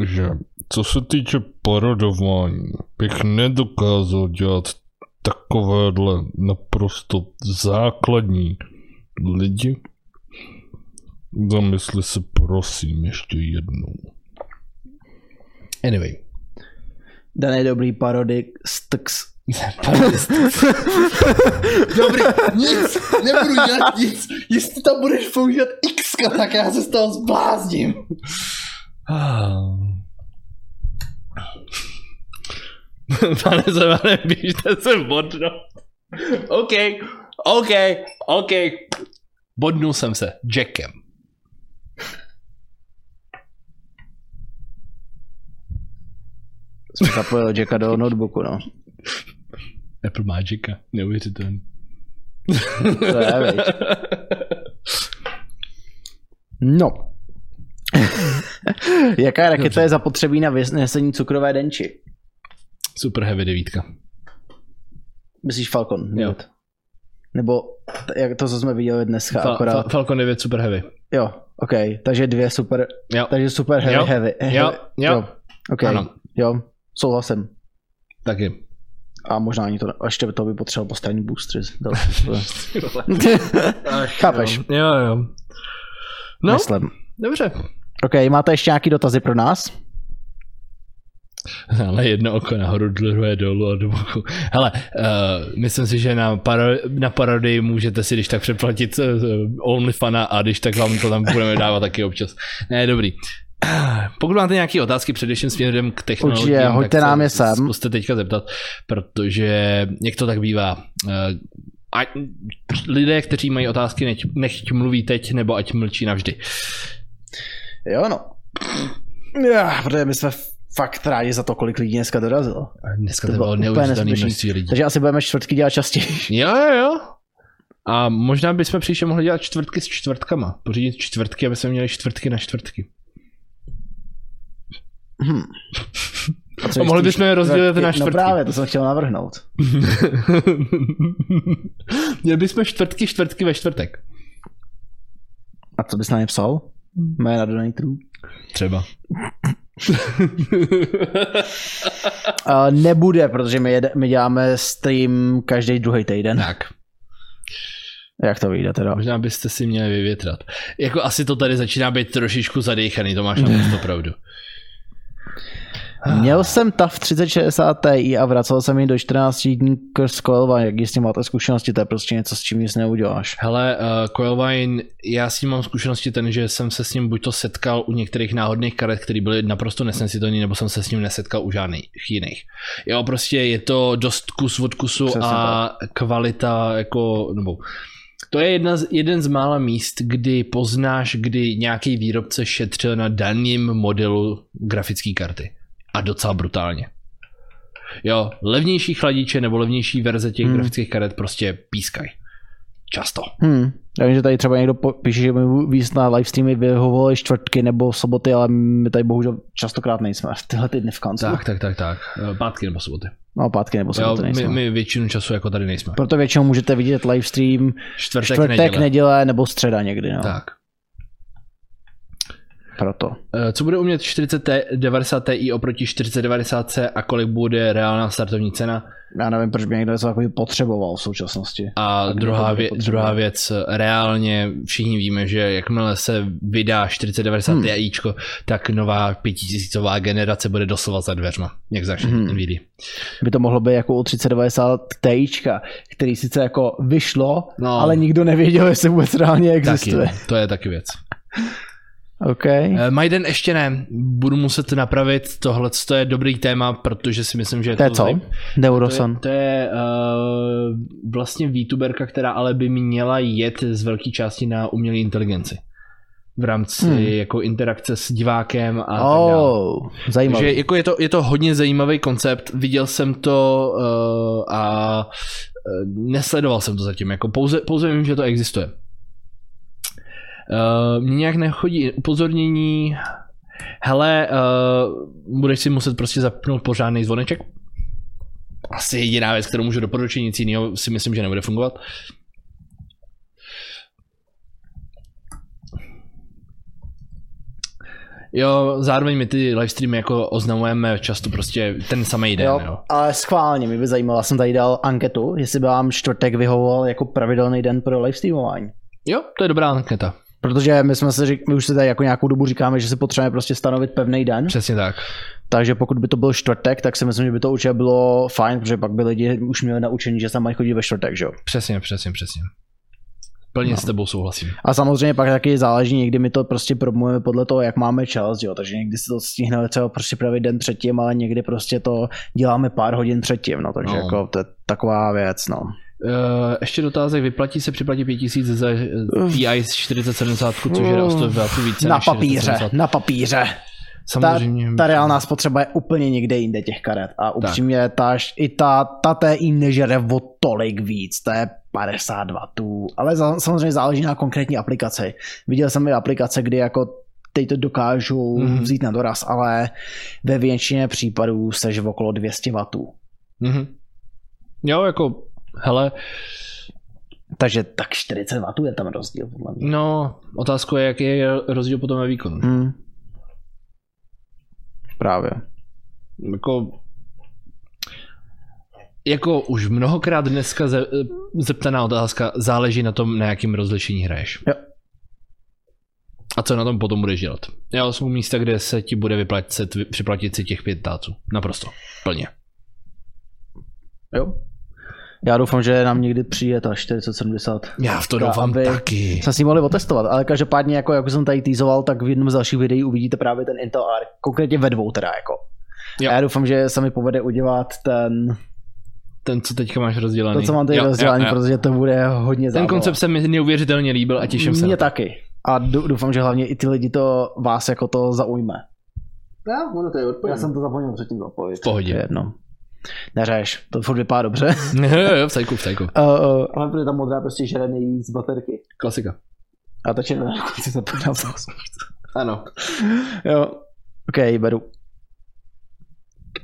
[SPEAKER 4] že co se týče parodování, bych nedokázal dělat takovéhle naprosto základní lidi? Zamysli se prosím ještě jednou.
[SPEAKER 2] Anyway.
[SPEAKER 1] Daný dobrý parodik Stx.
[SPEAKER 2] Dobrý, nic, nebudu dělat nic. Jestli tam budeš používat X, tak já se z toho zblázním. Ah. Pane Zemane, běžte se bodno. OK, OK, OK. Bodnul jsem se Jackem.
[SPEAKER 1] Jsem zapojil Jacka do notebooku, no.
[SPEAKER 2] Apple Magica, neuvěřitelný.
[SPEAKER 1] To je, viď. No. Jaká raketa je zapotřebí na vynesení cukrové denči?
[SPEAKER 2] Super heavy devítka.
[SPEAKER 1] Myslíš Falcon?
[SPEAKER 2] Jo.
[SPEAKER 1] Jo. Nebo t- jak to, co jsme viděli dneska,
[SPEAKER 2] Fa-
[SPEAKER 1] akorát.
[SPEAKER 2] Fa- Falcon 9 super heavy.
[SPEAKER 1] jo, OK, takže dvě super,
[SPEAKER 2] Jo.
[SPEAKER 1] takže super heavy,
[SPEAKER 2] Jo.
[SPEAKER 1] heavy, heavy.
[SPEAKER 2] Jo, jo.
[SPEAKER 1] OK,
[SPEAKER 2] Ano.
[SPEAKER 1] jo, souhlasím.
[SPEAKER 2] Taky.
[SPEAKER 1] A možná ani to, ne- ještě by to by potřeboval postranní boostry. Chápeš,
[SPEAKER 2] Jo, jo. No,
[SPEAKER 1] myslím.
[SPEAKER 2] dobře.
[SPEAKER 1] OK, máte ještě nějaký dotazy pro nás?
[SPEAKER 2] Ale jedno oko nahoru, druhé dolů a do boku. Hele, uh, myslím si, že na, paro- na parodii můžete si když tak přeplatit uh, OnlyFana a když tak vám to tam budeme dávat taky občas. Ne, dobrý. Ah, Pokud máte nějaké otázky především směrem k technologiím,
[SPEAKER 1] Určitě,
[SPEAKER 2] tak
[SPEAKER 1] hoďte
[SPEAKER 2] se
[SPEAKER 1] nám je sem.
[SPEAKER 2] Zkuste teďka zeptat, protože jak to tak bývá. eh, Ať lidé, kteří mají otázky, neť, nechť mluví teď, nebo ať mlčí navždy.
[SPEAKER 1] Jo, no. Já, protože my jsme fakt rádi za to, kolik lidí dneska dorazilo.
[SPEAKER 2] Dneska
[SPEAKER 1] To
[SPEAKER 2] to
[SPEAKER 1] bylo
[SPEAKER 2] bylo
[SPEAKER 1] úplně
[SPEAKER 2] neuvěřitelné
[SPEAKER 1] neskutečný.
[SPEAKER 2] množství lidí.
[SPEAKER 1] Takže asi budeme čtvrtky dělat častěji.
[SPEAKER 2] Jo, jo, jo. A možná bychom příště mohli dělat čtvrtky s čtvrtkama. Pořídit čtvrtky, aby jsme měli čtvrtky na čtvrtky.
[SPEAKER 1] Hm. co
[SPEAKER 2] A mohli
[SPEAKER 1] myslíš?
[SPEAKER 2] bychom je rozdělit na čtvrtky.
[SPEAKER 1] No právě, to jsem chtěl navrhnout.
[SPEAKER 2] Měli bychom čtvrtky, čtvrtky ve čtvrtek.
[SPEAKER 1] A co bys nám psal? Jména donatorů?
[SPEAKER 2] Třeba.
[SPEAKER 1] Uh, nebude, protože my, jede, my děláme stream každý druhý týden.
[SPEAKER 2] Tak.
[SPEAKER 1] Jak to vyjde teda?
[SPEAKER 2] Možná byste si měli vyvětrat. Jako asi to tady začíná být trošičku zadechaný, to máš naprosto pravdu.
[SPEAKER 1] Měl jsem TAF 3060 Ti a vracel jsem ji do 14 dní k Coilva. Jak jistě máte zkušenosti, to je prostě něco, s čím nic neuděláš.
[SPEAKER 2] Hele, uh, Coilvine, já s ním mám zkušenosti ten, že jsem se s ním buď to setkal u některých náhodných karet, které byly naprosto nesensitelné, nebo jsem se s ním nesetkal u žádných jiných. Jo, prostě je to dost kus od kusu
[SPEAKER 1] Přesně
[SPEAKER 2] a kvalita jako, nebo to je jedna z, jeden z mála míst, kdy poznáš, kdy nějaký výrobce šetřil na daném modelu grafické karty. A docela brutálně. Jo, levnější chladiče nebo levnější verze těch
[SPEAKER 1] Hmm.
[SPEAKER 2] grafických karet prostě pískají. Často.
[SPEAKER 1] Hmm. Já vím, že tady třeba někdo po- píše, že mi víc na livestreamy vyhovovaly čtvrtky nebo soboty, ale my tady bohužel častokrát nejsme v tyhle ty dny v kanclu.
[SPEAKER 2] Tak, tak, tak, tak. Eh, Pátky nebo soboty.
[SPEAKER 1] No, pátky nebo
[SPEAKER 2] Jo,
[SPEAKER 1] soboty
[SPEAKER 2] my,
[SPEAKER 1] nejsme.
[SPEAKER 2] my, většinu času jako tady nejsme.
[SPEAKER 1] Proto většinou můžete vidět livestream
[SPEAKER 2] Čtvrtek,
[SPEAKER 1] čtvrtek, neděle. neděle nebo středa někdy. No.
[SPEAKER 2] Tak.
[SPEAKER 1] Proto.
[SPEAKER 2] Eh, Co bude umět 4090 Ti oproti 4090 a kolik bude reálná startovní cena?
[SPEAKER 1] Já nevím, proč by někdo něco takový potřeboval v současnosti.
[SPEAKER 2] A
[SPEAKER 1] kdo
[SPEAKER 2] druhá,
[SPEAKER 1] to bude
[SPEAKER 2] vě-
[SPEAKER 1] potřebovat?
[SPEAKER 2] druhá věc, eh, reálně všichni víme, že jakmile se vydá 4090
[SPEAKER 1] Hmm.
[SPEAKER 2] hmm. Tičko, tak nová 5000 generace bude doslova za dveřma, jak začne
[SPEAKER 1] Hmm.
[SPEAKER 2] hmm. Nvidia.
[SPEAKER 1] By to mohlo být jako u 3090 Tička, který sice jako vyšlo,
[SPEAKER 2] No.
[SPEAKER 1] ale nikdo nevěděl, jestli vůbec reálně existuje.
[SPEAKER 2] Taky, to je taky věc.
[SPEAKER 1] OK.
[SPEAKER 2] Eh, Majden ještě ne, budu muset napravit, tohle to je dobrý téma, protože si myslím, že
[SPEAKER 1] To je co?
[SPEAKER 2] zaj-
[SPEAKER 1] Neuroson.
[SPEAKER 2] To je, to je uh, vlastně VTuberka, která ale by měla jet z velké části na umělé inteligenci. V rámci
[SPEAKER 1] Hmm.
[SPEAKER 2] hmm. jako interakce s divákem a tak dále.
[SPEAKER 1] Oh, zajímavé.
[SPEAKER 2] Takže jako je, to, je to hodně zajímavý koncept, viděl jsem to uh, a eh, nesledoval jsem to zatím, jako pouze, pouze vím, že to existuje. Uh, mně nějak nechodí upozornění, hele, uh, budeš si muset prostě zapnout pořádný zvoneček. Asi jediná věc, kterou můžu doporučit, nic jiného si myslím, že nebude fungovat. Jo, zároveň my ty livestreamy jako oznamujeme často prostě ten samý den, jo. jo.
[SPEAKER 1] ale schválně mě by zajímalo, já jsem tady dal anketu, jestli by vám čtvrtek vyhovoval jako pravidelný den pro livestreamování.
[SPEAKER 2] Jo, to je dobrá anketa.
[SPEAKER 1] Protože my jsme se řík, my už si tady jako nějakou dobu říkáme, že si potřebujeme prostě stanovit pevný den.
[SPEAKER 2] Přesně tak.
[SPEAKER 1] Takže pokud by to byl čtvrtek, tak si myslím, že by to určitě bylo fajn, protože pak by lidi už měli naučení, že se mají chodit ve čtvrtek, že jo.
[SPEAKER 2] Přesně, přesně, přesně. Plně no. s tebou souhlasím.
[SPEAKER 1] A samozřejmě pak taky záleží, někdy my to prostě probujeme podle toho, jak máme čas, jo. Takže někdy si to stihneme třeba prostě pravý den předtím, ale někdy prostě to děláme pár hodin předtím, no. Takže no.
[SPEAKER 2] No.
[SPEAKER 1] jako to je taková věc, no.
[SPEAKER 2] Uh, ještě dotázek, vyplatí se připlatí 5000 za eh,
[SPEAKER 1] Uf.
[SPEAKER 2] TI z 4070, což je o 100 válku více
[SPEAKER 1] Na
[SPEAKER 2] než
[SPEAKER 1] papíře,
[SPEAKER 2] 4070.
[SPEAKER 1] na papíře.
[SPEAKER 2] Samozřejmě.
[SPEAKER 1] Ta reálná spotřeba je úplně někde jinde těch karet. A upřímně, ta, i ta, ta TI nežere o tolik víc, to je 50 W, ale za, samozřejmě záleží na konkrétní aplikaci. Viděl jsem i aplikace, kdy jako teď to dokážu
[SPEAKER 2] Mhm.
[SPEAKER 1] mm-hmm. vzít na doraz, ale ve většině případů seš okolo 200 W.
[SPEAKER 2] Mhm. Jo, jako, hele,
[SPEAKER 1] Takže tak 40 W je tam rozdíl, podle mě.
[SPEAKER 2] no, otázka je, jaký je rozdíl potom ve výkonu.
[SPEAKER 1] Mm. Právě.
[SPEAKER 2] Jako, jako už mnohokrát dneska ze, eh, zeptaná otázka, záleží na tom, na jakým rozlišení hraješ.
[SPEAKER 1] Jo.
[SPEAKER 2] A co na tom potom budeš dělat? Já jsou místa, kde se ti bude vyplatit, připlatit si těch pět táců. Naprosto. Plně.
[SPEAKER 1] Jo. Já doufám, že nám někdy přijde ta 470.
[SPEAKER 2] Já v to
[SPEAKER 1] Tak,
[SPEAKER 2] doufám
[SPEAKER 1] aby-
[SPEAKER 2] taky.
[SPEAKER 1] Jsme si ji mohli otestovat, ale každopádně, jako, jak už jsem tady teasoval, tak v jednom z dalších videí uvidíte právě ten Intel R, konkrétně ve dvou teda jako.
[SPEAKER 2] Jo.
[SPEAKER 1] A já doufám, že se mi povede udělat ten,
[SPEAKER 2] Ten, co teďka máš rozdělaný.
[SPEAKER 1] to, co mám tady
[SPEAKER 2] Jo, jo,
[SPEAKER 1] rozdělání,
[SPEAKER 2] jo.
[SPEAKER 1] protože to bude hodně
[SPEAKER 2] Ten
[SPEAKER 1] zábava.
[SPEAKER 2] koncept se mi neuvěřitelně líbil a těším se.
[SPEAKER 1] Mně
[SPEAKER 2] na to.
[SPEAKER 1] taky. A dou- doufám, že hlavně i ty lidi to vás jako to zaujme. Já, ono to je odpověď. Já jsem to zapomněl předtím odpověď.
[SPEAKER 2] V pohodě.
[SPEAKER 1] Jedno. Neřeš, to furt vypadá dobře.
[SPEAKER 2] Jo, jo, v sajku, v sajku.
[SPEAKER 1] Uh, uh, ale protože ta modrá prostě žere nejvíc baterky.
[SPEAKER 2] Klasika.
[SPEAKER 1] A ta červená na konci zapadá v nos.
[SPEAKER 2] Ano.
[SPEAKER 1] Jo. OK, beru.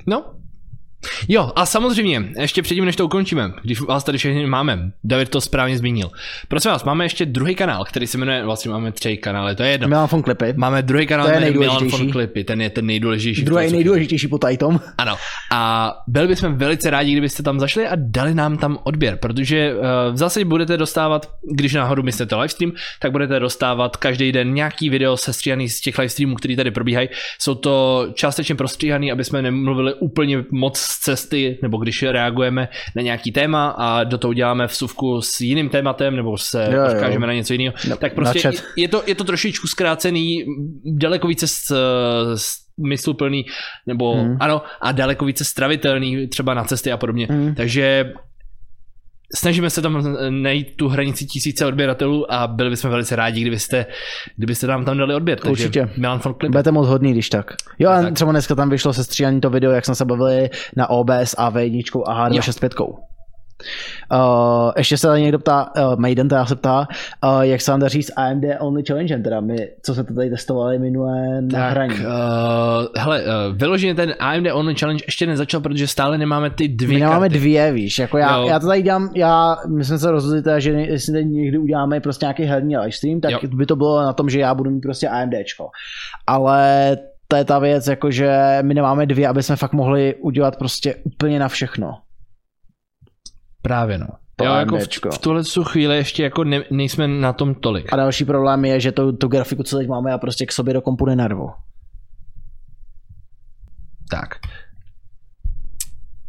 [SPEAKER 2] No. Jo, a samozřejmě, ještě předtím, než to ukončíme, když vás tady všechny máme, David to správně zmínil. Prosím vás, máme ještě druhý kanál, který se jmenuje, vlastně máme tři kanály, to je jedno.
[SPEAKER 1] Milan von Klipy.
[SPEAKER 2] Máme druhý kanál,
[SPEAKER 1] To je
[SPEAKER 2] jmenuje Milan
[SPEAKER 1] nejdůležitější.
[SPEAKER 2] von Klipy, ten je ten nejdůležitější. v
[SPEAKER 1] Druhý
[SPEAKER 2] tom, co-
[SPEAKER 1] nejdůležitější po Titom.
[SPEAKER 2] Ano. A byli bychom velice rádi, kdybyste tam zašli a dali nám tam odběr, protože uh, v zásadě budete dostávat, když náhodou myslíte livestream, tak budete dostávat každý den nějaký video sestříhaný z těch livestreamů, který tady probíhají. Jsou to částečně prostříhaný, aby jsme nemluvili úplně moc z cesty, nebo když reagujeme na nějaký téma a do toho děláme vsuvku s jiným tématem, nebo se
[SPEAKER 1] Jo, jo.
[SPEAKER 2] odkážeme na něco jiného.
[SPEAKER 1] Na-
[SPEAKER 2] tak prostě
[SPEAKER 1] na
[SPEAKER 2] je,
[SPEAKER 1] chat.
[SPEAKER 2] je, to, je to trošičku zkrácený, daleko více s, s smysluplný, nebo
[SPEAKER 1] Hmm.
[SPEAKER 2] hmm. ano, a daleko více stravitelný třeba na cesty a podobně.
[SPEAKER 1] Hmm.
[SPEAKER 2] Hmm. Takže snažíme se tam najít tu hranici tisíce odběratelů a byli bychom velice rádi, kdybyste, kdybyste nám tam dali odběr. Takže
[SPEAKER 1] Určitě.
[SPEAKER 2] Milan von Klip.
[SPEAKER 1] Budete moc hodný, když tak. Jo, a
[SPEAKER 2] No Tak.
[SPEAKER 1] třeba dneska tam vyšlo sestříhaný to video, jak jsme se bavili na OBS a V1 a H265. Uh, ještě se tady někdo ptá, uh, Maiden teda se ptá, uh, jak se vám daří s AMD Only Challenge, teda my, co jsme to tady testovali minulé na
[SPEAKER 2] Tak,
[SPEAKER 1] hraní.
[SPEAKER 2] uh, hele, uh, vyloženě ten AMD Online Challenge ještě nezačal, protože stále nemáme ty dvě
[SPEAKER 1] My nemáme
[SPEAKER 2] karty.
[SPEAKER 1] dvě, víš, jako já,
[SPEAKER 2] Jo.
[SPEAKER 1] já to tady dělám, já, my jsme se rozhodli teda, že ne- jestli tady někdy uděláme prostě nějaký herní livestream, tak
[SPEAKER 2] Jo.
[SPEAKER 1] by to bylo na tom, že já budu mít prostě AMDčko. Ale to je ta věc, jakože my nemáme dvě, aby jsme fakt mohli udělat prostě úplně na všechno.
[SPEAKER 2] Právě no.
[SPEAKER 1] To
[SPEAKER 2] jo, jako v,
[SPEAKER 1] AMDčko.
[SPEAKER 2] v tuhle tu chvíli ještě jako ne, nejsme na tom tolik.
[SPEAKER 1] A další problém je, že tu, tu grafiku, co teď máme, já prostě k sobě do kompu nenarvu.
[SPEAKER 2] Tak.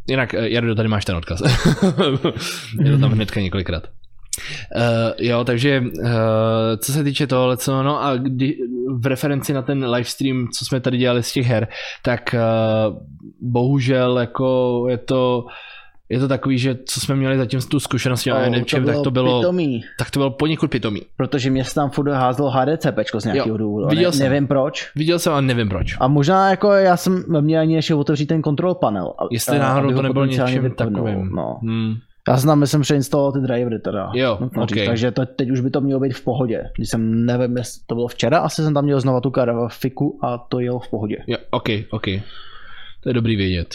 [SPEAKER 2] Jinak, eh, Jardo, tady máš ten odkaz. Je to tam hnedka několikrát. Uh, jo, takže uh, co se týče tohle, co no a kdy, v referenci na ten livestream, co jsme tady dělali z těch her, tak uh, bohužel jako je to je to takový, že co jsme měli zatím s tu zkušenost s tím
[SPEAKER 1] Oh,
[SPEAKER 2] AMDčkem, tak to bylo,
[SPEAKER 1] pitomý,
[SPEAKER 2] tak to bylo poněkud pitomý.
[SPEAKER 1] protože mě se tam furt házelo HDCPčko z nějakého
[SPEAKER 2] Jo,
[SPEAKER 1] důvodu.
[SPEAKER 2] viděl
[SPEAKER 1] Ne,
[SPEAKER 2] jsem.
[SPEAKER 1] nevím proč.
[SPEAKER 2] Viděl jsem a nevím proč.
[SPEAKER 1] A možná jako já jsem mě ani ještě otevřít ten control panel. a-
[SPEAKER 2] Jestli
[SPEAKER 1] a-
[SPEAKER 2] náhodou
[SPEAKER 1] aby ho
[SPEAKER 2] to nebylo
[SPEAKER 1] potenciálně
[SPEAKER 2] něčím
[SPEAKER 1] vypnul,
[SPEAKER 2] takovým.
[SPEAKER 1] No.
[SPEAKER 2] Hmm.
[SPEAKER 1] Já jsem tam, myslím, přeinstaloval ty drivery teda.
[SPEAKER 2] Jo,
[SPEAKER 1] Nutno říct.
[SPEAKER 2] ok.
[SPEAKER 1] Takže to, teď už by to mělo být v pohodě. Když jsem, nevím, jestli to bylo včera, asi jsem tam měl znova tu grafiku a to jelo v pohodě.
[SPEAKER 2] Jo, OK, OK. To je dobrý vědět.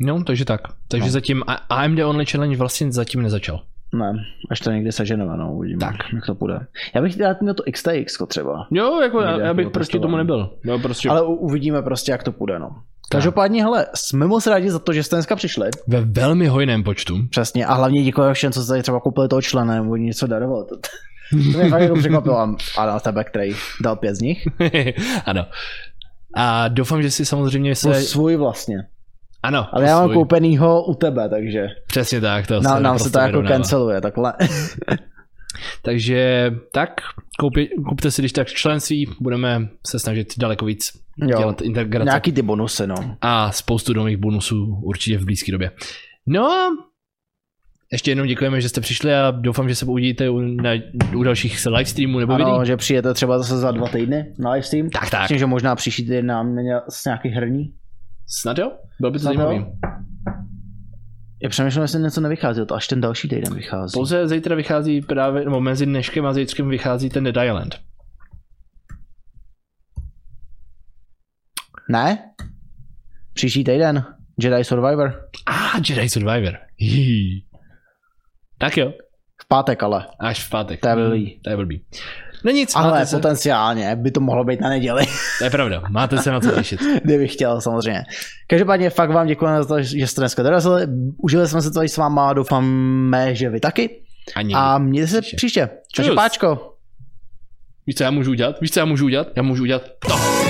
[SPEAKER 2] No, takže tak. Takže no.
[SPEAKER 1] No.
[SPEAKER 2] zatím A- AMD Online Challenge vlastně zatím nezačal.
[SPEAKER 1] Ne, až to někdy seženeme, no, uvidíme,
[SPEAKER 2] Tak.
[SPEAKER 1] jak to půjde. Já bych teda měl to XTX třeba.
[SPEAKER 2] Jo, jako
[SPEAKER 1] já- já bych proti tomu
[SPEAKER 2] nebyl. No, prostě. Ale
[SPEAKER 1] Ale u, uvidíme prostě, jak to půjde, no. Každopádně, hele, jsme moc rádi za to, že jste dneska přišli.
[SPEAKER 2] ve velmi hojném počtu.
[SPEAKER 1] Přesně. A hlavně děkuji všem, co jste tady třeba koupili toho člena nebo něco darovali. To, to mě fakt jako překvapilo. A- A na tebe, který dal pět z nich.
[SPEAKER 2] ano. A doufám, že si samozřejmě se...
[SPEAKER 1] To je svůj vlastně.
[SPEAKER 2] Ano,
[SPEAKER 1] Ale já mám
[SPEAKER 2] svůj.
[SPEAKER 1] koupenýho u tebe, takže
[SPEAKER 2] Přesně tak, to prostě
[SPEAKER 1] nám, nám se
[SPEAKER 2] naprosto
[SPEAKER 1] to jako
[SPEAKER 2] vyrovnává.
[SPEAKER 1] canceluje takhle.
[SPEAKER 2] Takže tak, koupi, kupte si když tak členství, budeme se snažit daleko víc jo.
[SPEAKER 1] jo.
[SPEAKER 2] dělat integrace.
[SPEAKER 1] Nějaký ty bonusy, no.
[SPEAKER 2] a spoustu nových bonusů určitě v blízké době. No a ještě jednou děkujeme, že jste přišli a doufám, že se uvidíte u, na, u dalších livestreamů nebo videí.
[SPEAKER 1] Ano, že přijete třeba zase za dva týdny na livestream.
[SPEAKER 2] Tak, tak.
[SPEAKER 1] Myslím, že možná příští týden nám není s nějaký herní.
[SPEAKER 2] Snad jo? Bylo by to
[SPEAKER 1] Snad jo.
[SPEAKER 2] zajímavé.
[SPEAKER 1] Já přemýšlím, jestli něco nevychází, to až ten další týden vychází.
[SPEAKER 2] Pouze zítra vychází právě, nebo mezi dneškem a zítřkem vychází ten Dead Island.
[SPEAKER 1] Ne? Příští týden. Jedi Survivor.
[SPEAKER 2] A ah, Jedi Survivor. Hihi. Tak jo,
[SPEAKER 1] V pátek ale.
[SPEAKER 2] až v pátek.
[SPEAKER 1] To je blbý.
[SPEAKER 2] To je blbý. No nic, ale
[SPEAKER 1] Ale
[SPEAKER 2] máte se, poten...
[SPEAKER 1] potenciálně by to mohlo být na neděli,
[SPEAKER 2] to je pravda, máte se na co těšit.
[SPEAKER 1] kdybych chtěl samozřejmě. Každopádně fakt vám děkujeme za to, že jste dneska dorazili. Užili jsme se to i s váma, doufáme, že vy taky.
[SPEAKER 2] Ani. A...
[SPEAKER 1] A mějte se
[SPEAKER 2] Příště.
[SPEAKER 1] příště. Takže
[SPEAKER 2] Čus.
[SPEAKER 1] páčko.
[SPEAKER 2] Víš, co já můžu udělat? Víš, co já můžu udělat? Já můžu udělat to.